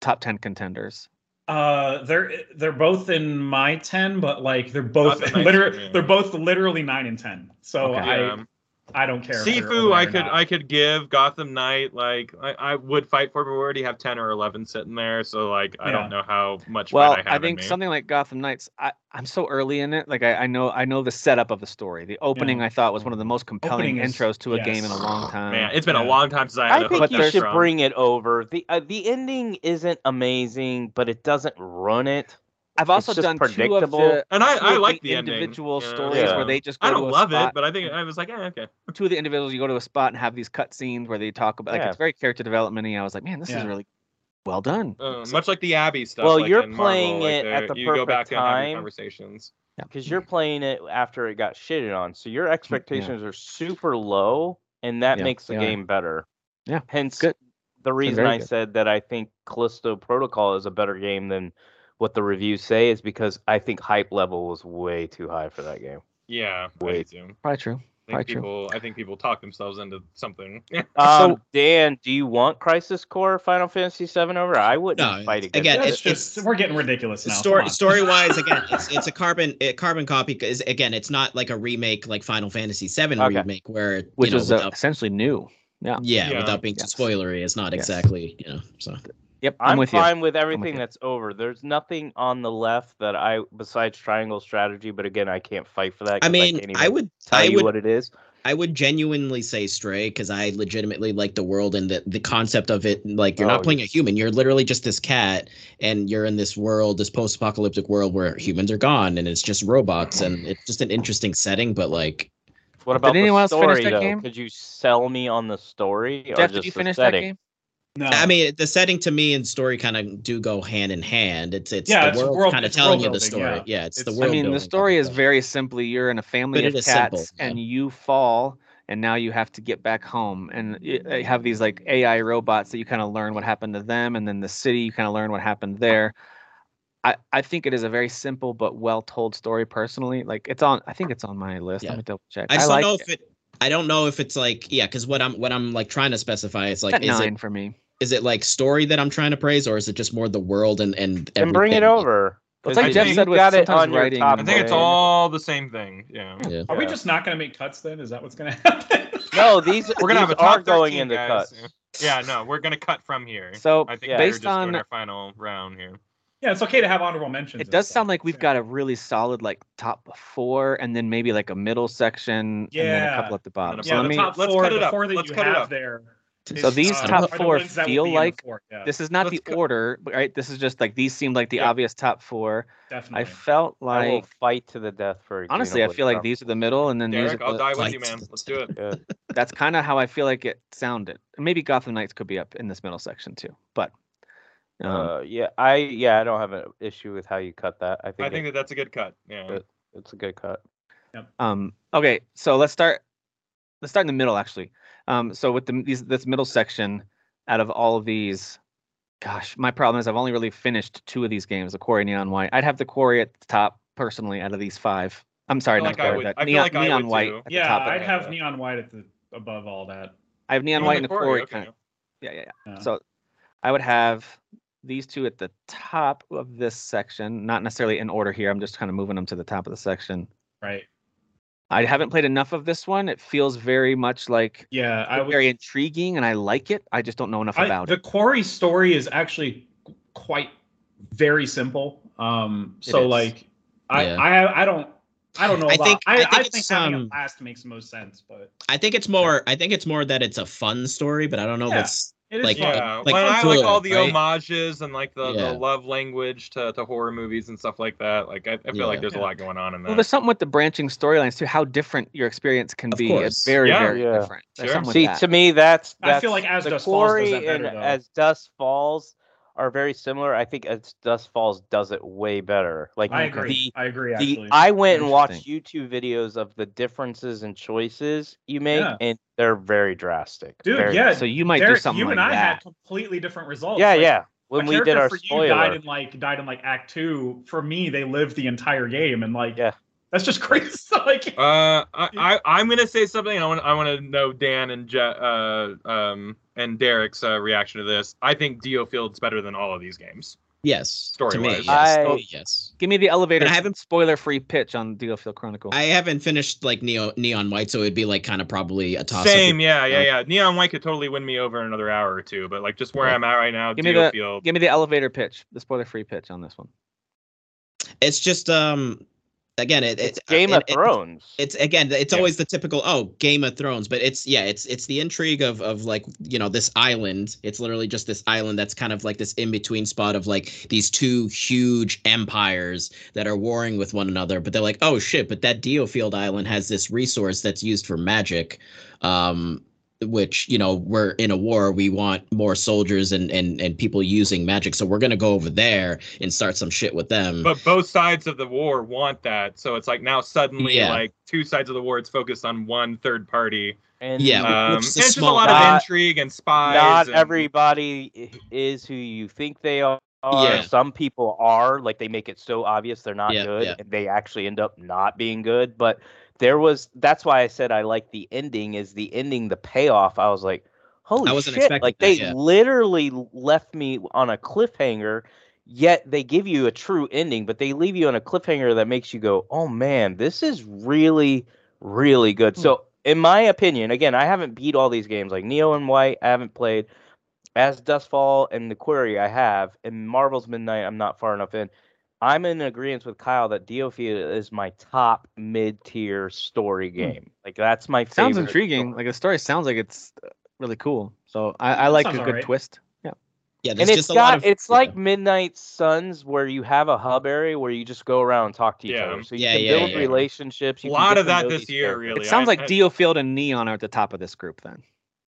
Speaker 1: top ten contenders.
Speaker 2: uh, they're they're both in my ten, but like they're both
Speaker 4: Not the nice
Speaker 2: literally
Speaker 4: one.
Speaker 2: they're both literally nine and ten. So
Speaker 1: Okay.
Speaker 2: I
Speaker 4: yeah.
Speaker 2: I don't care. if they're over
Speaker 4: Sifu,
Speaker 2: there
Speaker 4: I
Speaker 2: or
Speaker 4: could
Speaker 2: not.
Speaker 4: I could give Gotham Knight like I, I would fight for, but we already have 10 or 11 sitting there, so like
Speaker 2: Yeah.
Speaker 4: I don't know how much
Speaker 1: Well,
Speaker 4: fight I
Speaker 1: I,
Speaker 4: have in
Speaker 1: think
Speaker 4: me.
Speaker 1: something like Gotham Knights. I, I'm so early in it. Like I, I know I know the setup of the story. The opening I thought was one of the most compelling
Speaker 2: Opening is-
Speaker 1: intros to a game in a
Speaker 2: yes.
Speaker 1: long time.
Speaker 4: Man, it's been a
Speaker 2: Mm, Yeah.
Speaker 4: long time since I had
Speaker 3: I
Speaker 4: a
Speaker 3: think
Speaker 4: hook
Speaker 3: you
Speaker 4: that
Speaker 3: should
Speaker 4: strong.
Speaker 3: bring it over. the uh, The ending isn't amazing, but it doesn't run it.
Speaker 1: I've also
Speaker 3: just
Speaker 1: done two of
Speaker 3: predictable.
Speaker 1: the.
Speaker 4: And I,
Speaker 1: two
Speaker 4: I
Speaker 1: of
Speaker 4: like the ending.
Speaker 1: individual
Speaker 4: Yeah.
Speaker 1: stories
Speaker 3: Yeah.
Speaker 1: where they just go
Speaker 4: I
Speaker 1: to
Speaker 4: don't
Speaker 1: a
Speaker 4: love
Speaker 1: spot.
Speaker 4: it, but I think I was like, eh, okay.
Speaker 1: Two of the individuals, you go to a spot and have these cutscenes where they talk about like
Speaker 3: Yeah.
Speaker 1: it's very character development. And I was like, man, this is
Speaker 2: Yeah.
Speaker 1: really well done.
Speaker 4: Uh, much like the Abbey stuff.
Speaker 3: Well,
Speaker 4: like
Speaker 3: you're
Speaker 4: in Marvel,
Speaker 3: playing
Speaker 4: like
Speaker 3: it at
Speaker 4: there-
Speaker 3: the
Speaker 4: you go back
Speaker 3: perfect
Speaker 4: and have your
Speaker 3: time.
Speaker 4: conversations.
Speaker 3: because you're playing it after it got shitted on. So your expectations are super low, and that
Speaker 1: Yeah,
Speaker 3: makes the
Speaker 1: they are.
Speaker 3: game better.
Speaker 1: Yeah,
Speaker 3: Hence
Speaker 1: good.
Speaker 3: the reason
Speaker 1: very
Speaker 3: I
Speaker 1: good.
Speaker 3: said that I think Callisto Protocol is a better game than what the reviews say is because I think hype level was way too high for that game.
Speaker 4: Yeah,
Speaker 3: Wait.
Speaker 4: I do.
Speaker 1: Probably true.
Speaker 4: I think
Speaker 1: Quite true.
Speaker 4: people, I think people talk themselves into something.
Speaker 3: Um,
Speaker 1: So-
Speaker 3: Dan, do you want Crisis Core Final Fantasy VII over? I wouldn't
Speaker 5: No,
Speaker 3: fight against
Speaker 5: again,
Speaker 3: it.
Speaker 2: That's
Speaker 5: it's-
Speaker 2: just we're getting ridiculous now.
Speaker 5: story
Speaker 2: Come on.
Speaker 5: story wise again it's, it's a carbon a carbon copy because again it's not like a remake like final fantasy 7
Speaker 3: Okay.
Speaker 5: remake where
Speaker 1: Which
Speaker 5: you know,
Speaker 1: is uh,
Speaker 5: without,
Speaker 1: essentially new.
Speaker 5: yeah,
Speaker 4: Yeah.
Speaker 5: without being too
Speaker 1: Yes.
Speaker 5: spoilery it's not
Speaker 1: Yes.
Speaker 5: exactly you know so
Speaker 1: Yep, I'm,
Speaker 3: I'm,
Speaker 1: with you.
Speaker 3: fine with everything
Speaker 1: you.
Speaker 3: that's over. There's nothing on the left that I besides triangle strategy, but again, I can't fight for that.
Speaker 5: i
Speaker 3: 'cause
Speaker 5: mean
Speaker 3: can't even
Speaker 5: i would
Speaker 3: tell
Speaker 5: i
Speaker 3: you
Speaker 5: would
Speaker 3: what it is.
Speaker 5: i would genuinely say stray because i legitimately like the world and the, the concept of it like you're
Speaker 3: Oh,
Speaker 5: not playing a human you're literally just this cat and you're in this world this post-apocalyptic world where humans are gone and it's just robots and it's just an interesting setting but like
Speaker 3: What about the
Speaker 1: anyone else finish
Speaker 3: story
Speaker 1: that
Speaker 3: though?
Speaker 1: game?
Speaker 3: Could you sell me on the story or
Speaker 1: Jeff,
Speaker 3: just
Speaker 1: did you
Speaker 3: the
Speaker 1: finish that
Speaker 3: setting?
Speaker 1: game?
Speaker 2: No.
Speaker 5: I mean, the setting to me and story kind of do go hand in hand. It's it's
Speaker 2: Yeah,
Speaker 5: the
Speaker 2: it's
Speaker 5: world,
Speaker 2: world-
Speaker 5: kind of
Speaker 2: it's
Speaker 5: telling
Speaker 2: world
Speaker 5: you the
Speaker 2: building,
Speaker 5: story.
Speaker 2: yeah.
Speaker 5: Yeah, it's, the
Speaker 2: It's-
Speaker 5: world.
Speaker 1: I mean, the
Speaker 5: building.
Speaker 1: story is very simply you're in a family
Speaker 5: But
Speaker 1: of
Speaker 5: it is
Speaker 1: cats
Speaker 5: simple, yeah.
Speaker 1: and you fall and now you have to get back home and y- they have these like AI robots that you kind of learn what happened to them and then the city you kind of learn what happened there. I, I think it is a very simple but well told story personally. Like it's on I think it's on my list.
Speaker 5: Yeah.
Speaker 1: Let me double check.
Speaker 5: I just
Speaker 1: like
Speaker 5: don't know if it. I don't know if it's like yeah, because what I'm what I'm like trying to specify is like
Speaker 1: at
Speaker 5: is
Speaker 1: nine
Speaker 5: it
Speaker 1: for me.
Speaker 5: is it like story that I'm trying to praise or is it just more the world and and
Speaker 3: And bring it
Speaker 5: everything?
Speaker 3: over.
Speaker 1: Well,
Speaker 3: 'Cause
Speaker 1: it's like
Speaker 4: I
Speaker 1: Jeff
Speaker 4: think-
Speaker 1: said
Speaker 3: you
Speaker 1: with
Speaker 3: got it
Speaker 1: sometimes
Speaker 3: on your
Speaker 1: writing.
Speaker 3: top
Speaker 4: I think it's all the same thing. Yeah.
Speaker 5: Yeah.
Speaker 2: Are we just not going to make cuts then? Is that what's going to happen?
Speaker 3: No, these
Speaker 4: We're gonna
Speaker 3: these
Speaker 4: have a
Speaker 3: are
Speaker 4: top
Speaker 3: going
Speaker 4: 13,
Speaker 3: in the
Speaker 4: guys.
Speaker 3: cuts.
Speaker 4: Yeah, no, we're gonna cut from here.
Speaker 1: so
Speaker 4: I think
Speaker 3: Yeah.
Speaker 4: we're
Speaker 1: based
Speaker 4: just doing
Speaker 1: on
Speaker 4: our final round here.
Speaker 2: yeah, it's okay to have honorable mentions.
Speaker 1: it
Speaker 2: and
Speaker 1: does
Speaker 2: stuff.
Speaker 1: sound like we've
Speaker 2: Yeah.
Speaker 1: got a really solid like top four and then maybe like a middle section and then a
Speaker 2: Yeah.
Speaker 1: couple at the bottom.
Speaker 4: then a
Speaker 1: So
Speaker 2: Yeah,
Speaker 1: let
Speaker 2: the
Speaker 1: me
Speaker 2: top
Speaker 4: let's
Speaker 2: four,
Speaker 4: cut it
Speaker 2: the
Speaker 4: up.
Speaker 2: four that
Speaker 4: Let's
Speaker 2: you
Speaker 4: cut it
Speaker 2: have
Speaker 4: up.
Speaker 2: there.
Speaker 1: So these
Speaker 2: uh,
Speaker 1: top
Speaker 2: are the
Speaker 1: four
Speaker 2: ones that will
Speaker 1: feel
Speaker 2: be in the
Speaker 1: like-
Speaker 2: four. Yeah,
Speaker 1: this is not
Speaker 4: Let's
Speaker 1: the
Speaker 4: go-
Speaker 1: order, but, right? This is just like these seemed like the
Speaker 2: Yeah.
Speaker 1: obvious top four. I
Speaker 2: definitely.
Speaker 1: felt
Speaker 3: I will
Speaker 1: like
Speaker 3: fight to the death for. Xenoblade
Speaker 1: honestly, I feel like
Speaker 3: Chronicles.
Speaker 1: these are the middle, and then these
Speaker 4: Derek,
Speaker 1: are
Speaker 4: I'll
Speaker 1: the-
Speaker 4: die with you,
Speaker 5: Fights.
Speaker 4: man. Let's do it.
Speaker 3: Yeah.
Speaker 1: that's kind of how I feel like it sounded. Maybe Gotham Knights could be up in this middle section too, but um,
Speaker 3: uh, yeah, I yeah, I don't have an issue with how you cut that. I think,
Speaker 4: I think
Speaker 3: it-
Speaker 4: that that's a good cut. Yeah.
Speaker 3: Good. it's a good cut.
Speaker 1: Um, okay, so let's start. Let's start in the middle, actually. Um, so with the these this middle section, out of all of these, gosh, my problem is I've only really finished two of these games, the Quarry and Neon White. I'd have the Quarry at the top personally out of these five. I'm sorry,
Speaker 4: feel
Speaker 1: not
Speaker 4: like I
Speaker 1: Quarry,
Speaker 4: would-
Speaker 1: but
Speaker 4: I feel
Speaker 1: Neon,
Speaker 4: like I
Speaker 1: Neon
Speaker 4: would
Speaker 1: White.
Speaker 4: too.
Speaker 1: At the
Speaker 2: Yeah,
Speaker 1: top of
Speaker 2: I'd
Speaker 1: it.
Speaker 2: have
Speaker 4: that.
Speaker 2: neon white at the above all that.
Speaker 1: I have Neon
Speaker 4: You
Speaker 1: White
Speaker 4: and
Speaker 1: and
Speaker 4: the
Speaker 1: the
Speaker 4: Quarry,
Speaker 1: Quarry.
Speaker 4: okay.
Speaker 1: Kind of, yeah, yeah, yeah.
Speaker 2: Yeah.
Speaker 1: So I would have these two at the top of this section, not necessarily in order here. I'm just kind of moving them to the top of the section.
Speaker 2: Right.
Speaker 1: I haven't played enough of this one. It feels very much like
Speaker 2: Yeah, I would.
Speaker 1: very intriguing and I like it. I just don't know enough
Speaker 2: I-
Speaker 1: about
Speaker 2: the
Speaker 1: it.
Speaker 2: quarry story is actually quite very simple. Um,
Speaker 1: It
Speaker 2: so
Speaker 1: is.
Speaker 2: like, I,
Speaker 5: Yeah.
Speaker 2: I I don't I don't know.
Speaker 5: I
Speaker 2: about,
Speaker 5: think-
Speaker 2: I,
Speaker 5: I think
Speaker 2: I
Speaker 5: it's,
Speaker 2: think having
Speaker 5: um,
Speaker 2: it last makes the most sense, but
Speaker 5: I think it's more I think it's more that it's a fun story, but I don't know
Speaker 2: Yeah.
Speaker 5: if it's
Speaker 2: it is
Speaker 5: Like,
Speaker 2: fun.
Speaker 4: yeah,
Speaker 5: like
Speaker 4: when I like
Speaker 5: good,
Speaker 4: all the
Speaker 5: right?
Speaker 4: homages and like the,
Speaker 5: Yeah.
Speaker 4: the love language to, to horror movies and stuff like that. Like I, I feel like
Speaker 5: Yeah.
Speaker 4: there's a
Speaker 2: Yeah.
Speaker 4: lot going on in
Speaker 1: Well,
Speaker 4: that.
Speaker 1: there's something with the branching storylines too. How different your experience can
Speaker 5: Of
Speaker 1: be.
Speaker 5: course.
Speaker 1: It's very,
Speaker 4: Yeah.
Speaker 1: very
Speaker 3: Yeah.
Speaker 1: different. There's
Speaker 4: Sure.
Speaker 1: something with
Speaker 3: See,
Speaker 1: that.
Speaker 3: to me, that's, that's
Speaker 2: I feel like As
Speaker 3: the
Speaker 2: Dust Falls does
Speaker 3: quarry
Speaker 2: that better,
Speaker 3: and
Speaker 2: though.
Speaker 3: as dust falls are very similar. I think as dust falls does it way better. Like
Speaker 2: I agree.
Speaker 3: the-
Speaker 2: I agree.
Speaker 3: the-
Speaker 2: Actually,
Speaker 3: I went and watched YouTube videos of the differences and choices you make,
Speaker 2: Yeah.
Speaker 3: and they're very drastic.
Speaker 2: Dude,
Speaker 3: very-
Speaker 2: yeah,
Speaker 1: so you might do
Speaker 2: Derek,
Speaker 1: something
Speaker 2: you
Speaker 1: like
Speaker 2: and I
Speaker 1: that.
Speaker 2: had completely different results.
Speaker 3: yeah,
Speaker 2: Like,
Speaker 3: yeah.
Speaker 2: a
Speaker 3: When we did
Speaker 2: character
Speaker 3: our
Speaker 2: for you died
Speaker 3: spoiler,
Speaker 2: in like died in like Act Two. For me, they lived the entire game, and like
Speaker 3: Yeah.
Speaker 2: that's just crazy. like
Speaker 4: Uh, I, I I'm gonna say something. I want I want to know Dan and Je- uh um and Derek's uh, reaction to this. I think Dio Field's better than all of these games.
Speaker 5: yes. To me,
Speaker 4: Story-wise.
Speaker 5: yes.
Speaker 3: I-
Speaker 5: to me, yes.
Speaker 1: Give me the elevator.
Speaker 5: And I haven't-
Speaker 1: spoiler-free pitch on Dealfield Chronicle.
Speaker 5: I haven't finished like Neo Neon White, so it'd be like kind of probably a toss
Speaker 4: Same, yeah, yeah, yeah. Neon White could totally win me over in another hour or two, but like just where
Speaker 5: Yeah.
Speaker 4: I'm at right now,
Speaker 1: Give me
Speaker 4: Dio
Speaker 1: the-
Speaker 4: Field.
Speaker 1: Give me the elevator pitch. The spoiler-free pitch on this one.
Speaker 5: It's just um again it,
Speaker 3: it's
Speaker 5: it- uh,
Speaker 3: Game
Speaker 5: it-
Speaker 3: of
Speaker 5: it-
Speaker 3: Thrones.
Speaker 5: it's again it's
Speaker 4: Yeah.
Speaker 5: always the typical oh game of thrones but it's yeah it's it's the intrigue of of like you know this island it's literally just this island that's kind of like this in between spot of like these two huge empires that are warring with one another but they're like oh shit but that deofield island has this resource that's used for magic um which you know we're in a war we want more soldiers and and and people using magic so we're going to go over there and start some shit with them
Speaker 4: But both sides of the war want that, so it's like now suddenly
Speaker 5: Yeah.
Speaker 4: like two sides of the war. It's focused on one third party.
Speaker 3: And
Speaker 5: yeah
Speaker 4: Um, and
Speaker 5: which
Speaker 4: it's
Speaker 5: is
Speaker 4: just a
Speaker 5: small-
Speaker 4: lot
Speaker 3: Not-
Speaker 4: of intrigue and spies.
Speaker 3: not
Speaker 4: and-
Speaker 3: everybody i- is who you think they are.
Speaker 5: Yeah.
Speaker 3: Some people are like they make it so obvious they're not
Speaker 5: Yeah,
Speaker 3: good,
Speaker 5: yeah.
Speaker 3: and they actually end up not being good. But there was that's why I said I like the ending. Is the ending the payoff? I was like, holy
Speaker 5: I wasn't
Speaker 3: shit!
Speaker 5: expecting
Speaker 3: Like
Speaker 5: that,
Speaker 3: they
Speaker 5: yeah.
Speaker 3: literally left me on a cliffhanger. Yet they give you a true ending, but they leave you on a cliffhanger that makes you go, "Oh man, this is really." really good.
Speaker 5: Hmm.
Speaker 3: So, in my opinion, again, I haven't beat all these games like Neo and White. I haven't played as Dustfall and the Quarry. I have and Marvel's Midnight. I'm not far enough in. I'm in agreement with Kyle that Diophia is my top mid-tier
Speaker 5: Hmm.
Speaker 3: story game. Like that's my
Speaker 1: Sounds
Speaker 3: favorite
Speaker 1: intriguing.
Speaker 3: story.
Speaker 1: Like the story sounds like it's uh, really cool. So I, I like a
Speaker 2: sounds
Speaker 1: good
Speaker 2: alright.
Speaker 1: twist. Yeah.
Speaker 5: yeah
Speaker 3: and
Speaker 5: there's
Speaker 3: it's
Speaker 5: just a lot
Speaker 3: got
Speaker 5: of
Speaker 3: it's
Speaker 5: yeah.
Speaker 3: like Midnight Suns where you have a hub area where you just go around and talk to each
Speaker 4: Yeah.
Speaker 3: other. So you
Speaker 5: Yeah,
Speaker 3: can
Speaker 5: yeah,
Speaker 3: build
Speaker 5: yeah.
Speaker 3: relationships.
Speaker 4: A
Speaker 3: You
Speaker 4: lot of that this year, really.
Speaker 1: It sounds
Speaker 4: I-
Speaker 1: like
Speaker 4: I-
Speaker 1: Dio Field and Neon are at the top of this group then.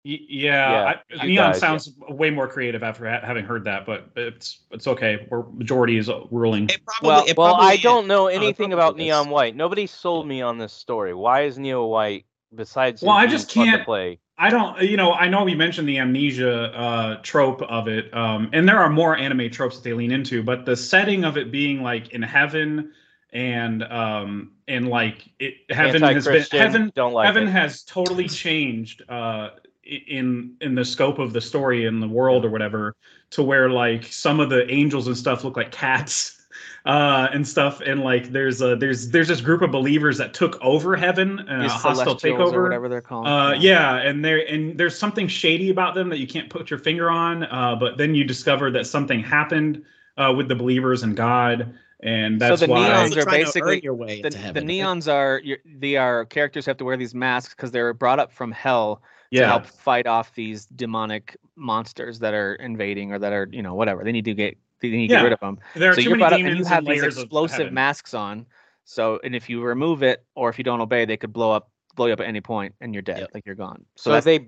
Speaker 2: Y- yeah,
Speaker 3: Yeah,
Speaker 2: I,
Speaker 3: you
Speaker 2: neon
Speaker 3: guys,
Speaker 2: sounds way more creative after ha- having heard that, but it's it's okay. We're majority is ruling.
Speaker 5: it probably,
Speaker 3: Well,
Speaker 5: it
Speaker 3: well,
Speaker 5: probably
Speaker 3: I
Speaker 5: is.
Speaker 3: don't know anything
Speaker 5: probably
Speaker 3: about
Speaker 5: is.
Speaker 3: Neon White. Nobody sold me on this story. Why is Neo White besides?
Speaker 2: Well,
Speaker 3: him
Speaker 2: I
Speaker 3: being
Speaker 2: just
Speaker 3: fun to
Speaker 2: can't-
Speaker 3: play.
Speaker 2: I don't, uh, you know, I know we mentioned the amnesia uh, trope of it, um, and there are more anime tropes that they lean into, but the setting of it being like in heaven and um, and like it, heaven has been
Speaker 3: Anti-Christian,
Speaker 2: heaven
Speaker 3: Don't like
Speaker 2: Evan
Speaker 3: it.
Speaker 2: has totally changed uh, i- in in the scope of the story in the world or whatever to where like some of the angels and stuff look like cats uh, and stuff and like there's a there's there's this group of believers that took over heaven and a
Speaker 1: These
Speaker 2: Uh, hostile
Speaker 1: Celestials or
Speaker 2: takeover.
Speaker 1: whatever they're called.
Speaker 2: Uh, yeah, and there and there's something shady about them that you can't put your finger on. Uh, but then you discover that something happened uh, with the believers and God, and
Speaker 1: So
Speaker 2: that's
Speaker 1: the
Speaker 2: why.
Speaker 1: neons
Speaker 5: Also
Speaker 1: are
Speaker 5: trying to
Speaker 1: basically-
Speaker 5: earn your way
Speaker 1: The,
Speaker 5: into
Speaker 1: the
Speaker 5: heaven.
Speaker 1: neons are you're- they are characters who have to wear these masks because they're brought up from hell to
Speaker 2: yeah,
Speaker 1: help fight off these demonic monsters that are invading or that are you know whatever they need to get they need to
Speaker 2: Yeah.
Speaker 1: get rid of them.
Speaker 2: there are
Speaker 1: so
Speaker 2: too
Speaker 1: you're
Speaker 2: many
Speaker 1: brought up
Speaker 2: demons
Speaker 1: and you
Speaker 2: and
Speaker 1: have these
Speaker 2: layers of
Speaker 1: explosive
Speaker 2: heaven.
Speaker 1: masks on. So and if you remove it or if you don't obey, they could blow up blow you up at any point and you're dead,
Speaker 5: Yep.
Speaker 1: like you're gone. So,
Speaker 3: So
Speaker 1: that's,
Speaker 3: they,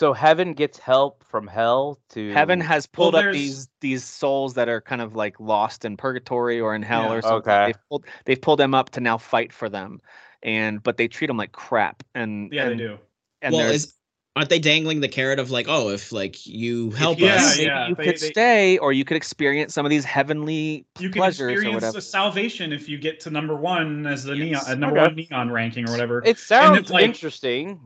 Speaker 3: so Heaven gets help from Hell to
Speaker 1: heaven has pulled up
Speaker 2: there's-
Speaker 1: these these souls that are kind of like lost in purgatory or in hell
Speaker 2: Yeah.
Speaker 1: or something.
Speaker 3: Okay.
Speaker 1: They've pulled they've pulled them up to now fight for them. And but they treat them like crap and
Speaker 2: Yeah, they
Speaker 1: and-
Speaker 2: do.
Speaker 1: And
Speaker 5: well,
Speaker 1: there's
Speaker 5: is, aren't they dangling the carrot of like, oh, if like you help
Speaker 2: you-
Speaker 5: us,
Speaker 1: maybe
Speaker 2: yeah,
Speaker 1: you
Speaker 2: they-
Speaker 1: could
Speaker 2: they-
Speaker 1: stay or you could experience some of these heavenly
Speaker 2: you can
Speaker 1: pleasures or
Speaker 2: experience
Speaker 1: whatever.
Speaker 2: the salvation if you get to number one as the neon,
Speaker 1: Yes.
Speaker 2: uh, number
Speaker 3: Okay.
Speaker 2: one neon ranking or whatever.
Speaker 3: It sounds
Speaker 2: like-
Speaker 3: interesting.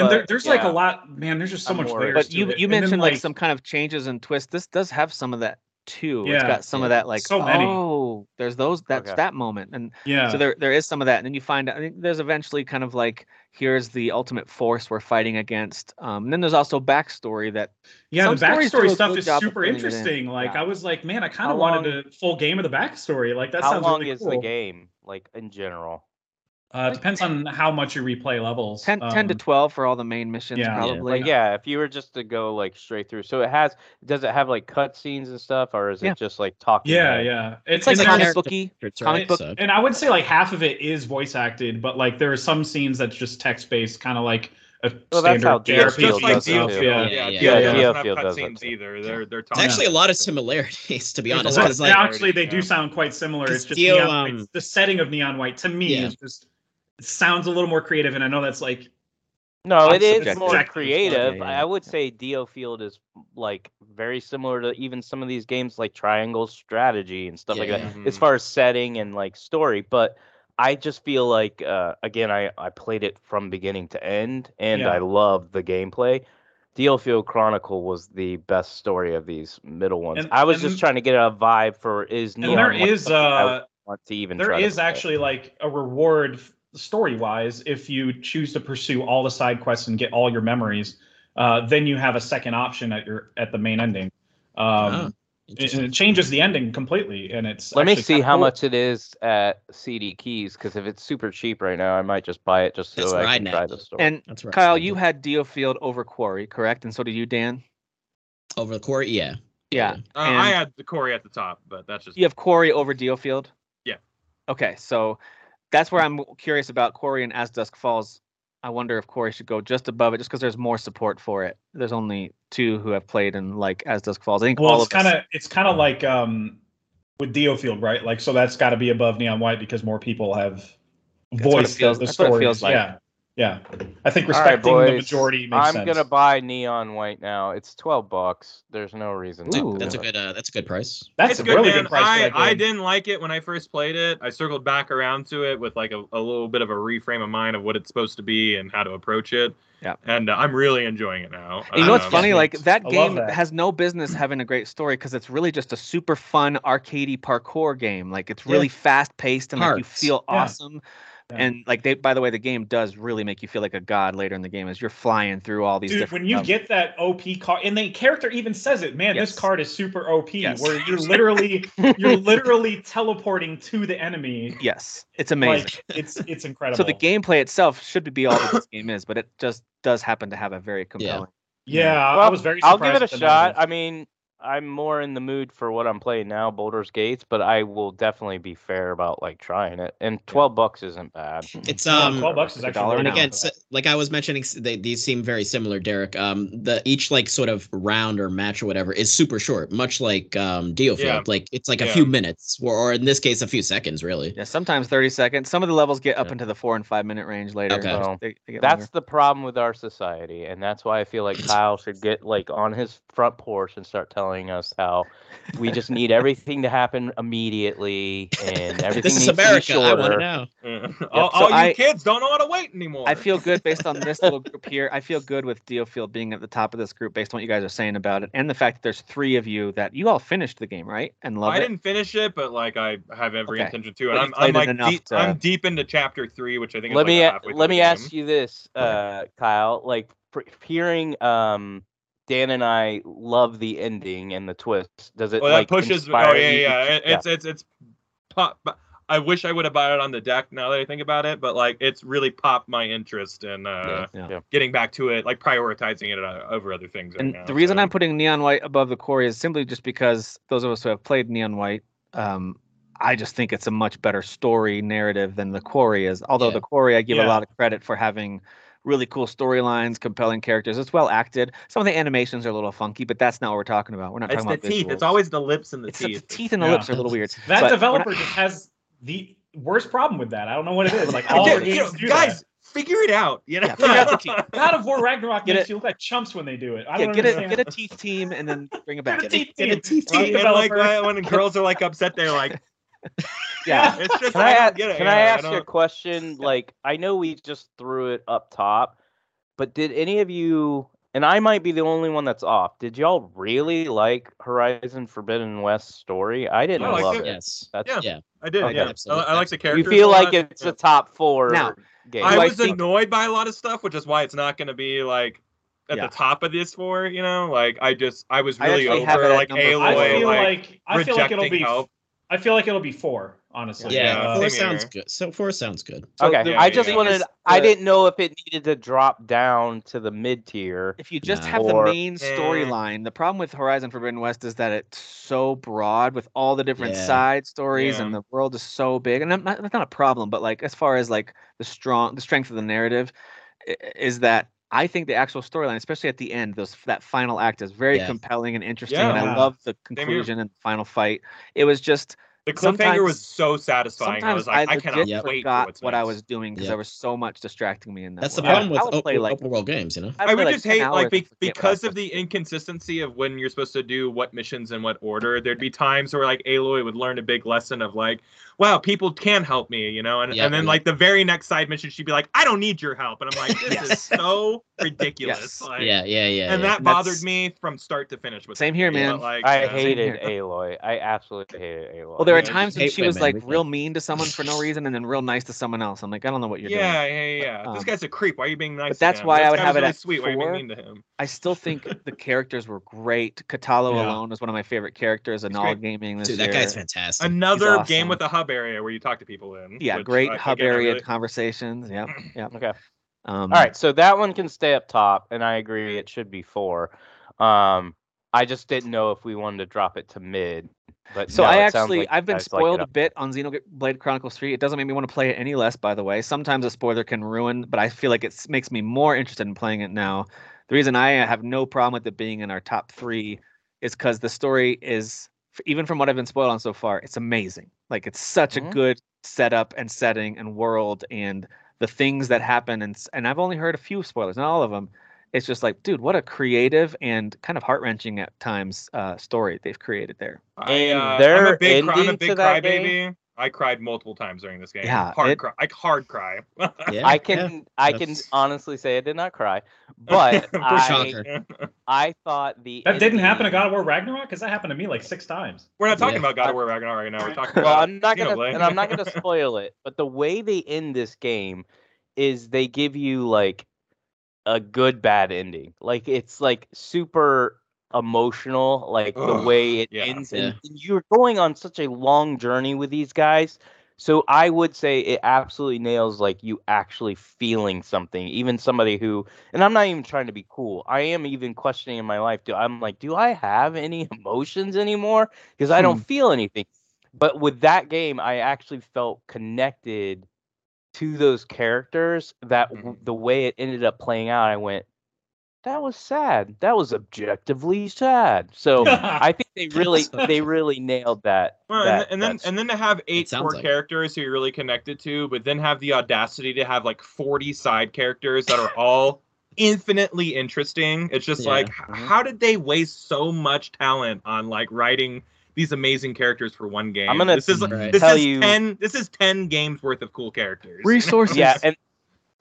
Speaker 2: and there,
Speaker 3: but,
Speaker 2: there's like a
Speaker 3: yeah.
Speaker 2: lot, man. There's just so
Speaker 3: I'm
Speaker 2: much
Speaker 3: more-
Speaker 2: layers.
Speaker 1: but
Speaker 2: to
Speaker 1: you
Speaker 2: it.
Speaker 1: you
Speaker 2: And then,
Speaker 1: mentioned like, some kind of changes and twists. This does have some of that too. it's
Speaker 2: Yeah,
Speaker 1: got some of
Speaker 5: yeah.
Speaker 1: that like
Speaker 2: So many.
Speaker 1: oh, there's those that's
Speaker 3: Okay.
Speaker 1: that moment, and
Speaker 2: yeah.
Speaker 1: so there there is some of that. And then you find out I think there's eventually kind of like here's the ultimate force we're fighting against. Um, and then there's also backstory that
Speaker 2: Yeah, the
Speaker 1: Some stories do
Speaker 2: backstory
Speaker 1: a
Speaker 2: stuff
Speaker 1: good
Speaker 2: is
Speaker 1: job of
Speaker 2: super
Speaker 1: putting it in.
Speaker 2: interesting. Like
Speaker 1: Yeah.
Speaker 2: I was like, man, I kind
Speaker 3: How
Speaker 2: of wanted a full game of the backstory. Like that
Speaker 3: How
Speaker 2: sounds
Speaker 3: long
Speaker 2: really
Speaker 3: is
Speaker 2: cool.
Speaker 3: the game? Like in general.
Speaker 2: Uh, it depends on how much you replay levels.
Speaker 1: 10, 10 to
Speaker 2: Um,
Speaker 1: twelve for all the main missions
Speaker 2: yeah. Yeah.
Speaker 1: probably.
Speaker 3: Like yeah, if you were just to go like straight through, so it has. Does it have like cutscenes and stuff, or is
Speaker 1: Yeah.
Speaker 3: it just like talking?
Speaker 2: Yeah,
Speaker 3: head?
Speaker 2: yeah.
Speaker 1: It's like
Speaker 2: and
Speaker 5: there's-
Speaker 1: comic
Speaker 2: there's-
Speaker 1: booky.
Speaker 5: It's
Speaker 1: Comic
Speaker 5: right,
Speaker 1: book-
Speaker 5: so-
Speaker 2: and I would say like half of it is voice acted, but like there are some scenes that's just text based, kind of like a
Speaker 3: Well, that's how
Speaker 2: standard
Speaker 3: Deerfield
Speaker 2: JRPG.
Speaker 4: just like
Speaker 3: does it,
Speaker 4: Dio
Speaker 3: too.
Speaker 4: Field.
Speaker 2: Yeah.
Speaker 4: Yeah,
Speaker 5: Yeah,
Speaker 4: Dio
Speaker 2: yeah.
Speaker 4: Field
Speaker 3: Dio
Speaker 4: doesn't
Speaker 3: Field
Speaker 4: have
Speaker 3: does it,
Speaker 4: cutscenes
Speaker 3: too.
Speaker 4: either. They're they're
Speaker 5: There's
Speaker 4: talking.
Speaker 5: actually a lot of similarities, to be
Speaker 4: There's a
Speaker 5: honest.
Speaker 4: lot.
Speaker 5: 'cause, like,
Speaker 4: Yeah.
Speaker 2: actually, they do
Speaker 4: yeah.
Speaker 2: sound quite similar.
Speaker 5: Because
Speaker 2: It's just
Speaker 5: Dio,
Speaker 2: neon,
Speaker 5: um,
Speaker 2: White's- the setting of neon white to me
Speaker 5: Yeah.
Speaker 2: is just it sounds a little more creative, and I know that's like
Speaker 3: No, it
Speaker 1: That's
Speaker 3: is
Speaker 1: subjective.
Speaker 3: more
Speaker 2: Subjective.
Speaker 3: creative.
Speaker 1: Yeah,
Speaker 3: I-
Speaker 1: yeah,
Speaker 3: I would
Speaker 1: yeah.
Speaker 3: say Dio Field is like very similar to even some of these games like Triangle Strategy and stuff like
Speaker 5: Yeah.
Speaker 3: that, as
Speaker 2: Mm.
Speaker 3: far as setting and like story. But I just feel like uh, again, I I played it from beginning to end, and
Speaker 2: Yeah.
Speaker 3: I loved the gameplay. Dio Field Chronicle was the best story of these middle ones.
Speaker 2: And-
Speaker 3: I was
Speaker 2: and-
Speaker 3: just trying to get a vibe for is
Speaker 2: and there
Speaker 3: Neon White
Speaker 2: is
Speaker 3: something I would
Speaker 2: uh
Speaker 3: want to even
Speaker 2: there
Speaker 3: try to
Speaker 2: is
Speaker 3: play?
Speaker 2: actually like a reward story wise if you choose to pursue all the side quests and get all your memories. Uh, then you have a second option at your at the main ending. Um, it,
Speaker 5: oh, interesting.
Speaker 2: it changes the ending completely, and it's
Speaker 3: Let me
Speaker 2: actually
Speaker 3: see
Speaker 2: kinda
Speaker 3: how
Speaker 2: cool.
Speaker 3: much it is at CD Keys because if it's super cheap right now, I might just buy it just so
Speaker 5: That's
Speaker 3: I
Speaker 5: right
Speaker 3: can
Speaker 5: now.
Speaker 3: try the story.
Speaker 1: And
Speaker 5: That's right.
Speaker 1: Kyle, you had Dio Field over Quarry, correct? And so did you, Dan.
Speaker 5: over the quarry, yeah.
Speaker 1: Yeah.
Speaker 4: Uh, I
Speaker 1: and-
Speaker 4: had the Corey at the top, but that's just
Speaker 1: You have Corey over Dealfield.
Speaker 4: Yeah.
Speaker 1: Okay, so that's where I'm curious about Corey and As Dusk Falls I wonder if Corey should go just above it, just because there's more support for it. There's only two who have played in like As Dusk Falls. I think
Speaker 2: Well,
Speaker 1: all
Speaker 2: it's
Speaker 1: of us-
Speaker 2: kind of it's kind of like um with Deofield, right? Like, so that's got to be above Neon White because more people have
Speaker 1: That's what it
Speaker 2: voiced
Speaker 1: feels-
Speaker 2: the
Speaker 1: that's what it
Speaker 2: story.
Speaker 1: feels like.
Speaker 2: Yeah, yeah. I think
Speaker 3: All right,
Speaker 2: respecting the
Speaker 3: boys,
Speaker 2: majority makes
Speaker 3: I'm
Speaker 2: sense.
Speaker 3: gonna buy neon white now. It's twelve bucks. There's no reason.
Speaker 1: Ooh.
Speaker 3: not to
Speaker 5: That's a
Speaker 3: do it.
Speaker 5: good. Uh, that's a good price.
Speaker 2: that's a
Speaker 4: it's good,
Speaker 2: really
Speaker 4: man.
Speaker 2: good price. for
Speaker 4: I,
Speaker 2: that
Speaker 4: I
Speaker 2: game.
Speaker 4: didn't like it when I first played it. I circled back around to it with like a, a little bit of a reframe of mind of what it's supposed to be and how to approach it.
Speaker 1: Yeah.
Speaker 4: And uh, I'm really enjoying it now.
Speaker 1: You know what's
Speaker 4: Um,
Speaker 1: funny? Like that
Speaker 2: I love
Speaker 1: game
Speaker 2: that.
Speaker 1: has no business having a great story because it's really just a super fun arcadey parkour game. Like it's
Speaker 5: Yeah.
Speaker 1: really fast paced and like you
Speaker 5: Hearts.
Speaker 1: feel
Speaker 2: Yeah.
Speaker 1: awesome.
Speaker 2: Yeah.
Speaker 1: And like they, by the way, the game does really make you feel like a god later in the game as you're flying through all these
Speaker 2: Dude,
Speaker 1: different.
Speaker 2: when you
Speaker 1: um,
Speaker 2: get that OP card, and the character even says it, man,
Speaker 1: Yes.
Speaker 2: this card is super OP.
Speaker 1: Yes.
Speaker 2: Where you're literally, you're literally teleporting to the enemy.
Speaker 1: yes, it's amazing.
Speaker 2: Like it's it's incredible.
Speaker 1: so the gameplay itself should be all that this game is, but it just does happen to have a very compelling.
Speaker 2: Yeah, I
Speaker 3: Well,
Speaker 2: was very.
Speaker 3: I'll give
Speaker 2: surprised
Speaker 3: it a
Speaker 2: at the
Speaker 3: shot.
Speaker 2: numbers.
Speaker 3: I mean, I'm more in the mood for what I'm playing now, Boulder's Gates, but I will definitely be fair about like trying it. And twelve bucks isn't bad. Mm.
Speaker 5: It's
Speaker 2: No,
Speaker 5: um.
Speaker 2: twelve bucks is
Speaker 1: It's a
Speaker 2: actually
Speaker 1: dollar
Speaker 2: really
Speaker 1: an
Speaker 5: And
Speaker 1: hour.
Speaker 2: good
Speaker 5: again,
Speaker 2: for
Speaker 5: so,
Speaker 2: that.
Speaker 5: like I was mentioning, s- they, these seem very similar, Derek. Um, the each like sort of round or match or whatever is super short, much like um Dealfield.
Speaker 4: Yeah.
Speaker 5: Like it's like a
Speaker 4: Yeah.
Speaker 5: few minutes, or, or in this case, a few seconds, really.
Speaker 1: Yeah, sometimes 30 seconds. Some of the levels get up
Speaker 5: Yeah.
Speaker 1: into the four and five minute range later.
Speaker 5: Okay.
Speaker 1: Just-
Speaker 3: Well,
Speaker 1: they- they get
Speaker 3: That's
Speaker 1: longer.
Speaker 3: the problem with our society, and that's why I feel like Kyle should get like on his front porch and start telling us how we just need everything to happen immediately and everything
Speaker 5: This
Speaker 3: needs
Speaker 5: is America.
Speaker 3: to be
Speaker 5: I want
Speaker 3: shorter.
Speaker 5: to know.
Speaker 4: all
Speaker 1: so
Speaker 4: all you
Speaker 1: I-
Speaker 4: kids don't know how to wait anymore.
Speaker 1: I feel good based on this little group here. I feel good with Dealfield being at the top of this group based on what you guys are saying about it, and the fact that there's three of you that you all finished the game, right? And love
Speaker 4: I
Speaker 1: it.
Speaker 4: didn't finish it, but like I have every
Speaker 1: Okay.
Speaker 4: intention to. And
Speaker 1: But you
Speaker 4: I'm,
Speaker 1: played
Speaker 4: I'm
Speaker 1: it
Speaker 4: like
Speaker 1: enough
Speaker 4: deep,
Speaker 1: to-
Speaker 4: I'm deep into chapter three, which I think. Is
Speaker 3: let me
Speaker 4: like
Speaker 3: a-
Speaker 4: halfway
Speaker 3: let
Speaker 4: through
Speaker 3: me
Speaker 4: the
Speaker 3: ask
Speaker 4: game.
Speaker 3: you this, uh, Kyle. Like pr- hearing um, Dan and I love the ending and the twist. Does it
Speaker 4: Well, that
Speaker 3: like
Speaker 4: pushes. Oh
Speaker 3: inspire
Speaker 4: yeah,
Speaker 3: you
Speaker 4: yeah.
Speaker 3: to
Speaker 4: yeah.
Speaker 3: keep-
Speaker 4: It- It's it's it's pop. but I wish I would have bought it on the deck now that I think about it, but like it's really popped my interest in uh,
Speaker 1: Yeah.
Speaker 3: yeah.
Speaker 4: getting back to it, like prioritizing it uh, over other things. right
Speaker 1: And
Speaker 4: now,
Speaker 1: the reason
Speaker 4: so.
Speaker 1: I'm putting Neon White above the Quarry is simply just because those of us who have played Neon White, um, I just think it's a much better story narrative than the Quarry is. Although
Speaker 5: Yeah.
Speaker 1: the Quarry, I give a
Speaker 2: Yeah.
Speaker 1: lot of credit for having really cool storylines, compelling characters. It's well acted. Some of the animations are a little funky, but that's not what we're talking about. We're not
Speaker 4: It's
Speaker 1: talking
Speaker 4: the
Speaker 1: about
Speaker 4: teeth.
Speaker 1: visuals.
Speaker 4: It's always the lips and the
Speaker 1: it's the,
Speaker 4: teeth.
Speaker 1: the teeth and the
Speaker 2: Yeah.
Speaker 1: lips are a little weird.
Speaker 2: That
Speaker 1: but we're not-
Speaker 2: developer just has the worst problem with that. I don't know what it is. Like
Speaker 1: Yeah,
Speaker 2: all
Speaker 1: you
Speaker 2: their games
Speaker 4: know,
Speaker 2: do
Speaker 4: guys,
Speaker 2: that.
Speaker 4: figure it out. You know,
Speaker 1: Yeah, figure out the teeth.
Speaker 2: God of War Ragnarok
Speaker 1: Get
Speaker 2: makes
Speaker 1: it-
Speaker 2: you look like chumps when they do it. I
Speaker 1: Yeah,
Speaker 2: don't
Speaker 1: get a
Speaker 2: understand.
Speaker 1: get a teeth team and then bring it back.
Speaker 2: Get a teeth
Speaker 5: Get a
Speaker 2: team.
Speaker 5: teeth
Speaker 2: Rock
Speaker 4: and like uh,
Speaker 2: developer.
Speaker 4: when when girls are like upset, they're like,
Speaker 1: Yeah.
Speaker 4: it's just.
Speaker 3: Can I,
Speaker 4: don't
Speaker 3: ask,
Speaker 4: get it,
Speaker 3: can
Speaker 4: you
Speaker 3: I
Speaker 4: know,
Speaker 3: ask you a
Speaker 4: don't-
Speaker 3: question? Like, I know we just threw it up top, but did any of you, and I might be the only one that's off, did y'all really like Horizon Forbidden West story? I didn't
Speaker 4: I liked
Speaker 3: love
Speaker 4: it.
Speaker 3: it.
Speaker 5: Yes.
Speaker 3: That's,
Speaker 4: Yeah.
Speaker 5: Yeah.
Speaker 4: I did.
Speaker 1: Okay.
Speaker 4: Yeah, I,
Speaker 5: Absolutely.
Speaker 4: I like the
Speaker 3: You
Speaker 4: characters.
Speaker 3: feel
Speaker 4: a
Speaker 3: like
Speaker 4: lot.
Speaker 3: it's
Speaker 4: Yeah.
Speaker 3: a top four
Speaker 1: Now,
Speaker 3: game.
Speaker 1: do
Speaker 4: I
Speaker 1: I
Speaker 4: was
Speaker 1: think-
Speaker 4: annoyed by a lot of stuff, which is why it's not going to be like at
Speaker 1: Yeah.
Speaker 4: the top of this four. You know, like I just I was
Speaker 1: I
Speaker 4: really
Speaker 1: actually have it
Speaker 4: over
Speaker 1: at
Speaker 4: like
Speaker 1: number
Speaker 2: I
Speaker 1: four.
Speaker 4: Aloy,
Speaker 2: feel
Speaker 4: like,
Speaker 2: like I feel like it'll
Speaker 4: rejecting
Speaker 2: be
Speaker 4: help.
Speaker 2: I feel like it'll be four, honestly. Uh,
Speaker 5: Yeah.
Speaker 4: Yeah,
Speaker 5: four
Speaker 4: same
Speaker 5: sounds
Speaker 4: here.
Speaker 5: good. So four sounds good.
Speaker 1: So
Speaker 3: okay,
Speaker 1: the-
Speaker 3: I
Speaker 4: yeah,
Speaker 3: just
Speaker 4: yeah.
Speaker 3: wanted,
Speaker 1: Is
Speaker 3: I
Speaker 1: the-
Speaker 3: didn't know if it needed to drop down to the mid tier.
Speaker 1: if you just
Speaker 5: Nah.
Speaker 1: have
Speaker 3: Or-
Speaker 1: the main storyline, the problem with Horizon Forbidden West is that it's so broad with all the different
Speaker 5: Yeah.
Speaker 1: side stories,
Speaker 4: Yeah.
Speaker 1: and the world is so big. And I'm not, that's not a problem, but like as far as like the strong, the strength of the narrative, i- is that I think the actual storyline, especially at the end, those that final act is very
Speaker 5: Yeah.
Speaker 1: compelling and interesting, and
Speaker 4: Yeah.
Speaker 1: I love the
Speaker 4: here.
Speaker 1: conclusion and final fight. It was just
Speaker 4: The cliffhanger
Speaker 1: sometimes-
Speaker 4: was so satisfying. I
Speaker 1: sometimes
Speaker 4: was like, I,
Speaker 1: legit
Speaker 4: cannot wait for
Speaker 1: forgot
Speaker 4: what's
Speaker 1: what I
Speaker 4: next.
Speaker 1: was doing because
Speaker 5: Yeah.
Speaker 1: there was so much distracting me in that.
Speaker 5: That's the
Speaker 1: world.
Speaker 5: problem with
Speaker 1: I would
Speaker 5: open,
Speaker 1: play like
Speaker 5: open world games, you know.
Speaker 1: I'd
Speaker 4: I
Speaker 1: play
Speaker 4: would
Speaker 1: like
Speaker 4: just
Speaker 1: 10
Speaker 4: hate
Speaker 1: hours
Speaker 4: like
Speaker 1: and
Speaker 4: be-
Speaker 1: forget what I was
Speaker 4: because of
Speaker 1: doing.
Speaker 4: the inconsistency of when you're supposed to do what missions in what order. There'd be times where like Aloy would learn a big lesson of like, wow, people can help me, you know, and,
Speaker 5: Yeah,
Speaker 4: and then
Speaker 5: yeah.
Speaker 4: like the very next side mission, she'd be like, I don't need your help, and I'm like, this is
Speaker 1: Yes.
Speaker 4: so ridiculous.
Speaker 1: Yes.
Speaker 4: Like,
Speaker 5: yeah, yeah, yeah.
Speaker 4: and
Speaker 5: yeah.
Speaker 4: that
Speaker 1: And that's-
Speaker 4: bothered me from start to finish. With
Speaker 1: Same
Speaker 4: the
Speaker 1: here,
Speaker 4: game,
Speaker 1: man.
Speaker 4: but, like,
Speaker 3: I
Speaker 4: yeah.
Speaker 3: hated Aloy. I absolutely hated Aloy.
Speaker 1: Well, there are
Speaker 4: Yeah, just
Speaker 1: times when
Speaker 5: hate
Speaker 1: she was
Speaker 5: women,
Speaker 1: like
Speaker 5: everything.
Speaker 1: real mean to someone for no reason and then real nice to someone else. I'm like, I don't know what you're doing.
Speaker 4: Yeah, yeah, yeah.
Speaker 1: Um,
Speaker 4: this guy's a creep. Why are you being nice?
Speaker 1: but that's
Speaker 4: to him?
Speaker 1: why I
Speaker 4: This
Speaker 1: would
Speaker 4: guy
Speaker 1: have
Speaker 4: was
Speaker 1: it
Speaker 4: really
Speaker 1: at
Speaker 4: sweet. Why are you
Speaker 1: four.
Speaker 4: being mean to him?
Speaker 1: I still think the characters were great. Catalo
Speaker 2: Yeah.
Speaker 1: alone is one of my favorite characters in
Speaker 4: He's
Speaker 1: all
Speaker 4: great.
Speaker 1: gaming this
Speaker 5: Dude,
Speaker 1: year.
Speaker 5: that guy's fantastic.
Speaker 4: Another
Speaker 1: He's awesome.
Speaker 4: game with a hub area where you talk to people in.
Speaker 1: Yeah,
Speaker 4: which
Speaker 1: great
Speaker 4: I-
Speaker 1: hub
Speaker 4: again, I
Speaker 1: area
Speaker 4: really-
Speaker 1: conversations. Yep, yep.
Speaker 3: Okay.
Speaker 1: Um,
Speaker 3: All right, so that one can stay up top, and I agree it should be four. Um, I just didn't know if we wanted to drop it to mid. But
Speaker 1: So
Speaker 3: no, it
Speaker 1: I
Speaker 3: sounds
Speaker 1: actually
Speaker 3: like you
Speaker 1: I've been
Speaker 3: guys like it
Speaker 1: spoiled a
Speaker 3: up.
Speaker 1: bit on Xenoblade Chronicles 3. It doesn't make me want to play it any less, by the way. Sometimes a spoiler can ruin, but I feel like it makes me more interested in playing it now. The reason I have no problem with it being in our top three is because the story is f- even from what I've been spoiled on so far, it's amazing. Like it's such
Speaker 3: Mhm.
Speaker 1: a good setup and setting and world and the things that happen and s- and I've only heard a few spoilers, not all of them. It's just like, dude, what a creative and kind of heart wrenching at times uh, story they've created there.
Speaker 4: I,
Speaker 3: And
Speaker 4: uh, I'm
Speaker 3: their
Speaker 4: a big, cry- I'm a
Speaker 3: ending
Speaker 4: big
Speaker 3: to that
Speaker 4: crybaby. I cried multiple times during this game.
Speaker 1: Yeah,
Speaker 4: hard
Speaker 1: it-
Speaker 4: cry. I hard cry.
Speaker 5: Yeah,
Speaker 3: I can I can
Speaker 5: that's-
Speaker 3: honestly say I did not cry, but
Speaker 4: For
Speaker 3: I,
Speaker 5: shocker.
Speaker 3: I thought the
Speaker 2: That didn't happen
Speaker 3: ending-
Speaker 2: at God of War Ragnarok because that happened to me like six times.
Speaker 4: We're not talking
Speaker 5: Yeah.
Speaker 4: about God of War Ragnarok right now. We're talking
Speaker 3: Well,
Speaker 4: about
Speaker 3: I'm not gonna,
Speaker 4: Xenoblade.
Speaker 3: and I'm not gonna spoil it. But the way they end this game is they give you like a good bad ending. Like it's like super emotional, like the
Speaker 4: Ugh,
Speaker 3: way it
Speaker 4: yeah.
Speaker 3: ends,
Speaker 5: Yeah.
Speaker 3: and you're going on such a long journey with these guys. So I would say it absolutely nails like you actually feeling something. Even somebody who, and I'm not even trying to be cool. I am even questioning in my life. Do I'm like, do I have any emotions anymore? Because I
Speaker 4: Hmm.
Speaker 3: don't feel anything but with that game i actually felt connected to those characters that w-
Speaker 4: Mhm.
Speaker 3: the way it ended up playing out i went that was sad that was objectively sad
Speaker 1: Oh,
Speaker 3: so i think they really they really nailed that
Speaker 4: Well, and,
Speaker 3: that-
Speaker 4: th- and then
Speaker 3: that
Speaker 4: and then to have eight
Speaker 5: sounds
Speaker 4: core
Speaker 5: like it.
Speaker 4: characters who you're really connected to, but then have the audacity to have like 40 side characters that are all infinitely interesting. It's just
Speaker 5: Yeah.
Speaker 4: like, h-
Speaker 3: uh-huh.
Speaker 4: how did they waste so much talent on like writing these amazing characters for one game?
Speaker 3: I'm gonna
Speaker 4: this is
Speaker 5: Right.
Speaker 4: this
Speaker 3: tell
Speaker 4: is
Speaker 3: you-
Speaker 4: ten this is ten games worth of cool characters.
Speaker 1: Resources.
Speaker 3: yeah and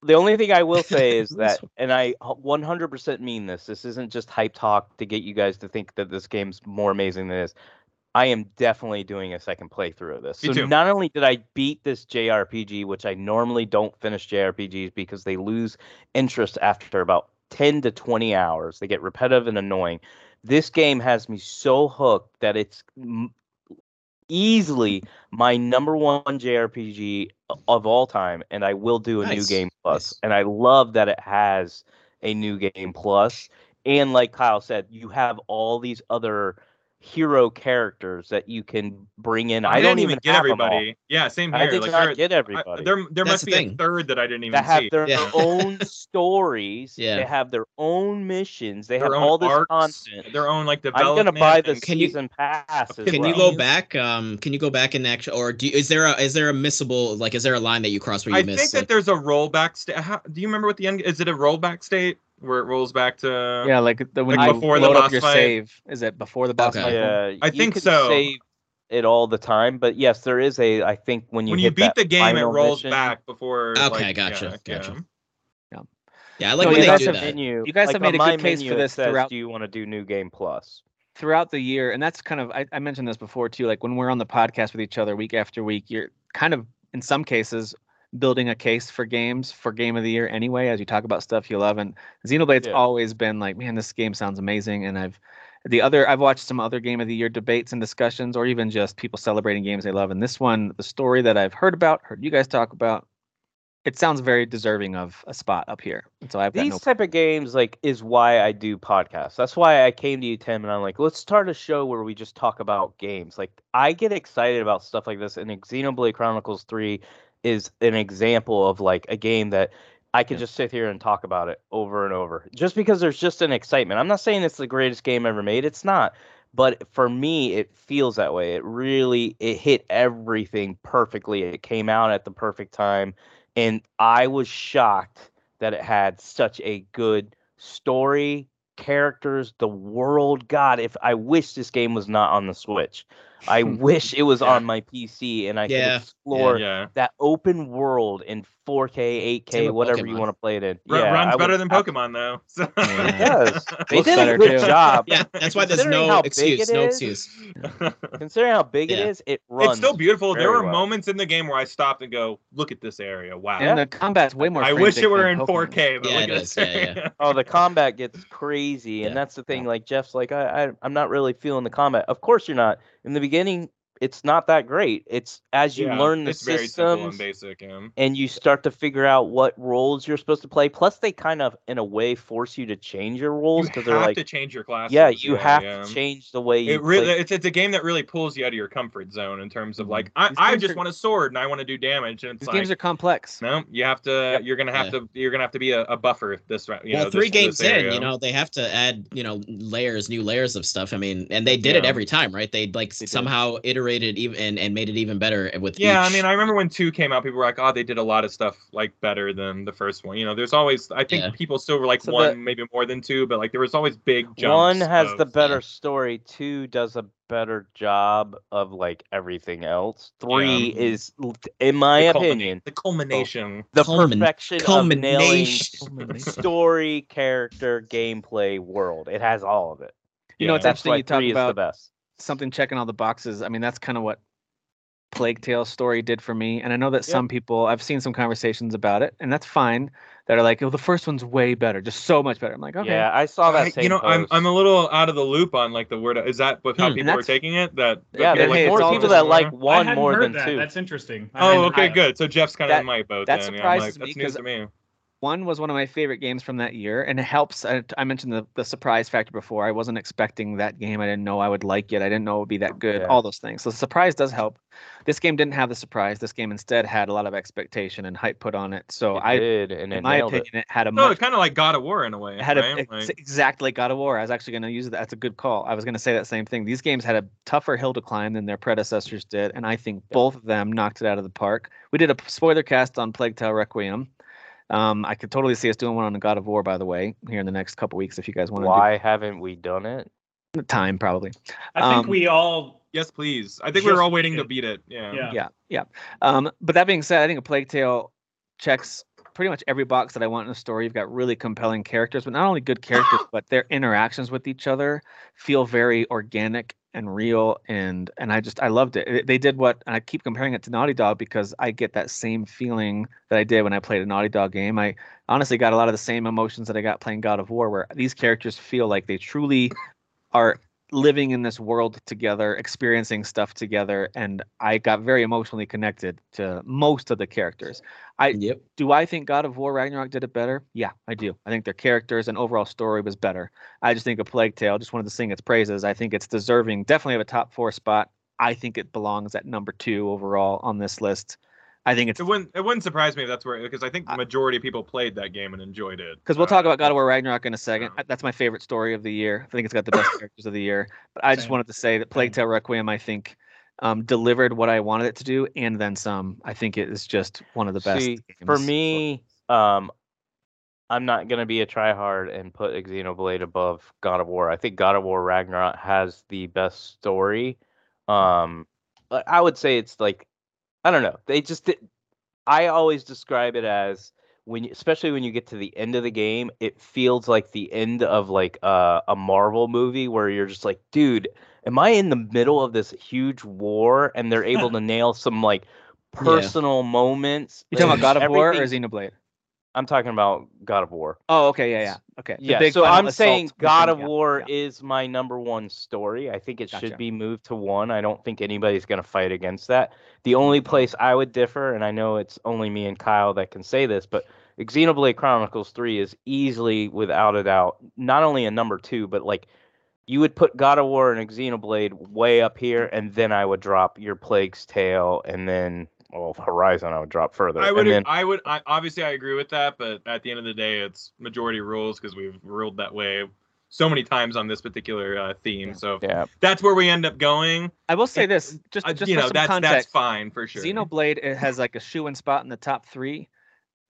Speaker 3: the only thing i will say is that and i h- 100% mean this this isn't just hype talk to get you guys to think that this game's more amazing than this i am definitely doing a second playthrough of this
Speaker 4: Me
Speaker 3: so
Speaker 4: too.
Speaker 3: not only did i beat this jrpg which i normally don't finish jrpgs because they lose interest after about 10 to 20 hours they get repetitive and annoying this game has me so hooked that it's m- easily my number one JRPG of all time, and I will do a new
Speaker 5: Nice,
Speaker 3: game plus.
Speaker 5: nice.
Speaker 3: And I love that it has a new game plus. And like Kyle said, you have all these other hero characters that you can bring in. I,
Speaker 4: I,
Speaker 3: don't
Speaker 4: didn't even get
Speaker 3: have 'em all.
Speaker 4: everybody. Yeah, same here.
Speaker 3: I did
Speaker 4: like,
Speaker 3: not
Speaker 4: there-
Speaker 3: get
Speaker 4: I-
Speaker 3: everybody.
Speaker 4: there there
Speaker 5: That's
Speaker 4: must
Speaker 5: the
Speaker 4: be a
Speaker 5: thing.
Speaker 4: third that I didn't even
Speaker 3: that have
Speaker 4: see.
Speaker 3: their
Speaker 5: Yeah.
Speaker 3: own stories.
Speaker 5: Yeah.
Speaker 3: They have their own missions. They have
Speaker 4: their own
Speaker 3: all this
Speaker 4: arcs,
Speaker 3: content.
Speaker 4: their own like
Speaker 3: I'm
Speaker 4: development.
Speaker 3: gonna buy the
Speaker 4: and-
Speaker 5: Can you-
Speaker 3: season pass. as
Speaker 5: Can you
Speaker 3: well.
Speaker 5: go back? Um, can you go back and actually, or do is there a is there a missable like is there a line that you cross where you
Speaker 4: I
Speaker 5: miss?
Speaker 4: think
Speaker 5: like-
Speaker 4: that there's a rollback state. Do you remember what the end? Is it a rollback state where it rolls back to?
Speaker 1: Yeah, like the, when
Speaker 4: Like
Speaker 1: you
Speaker 4: before the
Speaker 1: load
Speaker 4: boss
Speaker 1: up your
Speaker 4: fight.
Speaker 1: save, is it before the boss
Speaker 5: Okay.
Speaker 1: fight?
Speaker 3: Yeah,
Speaker 4: I
Speaker 3: you
Speaker 4: think
Speaker 3: can
Speaker 4: so.
Speaker 3: Save it all the time, but yes, there is a. I think when you
Speaker 4: when you
Speaker 3: hit
Speaker 4: beat
Speaker 3: that
Speaker 4: the game, it
Speaker 3: final
Speaker 4: rolls
Speaker 3: mission-
Speaker 4: back before.
Speaker 5: Okay,
Speaker 4: like,
Speaker 5: gotcha,
Speaker 4: yeah,
Speaker 5: gotcha.
Speaker 4: yeah.
Speaker 5: yeah, I like
Speaker 1: No,
Speaker 5: when
Speaker 1: you
Speaker 5: they
Speaker 1: guys
Speaker 5: do
Speaker 1: have
Speaker 5: that.
Speaker 3: menu,
Speaker 1: You guys
Speaker 3: like
Speaker 1: have made
Speaker 3: on
Speaker 1: a good
Speaker 3: my
Speaker 1: case for
Speaker 3: menu, it
Speaker 1: this
Speaker 3: says,
Speaker 1: throughout-
Speaker 3: Do you want to do New Game Plus?
Speaker 1: Throughout the year, and that's kind of I, I mentioned this before too. Like when we're on the podcast with each other week after week, you're kind of in some cases building a case for games for game of the year anyway. As you talk about stuff you love, and Xenoblade's
Speaker 3: Yeah.
Speaker 1: always been like, man, this game sounds amazing, and I've the other I've watched some other game of the year debates and discussions, or even just people celebrating games they love. And this one, the story that I've heard about, heard you guys talk about, it sounds very deserving of a spot up here. And so I've got
Speaker 3: These
Speaker 1: no
Speaker 3: type of games, like, is why I do podcasts. That's why I came to you, Tim, and I'm like, let's start a show where we just talk about games. Like, I get excited about stuff like this, and Xenoblade Chronicles Three is an example of like a game that I could just sit here and talk about it over and over, just because there's just an excitement. I'm not saying it's the greatest game ever made. It's not. but for me it feels that way it really it hit everything perfectly it came out at the perfect time and i was shocked that it had such a good story characters the world god if i wish this game was not on the switch i wish it was
Speaker 4: Yeah.
Speaker 3: on my pc and i
Speaker 5: Yeah, yeah.
Speaker 3: could explore
Speaker 4: yeah.
Speaker 3: that open world in 4k 8k
Speaker 5: with
Speaker 3: whatever you
Speaker 5: Pokemon.
Speaker 3: want to play it in
Speaker 4: Run-
Speaker 3: yeah,
Speaker 4: runs
Speaker 3: I
Speaker 4: better
Speaker 3: would
Speaker 4: than
Speaker 3: ab-
Speaker 4: Pokemon though. So.
Speaker 5: Yeah.
Speaker 3: it does they
Speaker 1: Looks
Speaker 3: did
Speaker 1: better,
Speaker 3: a good
Speaker 1: too.
Speaker 3: job
Speaker 5: Yeah, that's why there's
Speaker 3: Considering
Speaker 5: no
Speaker 3: how big
Speaker 5: excuse,
Speaker 3: it
Speaker 5: no
Speaker 3: is,
Speaker 5: excuse.
Speaker 3: considering how big
Speaker 5: Yeah.
Speaker 3: it is it runs
Speaker 4: it's still beautiful. There
Speaker 3: very
Speaker 4: were
Speaker 3: well.
Speaker 4: moments in the game where I stopped and go, "Look at this area! Wow!"
Speaker 1: And the combat's way more.
Speaker 4: I wish
Speaker 1: frantic
Speaker 4: it were
Speaker 1: than
Speaker 4: in
Speaker 1: Pokemon.
Speaker 4: 4K, but
Speaker 5: Yeah,
Speaker 4: look
Speaker 5: it
Speaker 4: at
Speaker 5: is.
Speaker 4: this
Speaker 5: Yeah,
Speaker 4: area.
Speaker 3: Oh, the combat gets crazy, and
Speaker 5: Yeah.
Speaker 3: that's the thing. Like Jeff's, like I, I, I'm not really feeling the combat. Of course you're not. In the beginning, it's not that great. It's as you
Speaker 4: Yeah,
Speaker 3: learn the
Speaker 4: it's very simple
Speaker 3: systems
Speaker 4: and basic. Yeah.
Speaker 3: and you start to figure out what roles you're supposed to play. Plus, they kind of, in a way, force you to change your
Speaker 4: You
Speaker 3: roles
Speaker 4: have
Speaker 3: because they're like,
Speaker 4: to change your classes.
Speaker 3: yeah, you have
Speaker 4: yeah.
Speaker 3: to change the way you
Speaker 4: It really,
Speaker 3: play.
Speaker 4: it's, it's a game that really pulls you out of your comfort zone in terms of
Speaker 3: Mm-hmm.
Speaker 4: like, I,
Speaker 1: These
Speaker 4: I
Speaker 1: games
Speaker 4: just
Speaker 1: are-
Speaker 4: want a sword and I want to do damage, and it's
Speaker 1: These
Speaker 4: like,
Speaker 1: games are complex.
Speaker 4: no, you have to, you're gonna have to, you're gonna have to be a, a buffer this round. You
Speaker 5: well,
Speaker 4: know,
Speaker 5: three
Speaker 4: this-
Speaker 5: games
Speaker 4: this
Speaker 5: in,
Speaker 4: area.
Speaker 5: you know, they have to add, you know, layers, new layers of stuff. I mean, and they did it
Speaker 4: Yeah.
Speaker 5: every time, right? They like
Speaker 3: They did.
Speaker 5: somehow iterated even and, and made it even better with
Speaker 4: Yeah, I
Speaker 5: each-
Speaker 4: mean, I remember when two came out, people were like, "Oh, they did a lot of stuff like better than the first one." You know, there's always, I think
Speaker 5: Yeah.
Speaker 4: people still were like
Speaker 3: So
Speaker 4: one,
Speaker 3: the-
Speaker 4: maybe more than two, but like there was always big jumps.
Speaker 3: One has
Speaker 4: of-
Speaker 3: the better story. Two does a better job of like everything else. Three is, l- in my
Speaker 4: the culmina-
Speaker 3: opinion,
Speaker 4: the culmination.
Speaker 3: the
Speaker 5: Culmin-
Speaker 3: perfection of nailing
Speaker 5: culmination.
Speaker 3: story, character, gameplay, world. It has all of it.
Speaker 1: You know,
Speaker 4: Yeah.
Speaker 1: it's
Speaker 3: That's
Speaker 1: interesting
Speaker 3: why
Speaker 1: you talk
Speaker 3: three is the
Speaker 1: about
Speaker 3: best.
Speaker 1: something checking all the boxes. I mean, that's kind of what Plague Tale story did for me. And I know that
Speaker 3: Yeah.
Speaker 1: some people I've seen some conversations about it, and that's fine. That are like, oh, the first one's way better, just so much better. I'm like, okay,
Speaker 3: Yeah, I saw that.
Speaker 4: I-
Speaker 3: same
Speaker 4: you know, I'm
Speaker 3: post.
Speaker 4: I'm a little out of the loop on like the word. Is that with
Speaker 5: Hmm.
Speaker 4: how
Speaker 5: And
Speaker 4: people are
Speaker 1: that's-
Speaker 4: taking it? That that
Speaker 3: yeah,
Speaker 1: Hey,
Speaker 3: there's
Speaker 1: it's
Speaker 4: like,
Speaker 3: more
Speaker 1: all
Speaker 3: people
Speaker 1: the
Speaker 3: that
Speaker 4: same
Speaker 3: like
Speaker 4: way?
Speaker 2: I
Speaker 3: one
Speaker 2: hadn't
Speaker 3: more
Speaker 2: heard
Speaker 3: than
Speaker 2: that.
Speaker 3: two.
Speaker 2: That's interesting. I
Speaker 4: Oh,
Speaker 2: hadn't-
Speaker 4: okay,
Speaker 2: I-
Speaker 4: good. So Jeff's kind of
Speaker 1: That-
Speaker 4: in my boat.
Speaker 1: that
Speaker 4: then. Yeah, I'm
Speaker 1: surprises
Speaker 4: like,
Speaker 1: me
Speaker 4: that's news
Speaker 1: 'cause
Speaker 4: to me.
Speaker 1: one was one of my favorite games from that year, and it helps. I, I mentioned the, the surprise factor before. I wasn't expecting that game. I didn't know I would like it. I didn't know it would be that good.
Speaker 3: Yeah.
Speaker 1: All those things. So the surprise does help. This game didn't have the surprise. This game instead had a lot of expectation and hype put on it. So
Speaker 3: It
Speaker 1: I,
Speaker 3: did, and it
Speaker 1: in my
Speaker 3: nailed
Speaker 1: opinion, it. had a
Speaker 4: No,
Speaker 1: much
Speaker 4: it's kind of like God of War in a way.
Speaker 1: It had a,
Speaker 4: right?
Speaker 1: ex-
Speaker 4: Like-
Speaker 1: exactly God of War. I was actually going to use that. That's a good call. I was going to say that same thing. These games had a tougher hill to climb than their predecessors did, and I think both of them knocked it out of the park. We did a p- spoiler cast on Plague Tale Requiem. Um, I could totally see us doing one on God of War, by the way, here in the next couple weeks if you guys
Speaker 3: it.
Speaker 1: want to
Speaker 3: Why haven't we done it?
Speaker 1: do time probably.
Speaker 2: I think
Speaker 1: Um,
Speaker 2: we all.
Speaker 4: Yes, please. I think we were
Speaker 2: Just
Speaker 4: all waiting
Speaker 2: beat
Speaker 4: to
Speaker 2: it.
Speaker 4: beat it. Yeah.
Speaker 2: Yeah.
Speaker 1: yeah, yeah. Um, but that being said, I think a Plague Tale checks pretty much every box that I want in a story. You've got really compelling characters, but not only good characters, but their interactions with each other feel very organic and real. And and I just I loved it. It- They did what and I keep comparing it to Naughty Dog because I get that same feeling that I did when I played a Naughty Dog game. I honestly got a lot of the same emotions that I got playing God of War, where these characters feel like they truly are living in this world together, experiencing stuff together, and I got very emotionally connected to most of the characters.
Speaker 5: Yep.
Speaker 1: Do I think God of War Ragnarok did it better? Yeah, I do. I think their characters and overall story was better. I just think a Plague Tale just wanted to sing its praises. I think it's deserving definitely of a top four spot. I think it belongs at number two overall on this list. I think it's
Speaker 4: It wouldn't it wouldn't surprise me if that's where because I think the
Speaker 1: I-
Speaker 4: majority of people played that game and enjoyed it.
Speaker 1: because we'll
Speaker 4: Uh,
Speaker 1: talk about God of War Ragnarok in a second.
Speaker 4: Yeah.
Speaker 1: That's my favorite story of the year. I think it's got the best characters of the year. But I just
Speaker 2: Same.
Speaker 1: wanted to say that Plague Tale Requiem, I think, um, delivered what I wanted it to do and then some. I think it is just one of the best.
Speaker 3: See, for
Speaker 1: games.
Speaker 3: me, um, I'm not gonna be a tryhard and put Xenoblade above God of War. I think God of War Ragnarok has the best story. Um, but I would say it's like, I don't know. They just, did, I always describe it as when, you, especially when you get to the end of the game, it feels like the end of like uh, a Marvel movie where you're just like, dude, am I in the middle of this huge war? And they're able to nail some like
Speaker 5: Yeah.
Speaker 3: personal moments.
Speaker 1: you talking about God of War or
Speaker 3: Everything-
Speaker 1: Xenoblade?
Speaker 3: I'm talking about God of War.
Speaker 1: Oh, okay, yeah, yeah, okay. The
Speaker 3: Yeah,
Speaker 1: big
Speaker 3: so
Speaker 1: final
Speaker 3: I'm saying
Speaker 1: assault
Speaker 3: God of
Speaker 1: within- yeah,
Speaker 3: War
Speaker 1: yeah.
Speaker 3: is my number one story. I think it
Speaker 1: Gotcha.
Speaker 3: should be moved to one. I don't think anybody's going to fight against that. The only place I would differ, and I know it's only me and Kyle that can say this, but Xenoblade Chronicles 3 is easily, without a doubt, not only a number two, but like you would put God of War and Xenoblade way up here, and then I would drop your Plague's Tale, and then, well, Horizon I would drop further.
Speaker 4: I would
Speaker 3: and then,
Speaker 4: I would I, obviously I agree with that, but at the end of the day, it's majority rules because we've ruled that way so many times on this particular uh, theme. So
Speaker 3: yeah.
Speaker 4: that's where we end up going.
Speaker 1: I will say
Speaker 4: it-
Speaker 1: this, just
Speaker 4: Uh,
Speaker 1: just
Speaker 4: you
Speaker 1: for
Speaker 4: know
Speaker 1: some
Speaker 4: that's
Speaker 1: context.
Speaker 4: that's fine for sure.
Speaker 1: Xenoblade it has like a shoe in spot in the top three.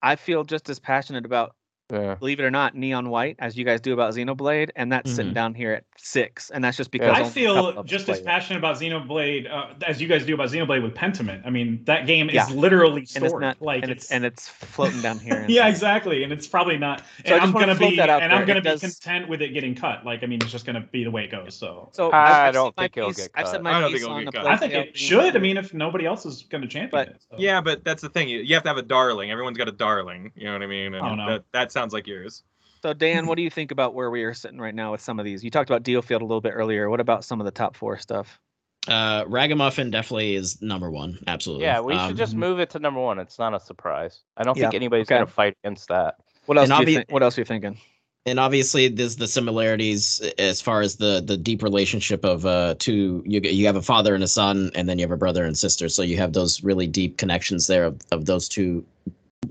Speaker 1: I feel just as passionate about
Speaker 3: yeah.
Speaker 1: believe it or not, Neon White, as you guys do about Xenoblade, and that's sitting
Speaker 3: Mm-hmm.
Speaker 5: Mhm.
Speaker 1: down here at six, and that's just
Speaker 3: Yeah.
Speaker 1: because
Speaker 2: I
Speaker 1: only a couple
Speaker 2: feel
Speaker 1: of us
Speaker 2: just
Speaker 1: played
Speaker 2: as
Speaker 1: it.
Speaker 2: passionate about Xenoblade uh, as you guys do about Xenoblade with Pentiment. I mean, that game
Speaker 1: Yeah.
Speaker 2: is literally
Speaker 1: and it's
Speaker 2: stored.
Speaker 1: not
Speaker 2: like
Speaker 1: and it's, and it's floating down here. and-
Speaker 2: yeah, exactly. And it's probably not.
Speaker 1: So I
Speaker 2: and
Speaker 1: just
Speaker 2: I'm
Speaker 1: wanna
Speaker 2: gonna
Speaker 1: float
Speaker 2: be
Speaker 1: that out
Speaker 2: and
Speaker 1: there.
Speaker 2: I'm gonna
Speaker 1: It
Speaker 2: be
Speaker 1: does-
Speaker 2: content with it getting cut. Like, I mean, it's just gonna be the way it goes. So
Speaker 1: So
Speaker 3: I
Speaker 1: I've- I've
Speaker 3: don't
Speaker 1: said my
Speaker 3: think it'll
Speaker 1: piece-
Speaker 3: get
Speaker 1: I've said
Speaker 3: cut.
Speaker 1: my
Speaker 4: I don't
Speaker 1: piece
Speaker 4: think it'll
Speaker 1: on
Speaker 4: get
Speaker 1: the
Speaker 4: cut.
Speaker 1: Plague
Speaker 2: I think
Speaker 1: Tale
Speaker 2: it
Speaker 1: thing.
Speaker 2: should. I mean, if nobody else is gonna champion
Speaker 1: But-
Speaker 2: it. so.
Speaker 4: Yeah, but that's the thing. You, you have to have a darling. Everyone's got a darling. You know what I mean? And
Speaker 2: Oh, no.
Speaker 4: that, that sounds like yours.
Speaker 1: So Dan, what do you think about where we are sitting right now with some of these? You talked about Deal Field a little bit earlier. What about some of the top four stuff?
Speaker 5: Uh, Ragamuffin definitely is number one. Absolutely.
Speaker 3: Yeah, we should
Speaker 5: Um,
Speaker 3: just move it to number one. It's not a surprise. I don't think
Speaker 1: Yeah,
Speaker 3: anybody's
Speaker 1: okay.
Speaker 3: gonna fight against that.
Speaker 1: What else?
Speaker 5: And
Speaker 1: Do you
Speaker 5: obvi-
Speaker 1: think, what else are you thinking?
Speaker 5: and obviously there's the similarities as far as the the deep relationship of uh two you you have a father and a son and then you have a brother and sister so you have those really deep connections there of, of those two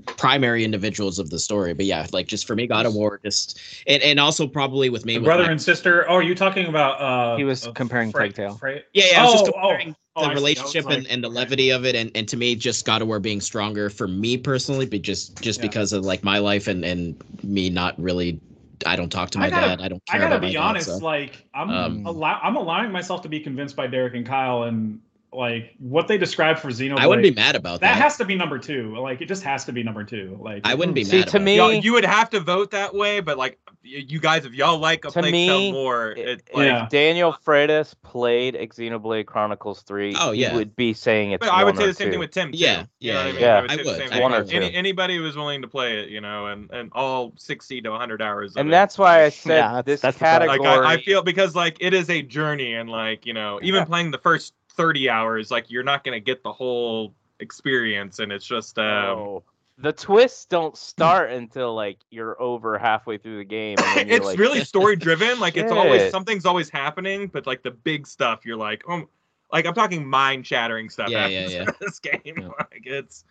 Speaker 5: primary individuals of the story but yeah like just for me god of war just and, and also probably with me
Speaker 2: The
Speaker 5: with
Speaker 2: brother
Speaker 5: my-
Speaker 2: and sister. Oh, are you talking about? uh
Speaker 1: He was
Speaker 2: uh,
Speaker 1: comparing
Speaker 2: Fra-
Speaker 1: Pigtail.
Speaker 2: Fra-
Speaker 5: yeah, yeah I was
Speaker 2: Oh,
Speaker 5: just
Speaker 2: oh,
Speaker 5: comparing
Speaker 2: oh, I
Speaker 5: the
Speaker 2: see. I was
Speaker 5: relationship
Speaker 2: like-
Speaker 5: and, and the levity of it and, and to me just god of war being stronger for me personally but just just
Speaker 2: Yeah.
Speaker 5: because of like my life and and me not really i don't talk to
Speaker 2: I
Speaker 5: my
Speaker 2: gotta-
Speaker 5: dad i don't
Speaker 2: I
Speaker 5: care
Speaker 2: gotta
Speaker 5: about my
Speaker 2: be
Speaker 5: dad,
Speaker 2: honest.
Speaker 5: so.
Speaker 2: Like I'm
Speaker 5: Um,
Speaker 2: allow- I'm allowing myself to be convinced by Derek and Kyle and like what they described for Xenoblade.
Speaker 5: i wouldn't be mad about
Speaker 2: that
Speaker 5: that
Speaker 2: has to be number two. Like it just has to be number two. Like
Speaker 5: I wouldn't be
Speaker 3: See,
Speaker 5: mad
Speaker 3: to
Speaker 5: about
Speaker 3: me,
Speaker 4: Y'all, you would have to vote that way, but like y- you guys, if y'all like a
Speaker 3: To
Speaker 4: Plague
Speaker 3: me,
Speaker 4: Tale more,
Speaker 3: i-
Speaker 4: it's
Speaker 3: if
Speaker 4: like.
Speaker 2: Yeah.
Speaker 3: Daniel Freitas played Xenoblade Chronicles Three,
Speaker 5: Oh,
Speaker 3: he
Speaker 5: yeah.
Speaker 3: would be saying it's
Speaker 4: But I would
Speaker 3: one
Speaker 4: say
Speaker 3: or
Speaker 4: the same
Speaker 3: two.
Speaker 4: thing with Tim. Too.
Speaker 5: Yeah,
Speaker 4: You know
Speaker 5: yeah,
Speaker 4: what
Speaker 3: yeah.
Speaker 4: I, mean?
Speaker 5: I
Speaker 4: would say the
Speaker 5: would,
Speaker 4: same
Speaker 5: I
Speaker 4: thing.
Speaker 3: would. One or
Speaker 4: Any,
Speaker 3: two.
Speaker 4: anybody who was willing to play it, you know, and, and all sixty to hundred hours. Of
Speaker 3: And
Speaker 4: it.
Speaker 3: that's why I said
Speaker 1: Yeah, that's-
Speaker 3: this
Speaker 1: that's the problem.
Speaker 3: category.
Speaker 4: like I, I feel because like it is a journey, and like you know, even
Speaker 3: Yeah.
Speaker 4: playing the first thirty hours, like you're not gonna get the whole experience, and it's just um,
Speaker 3: Oh. The twists don't start until like you're over halfway through the game. And then you're
Speaker 4: it's
Speaker 3: like,
Speaker 4: really story driven. Like it's always
Speaker 3: Shit.
Speaker 4: something's always happening, but like the big stuff, you're like, oh, like I'm talking mind shattering stuff.
Speaker 5: Yeah, yeah,
Speaker 4: happens
Speaker 5: yeah.
Speaker 4: in This game,
Speaker 5: Yeah.
Speaker 4: like it's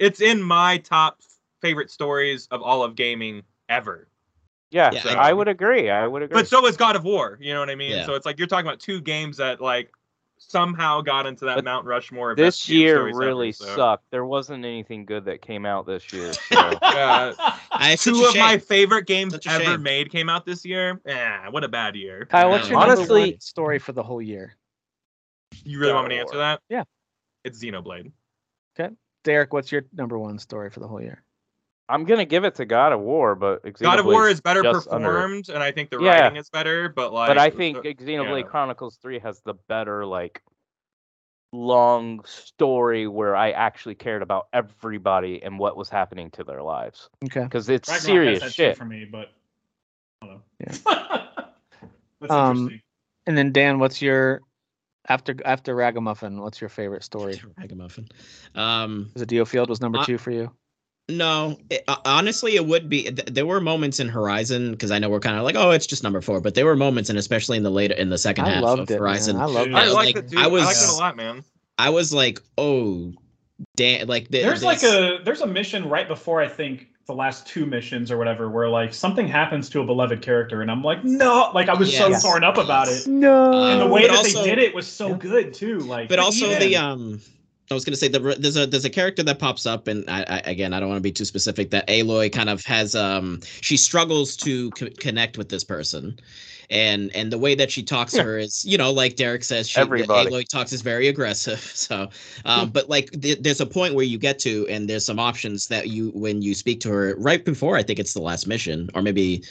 Speaker 4: it's in my top favorite stories of all of gaming ever.
Speaker 3: Yeah,
Speaker 5: Yeah,
Speaker 4: I-
Speaker 3: I, would agree. I would agree.
Speaker 4: But so is God of War. You know what I mean?
Speaker 5: Yeah.
Speaker 4: So it's like you're talking about two games that like somehow got into that
Speaker 3: But
Speaker 4: Mount Rushmore. Of best
Speaker 3: this
Speaker 4: game
Speaker 3: year
Speaker 4: stories ever,
Speaker 3: really
Speaker 4: so.
Speaker 3: sucked. There wasn't anything good that came out this year. So.
Speaker 4: Yeah.
Speaker 5: I, it's such
Speaker 4: Two
Speaker 5: a
Speaker 4: of my
Speaker 5: shame.
Speaker 4: favorite games
Speaker 5: Such a
Speaker 4: ever
Speaker 5: shame.
Speaker 4: made came out this year. Yeah, what a bad year.
Speaker 1: Kyle,
Speaker 5: Yeah.
Speaker 1: what's your
Speaker 3: Honestly-
Speaker 1: number one story for the whole year?
Speaker 4: You really want
Speaker 3: God
Speaker 4: me to
Speaker 3: of
Speaker 4: answer
Speaker 3: War.
Speaker 4: that?
Speaker 1: Yeah.
Speaker 4: It's Xenoblade.
Speaker 1: Derek, what's your number one story for the whole year?
Speaker 3: I'm gonna give it to God of War, but
Speaker 4: God of War
Speaker 3: Xenoblade-
Speaker 4: is better
Speaker 3: just under-
Speaker 4: performed, and I think the
Speaker 3: Yeah.
Speaker 4: writing is better. But like,
Speaker 3: but I think
Speaker 4: uh,
Speaker 3: Xenoblade
Speaker 4: yeah.
Speaker 3: Chronicles Three has the better like long story where I actually cared about everybody and what was happening to their lives
Speaker 1: Okay.
Speaker 3: because it's
Speaker 2: Ragnarok has
Speaker 3: serious
Speaker 2: that too
Speaker 3: shit.
Speaker 2: for me, but I don't know. That's
Speaker 1: Um,
Speaker 2: interesting.
Speaker 1: And then Dan, what's your after after Ragamuffin? What's your favorite story?
Speaker 5: Ragamuffin. Um,
Speaker 1: Is it Dio Field was number
Speaker 5: Uh,
Speaker 1: two for you?
Speaker 5: no, it, uh, honestly, it would be. Th- there were moments in Horizon because I know we're kind of like, oh, it's just number four, but there were moments, and especially in the later in the second
Speaker 1: I
Speaker 5: half
Speaker 1: loved
Speaker 5: of
Speaker 1: it.
Speaker 5: Horizon,
Speaker 1: Man. I loved
Speaker 2: Dude,
Speaker 1: it.
Speaker 4: I
Speaker 5: Yeah,
Speaker 4: liked
Speaker 5: like,
Speaker 4: it. Dude.
Speaker 5: I
Speaker 4: I,
Speaker 5: was-
Speaker 4: liked it a lot, man.
Speaker 5: I was like, oh, damn! Like th-
Speaker 2: there's like
Speaker 5: this-
Speaker 2: a there's a mission right before I think the last two missions or whatever where like something happens to a beloved character and I'm like no like I was
Speaker 5: Yes.
Speaker 2: so torn up about it
Speaker 1: No.
Speaker 5: Um,
Speaker 2: and
Speaker 4: Uh,
Speaker 2: the way
Speaker 5: but
Speaker 2: that
Speaker 5: also-
Speaker 2: they did it was so
Speaker 1: Yeah.
Speaker 2: good too like
Speaker 5: but also
Speaker 2: even-
Speaker 5: the um i was going to say the, there's a there's a character that pops up and I, I again i don't want to be too specific that aloy kind of has um she struggles to co- connect with this person and and the way that she talks to her is you know like derek says she
Speaker 3: Everybody.
Speaker 5: aloy talks is very aggressive so um but like th- there's a point where you get to and there's some options that you when you speak to her right before i think it's the last mission or maybe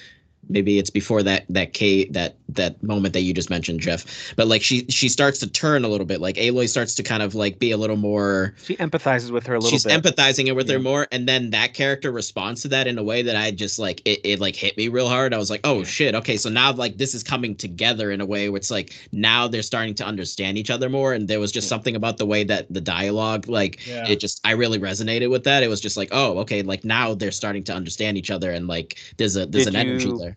Speaker 5: maybe it's before that that K that that moment that you just mentioned, Jeff. But like she she starts to turn a little bit. Like Aloy starts to kind of like be a little more.
Speaker 1: she empathizes with her a little
Speaker 5: She's
Speaker 1: bit.
Speaker 5: empathizing it with
Speaker 1: Yeah.
Speaker 5: her more, and then that character responds to that in a way that I just like it, it like hit me real hard. I was like, oh
Speaker 1: Yeah.
Speaker 5: shit, okay, so now like this is coming together in a way where it's like now they're starting to understand each other more. And there was just
Speaker 1: Yeah.
Speaker 5: something about the way that the dialogue like
Speaker 2: yeah.
Speaker 5: it just I really resonated with that. It was just like, oh, okay, like now they're starting to understand each other and like there's a there's
Speaker 3: Did
Speaker 5: an energy
Speaker 3: you-
Speaker 5: there.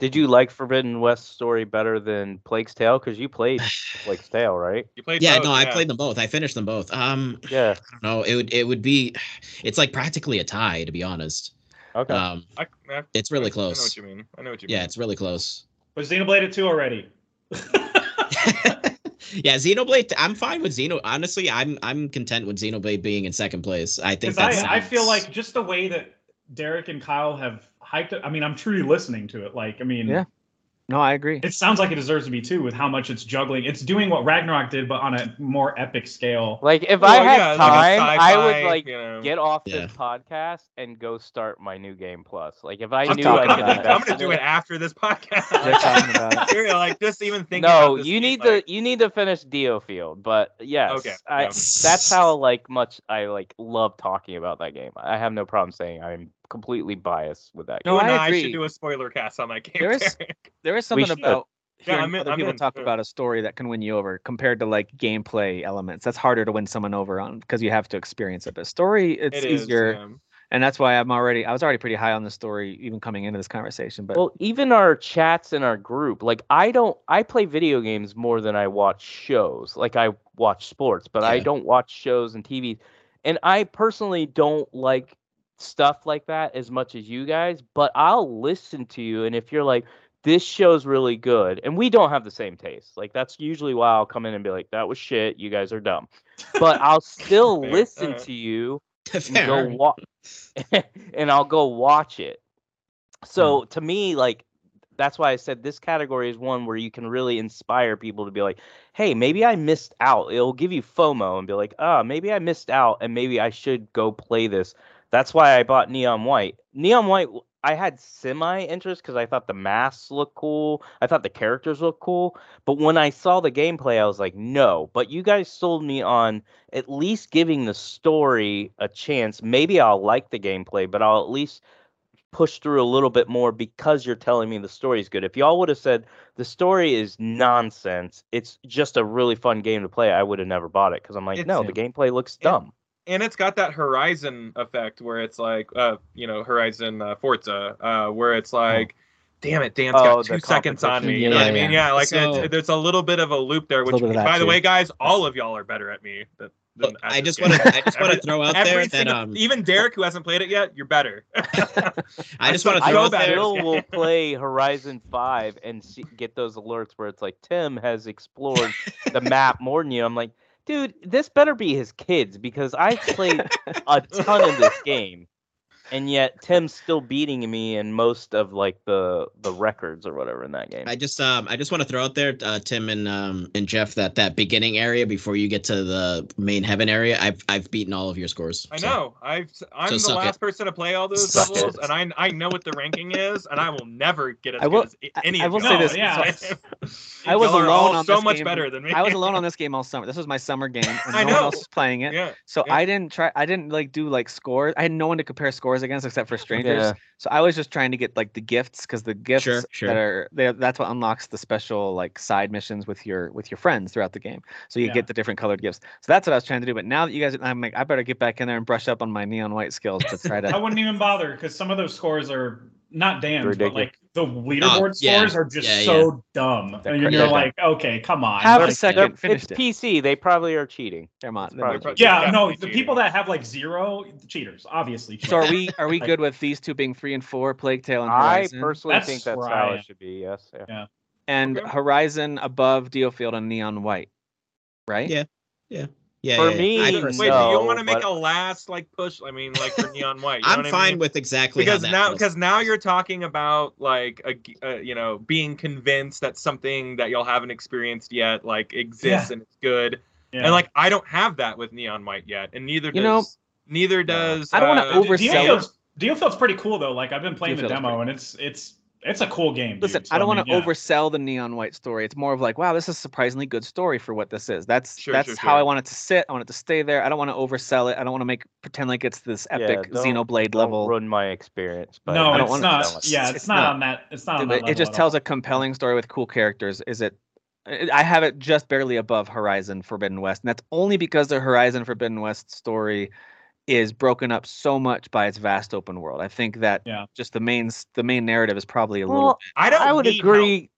Speaker 3: Did you like Forbidden West story better than Plague's Tale? Because you played Plague's Tale, right?
Speaker 4: You played
Speaker 5: yeah
Speaker 4: both,
Speaker 5: no i played them both i finished them both um
Speaker 3: Yeah.
Speaker 5: no it would it would be it's like practically a tie to be honest
Speaker 4: Uh,
Speaker 3: Okay.
Speaker 5: um
Speaker 4: I, I,
Speaker 5: it's really
Speaker 4: I know
Speaker 5: close
Speaker 4: what you mean. I know what you mean.
Speaker 5: yeah it's really close
Speaker 2: was Xenoblade at two already
Speaker 5: yeah xenoblade i'm fine with xeno honestly i'm i'm content with xenoblade being in second place i think
Speaker 2: Because
Speaker 5: that's
Speaker 2: I, I feel like just the way that Derek and Kyle have hyped it. I mean, I'm truly listening to it. Like, I mean,
Speaker 1: Yeah. no, I agree.
Speaker 2: it sounds like it deserves to be too, with how much it's juggling. It's doing what Ragnarok did, but on a more epic scale.
Speaker 3: like if
Speaker 4: Well,
Speaker 3: I had
Speaker 4: yeah, like a
Speaker 3: time, I
Speaker 4: sci-fi,
Speaker 3: would like
Speaker 4: you know.
Speaker 3: get off
Speaker 5: Yeah.
Speaker 3: this podcast and go go start my new game plus. Like if I
Speaker 4: I'm,
Speaker 3: knew
Speaker 4: talking
Speaker 3: I
Speaker 1: talking
Speaker 3: could
Speaker 1: about it.
Speaker 4: about
Speaker 3: invest
Speaker 4: it. I'm gonna
Speaker 3: in
Speaker 4: do it after this
Speaker 1: They're
Speaker 4: podcast.
Speaker 1: talking about it.
Speaker 4: Seriously, like just even thinking.
Speaker 3: no,
Speaker 4: about this
Speaker 3: you
Speaker 4: game,
Speaker 3: need
Speaker 4: like,
Speaker 3: to you need to finish Dio Field, but yes,
Speaker 4: Okay,
Speaker 3: I,
Speaker 4: yeah.
Speaker 3: that's how like much I like love talking about that game. I have no problem saying I'm completely biased with that.
Speaker 1: No,
Speaker 4: you and
Speaker 1: I
Speaker 4: I,
Speaker 1: agree.
Speaker 4: should do a spoiler cast on that game.
Speaker 1: There is-
Speaker 4: Derek.
Speaker 1: There is
Speaker 3: We
Speaker 1: something
Speaker 3: should.
Speaker 1: about
Speaker 4: Yeah,
Speaker 1: hearing
Speaker 4: I'm in-
Speaker 1: other
Speaker 4: I'm
Speaker 1: people
Speaker 4: in,
Speaker 1: talk
Speaker 4: sure.
Speaker 1: about a story that can win you over compared to like gameplay elements. That's harder to win someone over on because you have to experience it. But story, it's
Speaker 4: It is,
Speaker 1: easier,
Speaker 4: yeah.
Speaker 1: and that's why I'm already I was already pretty high on the story even coming into this conversation. But
Speaker 3: Well, even our chats in our group, like I don't, I play video games more than I watch shows. Like I watch sports, but I
Speaker 5: Yeah.
Speaker 3: don't watch shows and TV. And I personally don't like stuff like that as much as you guys, but I'll listen to you. And if you're like, this show's really good, and we don't have the same taste, like that's usually why I'll come in and be like, that was shit. You guys are dumb. But I'll still
Speaker 4: Fair,
Speaker 3: listen
Speaker 4: alright.
Speaker 3: to you and
Speaker 5: Fair.
Speaker 3: go wa- and I'll go watch it. So to me, like that's why I said this category is one where you can really inspire people to be like, "Hey, maybe I missed out." It'll give you FOMO and be like, "Ah, maybe I missed out, and maybe I should go play this." That's why I bought Neon White. Neon White, I had semi interest because I thought the masks looked cool. I thought the characters looked cool, but when I saw the gameplay, I was like, "No." But you guys sold me on at least giving the story a chance. Maybe I'll like the gameplay, but I'll at least push through a little bit more because you're telling me the story's good. If y'all would have said the story is nonsense, it's just a really fun game to play, I would have never bought it because I'm like,
Speaker 4: It's-
Speaker 3: no, the gameplay looks
Speaker 4: Yeah.
Speaker 3: dumb.
Speaker 4: and it's got that horizon effect where it's like uh you know horizon uh, forza uh where
Speaker 1: Oh.
Speaker 4: it's like damn it dan's
Speaker 3: Oh,
Speaker 4: got
Speaker 3: the
Speaker 4: two seconds on me you know what i
Speaker 5: competition.
Speaker 4: mean yeah, like
Speaker 5: Yeah, yeah.
Speaker 4: it's, there's a little bit of a loop there
Speaker 1: There's a
Speaker 4: which
Speaker 1: little bit of
Speaker 4: by
Speaker 1: that
Speaker 4: the way
Speaker 1: too.
Speaker 4: guys all of y'all are better at me than, than
Speaker 5: Look,
Speaker 4: at
Speaker 5: I
Speaker 4: this
Speaker 5: just
Speaker 4: game.
Speaker 5: want to. I just want to
Speaker 4: Every-
Speaker 5: throw out
Speaker 4: Every
Speaker 5: there that
Speaker 4: single-
Speaker 5: um.
Speaker 4: even derek who hasn't played it yet you're better
Speaker 5: I just want to
Speaker 4: I know
Speaker 5: throw
Speaker 3: I
Speaker 5: out
Speaker 4: that
Speaker 5: there.
Speaker 4: is-
Speaker 3: still will play Horizon 5 and see, get those alerts where it's like Tim has explored the map more than you. I'm like, dude, this better be his kids because I played a ton of this game. And yet Tim's still beating me in most of like the the records or whatever in that game.
Speaker 5: I just um I just want to throw out there, uh, Tim and um and Jeff, that that beginning area before you get to the main heaven area, I've I've beaten all of your scores.
Speaker 4: i
Speaker 5: so.
Speaker 4: know i've i'm
Speaker 5: So
Speaker 4: the
Speaker 5: suck
Speaker 4: last person to play all those
Speaker 5: Suck
Speaker 4: levels
Speaker 5: it.
Speaker 4: and i i know what the ranking is and i will never get as
Speaker 1: I will-
Speaker 4: good as
Speaker 1: I-
Speaker 4: any
Speaker 1: I
Speaker 4: of
Speaker 1: will
Speaker 4: you
Speaker 1: say this.
Speaker 2: yeah.
Speaker 1: I was
Speaker 4: Y'all are
Speaker 1: alone
Speaker 4: all
Speaker 1: on
Speaker 4: so
Speaker 1: this
Speaker 4: much
Speaker 1: game.
Speaker 4: better than me
Speaker 1: I was alone on this game all summer. This was my summer game, and
Speaker 4: I
Speaker 1: no one
Speaker 4: know.
Speaker 1: else was playing it.
Speaker 4: yeah
Speaker 1: So
Speaker 4: yeah.
Speaker 1: I didn't try. I didn't like do like scores. I had no one to compare scores against except for strangers.
Speaker 3: Yeah.
Speaker 1: So I was just trying to get like the gifts because the gifts
Speaker 5: Sure, sure.
Speaker 1: that are they, that's what unlocks the special like side missions with your with your friends throughout the game. So you
Speaker 2: Yeah.
Speaker 1: get the different colored gifts. So that's what I was trying to do. But now that you guys, I'm like, I better get back in there and brush up on my neon white skills to try
Speaker 2: I
Speaker 1: to.
Speaker 2: wouldn't even bother because some of those scores are not damned,
Speaker 3: Ridiculous.
Speaker 2: but like the leaderboard
Speaker 5: Oh, yeah.
Speaker 2: scores are just
Speaker 5: Yeah,
Speaker 2: so dumb.
Speaker 1: They're
Speaker 2: and you're
Speaker 1: crazy.
Speaker 2: like, okay, come on.
Speaker 1: Have a
Speaker 2: Like,
Speaker 1: second,
Speaker 3: They're- it's
Speaker 1: finished it.
Speaker 3: PC. They probably are cheating.
Speaker 1: They're mon- they're
Speaker 3: probably
Speaker 1: mon-
Speaker 4: pro-
Speaker 2: yeah, no,
Speaker 4: definitely
Speaker 2: the
Speaker 4: cheating.
Speaker 2: people that have like zero cheaters, obviously.
Speaker 1: So are
Speaker 2: cheaters.
Speaker 1: we are we
Speaker 2: Like-
Speaker 1: good with these two being three and four, Plague Tale and
Speaker 3: I
Speaker 1: Horizon,
Speaker 3: personally
Speaker 2: That's
Speaker 3: think that's
Speaker 2: where
Speaker 3: how
Speaker 2: I am.
Speaker 3: it should be. Yes. Yeah.
Speaker 1: and
Speaker 4: Okay.
Speaker 1: Horizon above Dealfield and Neon White, right?
Speaker 5: Yeah. Yeah,
Speaker 3: For
Speaker 5: yeah, yeah.
Speaker 3: me,
Speaker 5: I
Speaker 4: Wait,
Speaker 5: personally-
Speaker 4: do you
Speaker 3: No,
Speaker 4: want to make
Speaker 3: but-
Speaker 4: a last like push? I mean, like for neon white. You know
Speaker 5: I'm
Speaker 4: what I
Speaker 5: fine
Speaker 4: mean?
Speaker 5: with exactly how
Speaker 4: because
Speaker 5: that
Speaker 4: now
Speaker 5: was.
Speaker 4: because now you're talking about like a, g- uh you know being convinced that something that y'all haven't experienced yet like exists and it's good.
Speaker 2: Yeah.
Speaker 4: And like I don't have that with neon white yet, and neither
Speaker 1: You know-
Speaker 4: does neither does.
Speaker 1: I don't wanna
Speaker 4: uh,
Speaker 1: over- oversell
Speaker 2: Dealfield's, Dealfield's pretty cool though. Like I've been playing the
Speaker 1: Dealfield's
Speaker 2: demo and it's it's it's a cool game.
Speaker 1: Listen,
Speaker 2: dude.
Speaker 1: I don't
Speaker 2: So,
Speaker 1: want to
Speaker 2: mean, yeah.
Speaker 1: oversell the neon white story. It's more of like, wow, this is a surprisingly good story for what this is. That's
Speaker 4: Sure,
Speaker 1: that's
Speaker 4: sure,
Speaker 1: how I
Speaker 4: sure.
Speaker 1: want it to sit. I want it to stay there. I don't want to oversell it. I don't want to make pretend like it's this
Speaker 3: Yeah,
Speaker 1: epic
Speaker 3: don't-
Speaker 1: Xenoblade
Speaker 3: Don't
Speaker 1: level.
Speaker 3: ruin my experience. But
Speaker 1: I
Speaker 2: No,
Speaker 1: don't
Speaker 2: it's
Speaker 1: wanna
Speaker 2: not.
Speaker 3: sell it.
Speaker 2: Yeah, it's,
Speaker 1: It's
Speaker 2: not,
Speaker 1: not.
Speaker 2: on that. It's not on
Speaker 1: Dude,
Speaker 2: that.
Speaker 1: it- it
Speaker 2: level
Speaker 1: just
Speaker 2: at all.
Speaker 1: tells a compelling story with cool characters. Is it? I I have it just barely above Horizon Forbidden West, and that's only because the Horizon Forbidden West story is broken up so much by its vast open world. I think that
Speaker 2: Yeah.
Speaker 1: just the main s- the main narrative is probably a little
Speaker 3: Well,
Speaker 4: I don't.
Speaker 3: I would
Speaker 4: need help.
Speaker 3: agree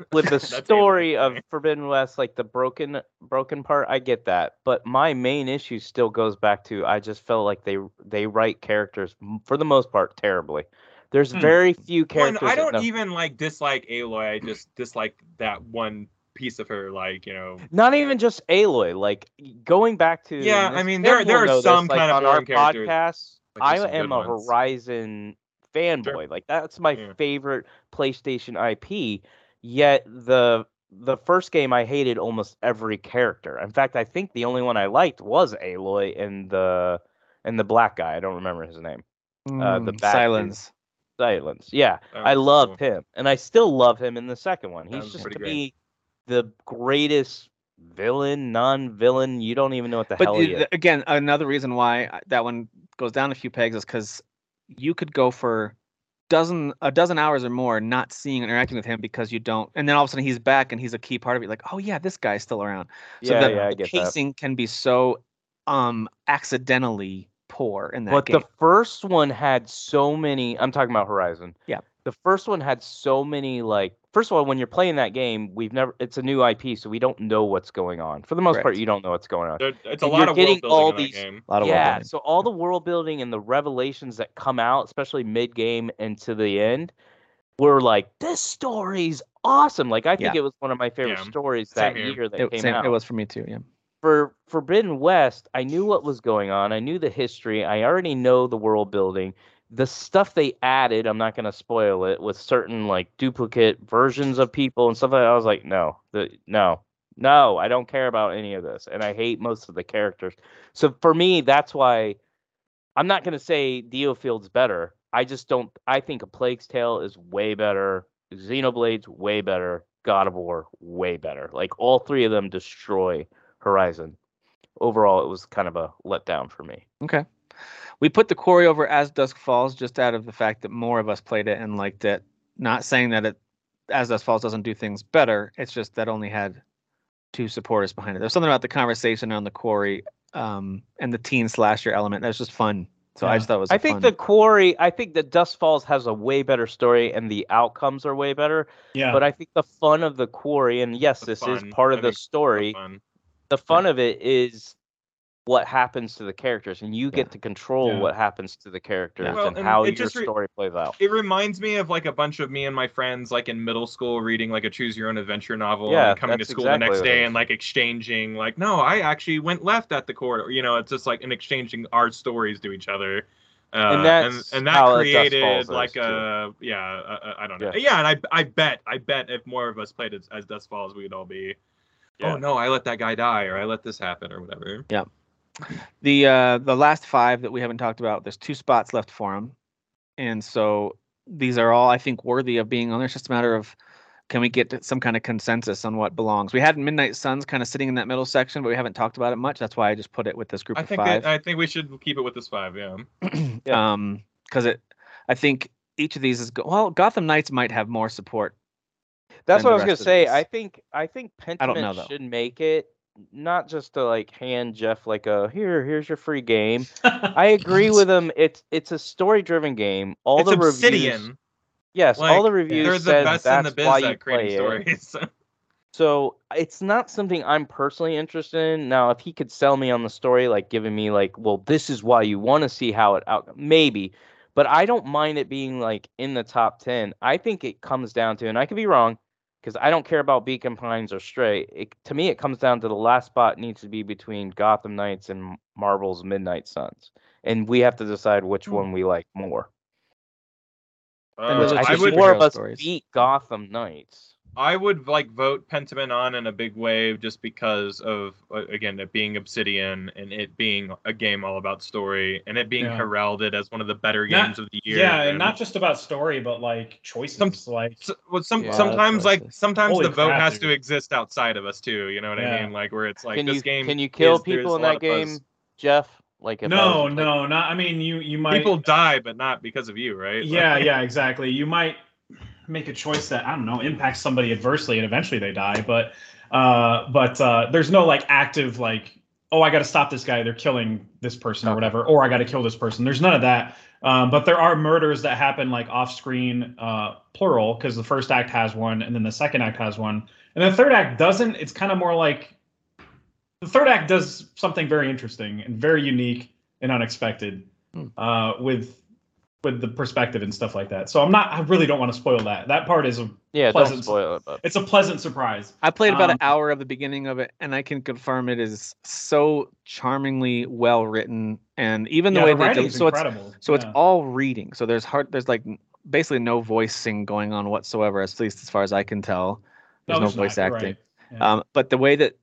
Speaker 3: with the
Speaker 4: That's the
Speaker 3: story of
Speaker 4: only
Speaker 3: Forbidden West, like the broken broken part. I get that, but my main issue still goes back to I just felt like they they write characters m- for the most part terribly. There's
Speaker 2: Hmm.
Speaker 3: very few
Speaker 4: Well, and
Speaker 3: characters.
Speaker 4: I
Speaker 3: that
Speaker 4: don't
Speaker 3: know-
Speaker 4: even like dislike Aloy. I just dislike that one piece of her. Like you know.
Speaker 3: not even just Aloy. Like going back to
Speaker 4: Yeah,
Speaker 3: and
Speaker 4: I
Speaker 3: this- Tim
Speaker 4: mean, there- there
Speaker 3: will
Speaker 4: are
Speaker 3: know this,
Speaker 4: some
Speaker 3: like,
Speaker 4: kind of
Speaker 3: on our
Speaker 4: boring characters,
Speaker 3: podcast.
Speaker 4: but
Speaker 3: I
Speaker 4: there's some good
Speaker 3: am a
Speaker 4: ones.
Speaker 3: Horizon fanboy. Like that's my
Speaker 4: Yeah.
Speaker 3: favorite PlayStation IP. Yet the the first game I hated almost every character. In fact, I think the only one I liked was Aloy and the and the black guy. I don't remember his name. uh, the
Speaker 1: Mm,
Speaker 3: back
Speaker 1: silence.
Speaker 3: Silence. Yeah.
Speaker 4: That
Speaker 3: I
Speaker 4: was
Speaker 3: loved
Speaker 4: cool.
Speaker 3: him, and I still love him in the second one.
Speaker 4: That
Speaker 3: He's
Speaker 4: was
Speaker 3: just
Speaker 4: pretty
Speaker 3: to
Speaker 4: great.
Speaker 3: me the greatest villain, non-villain. You don't even know what the
Speaker 1: But
Speaker 3: hell
Speaker 1: it-
Speaker 3: he is.
Speaker 1: th- again, uh, another reason why I- that one goes down a few pegs is because you could go for dozen a dozen hours or more not seeing and interacting with him because you don't and then all of a sudden he's back and he's a key part of it like oh yeah this guy's still around so
Speaker 3: yeah,
Speaker 1: the,
Speaker 3: yeah, I
Speaker 1: the
Speaker 3: get that.
Speaker 1: pacing can be so um accidentally poor in that
Speaker 3: But
Speaker 1: game
Speaker 3: the first one had so many. I'm talking about Horizon.
Speaker 1: Yep.
Speaker 3: The first one had so many like. First of all, when you're playing that game, we've never. It's a new IP, so we don't know what's going on. For the most part,
Speaker 1: Correct.
Speaker 3: you don't know what's going on.
Speaker 4: There- it's a
Speaker 3: And
Speaker 4: lot
Speaker 3: you're
Speaker 4: of
Speaker 3: getting
Speaker 4: world
Speaker 3: all
Speaker 4: building in that
Speaker 3: these-
Speaker 4: game.
Speaker 1: a lot of
Speaker 3: yeah.
Speaker 1: work
Speaker 3: So all the world building and the revelations that come out, especially mid game and to the end, were like this story's awesome. Like I think it was one of my favorite
Speaker 4: Yeah.
Speaker 3: stories
Speaker 4: Same
Speaker 3: that
Speaker 4: here.
Speaker 3: year that
Speaker 1: there. it,
Speaker 3: came
Speaker 1: same,
Speaker 3: out.
Speaker 1: it was for me too yeah
Speaker 3: for Forbidden West, I knew what was going on. I knew the history. I already know the world building. The stuff they added, I'm not going to spoil it, with certain like duplicate versions of people and stuff like that. I was like, no, the, no, no, I don't care about any of this. And I hate most of the characters. So for me, that's why I'm not going to say Dio Field's better. I just don't, I think A Plague's Tale is way better. Xenoblade's way better. God of War, way better. Like all three of them destroy Horizon. Overall, it was kind of a letdown for me.
Speaker 1: we put the quarry over as dusk falls just out of the fact that more of us played it and liked it not saying that it as dusk falls doesn't do things better it's just that only had two supporters behind it there's something about the conversation on the quarry um and the teen slasher element that's just fun so i
Speaker 2: Yeah.
Speaker 1: just thought it was
Speaker 3: I
Speaker 1: a
Speaker 3: think
Speaker 1: fun-
Speaker 3: the quarry, I think that Dust Falls has a way better story and the outcomes are way better.
Speaker 2: Yeah.
Speaker 3: But I think the fun of the quarry, and yes,
Speaker 4: The
Speaker 3: this
Speaker 4: fun,
Speaker 3: is part
Speaker 4: I
Speaker 3: of the
Speaker 4: think it's
Speaker 3: story,
Speaker 4: Fun.
Speaker 3: the fun of it is what happens to the characters, and you get to control
Speaker 2: Yeah.
Speaker 3: what happens to the characters
Speaker 4: Well,
Speaker 3: and,
Speaker 4: and
Speaker 3: how
Speaker 4: it
Speaker 3: your
Speaker 4: just re-
Speaker 3: story plays out.
Speaker 4: It reminds me of like a bunch of me and my friends like in middle school reading like a choose your own adventure novel
Speaker 3: Yeah,
Speaker 4: and then coming to
Speaker 3: that's
Speaker 4: school
Speaker 3: exactly
Speaker 4: the next
Speaker 3: what it
Speaker 4: day
Speaker 3: is.
Speaker 4: and like exchanging like no, I actually went left at the corridor. You know, it's just like in exchanging our stories to each other. Uh,
Speaker 3: And
Speaker 4: and,
Speaker 3: that's
Speaker 4: and,
Speaker 3: how
Speaker 4: that
Speaker 3: Dust Falls is,
Speaker 4: created like
Speaker 3: too.
Speaker 4: a yeah uh, I don't know
Speaker 3: Yeah.
Speaker 4: yeah, and I I bet I bet if more of us played as, as Dust Falls we would all be
Speaker 3: Yeah.
Speaker 4: oh no I let that guy die or I let this happen or whatever
Speaker 1: the uh the last five that we haven't talked about there's two spots left for them and so these are all i think worthy of being on there it's just a matter of can we get to some kind of consensus on what belongs we had midnight suns kind of sitting in that middle section but we haven't talked about it much that's why i just put it with this group
Speaker 4: I
Speaker 1: of
Speaker 4: think
Speaker 1: five
Speaker 4: that, I think we should keep it with this five yeah
Speaker 3: Yeah.
Speaker 1: um because it i think each of these is go- well gotham knights might have more support
Speaker 3: That's what I
Speaker 1: than the
Speaker 3: was gonna
Speaker 1: rest of
Speaker 3: say.
Speaker 1: these.
Speaker 3: I think I think Pentiment
Speaker 1: don't know, though.
Speaker 3: should make it not just to like hand Jeff like a here here's your free game. I agree with him. It's it's a story driven game. All
Speaker 4: it's
Speaker 3: the
Speaker 4: Obsidian
Speaker 3: reviews, yes, all
Speaker 4: Like,
Speaker 3: the reviews
Speaker 4: they're the
Speaker 3: says
Speaker 4: best in
Speaker 3: that's
Speaker 4: the biz
Speaker 3: why you
Speaker 4: at
Speaker 3: play
Speaker 4: creating
Speaker 3: it.
Speaker 4: stories
Speaker 3: So it's not something I'm personally interested in. Now, if he could sell me on the story, like giving me like, well, this is why you want to see how it out, maybe. But I don't mind it being like in the top ten. I think it comes down to, and I could be wrong, because I don't care about Beacon Pines or Stray. It, to me, it comes down to the last spot needs to be between Gotham Knights and Marvel's Midnight Suns, and we have to decide which
Speaker 2: Hmm.
Speaker 3: one we like more.
Speaker 1: And
Speaker 4: Uh,
Speaker 1: those are
Speaker 3: I
Speaker 4: I
Speaker 1: two
Speaker 3: think
Speaker 4: would
Speaker 3: more of
Speaker 1: superhero
Speaker 3: us
Speaker 1: stories.
Speaker 3: beat Gotham Knights.
Speaker 4: I would like vote Pentiment on in a big way just because of uh, again it being Obsidian and it being a game all about story and it being
Speaker 2: Yeah.
Speaker 4: heralded as one of the better
Speaker 2: Not-
Speaker 4: games of the year.
Speaker 2: yeah, and not just about story, but like choices. like
Speaker 4: so, well, some
Speaker 3: Yeah,
Speaker 1: that's
Speaker 4: sometimes like
Speaker 1: racist.
Speaker 4: sometimes
Speaker 2: Holy
Speaker 4: the vote
Speaker 2: crap,
Speaker 4: has
Speaker 2: dude.
Speaker 4: to exist outside of us too. You know what I
Speaker 2: Yeah.
Speaker 4: mean? Like where it's like
Speaker 3: can
Speaker 4: this
Speaker 3: you
Speaker 4: game
Speaker 3: can you kill
Speaker 4: is- there's
Speaker 3: people in
Speaker 4: a lot
Speaker 3: that
Speaker 4: of buzz.
Speaker 3: game, Jeff? Like if I
Speaker 2: no,
Speaker 3: was to play-
Speaker 2: no, not. I mean, you you might.
Speaker 4: people die but not because of you, right?
Speaker 2: yeah, yeah, exactly. You might make a choice that I don't know impacts somebody adversely, and eventually they die. But uh, but uh, there's no like active like oh I got to stop this guy. They're killing this person or whatever, or I got to kill this person. There's none of that. Um, but there are murders that happen like off screen, uh, plural, because the first act has one, and then the second act has one, and the third act doesn't. It's kind of more like the third act does something very interesting and very unique and unexpected
Speaker 1: Hmm.
Speaker 2: uh, with with the perspective and stuff like that. So I'm not. I really don't want to spoil that. That part is a.
Speaker 3: Yeah, don't
Speaker 2: Pleasant-
Speaker 3: spoil it. But
Speaker 2: It's a pleasant surprise.
Speaker 1: I played about an
Speaker 2: Um,
Speaker 1: hour of the beginning of it, and I can confirm it is so charmingly well written, and even the
Speaker 2: yeah,
Speaker 1: way
Speaker 2: the
Speaker 1: they
Speaker 2: writing
Speaker 1: del-
Speaker 2: is
Speaker 1: so it's
Speaker 2: incredible.
Speaker 1: so it's
Speaker 2: Yeah.
Speaker 1: all reading. So there's hard there's like n- basically no voicing going on whatsoever, at least as far as I can tell. There's no,
Speaker 2: not,
Speaker 1: voice
Speaker 2: you're
Speaker 1: acting.
Speaker 2: right. Yeah.
Speaker 1: Um, but the way that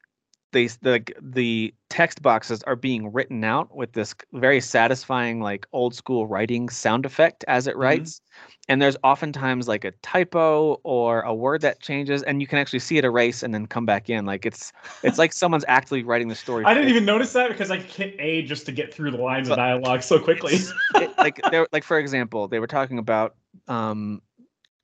Speaker 1: they s- the the text boxes are being written out with this very satisfying like old school writing sound effect as
Speaker 2: Mm-hmm.
Speaker 1: it writes and there's oftentimes like a typo or a word that changes and you can actually see it erase and then come back in like it's it's like someone's actively writing the story
Speaker 2: I didn't
Speaker 1: for
Speaker 2: even notice that because I hit A just to get through the lines of dialogue so quickly.
Speaker 1: it- like there like for example they were talking about um,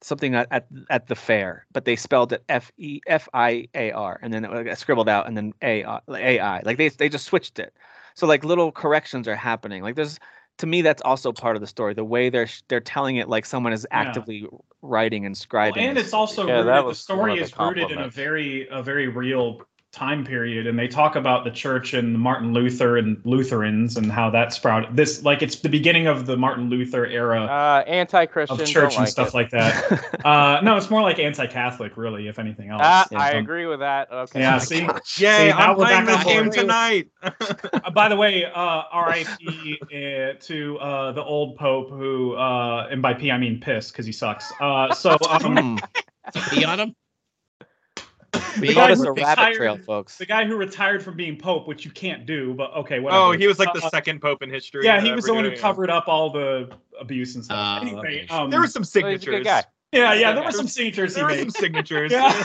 Speaker 1: something at, at at the fair, but they spelled it F E F I A R, and then it got scribbled out, and then A I. Like they they just switched it. So like little corrections are happening. Like there's to me that's also part of the story. The way they're they're telling it, like someone is
Speaker 2: Yeah.
Speaker 1: actively writing and scribing.
Speaker 2: and
Speaker 1: this
Speaker 2: it's also
Speaker 3: Yeah, that
Speaker 2: rooted, the
Speaker 3: was one of
Speaker 2: story
Speaker 3: the
Speaker 2: is rooted in a
Speaker 3: compliments.
Speaker 2: very a very real time period and they talk about the church and Martin Luther and Lutherans and how that sprouted this like it's the beginning of the Martin Luther era
Speaker 3: Uh, anti-Christian
Speaker 2: of
Speaker 3: don't
Speaker 2: church and
Speaker 3: like
Speaker 2: stuff
Speaker 3: it.
Speaker 2: like that. Uh, no, it's more like anti-Catholic, really, if anything else.
Speaker 3: Ah,
Speaker 1: Yeah,
Speaker 3: I
Speaker 1: don't-
Speaker 3: agree with that. Okay.
Speaker 2: yeah, see,
Speaker 4: Yay,
Speaker 2: See, now
Speaker 4: I'm
Speaker 2: we're
Speaker 4: playing
Speaker 2: back
Speaker 4: this
Speaker 2: on
Speaker 4: game
Speaker 2: board.
Speaker 4: tonight.
Speaker 2: Uh, by the way, uh, R.I.P. uh, to uh, the old Pope, who, uh, and by P I mean piss, because he sucks. Uh, so um,
Speaker 1: Hmm.
Speaker 5: Be on him.
Speaker 1: We
Speaker 2: the
Speaker 1: call
Speaker 2: guy
Speaker 1: this
Speaker 2: who
Speaker 1: a rabbit
Speaker 2: retired-
Speaker 1: trail, folks.
Speaker 2: the guy who retired from being Pope, which you can't do, but okay, whatever.
Speaker 4: oh, he was like the
Speaker 2: Uh, uh,
Speaker 4: second pope in history.
Speaker 2: yeah,
Speaker 4: to
Speaker 2: he was
Speaker 4: ever
Speaker 2: the one
Speaker 4: do
Speaker 2: who
Speaker 4: it.
Speaker 2: covered up all the abuse and stuff.
Speaker 1: Ah,
Speaker 5: Oh,
Speaker 2: anyway,
Speaker 5: okay.
Speaker 2: um,
Speaker 4: There were some
Speaker 3: Well, he's a
Speaker 4: signatures.
Speaker 3: good guy.
Speaker 2: yeah, yeah, there were some signatures he
Speaker 4: There were
Speaker 2: made.
Speaker 4: some signatures.
Speaker 2: Yeah.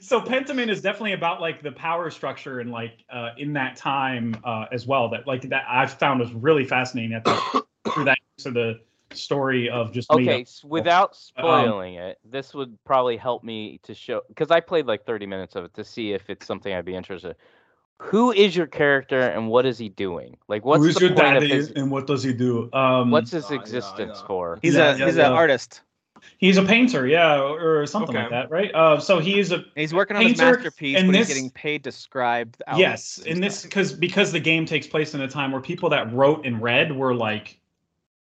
Speaker 2: so Pentiment is definitely about like the power structure and like uh, in that time uh, as well. That like that I found was really fascinating at the, through that so the story of just made
Speaker 3: Okay,
Speaker 2: up-
Speaker 3: s- without
Speaker 2: Um,
Speaker 3: spoiling it, this would probably help me to show because I played like 30 minutes of it to see if it's something I'd be interested. in. Who is your character and what is he doing? Like, what's
Speaker 2: Who's
Speaker 3: the
Speaker 2: your
Speaker 3: point of
Speaker 2: daddy
Speaker 3: his?
Speaker 2: and what does he do? Um,
Speaker 3: What's his
Speaker 4: Yeah, yeah,
Speaker 3: existence
Speaker 4: yeah.
Speaker 3: for?
Speaker 1: He's
Speaker 2: Yeah,
Speaker 1: a
Speaker 2: yeah,
Speaker 1: he's
Speaker 2: yeah.
Speaker 1: an artist.
Speaker 2: he's a painter, yeah, or, or something
Speaker 4: Okay.
Speaker 2: like that, right? Uh, so he is a
Speaker 1: He's working on his
Speaker 2: Painter,
Speaker 1: masterpiece,
Speaker 2: and
Speaker 1: but
Speaker 2: this-
Speaker 1: he's getting paid to scribe. The outline
Speaker 2: yes, and this
Speaker 1: stuff.
Speaker 2: because because the game takes place in a time where people that wrote and read were like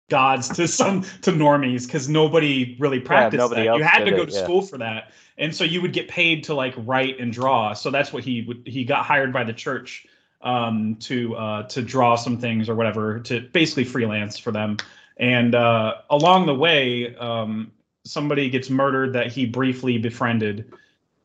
Speaker 2: gods to some to normies because nobody really practiced
Speaker 3: nobody
Speaker 2: that. You
Speaker 3: else
Speaker 2: had to
Speaker 3: did
Speaker 2: go
Speaker 3: it,
Speaker 2: to
Speaker 3: yeah.
Speaker 2: school for that, and so you would get paid to like write and draw. So that's what he would. He got hired by the church um, to uh, to draw some things or whatever to basically freelance for them. And uh, along the way, um, somebody gets murdered that he briefly befriended,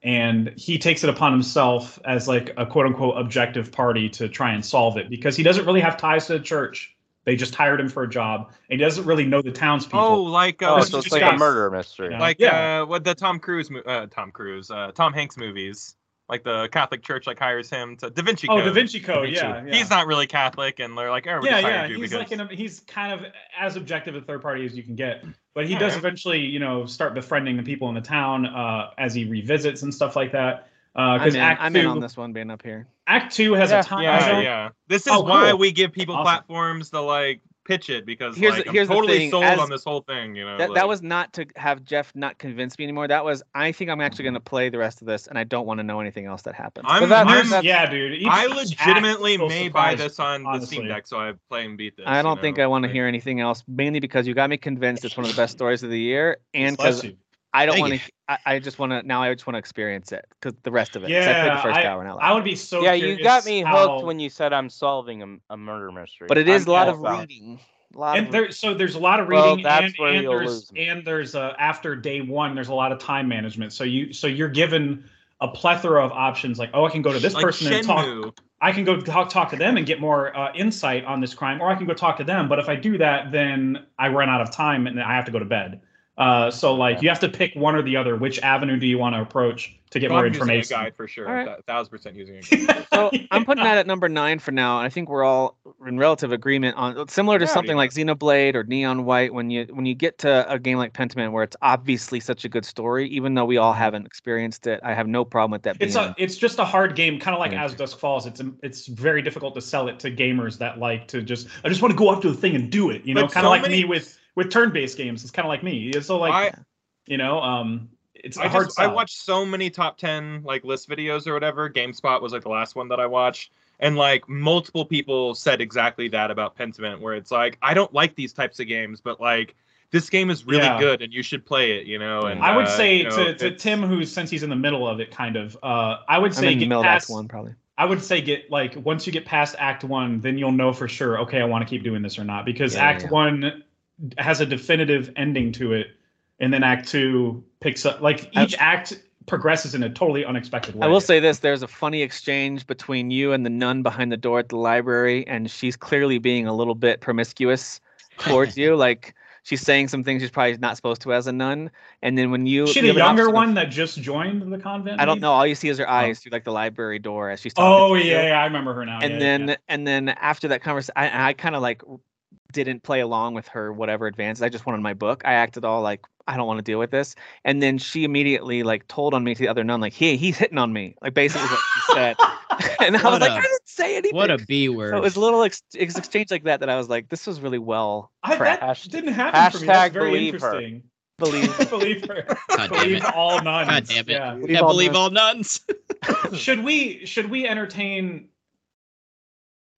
Speaker 2: and he takes it upon himself as like a quote unquote objective party to try and solve it because he doesn't really have ties to the church. They just hired him for a job, and he doesn't really know the townspeople.
Speaker 4: Oh, like uh,
Speaker 3: Oh,
Speaker 2: this
Speaker 4: what's
Speaker 3: so
Speaker 2: was
Speaker 3: it's
Speaker 4: his
Speaker 3: like
Speaker 4: face?
Speaker 3: a murder mystery.
Speaker 2: Yeah.
Speaker 4: Like uh, what the Tom Cruise, mo- uh, Tom Cruise, uh, Tom Hanks movies. Like the Catholic Church, like hires him to Da Vinci
Speaker 2: oh,
Speaker 4: Code.
Speaker 2: Da Vinci Code.
Speaker 4: Da Vinci.
Speaker 2: Yeah, yeah.
Speaker 4: he's not really Catholic, and they're like, "Oh, we
Speaker 2: yeah,
Speaker 4: just
Speaker 2: yeah.
Speaker 4: hired you
Speaker 2: He's
Speaker 4: because
Speaker 2: like an, he's kind of as objective a third party as you can get, but he
Speaker 4: All
Speaker 2: does
Speaker 4: right.
Speaker 2: eventually, you know, start befriending the people in the town uh, as he revisits and stuff like that.
Speaker 1: I'm,
Speaker 2: Because
Speaker 1: in,
Speaker 2: Uh, Act
Speaker 1: I'm in
Speaker 2: Two,
Speaker 1: on this one being up here.
Speaker 2: Act Two has
Speaker 3: Yeah,
Speaker 2: a time
Speaker 4: yeah,
Speaker 2: zone.
Speaker 4: yeah." This is
Speaker 2: Oh,
Speaker 4: why
Speaker 2: cool.
Speaker 4: we give people
Speaker 2: Awesome.
Speaker 4: platforms to like pitch it because
Speaker 1: Here's-
Speaker 4: like, I'm
Speaker 1: here's the
Speaker 4: totally
Speaker 1: thing,
Speaker 4: sold
Speaker 1: as-
Speaker 4: on this whole thing. You know,
Speaker 1: That,
Speaker 4: Oh, like-
Speaker 1: that was not to have Jeff not convince me anymore. That was I think I'm actually going to play the rest of this, and I don't want to know anything else that happens.
Speaker 4: I'm,
Speaker 3: But that-
Speaker 4: I'm-
Speaker 3: that's-
Speaker 2: yeah, dude. Each-
Speaker 4: I
Speaker 2: each act
Speaker 4: legitimately
Speaker 2: is so
Speaker 4: may buy
Speaker 2: surprising.
Speaker 4: this on the
Speaker 2: honestly.
Speaker 4: Steam Deck, so I play and beat this.
Speaker 1: I
Speaker 4: you
Speaker 1: don't think
Speaker 4: know,
Speaker 1: I want to
Speaker 4: like-
Speaker 1: hear anything else, mainly because you got me convinced it's one of the best stories of the year, and
Speaker 2: Bless
Speaker 1: because
Speaker 2: you.
Speaker 1: I don't
Speaker 5: Thank
Speaker 1: want to.
Speaker 5: you.
Speaker 1: I, I just want to now. I just want to experience it because the rest of it. 'cause I played
Speaker 2: Yeah,
Speaker 1: the first hour and I,
Speaker 2: I would be so.
Speaker 3: yeah, you got
Speaker 2: curious
Speaker 3: me
Speaker 2: how-
Speaker 3: hooked when you said I'm solving a, a murder mystery.
Speaker 1: but it is
Speaker 3: I'm
Speaker 1: a lot
Speaker 3: all
Speaker 1: of
Speaker 3: about it.
Speaker 1: reading. A lot
Speaker 2: And
Speaker 1: of
Speaker 2: there, so there's a lot of
Speaker 3: Well,
Speaker 2: reading,
Speaker 3: that's
Speaker 2: and,
Speaker 3: where
Speaker 2: and
Speaker 3: you'll
Speaker 2: there's
Speaker 3: lose me.
Speaker 2: and there's uh, after day one, there's a lot of time management. So you, so you're given a plethora of options. Like, oh, I can go to this
Speaker 4: like
Speaker 2: person and talk
Speaker 4: Shenmue.
Speaker 2: I can go talk talk to them and get more uh, insight on this crime, or I can go talk to them. But if I do that, then I run out of time and I have to go to bed. Uh, so like,
Speaker 3: Okay.
Speaker 2: you have to pick one or the other. Which avenue do you want to approach to get
Speaker 4: Well,
Speaker 2: more
Speaker 4: I'm using a
Speaker 2: information?
Speaker 4: guide for sure.
Speaker 1: All right.
Speaker 4: a Thousand percent using a guide.
Speaker 1: So I'm putting that at number nine for now, and I think we're all in relative agreement on similar to
Speaker 4: Yeah,
Speaker 1: something
Speaker 4: yeah.
Speaker 1: like Xenoblade or Neon White. When you when you get to a game like Pentiment, where it's obviously such a good story, even though we all haven't experienced it, I have no problem with that.
Speaker 2: It's
Speaker 1: being
Speaker 2: a, it's just a hard game, kind of like
Speaker 1: Yeah.
Speaker 2: As Dusk Falls. It's it's very difficult to sell it to gamers that like to just I just want to go up to the thing and do it. You know,
Speaker 4: But
Speaker 2: kind of
Speaker 4: so
Speaker 2: like
Speaker 4: many-
Speaker 2: me with with turn based games. It's kind of like me. So like
Speaker 4: I-
Speaker 2: you know, um, it's a
Speaker 4: I
Speaker 2: hard.
Speaker 4: just I
Speaker 2: sell.
Speaker 4: watched so many top ten like list videos or whatever. GameSpot was like the last one that I watched, and like multiple people said exactly that about Pentiment, where it's like I don't like these types of games, but like this game is really
Speaker 2: Yeah.
Speaker 4: good and you should play it. You know, and
Speaker 2: I would
Speaker 4: uh,
Speaker 2: say
Speaker 4: you know,
Speaker 2: to, to
Speaker 4: it's-
Speaker 2: Tim, who's since he's in the middle of it, kind of. Uh, I would
Speaker 1: I'm
Speaker 2: say
Speaker 1: in the
Speaker 2: get
Speaker 1: middle of Act
Speaker 2: past.
Speaker 1: One probably.
Speaker 2: I would say get like once you get past Act One, then you'll know for sure. Okay, I want to keep doing this or not because
Speaker 1: Yeah, yeah,
Speaker 2: Act
Speaker 1: yeah.
Speaker 2: One has a definitive ending to it, and then Act Two picks up. Like
Speaker 1: I-
Speaker 2: each act progresses in a totally unexpected way.
Speaker 1: I will say this: there's a funny exchange between you and the nun behind the door at the library, and she's clearly being a little bit promiscuous towards you. Like she's saying some things she's probably not supposed to as a nun. And then when you
Speaker 2: Is she
Speaker 1: you
Speaker 2: the
Speaker 1: have an
Speaker 2: younger
Speaker 1: option of-
Speaker 2: one that just joined the convent?
Speaker 1: I don't
Speaker 2: maybe?
Speaker 1: know. All you see is her eyes through like the library door as she's talking.
Speaker 2: Oh
Speaker 1: to you.
Speaker 2: yeah, yeah, I remember her now.
Speaker 1: And
Speaker 2: yeah, yeah,
Speaker 1: then and then after that conversation, I, I kind of like didn't play along with her whatever advances. I just wanted my book. I acted all like I don't want to deal with this. And then she immediately like told on me to the other nun, like, hey, he's hitting on me. Like basically what she said. and I
Speaker 5: What
Speaker 1: was like,
Speaker 5: a-
Speaker 1: I didn't say anything.
Speaker 5: What a B word.
Speaker 1: so it was a little ex- ex- exchange like that that I was like, this was really well
Speaker 2: I, that
Speaker 3: Hashtag-
Speaker 2: didn't happen for me. That's
Speaker 3: hashtag
Speaker 2: very
Speaker 3: believe her.
Speaker 2: interesting.
Speaker 1: believed.
Speaker 2: believe her.
Speaker 5: God damn
Speaker 2: Believe
Speaker 5: it.
Speaker 2: all nuns.
Speaker 5: God damn it.
Speaker 2: Yeah.
Speaker 5: I
Speaker 1: all
Speaker 5: believe
Speaker 1: nuns.
Speaker 5: all nuns.
Speaker 2: Should we should we entertain?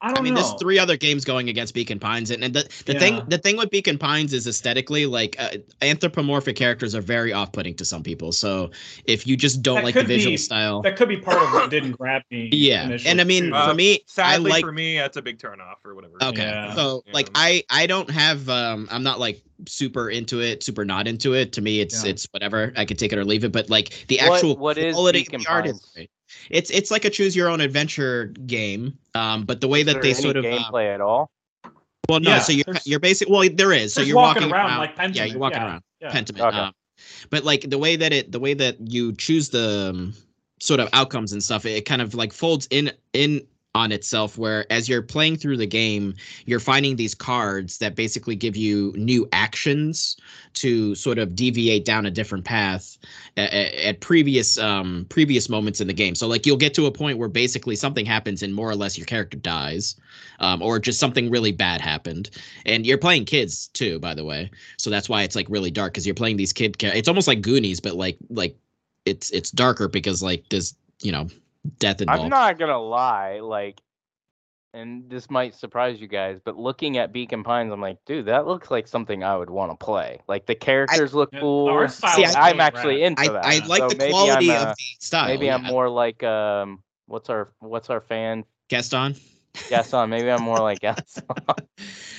Speaker 2: I don't
Speaker 5: I mean,
Speaker 2: know.
Speaker 5: there's three other games going against Beacon Pines, and, and the,
Speaker 2: Oh,
Speaker 5: the
Speaker 2: Yeah.
Speaker 5: thing the thing with Beacon Pines is aesthetically, like uh, anthropomorphic characters are very off putting to some people. So if you just don't
Speaker 2: That
Speaker 5: like the
Speaker 2: could be-
Speaker 5: visual style,
Speaker 2: That could be part of what didn't grab me.
Speaker 5: yeah,
Speaker 2: initially,
Speaker 5: and I mean
Speaker 2: too.
Speaker 4: Uh,
Speaker 5: for me,
Speaker 4: Sadly
Speaker 5: I like
Speaker 4: for me, that's a big turnoff or whatever.
Speaker 5: Okay.
Speaker 2: Yeah.
Speaker 5: So
Speaker 4: Yeah.
Speaker 5: like I I don't have um I'm not like super into it, super not into it. To me it's
Speaker 2: Yeah.
Speaker 5: it's whatever. I could take it or leave it, but like the
Speaker 3: What-
Speaker 5: actual
Speaker 3: what is
Speaker 5: quality
Speaker 3: Beacon
Speaker 5: of the art is
Speaker 3: Pines?
Speaker 5: great. It's it's like a choose your own adventure game. Um but the way
Speaker 3: Is
Speaker 5: that
Speaker 3: there
Speaker 5: they
Speaker 3: any
Speaker 5: sort of uh,
Speaker 3: gameplay at all.
Speaker 5: well no,
Speaker 2: Yeah,
Speaker 5: so you're
Speaker 2: there's-
Speaker 5: you're basic well there is. So
Speaker 2: Just
Speaker 5: you're walking, around,
Speaker 2: like
Speaker 5: Yeah,
Speaker 2: Pentiment,
Speaker 5: you're walking
Speaker 2: yeah.
Speaker 5: around.
Speaker 2: Yeah.
Speaker 5: Pentiment.
Speaker 3: Okay.
Speaker 5: Um, but like the way that it the way that you choose the um, sort of outcomes and stuff, it, it kind of like folds in in on itself where as you're playing through the game, you're finding these cards that basically give you new actions to sort of deviate down a different path at, at previous um previous moments in the game. So like you'll get to a point where basically something happens and more or less your character dies um or just something really bad happened. And you're playing kids too, by the way. So that's why it's like really dark cuz you're playing these kid cha- it's almost like Goonies but like like it's it's darker because like there's, you know, death involved.
Speaker 3: I'm not gonna lie, like, and this might surprise you guys, but looking at Beacon Pines, I'm like, dude, that looks like something I would want to play. Like the characters look
Speaker 2: Yeah, the
Speaker 3: cool.
Speaker 2: art style
Speaker 5: See,
Speaker 2: is
Speaker 5: I-
Speaker 3: I'm
Speaker 2: really
Speaker 3: actually
Speaker 2: rad.
Speaker 3: into
Speaker 5: I,
Speaker 3: that.
Speaker 5: I like
Speaker 3: So
Speaker 5: the
Speaker 3: maybe
Speaker 5: quality
Speaker 3: I'm,
Speaker 5: of
Speaker 3: uh,
Speaker 5: the style.
Speaker 3: Maybe I'm
Speaker 5: yeah.
Speaker 3: more like um, what's our what's our fan?
Speaker 5: Gaston.
Speaker 3: Gaston. Maybe I'm more like Gaston.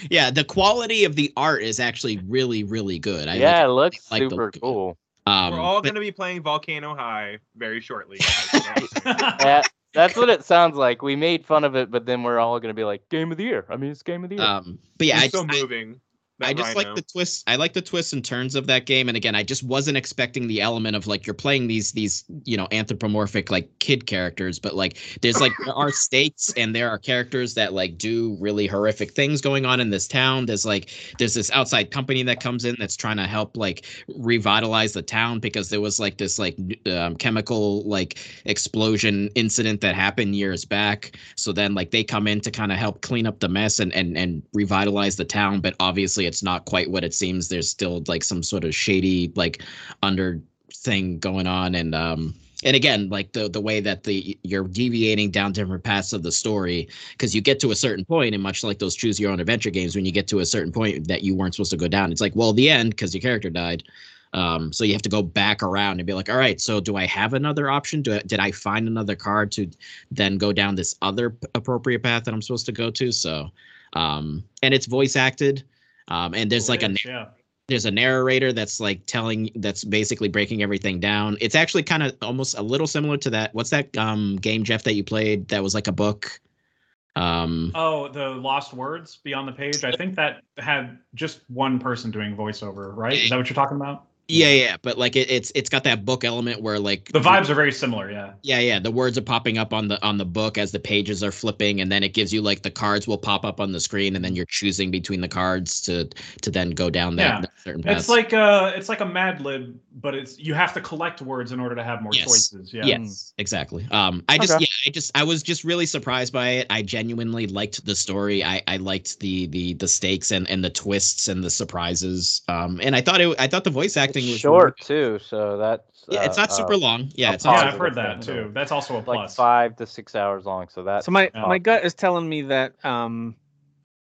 Speaker 5: yeah, the quality of the art is actually really, really good. I like
Speaker 3: yeah,
Speaker 5: it.
Speaker 3: it looks
Speaker 5: like the
Speaker 3: super
Speaker 5: look of it.
Speaker 3: cool.
Speaker 5: um,
Speaker 4: We're all
Speaker 5: but-
Speaker 4: going to be playing Volcano High very shortly. guys.
Speaker 3: Yeah, that's what it sounds like. We made fun of it, but then we're all gonna be like, game of the year. I mean, it's game of the year.
Speaker 5: um, but yeah,
Speaker 4: It's
Speaker 5: I
Speaker 4: so
Speaker 5: just, I,
Speaker 4: moving.
Speaker 5: I
Speaker 4: that
Speaker 5: just
Speaker 4: rhino.
Speaker 5: like the twists. I like the twists and turns of that game. And again, I just wasn't expecting the element of like you're playing these these you know anthropomorphic like kid characters, but like there's like there are stakes and there are characters that like do really horrific things going on in this town. There's like there's this outside company that comes in that's trying to help like revitalize the town because there was like this like n- um, chemical like explosion incident that happened years back so then like they come in to kind of help clean up the mess and and and revitalize the town but obviously it's not quite what it seems there's still like some sort of shady like under thing going on and um and again like the the way that the you're deviating down different paths of the story because you get to a certain point and much like those choose your own adventure games when you get to a certain point that you weren't supposed to go down it's like well the end because your character died um, so you have to go back around and be like all right so do i have another option do I, did i find another card to then go down this other p- appropriate path that i'm supposed to go to so um, and it's voice acted um, and there's like a
Speaker 2: yeah.
Speaker 5: there's a narrator that's like telling that's basically breaking everything down it's actually kind of almost a little similar to that what's that um game jeff that you played that was like a book um
Speaker 2: Oh, the lost words beyond the page. I think that had just one person doing voiceover, right? Is that what you're talking about?
Speaker 5: yeah yeah but like it, it's it's got that book element where like
Speaker 2: The vibes are very similar. Yeah.
Speaker 5: yeah yeah the words are popping up on the on the book as the pages are flipping and then it gives you like the cards will pop up on the screen and then you're choosing between the cards to to then go down that,
Speaker 2: Yeah.
Speaker 5: that certain
Speaker 2: It's
Speaker 5: path
Speaker 2: like a it's like a Mad Lib, but it's you have to collect words in order to have more
Speaker 5: Yes.
Speaker 2: choices. Yeah.
Speaker 5: Yes, exactly. Um, I just
Speaker 3: Okay.
Speaker 5: yeah, I just I was just really surprised by it. I genuinely liked the story. I I liked the the the stakes and and the twists and the surprises. Um, and I thought it I thought the voice
Speaker 3: It's
Speaker 5: acting was
Speaker 3: short too, so that's
Speaker 5: really- yeah, it's not
Speaker 3: uh,
Speaker 5: super
Speaker 3: uh,
Speaker 5: long. Yeah,
Speaker 3: a
Speaker 5: it's
Speaker 2: Yeah,
Speaker 5: not.
Speaker 3: positive.
Speaker 2: I've heard that too. That's also a
Speaker 3: like
Speaker 2: plus.
Speaker 3: five to six hours long. So that's
Speaker 1: So my
Speaker 2: Yeah.
Speaker 1: my gut is telling me that um,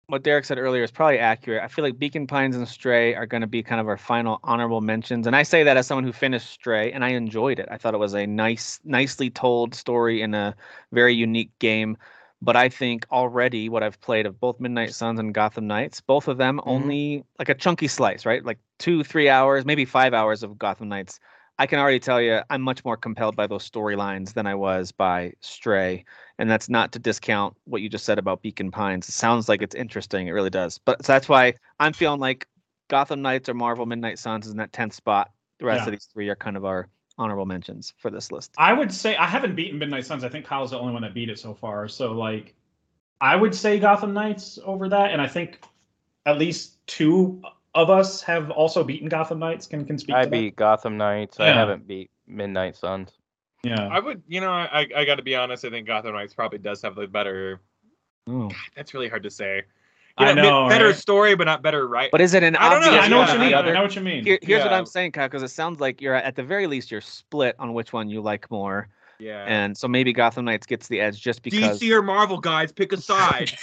Speaker 1: what Derek said earlier is probably accurate. I feel like Beacon Pines and Stray are going to be kind of our final honorable mentions, and I say that as someone who finished Stray and I enjoyed it. I thought it was a nice, nicely told story in a very unique game. But I think already what I've played of both Midnight Suns and Gotham Knights, both of them only like a chunky slice, right? Like two, three hours, maybe five hours of Gotham Knights. I can already tell you I'm much more compelled by those storylines than I was by Stray and that's not to discount what you just said about Beacon Pines. It sounds like it's interesting. It really does. But so that's why I'm feeling like Gotham Knights or Marvel Midnight Suns is in that tenth spot. The rest
Speaker 2: Yeah.
Speaker 1: of these three are kind of our honorable mentions for this list.
Speaker 2: I would say I haven't beaten Midnight Suns. I think Kyle's the only one that beat it so far. So like, I would say Gotham Knights over that, and I think at least two of us have also beaten Gotham Knights. Can can speak.
Speaker 3: I
Speaker 2: to that?
Speaker 3: beat Gotham Knights. I
Speaker 2: Yeah.
Speaker 3: haven't beat Midnight Suns.
Speaker 2: Yeah.
Speaker 4: I would, you know, I I got to be honest. I think Gotham Knights probably does have the better.
Speaker 3: Oh.
Speaker 4: That's really hard to say. You
Speaker 2: I
Speaker 4: know,
Speaker 2: know,
Speaker 4: better
Speaker 2: right?
Speaker 4: story, but not better right.
Speaker 1: But is it an
Speaker 4: I don't know.
Speaker 1: obvious?
Speaker 2: Yeah, I know what you
Speaker 1: one or
Speaker 2: mean.
Speaker 1: the
Speaker 2: I
Speaker 1: other?
Speaker 2: know what you mean.
Speaker 1: Here- here's what
Speaker 4: Yeah.
Speaker 1: I'm saying, Kyle, because it sounds like you're at the very least you're split on which one you like more,
Speaker 4: yeah.
Speaker 1: and so maybe Gotham Knights gets the edge just because.
Speaker 4: DC or Marvel guys, pick a side.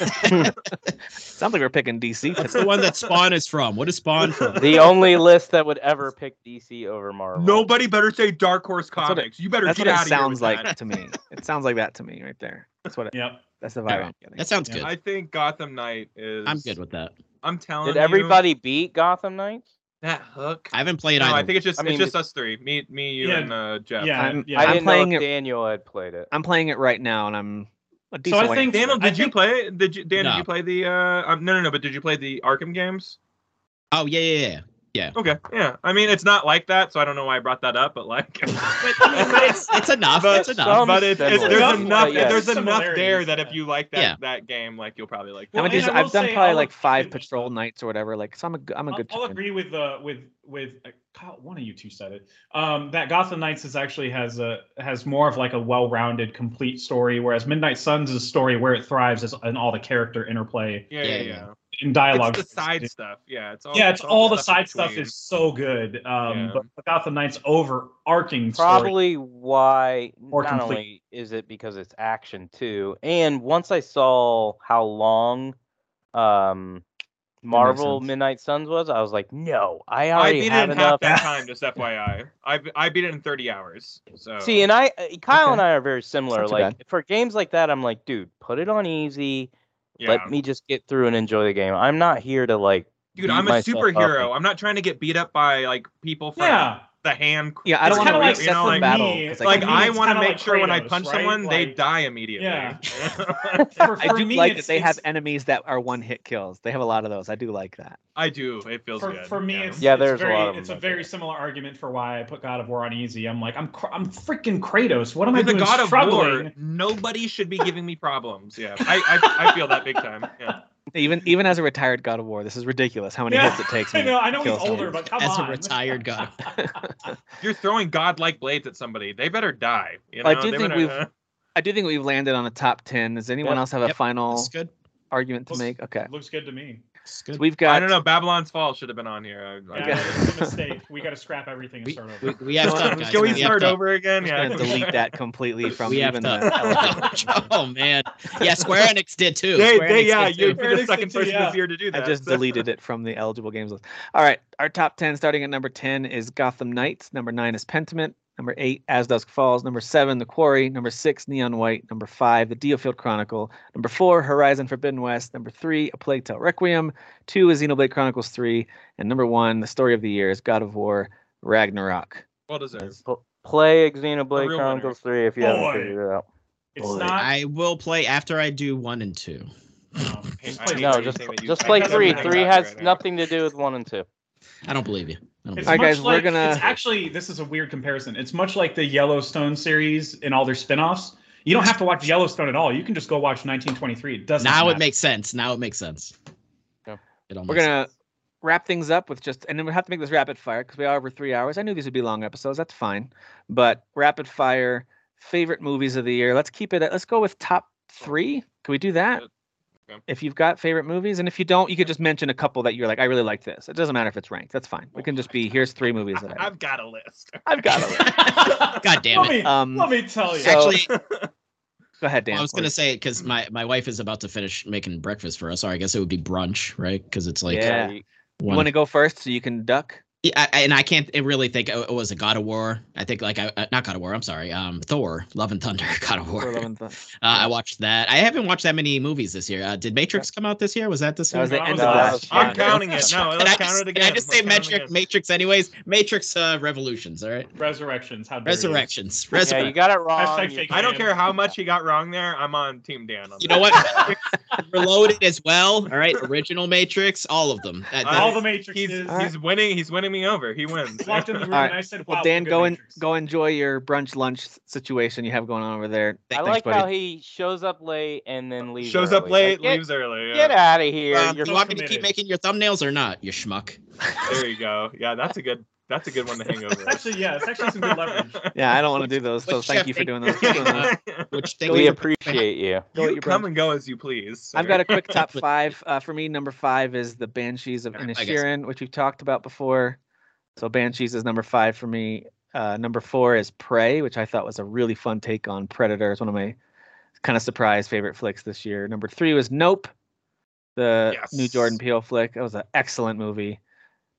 Speaker 1: sounds like we're picking DC.
Speaker 5: That's the one that Spawn is from. What is Spawn from?
Speaker 3: The only list that would ever pick DC over Marvel.
Speaker 4: Nobody better say Dark Horse
Speaker 1: That's what it-
Speaker 4: Comics. you better
Speaker 1: That's
Speaker 4: get
Speaker 1: what
Speaker 4: out
Speaker 1: it
Speaker 4: of
Speaker 1: sounds
Speaker 4: here. with
Speaker 1: like to me. It sounds like that to me right there. That's what. It,
Speaker 2: Yep.
Speaker 1: that's the vibe
Speaker 5: Alright.
Speaker 1: I'm getting.
Speaker 5: That sounds
Speaker 2: Yeah.
Speaker 5: good.
Speaker 4: That. I think Gotham Knight is.
Speaker 5: I'm good with that.
Speaker 4: I'm telling
Speaker 3: Did
Speaker 4: you,
Speaker 3: everybody beat Gotham Knights?
Speaker 4: that hook?
Speaker 5: I haven't played
Speaker 4: no,
Speaker 5: either.
Speaker 4: I think it's just
Speaker 3: I mean,
Speaker 4: it's just us three. Me, me, you,
Speaker 2: Yeah.
Speaker 4: and uh, Jeff.
Speaker 2: Yeah.
Speaker 1: I'm-
Speaker 2: yeah.
Speaker 3: I
Speaker 1: I'm
Speaker 3: didn't
Speaker 1: playing
Speaker 3: know if
Speaker 1: it-
Speaker 3: Daniel had played it.
Speaker 1: I'm playing it right now, and I'm a decent. way
Speaker 2: think-
Speaker 1: into
Speaker 4: Daniel,
Speaker 1: it.
Speaker 4: did
Speaker 2: I
Speaker 4: you
Speaker 2: think-
Speaker 4: play? it? Did you Dan?
Speaker 5: No.
Speaker 4: Did you play the? Uh, um, no, no, no. But did you play the Arkham games?
Speaker 5: oh yeah, yeah, yeah.
Speaker 4: Okay, yeah. I mean, it's not like that, so I don't know why I brought that up, but like,
Speaker 5: But it's, it's enough.
Speaker 4: But
Speaker 5: it's enough.
Speaker 3: some-
Speaker 4: but it's, it's,
Speaker 2: similar.
Speaker 4: there's enough.
Speaker 2: But yeah.
Speaker 4: There's enough
Speaker 2: Similarities,
Speaker 4: there that if
Speaker 2: yeah.
Speaker 4: you like that
Speaker 5: Yeah.
Speaker 4: that game, like you'll probably like.
Speaker 1: How
Speaker 2: Well,
Speaker 1: many
Speaker 2: and
Speaker 1: is-
Speaker 2: I will
Speaker 1: I've done
Speaker 2: say
Speaker 1: probably
Speaker 2: I'll
Speaker 1: like
Speaker 2: agree
Speaker 1: five
Speaker 2: with-
Speaker 1: patrol nights or whatever. Like, so I'm a, g- I'm a good.
Speaker 2: I'll, I'll
Speaker 1: kid.
Speaker 2: agree with uh, with with uh, Kyle, one of you two said it. Um, that Gotham Knights is actually has a has more of like a well-rounded, complete story, whereas Midnight Suns' is a story where it thrives is in all the character interplay
Speaker 4: Yeah, yeah,
Speaker 5: Yeah,
Speaker 4: yeah.
Speaker 2: and dialogue.
Speaker 4: It's the side stuff. Yeah, it's all.
Speaker 2: yeah, it's all the
Speaker 4: in
Speaker 2: side stuff
Speaker 4: between.
Speaker 2: is so good. Um,
Speaker 4: Yeah.
Speaker 2: but Gotham Knights' overarching story.
Speaker 3: Probably why
Speaker 2: Or
Speaker 3: not
Speaker 2: complete.
Speaker 3: only is it because it's action too, and once I saw how long um Marvel
Speaker 1: Suns.
Speaker 3: Midnight Suns was, I was like, no, I
Speaker 4: I
Speaker 3: already
Speaker 4: beat it
Speaker 3: have
Speaker 4: in half
Speaker 3: enough.
Speaker 4: that time, just FYI. I I beat it in 30 hours. So
Speaker 3: See, and I, uh, Kyle
Speaker 1: Okay.
Speaker 3: and I are very similar.
Speaker 1: not too
Speaker 3: Like for games like that, I'm like, dude, put it on easy.
Speaker 4: yeah.
Speaker 3: Let me just get through and enjoy the game. I'm not here to like.
Speaker 4: dude,
Speaker 3: beat
Speaker 4: I'm a
Speaker 3: myself up.
Speaker 4: superhero. I'm not trying to get beat up by like people from
Speaker 2: Yeah,
Speaker 4: the hand.
Speaker 1: Yeah, I don't
Speaker 2: It's
Speaker 1: want to
Speaker 2: kinda like-
Speaker 1: reset
Speaker 4: you know,
Speaker 1: the
Speaker 4: like,
Speaker 1: battle.
Speaker 2: me-
Speaker 1: 'cause
Speaker 4: Like
Speaker 2: For
Speaker 1: can-
Speaker 2: me,
Speaker 4: I
Speaker 2: it's
Speaker 4: want to
Speaker 2: kinda
Speaker 4: make
Speaker 2: like
Speaker 4: sure when I
Speaker 2: Kratos,
Speaker 4: punch
Speaker 2: right?
Speaker 4: someone, they
Speaker 2: Like-
Speaker 4: die immediately.
Speaker 2: Yeah.
Speaker 4: Yeah.
Speaker 2: For-
Speaker 1: I
Speaker 2: for
Speaker 1: do
Speaker 2: me,
Speaker 1: like
Speaker 2: it's-
Speaker 1: that they have
Speaker 2: it's-
Speaker 1: enemies that are one hit kills. They have a lot of those. I do like that.
Speaker 4: I do. It feels
Speaker 2: for,
Speaker 4: good.
Speaker 2: for me,
Speaker 4: yeah.
Speaker 2: it's
Speaker 3: Yeah,
Speaker 2: it's
Speaker 3: there's a
Speaker 2: very,
Speaker 3: lot of
Speaker 2: it's a
Speaker 3: them out
Speaker 2: very
Speaker 3: there.
Speaker 2: similar argument for why I put God of War on easy. I'm like, I'm cr- I'm freaking Kratos. What am I
Speaker 4: With the
Speaker 2: doing?
Speaker 4: God of
Speaker 2: struggling?
Speaker 4: War, nobody should be giving me problems. Yeah, I, I, I feel that big time. Yeah.
Speaker 1: Even even as a retired God of War, this is ridiculous. How many
Speaker 2: Yeah,
Speaker 1: hits it takes?
Speaker 2: I
Speaker 1: me.
Speaker 2: know, I know he's
Speaker 1: kills
Speaker 2: older,
Speaker 1: him.
Speaker 2: but come
Speaker 5: As
Speaker 2: on.
Speaker 5: a retired guy,
Speaker 4: You're throwing godlike blades at somebody. They better die. You know?
Speaker 1: I do
Speaker 4: They
Speaker 1: think
Speaker 4: better-
Speaker 1: we've- I do think we've landed on a top ten. Does anyone
Speaker 3: Yep.
Speaker 1: else have a
Speaker 5: Yep.
Speaker 1: final
Speaker 5: it's good.
Speaker 1: argument to
Speaker 2: Let's-
Speaker 1: make? Okay,
Speaker 2: Looks good to me.
Speaker 5: It's good.
Speaker 1: so we've got.
Speaker 4: I don't know. Babylon's Fall should have been on here. I, I,
Speaker 2: Yeah,
Speaker 1: Okay.
Speaker 2: it's a mistake. We got to scrap everything and
Speaker 5: We,
Speaker 2: start
Speaker 5: we,
Speaker 2: over.
Speaker 5: we have
Speaker 1: Well,
Speaker 5: to.
Speaker 1: guys,
Speaker 4: Can
Speaker 1: we
Speaker 4: we
Speaker 1: have
Speaker 4: start
Speaker 1: to-
Speaker 4: over
Speaker 1: I'm
Speaker 4: again?
Speaker 1: just
Speaker 4: Yeah.
Speaker 1: gonna delete that completely from
Speaker 5: we have
Speaker 1: even
Speaker 5: to-
Speaker 1: the.
Speaker 5: oh man, yeah. Square Enix did too.
Speaker 4: They-
Speaker 5: Square
Speaker 4: they-
Speaker 5: Enix
Speaker 4: yeah,
Speaker 5: did
Speaker 4: you're
Speaker 5: too.
Speaker 2: Fair
Speaker 4: you're the
Speaker 2: enough,
Speaker 4: second
Speaker 2: too,
Speaker 4: person
Speaker 2: yeah.
Speaker 4: this year to do
Speaker 1: I
Speaker 4: that.
Speaker 1: just
Speaker 4: so-
Speaker 1: deleted it from the eligible games list. All right, our top ten starting at number ten is Gotham Knights. Number nine is Pentiment. Number eight, As Dusk Falls. Number seven, The Quarry. Number six, Neon White. Number five, The Deofield Chronicle. Number four, Horizon Forbidden West. Number three, A Plague Tale Requiem. Two is Xenoblade Chronicles three, and number one, the story of the year is God of War Ragnarok.
Speaker 4: Well deserved.
Speaker 3: P- play
Speaker 4: real
Speaker 3: Xenoblade
Speaker 4: winner.
Speaker 3: Chronicles 3 if you
Speaker 2: Boy.
Speaker 3: haven't figured it out.
Speaker 2: It's
Speaker 1: Boy.
Speaker 2: not.
Speaker 5: I will play after I do one and two.
Speaker 2: no, just play
Speaker 3: No,
Speaker 2: three.
Speaker 3: just
Speaker 4: Everything that you-
Speaker 3: just
Speaker 4: I
Speaker 3: play
Speaker 2: think
Speaker 3: three.
Speaker 2: everything
Speaker 3: Three
Speaker 4: about it
Speaker 3: has
Speaker 4: right now.
Speaker 3: nothing to do with one and two.
Speaker 5: I don't believe you. I don't
Speaker 2: It's
Speaker 5: believe
Speaker 1: All right,
Speaker 2: much
Speaker 1: guys, we're
Speaker 2: like-
Speaker 1: gonna-
Speaker 2: It's actually this is a weird comparison. It's much like the Yellowstone series and all their spin-offs. You don't have to watch Yellowstone at all. You can just go watch 1923. It
Speaker 5: you.
Speaker 2: doesn't.
Speaker 5: Now it
Speaker 2: matter.
Speaker 5: makes sense. Now it makes sense.
Speaker 3: Yeah.
Speaker 5: It all
Speaker 1: We're
Speaker 5: makes
Speaker 1: gonna wrap things up with just, and then we have to make this rapid fire because we are over three hours. I knew these would be long episodes. That's fine, but rapid fire favorite movies of the year. Let's keep it. at- Let's go with top three. Can we do that?
Speaker 4: Okay.
Speaker 1: If you've got favorite movies, and if you don't, you could just mention a couple that you're like, I really like this. It doesn't matter if it's ranked. That's fine. We can just be here's three movies that I
Speaker 4: I've got a list.
Speaker 1: I've got. it.
Speaker 5: sense. God damn
Speaker 2: Let
Speaker 5: it.
Speaker 2: me,
Speaker 1: Um,
Speaker 2: let me tell you.
Speaker 1: so-
Speaker 5: Actually,
Speaker 1: Go ahead, Dan.
Speaker 5: I was
Speaker 1: What do
Speaker 5: gonna
Speaker 1: you-
Speaker 5: say because my my wife is about to finish making breakfast for us, or I guess it would be brunch, right? Because it's like
Speaker 1: Yeah.
Speaker 3: you-
Speaker 1: You
Speaker 5: one.
Speaker 1: want to go first so you can duck?
Speaker 5: Yeah, I- I- and I can't really think. Oh, it was a God of War. I think like I uh, not God of War. I'm sorry. Um, Thor, Love and Thunder, God of War.
Speaker 1: For
Speaker 5: Uh,
Speaker 1: love and Thunder.
Speaker 5: I watched that. I haven't watched that many movies this year. Uh, did Matrix come out this year? Was that this
Speaker 1: That
Speaker 5: year?
Speaker 1: was the
Speaker 2: No,
Speaker 1: end
Speaker 2: that
Speaker 1: of
Speaker 2: was-
Speaker 1: last
Speaker 4: I'm
Speaker 1: year.
Speaker 4: counting it. No,
Speaker 5: Did I
Speaker 4: let's count
Speaker 5: just,
Speaker 4: it
Speaker 5: did
Speaker 4: again.
Speaker 5: I just say
Speaker 4: Let's count it
Speaker 5: Matrix?
Speaker 4: again.
Speaker 5: Matrix, anyways. Matrix uh, Revolutions. All right.
Speaker 2: Resurrections. How dare you.
Speaker 5: Resurrections.
Speaker 3: Yeah,
Speaker 5: Resurrections.
Speaker 3: you got it wrong.
Speaker 2: Hashtag
Speaker 3: You-
Speaker 2: fake
Speaker 4: I don't care how much he got wrong there. I'm on Team Dan. On
Speaker 5: you
Speaker 4: that.
Speaker 5: know what? Reloaded as well. All right. Original Matrix. All of them. That-
Speaker 4: All
Speaker 5: that-
Speaker 2: All the matrices.
Speaker 4: He's he's winning. He's winning me me over. He wins.
Speaker 2: Walked in the room
Speaker 1: All right.
Speaker 2: and I said, "Wow,
Speaker 1: Well, Dan,
Speaker 2: look at
Speaker 1: go and
Speaker 2: Matrix."
Speaker 1: go enjoy your brunch lunch situation you have going on over there.
Speaker 3: I
Speaker 1: Thanks,
Speaker 3: like
Speaker 1: buddy.
Speaker 3: how he shows up late and then leaves.
Speaker 4: Shows up
Speaker 3: early.
Speaker 4: late,
Speaker 3: Like, get,
Speaker 4: leaves early.
Speaker 3: Get
Speaker 4: Yeah.
Speaker 3: out of here.
Speaker 5: Um,
Speaker 3: You're
Speaker 5: you want me to keep
Speaker 2: committed.
Speaker 5: making your thumbnails or not, you schmuck?
Speaker 4: There you go. Yeah, that's a good. That's a good one to hang over.
Speaker 2: Actually, yeah, it's actually some good leverage.
Speaker 1: Yeah, I don't want to do those.
Speaker 5: Which
Speaker 1: So thank you for
Speaker 5: chef
Speaker 1: doing
Speaker 5: think-
Speaker 1: those. Keep doing those.
Speaker 5: Which
Speaker 1: Go
Speaker 5: things
Speaker 3: we
Speaker 5: are-
Speaker 3: appreciate you.
Speaker 1: Go eat
Speaker 4: you
Speaker 1: your
Speaker 4: come
Speaker 1: brunch.
Speaker 4: and go as you please. sir.
Speaker 1: I've got a quick top five. Uh, for me, number five is the Banshees of
Speaker 5: Yeah, I guess.
Speaker 1: Inishirin, which we've talked about before. So Banshees is number five for me. Uh, number four is Prey, which I thought was a really fun take on Predator. It's one of my kind of surprise favorite flicks this year. Number three was Nope, the new
Speaker 4: Yes.
Speaker 1: Jordan Peele flick. That was an excellent movie.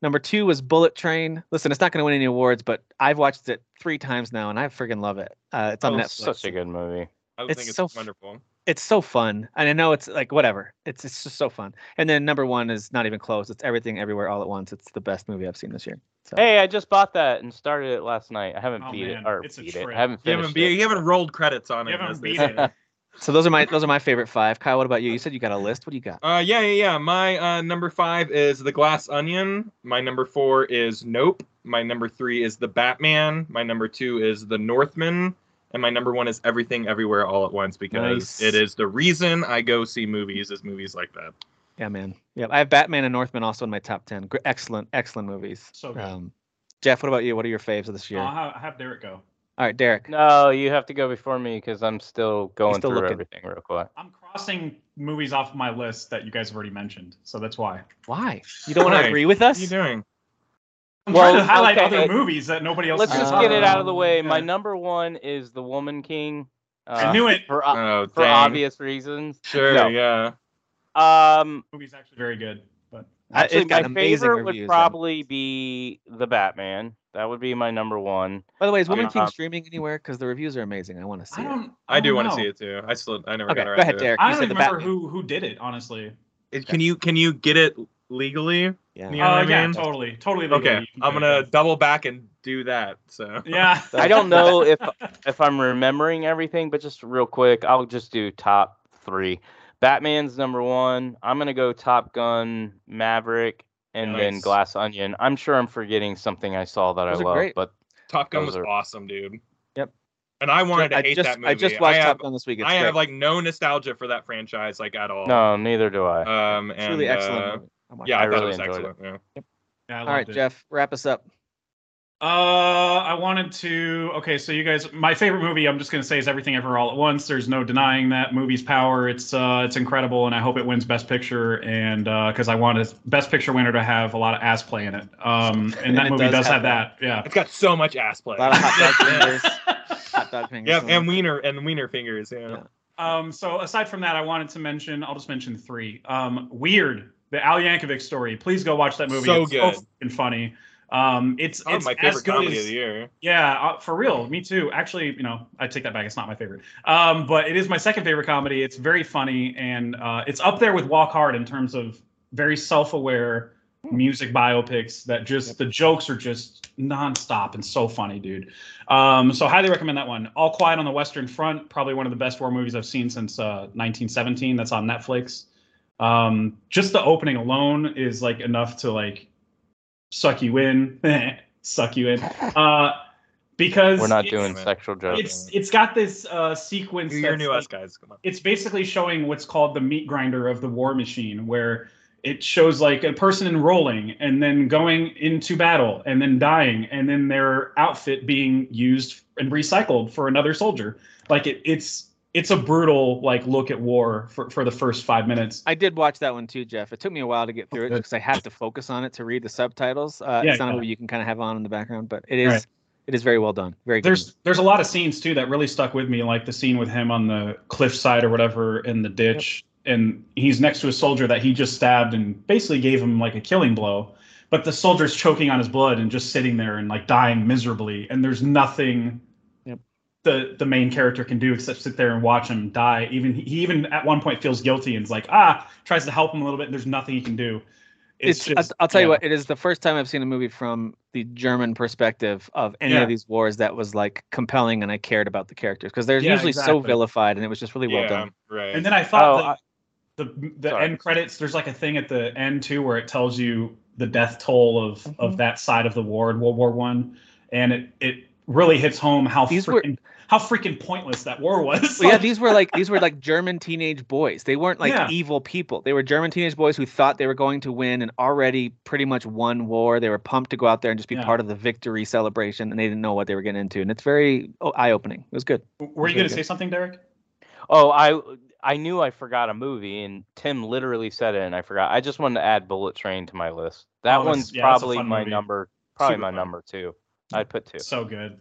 Speaker 1: Number two was Bullet Train. Listen, it's not going to win any awards, but I've watched it three times now, and I freaking love it. Uh, it's on
Speaker 4: Oh,
Speaker 1: Netflix
Speaker 3: Such a good movie.
Speaker 4: I would
Speaker 1: it's
Speaker 4: think it's
Speaker 1: so f-
Speaker 4: wonderful.
Speaker 1: it's so fun and i know it's like whatever it's it's just so fun and then number one is not even close it's everything everywhere all at once it's the best movie i've seen this year so
Speaker 3: Hey, I just bought that and started it last night. I haven't
Speaker 2: Oh,
Speaker 3: beat
Speaker 2: man,
Speaker 3: it or
Speaker 2: it's a
Speaker 3: beat it.
Speaker 2: trip.
Speaker 3: I haven't
Speaker 4: You
Speaker 3: finished
Speaker 4: haven't, be,
Speaker 3: it.
Speaker 4: you haven't rolled credits on
Speaker 2: You
Speaker 4: it. as
Speaker 2: haven't
Speaker 4: they
Speaker 2: beat
Speaker 4: say.
Speaker 2: it.
Speaker 1: so those are my those are my favorite five kyle what about you you said you got a list what do you got
Speaker 4: Uh, yeah, yeah, yeah. My uh, number five is The Glass Onion. My number four is Nope. My number three is The Batman. My number two is The Northman. And my number one is Everything Everywhere All at Once because
Speaker 1: Nice.
Speaker 4: it is the reason I go see movies is movies like that.
Speaker 1: yeah man yeah i have batman and northman also in my top 10 Gr- excellent excellent movies
Speaker 2: So good.
Speaker 1: um jeff what about you what are your faves of this year
Speaker 2: I'll
Speaker 4: Uh,
Speaker 2: have, have Derek go.
Speaker 1: all right derek
Speaker 3: No, you have to go before me because I'm still going
Speaker 1: still
Speaker 3: through
Speaker 1: looking.
Speaker 3: everything real quick.
Speaker 2: I'm crossing movies off my list that you guys have already mentioned, so that's why.
Speaker 1: why you don't want
Speaker 4: Why?
Speaker 1: to agree with
Speaker 4: What are you
Speaker 1: us
Speaker 4: doing?
Speaker 2: I'm
Speaker 3: Well,
Speaker 2: trying to highlight
Speaker 3: okay,
Speaker 2: other
Speaker 3: it-
Speaker 2: movies that nobody else.
Speaker 3: Let's
Speaker 2: has
Speaker 3: just
Speaker 1: Uh,
Speaker 2: talked
Speaker 3: get it
Speaker 2: about.
Speaker 3: out of the way. My
Speaker 2: Yeah.
Speaker 3: number one is The Woman King. uh,
Speaker 2: I knew it.
Speaker 1: Uh,
Speaker 3: for o-
Speaker 4: Oh,
Speaker 3: for
Speaker 4: dang.
Speaker 3: obvious reasons.
Speaker 4: Sure,
Speaker 3: No.
Speaker 4: yeah.
Speaker 3: Um,
Speaker 2: movie's actually very good, but
Speaker 1: Uh, it
Speaker 3: actually,
Speaker 1: got
Speaker 3: my
Speaker 1: amazing
Speaker 3: favorite
Speaker 1: reviews,
Speaker 3: would
Speaker 1: though.
Speaker 3: probably be The Batman. That would be my number one.
Speaker 1: by the way is woman
Speaker 3: Uh,
Speaker 1: king streaming anywhere because the reviews are amazing i want to see
Speaker 2: I
Speaker 1: it
Speaker 2: don't.
Speaker 4: I, do
Speaker 2: don't
Speaker 4: want
Speaker 2: know.
Speaker 4: to see it too. I still I never
Speaker 1: okay
Speaker 4: got
Speaker 1: go
Speaker 4: around
Speaker 1: ahead
Speaker 4: to it.
Speaker 1: derek
Speaker 2: I
Speaker 1: you
Speaker 2: don't
Speaker 1: said the
Speaker 2: remember
Speaker 1: batman
Speaker 2: who who did it honestly.
Speaker 4: It- Can you can you get it legally?
Speaker 1: yeah
Speaker 4: You know
Speaker 2: Uh,
Speaker 4: what I
Speaker 2: yeah,
Speaker 4: mean?
Speaker 2: totally, totally. legally,
Speaker 4: Okay,
Speaker 2: you can
Speaker 4: I'm
Speaker 2: do
Speaker 4: gonna
Speaker 2: it.
Speaker 4: double back and do that. So
Speaker 2: Yeah,
Speaker 3: I don't know if if I'm remembering everything, but just real quick, I'll just do top three. Batman's number one. I'm gonna go Top Gun, Maverick, and then
Speaker 4: Nice.
Speaker 3: Glass Onion. I'm sure I'm forgetting something I saw that
Speaker 1: Those
Speaker 3: I
Speaker 1: are
Speaker 3: love,
Speaker 1: great.
Speaker 3: but
Speaker 4: Top Gun
Speaker 3: Those
Speaker 4: was
Speaker 3: are-
Speaker 4: awesome, dude.
Speaker 1: Yep.
Speaker 4: And I wanted to
Speaker 1: I
Speaker 4: hate
Speaker 1: just,
Speaker 4: that movie.
Speaker 1: I just watched
Speaker 4: I have,
Speaker 1: Top Gun this week. It's
Speaker 4: I
Speaker 1: great.
Speaker 4: have like no nostalgia for that franchise like at all.
Speaker 3: no, neither do I.
Speaker 4: Um and
Speaker 1: truly excellent.
Speaker 4: uh,
Speaker 1: movie. Oh I'm watching it.
Speaker 4: yeah, I,
Speaker 3: I
Speaker 4: thought
Speaker 3: really
Speaker 4: it was
Speaker 3: enjoyed it.
Speaker 4: excellent. yeah.
Speaker 2: Yeah, I
Speaker 1: All right,
Speaker 2: loved it.
Speaker 1: Jeff, wrap us up.
Speaker 2: Uh, I wanted to. Okay, so you guys, my favorite movie, I'm just gonna say, is Everything Ever All at Once. There's no denying that movie's power. It's uh, it's incredible, and I hope it wins Best Picture, and because I want a Best Picture winner to have a lot of ass play in it. Um, and,
Speaker 1: And
Speaker 2: that
Speaker 1: it
Speaker 2: movie
Speaker 1: does
Speaker 2: does,
Speaker 1: have
Speaker 2: have, that. Yeah.
Speaker 4: It's got so much ass play.
Speaker 1: A lot of hot dog
Speaker 4: Yeah.
Speaker 1: fingers. hot dog fingers.
Speaker 4: yeah, and wiener and wiener fingers, yeah.
Speaker 1: Yeah.
Speaker 2: Um, so aside from that, I wanted to mention. I'll just mention three. Um, Weird, the Al Yankovic story. Please go watch that movie.
Speaker 4: So
Speaker 2: it's
Speaker 4: good.
Speaker 2: so fucking funny. Um, it's
Speaker 4: Probably
Speaker 2: it's
Speaker 4: my
Speaker 2: as
Speaker 4: favorite
Speaker 2: good
Speaker 4: comedy
Speaker 2: as-
Speaker 4: of the year.
Speaker 2: Yeah, uh, for real. Me too. Actually, you know, I take that back. It's not my favorite. Um, but it is my second favorite comedy. It's very funny and uh, it's up there with Walk Hard in terms of very self-aware music biopics that just the jokes are just nonstop and so funny, dude. Um, so highly recommend that one. All Quiet on the Western Front, probably one of the best war movies I've seen since uh, 1917. That's on Netflix. Um, just the opening alone is like enough to like suck you in, suck you in. Uh, because
Speaker 3: We're not
Speaker 2: it's-
Speaker 3: doing
Speaker 4: it's-
Speaker 3: sexual jokes.
Speaker 2: It's it's got this uh, sequence.
Speaker 4: You're
Speaker 2: that's
Speaker 4: new
Speaker 2: like-
Speaker 4: us guys. Come on.
Speaker 2: it's basically showing what's called the meat grinder of the war machine where it shows like a person enrolling and then going into battle and then dying and then their outfit being used and recycled for another soldier like it, it's it's a brutal like look at war for, for the first five minutes
Speaker 1: I did watch that one too, Jeff. It took me a while to get through it
Speaker 2: Good.
Speaker 1: because I have to focus on it to read the subtitles. Uh,
Speaker 2: Yeah,
Speaker 1: it's not
Speaker 2: yeah.
Speaker 1: a movie you can kind of have on in the background, but it is.
Speaker 2: Right.
Speaker 1: It is very well done. Very good.
Speaker 2: there's there's a lot of scenes too that really stuck with me like the scene with him on the cliffside or whatever in the ditch and he's next to a soldier that he just stabbed and basically gave him like a killing blow but the soldier's choking on his blood and just sitting there and like dying miserably and there's nothing
Speaker 1: Yep.
Speaker 2: the the main character can do except sit there and watch him die even he even at one point feels guilty and's like ah tries to help him a little bit and there's nothing he can do
Speaker 1: it's, I'll- I'll, tell you what it is the first time i've seen a movie from the german perspective of any
Speaker 2: Yeah.
Speaker 1: of these wars that was like compelling and i cared about the characters because they're
Speaker 2: Yeah,
Speaker 1: usually so
Speaker 2: exactly.
Speaker 1: vilified and it was just really well
Speaker 4: yeah,
Speaker 1: done
Speaker 4: Right.
Speaker 2: And then I thought
Speaker 3: Oh,
Speaker 2: the, the the
Speaker 3: sorry.
Speaker 2: end credits. There's like a thing at the end too where it tells you the death toll of of that side of the war in World War One, and it it really hits home how
Speaker 1: These were-
Speaker 2: freaking how freaking pointless that war was.
Speaker 1: Well, yeah,
Speaker 2: Like,
Speaker 1: these were like these were like German teenage boys. They weren't like
Speaker 2: Yeah.
Speaker 1: evil people. They were German teenage boys who thought they were going to win and already pretty much won war. They were pumped to go out there and just be
Speaker 2: Yeah.
Speaker 1: part of the victory celebration, and they didn't know what they were getting into. And it's very eye opening. It was good.
Speaker 2: were you
Speaker 1: Very
Speaker 2: going
Speaker 1: good.
Speaker 2: to say something, Derek?
Speaker 3: Oh, I I knew I forgot a movie, and Tim literally said it, and I forgot. I just wanted to add Bullet Train to my list. That
Speaker 2: Oh, that's-
Speaker 3: one's
Speaker 2: yeah, that's a
Speaker 3: probably
Speaker 2: fun
Speaker 3: my
Speaker 2: movie.
Speaker 3: number, probably
Speaker 2: Super
Speaker 3: my
Speaker 2: fun.
Speaker 3: number two. I'd put two.
Speaker 2: So good.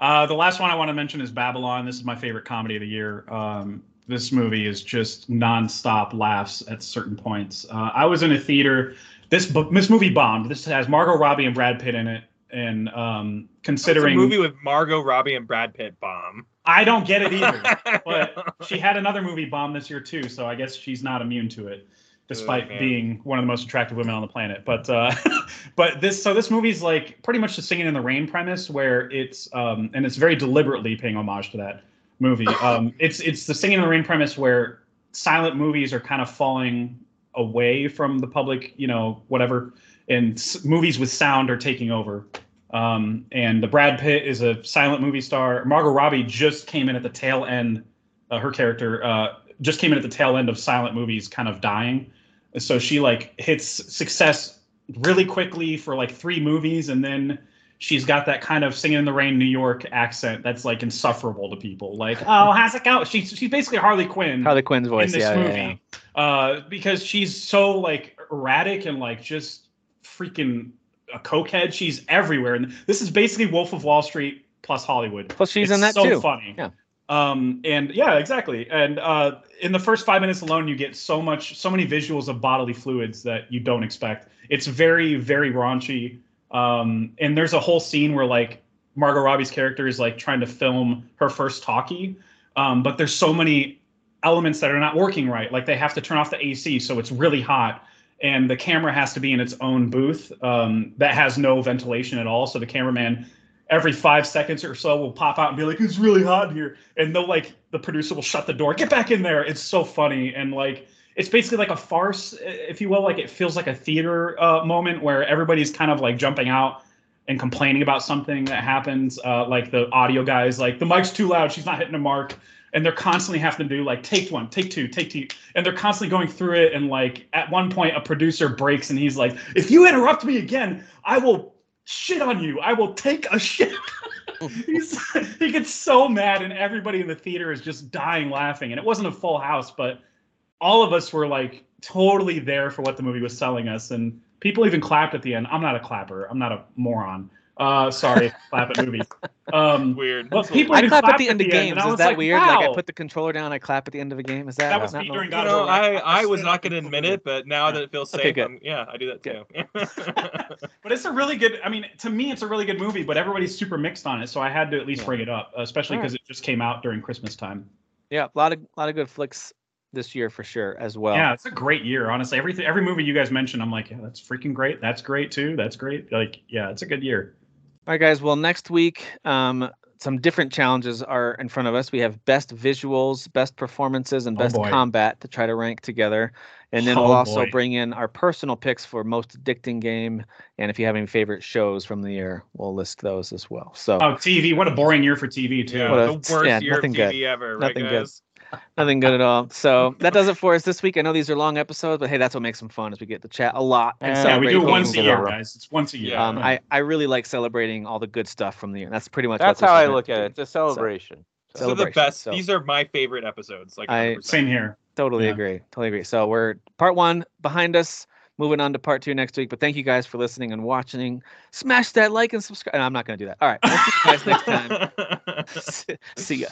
Speaker 2: Uh, the last one I want to mention is Babylon. This is my favorite comedy of the year. Um, this movie is just nonstop laughs at certain points. Uh, I was in a theater. This bu- this movie bombed. This has Margot Robbie and Brad Pitt in it, and um, considering
Speaker 4: it's a movie with Margot Robbie and Brad Pitt bomb.
Speaker 2: I don't get it either. but she had another movie bomb this year too, so I guess she's not immune to it, despite
Speaker 4: Ugh, man.
Speaker 2: being one of the most attractive women on the planet. But uh, but this so this movie's like pretty much the Singing in the Rain premise, where it's um, and it's very deliberately paying homage to that movie. Um, it's it's the Singing in the Rain premise where silent movies are kind of falling away from the public, you know, whatever, and s- movies with sound are taking over. Um, and the Brad Pitt is a silent movie star. Margot Robbie just came in at the tail end. Uh, her character uh, just came in at the tail end of silent movies, kind of dying. So she like hits success really quickly for like three movies, and then she's got that kind of singing in the rain New York accent that's like insufferable to people. Like, oh, how's it go? She's she's basically Harley Quinn
Speaker 1: Harley Quinn's voice.
Speaker 2: Mm. in this
Speaker 1: yeah, yeah,
Speaker 2: movie
Speaker 1: yeah.
Speaker 2: Uh, because she's so like erratic and like just freaking a cokehead. She's everywhere, and this is basically Wolf of Wall Street plus Hollywood.
Speaker 1: Plus, she's
Speaker 2: It's
Speaker 1: in that
Speaker 2: so
Speaker 1: too.
Speaker 2: funny.
Speaker 1: Yeah.
Speaker 2: Um, and yeah, exactly. And uh, in the first five minutes alone, you get so much, so many visuals of bodily fluids that you don't expect. It's very, very raunchy. Um, and there's a whole scene where like Margot Robbie's character is like trying to film her first talkie, um, but there's so many elements that are not working right. Like they have to turn off the AC, so it's really hot, and the camera has to be in its own booth um, that has no ventilation at all. So the cameraman every five seconds or so will pop out and be like, "It's really hot in here," and they'll like the producer will shut the door, get back in there. It's so funny and like it's basically like a farce, i- if you will. Like it feels like a theater uh, moment where everybody's kind of like jumping out and complaining about something that happens. Uh, like the audio guys, like the mic's too loud, she's not hitting a mark. And they're constantly having to do like take one, take two, take two, and they're constantly going through it. And like at one point, a producer breaks and he's like, "If you interrupt me again, I will shit on you. I will take a shit. He's, he gets so mad, and everybody in the theater is just dying laughing. And it wasn't a full house, but all of us were like totally there for what the movie was selling us. And people even clapped at the end. I'm not a clapper. I'm not a moron. Uh, sorry, clap at movies. Um,
Speaker 4: Weird.
Speaker 2: But people-
Speaker 1: I
Speaker 2: We
Speaker 1: clap at
Speaker 2: clapped
Speaker 1: the
Speaker 2: at
Speaker 1: end of
Speaker 2: the end,
Speaker 1: games.
Speaker 2: and I
Speaker 1: Is
Speaker 2: was
Speaker 1: that
Speaker 2: like,
Speaker 1: weird? Like I
Speaker 2: wow.
Speaker 1: put the controller down, I clap at the end of a game. Is that,
Speaker 2: that was
Speaker 1: not
Speaker 2: me
Speaker 1: normal?
Speaker 2: during
Speaker 4: you
Speaker 2: God of
Speaker 4: know,
Speaker 2: War.
Speaker 4: I, I was
Speaker 2: stood
Speaker 4: not
Speaker 2: up
Speaker 4: going to
Speaker 2: and
Speaker 4: admit
Speaker 2: clapped.
Speaker 4: it, but now that it feels
Speaker 1: Okay,
Speaker 4: safe,
Speaker 1: good.
Speaker 4: I'm, yeah, I do that too.
Speaker 2: but it's a really good. I mean, to me, it's a really good movie. But everybody's super mixed on it, so I had to at least
Speaker 1: Yeah.
Speaker 2: bring it up, uh, especially because it just came out during Christmas time.
Speaker 1: Yeah, a lot of lot of good flicks this year for sure as well.
Speaker 2: Yeah, it's a great year, honestly. Everything, every movie you guys mentioned, I'm like, yeah, that's freaking great. That's great too. That's great. Like, yeah, it's a good year.
Speaker 1: All right, guys. Well, next week, um, some different challenges are in front of us. We have best visuals, best performances, and
Speaker 2: Oh,
Speaker 1: best
Speaker 2: boy.
Speaker 1: combat to try to rank together. And then we'll
Speaker 2: Oh,
Speaker 1: also
Speaker 2: boy.
Speaker 1: bring in our personal picks for most addicting game. And if you have any favorite shows from the year, we'll list those as well. So
Speaker 2: Oh, TV. What a boring year for TV too.
Speaker 4: Yeah,
Speaker 1: What a-
Speaker 4: the worst
Speaker 1: yeah,
Speaker 4: year of
Speaker 1: nothing
Speaker 4: TV
Speaker 1: good.
Speaker 4: ever, right,
Speaker 1: Nothing good.
Speaker 4: guys?
Speaker 1: nothing good at all. So that does it for us this week. I know these are long episodes, but hey, that's what makes them fun is we get to chat a lot and
Speaker 3: Yeah,
Speaker 2: Yeah, we
Speaker 1: celebrate.
Speaker 2: do it
Speaker 1: things
Speaker 2: once a
Speaker 1: that
Speaker 2: year,
Speaker 1: are-
Speaker 2: guys. It's once a year.
Speaker 4: Yeah.
Speaker 1: Um, I, I really like celebrating all the good stuff from the year. That's pretty much what
Speaker 3: That's
Speaker 1: this
Speaker 3: how
Speaker 1: is
Speaker 3: I
Speaker 1: meant
Speaker 3: look
Speaker 1: to
Speaker 3: at
Speaker 1: be.
Speaker 3: it. It's a celebration.
Speaker 1: So-
Speaker 4: So the
Speaker 1: Celebration,
Speaker 4: best.
Speaker 1: so-
Speaker 4: These are my favorite episodes. Like
Speaker 1: I-
Speaker 4: 100%.
Speaker 2: Same here.
Speaker 1: Totally
Speaker 2: Yeah.
Speaker 1: agree. Totally agree. So we're part one behind us. Moving on to part two next week. But thank you guys for listening and watching. Smash that like and subscribe. No, I'm not going to do that. All right. We'll see you guys next time. See ya.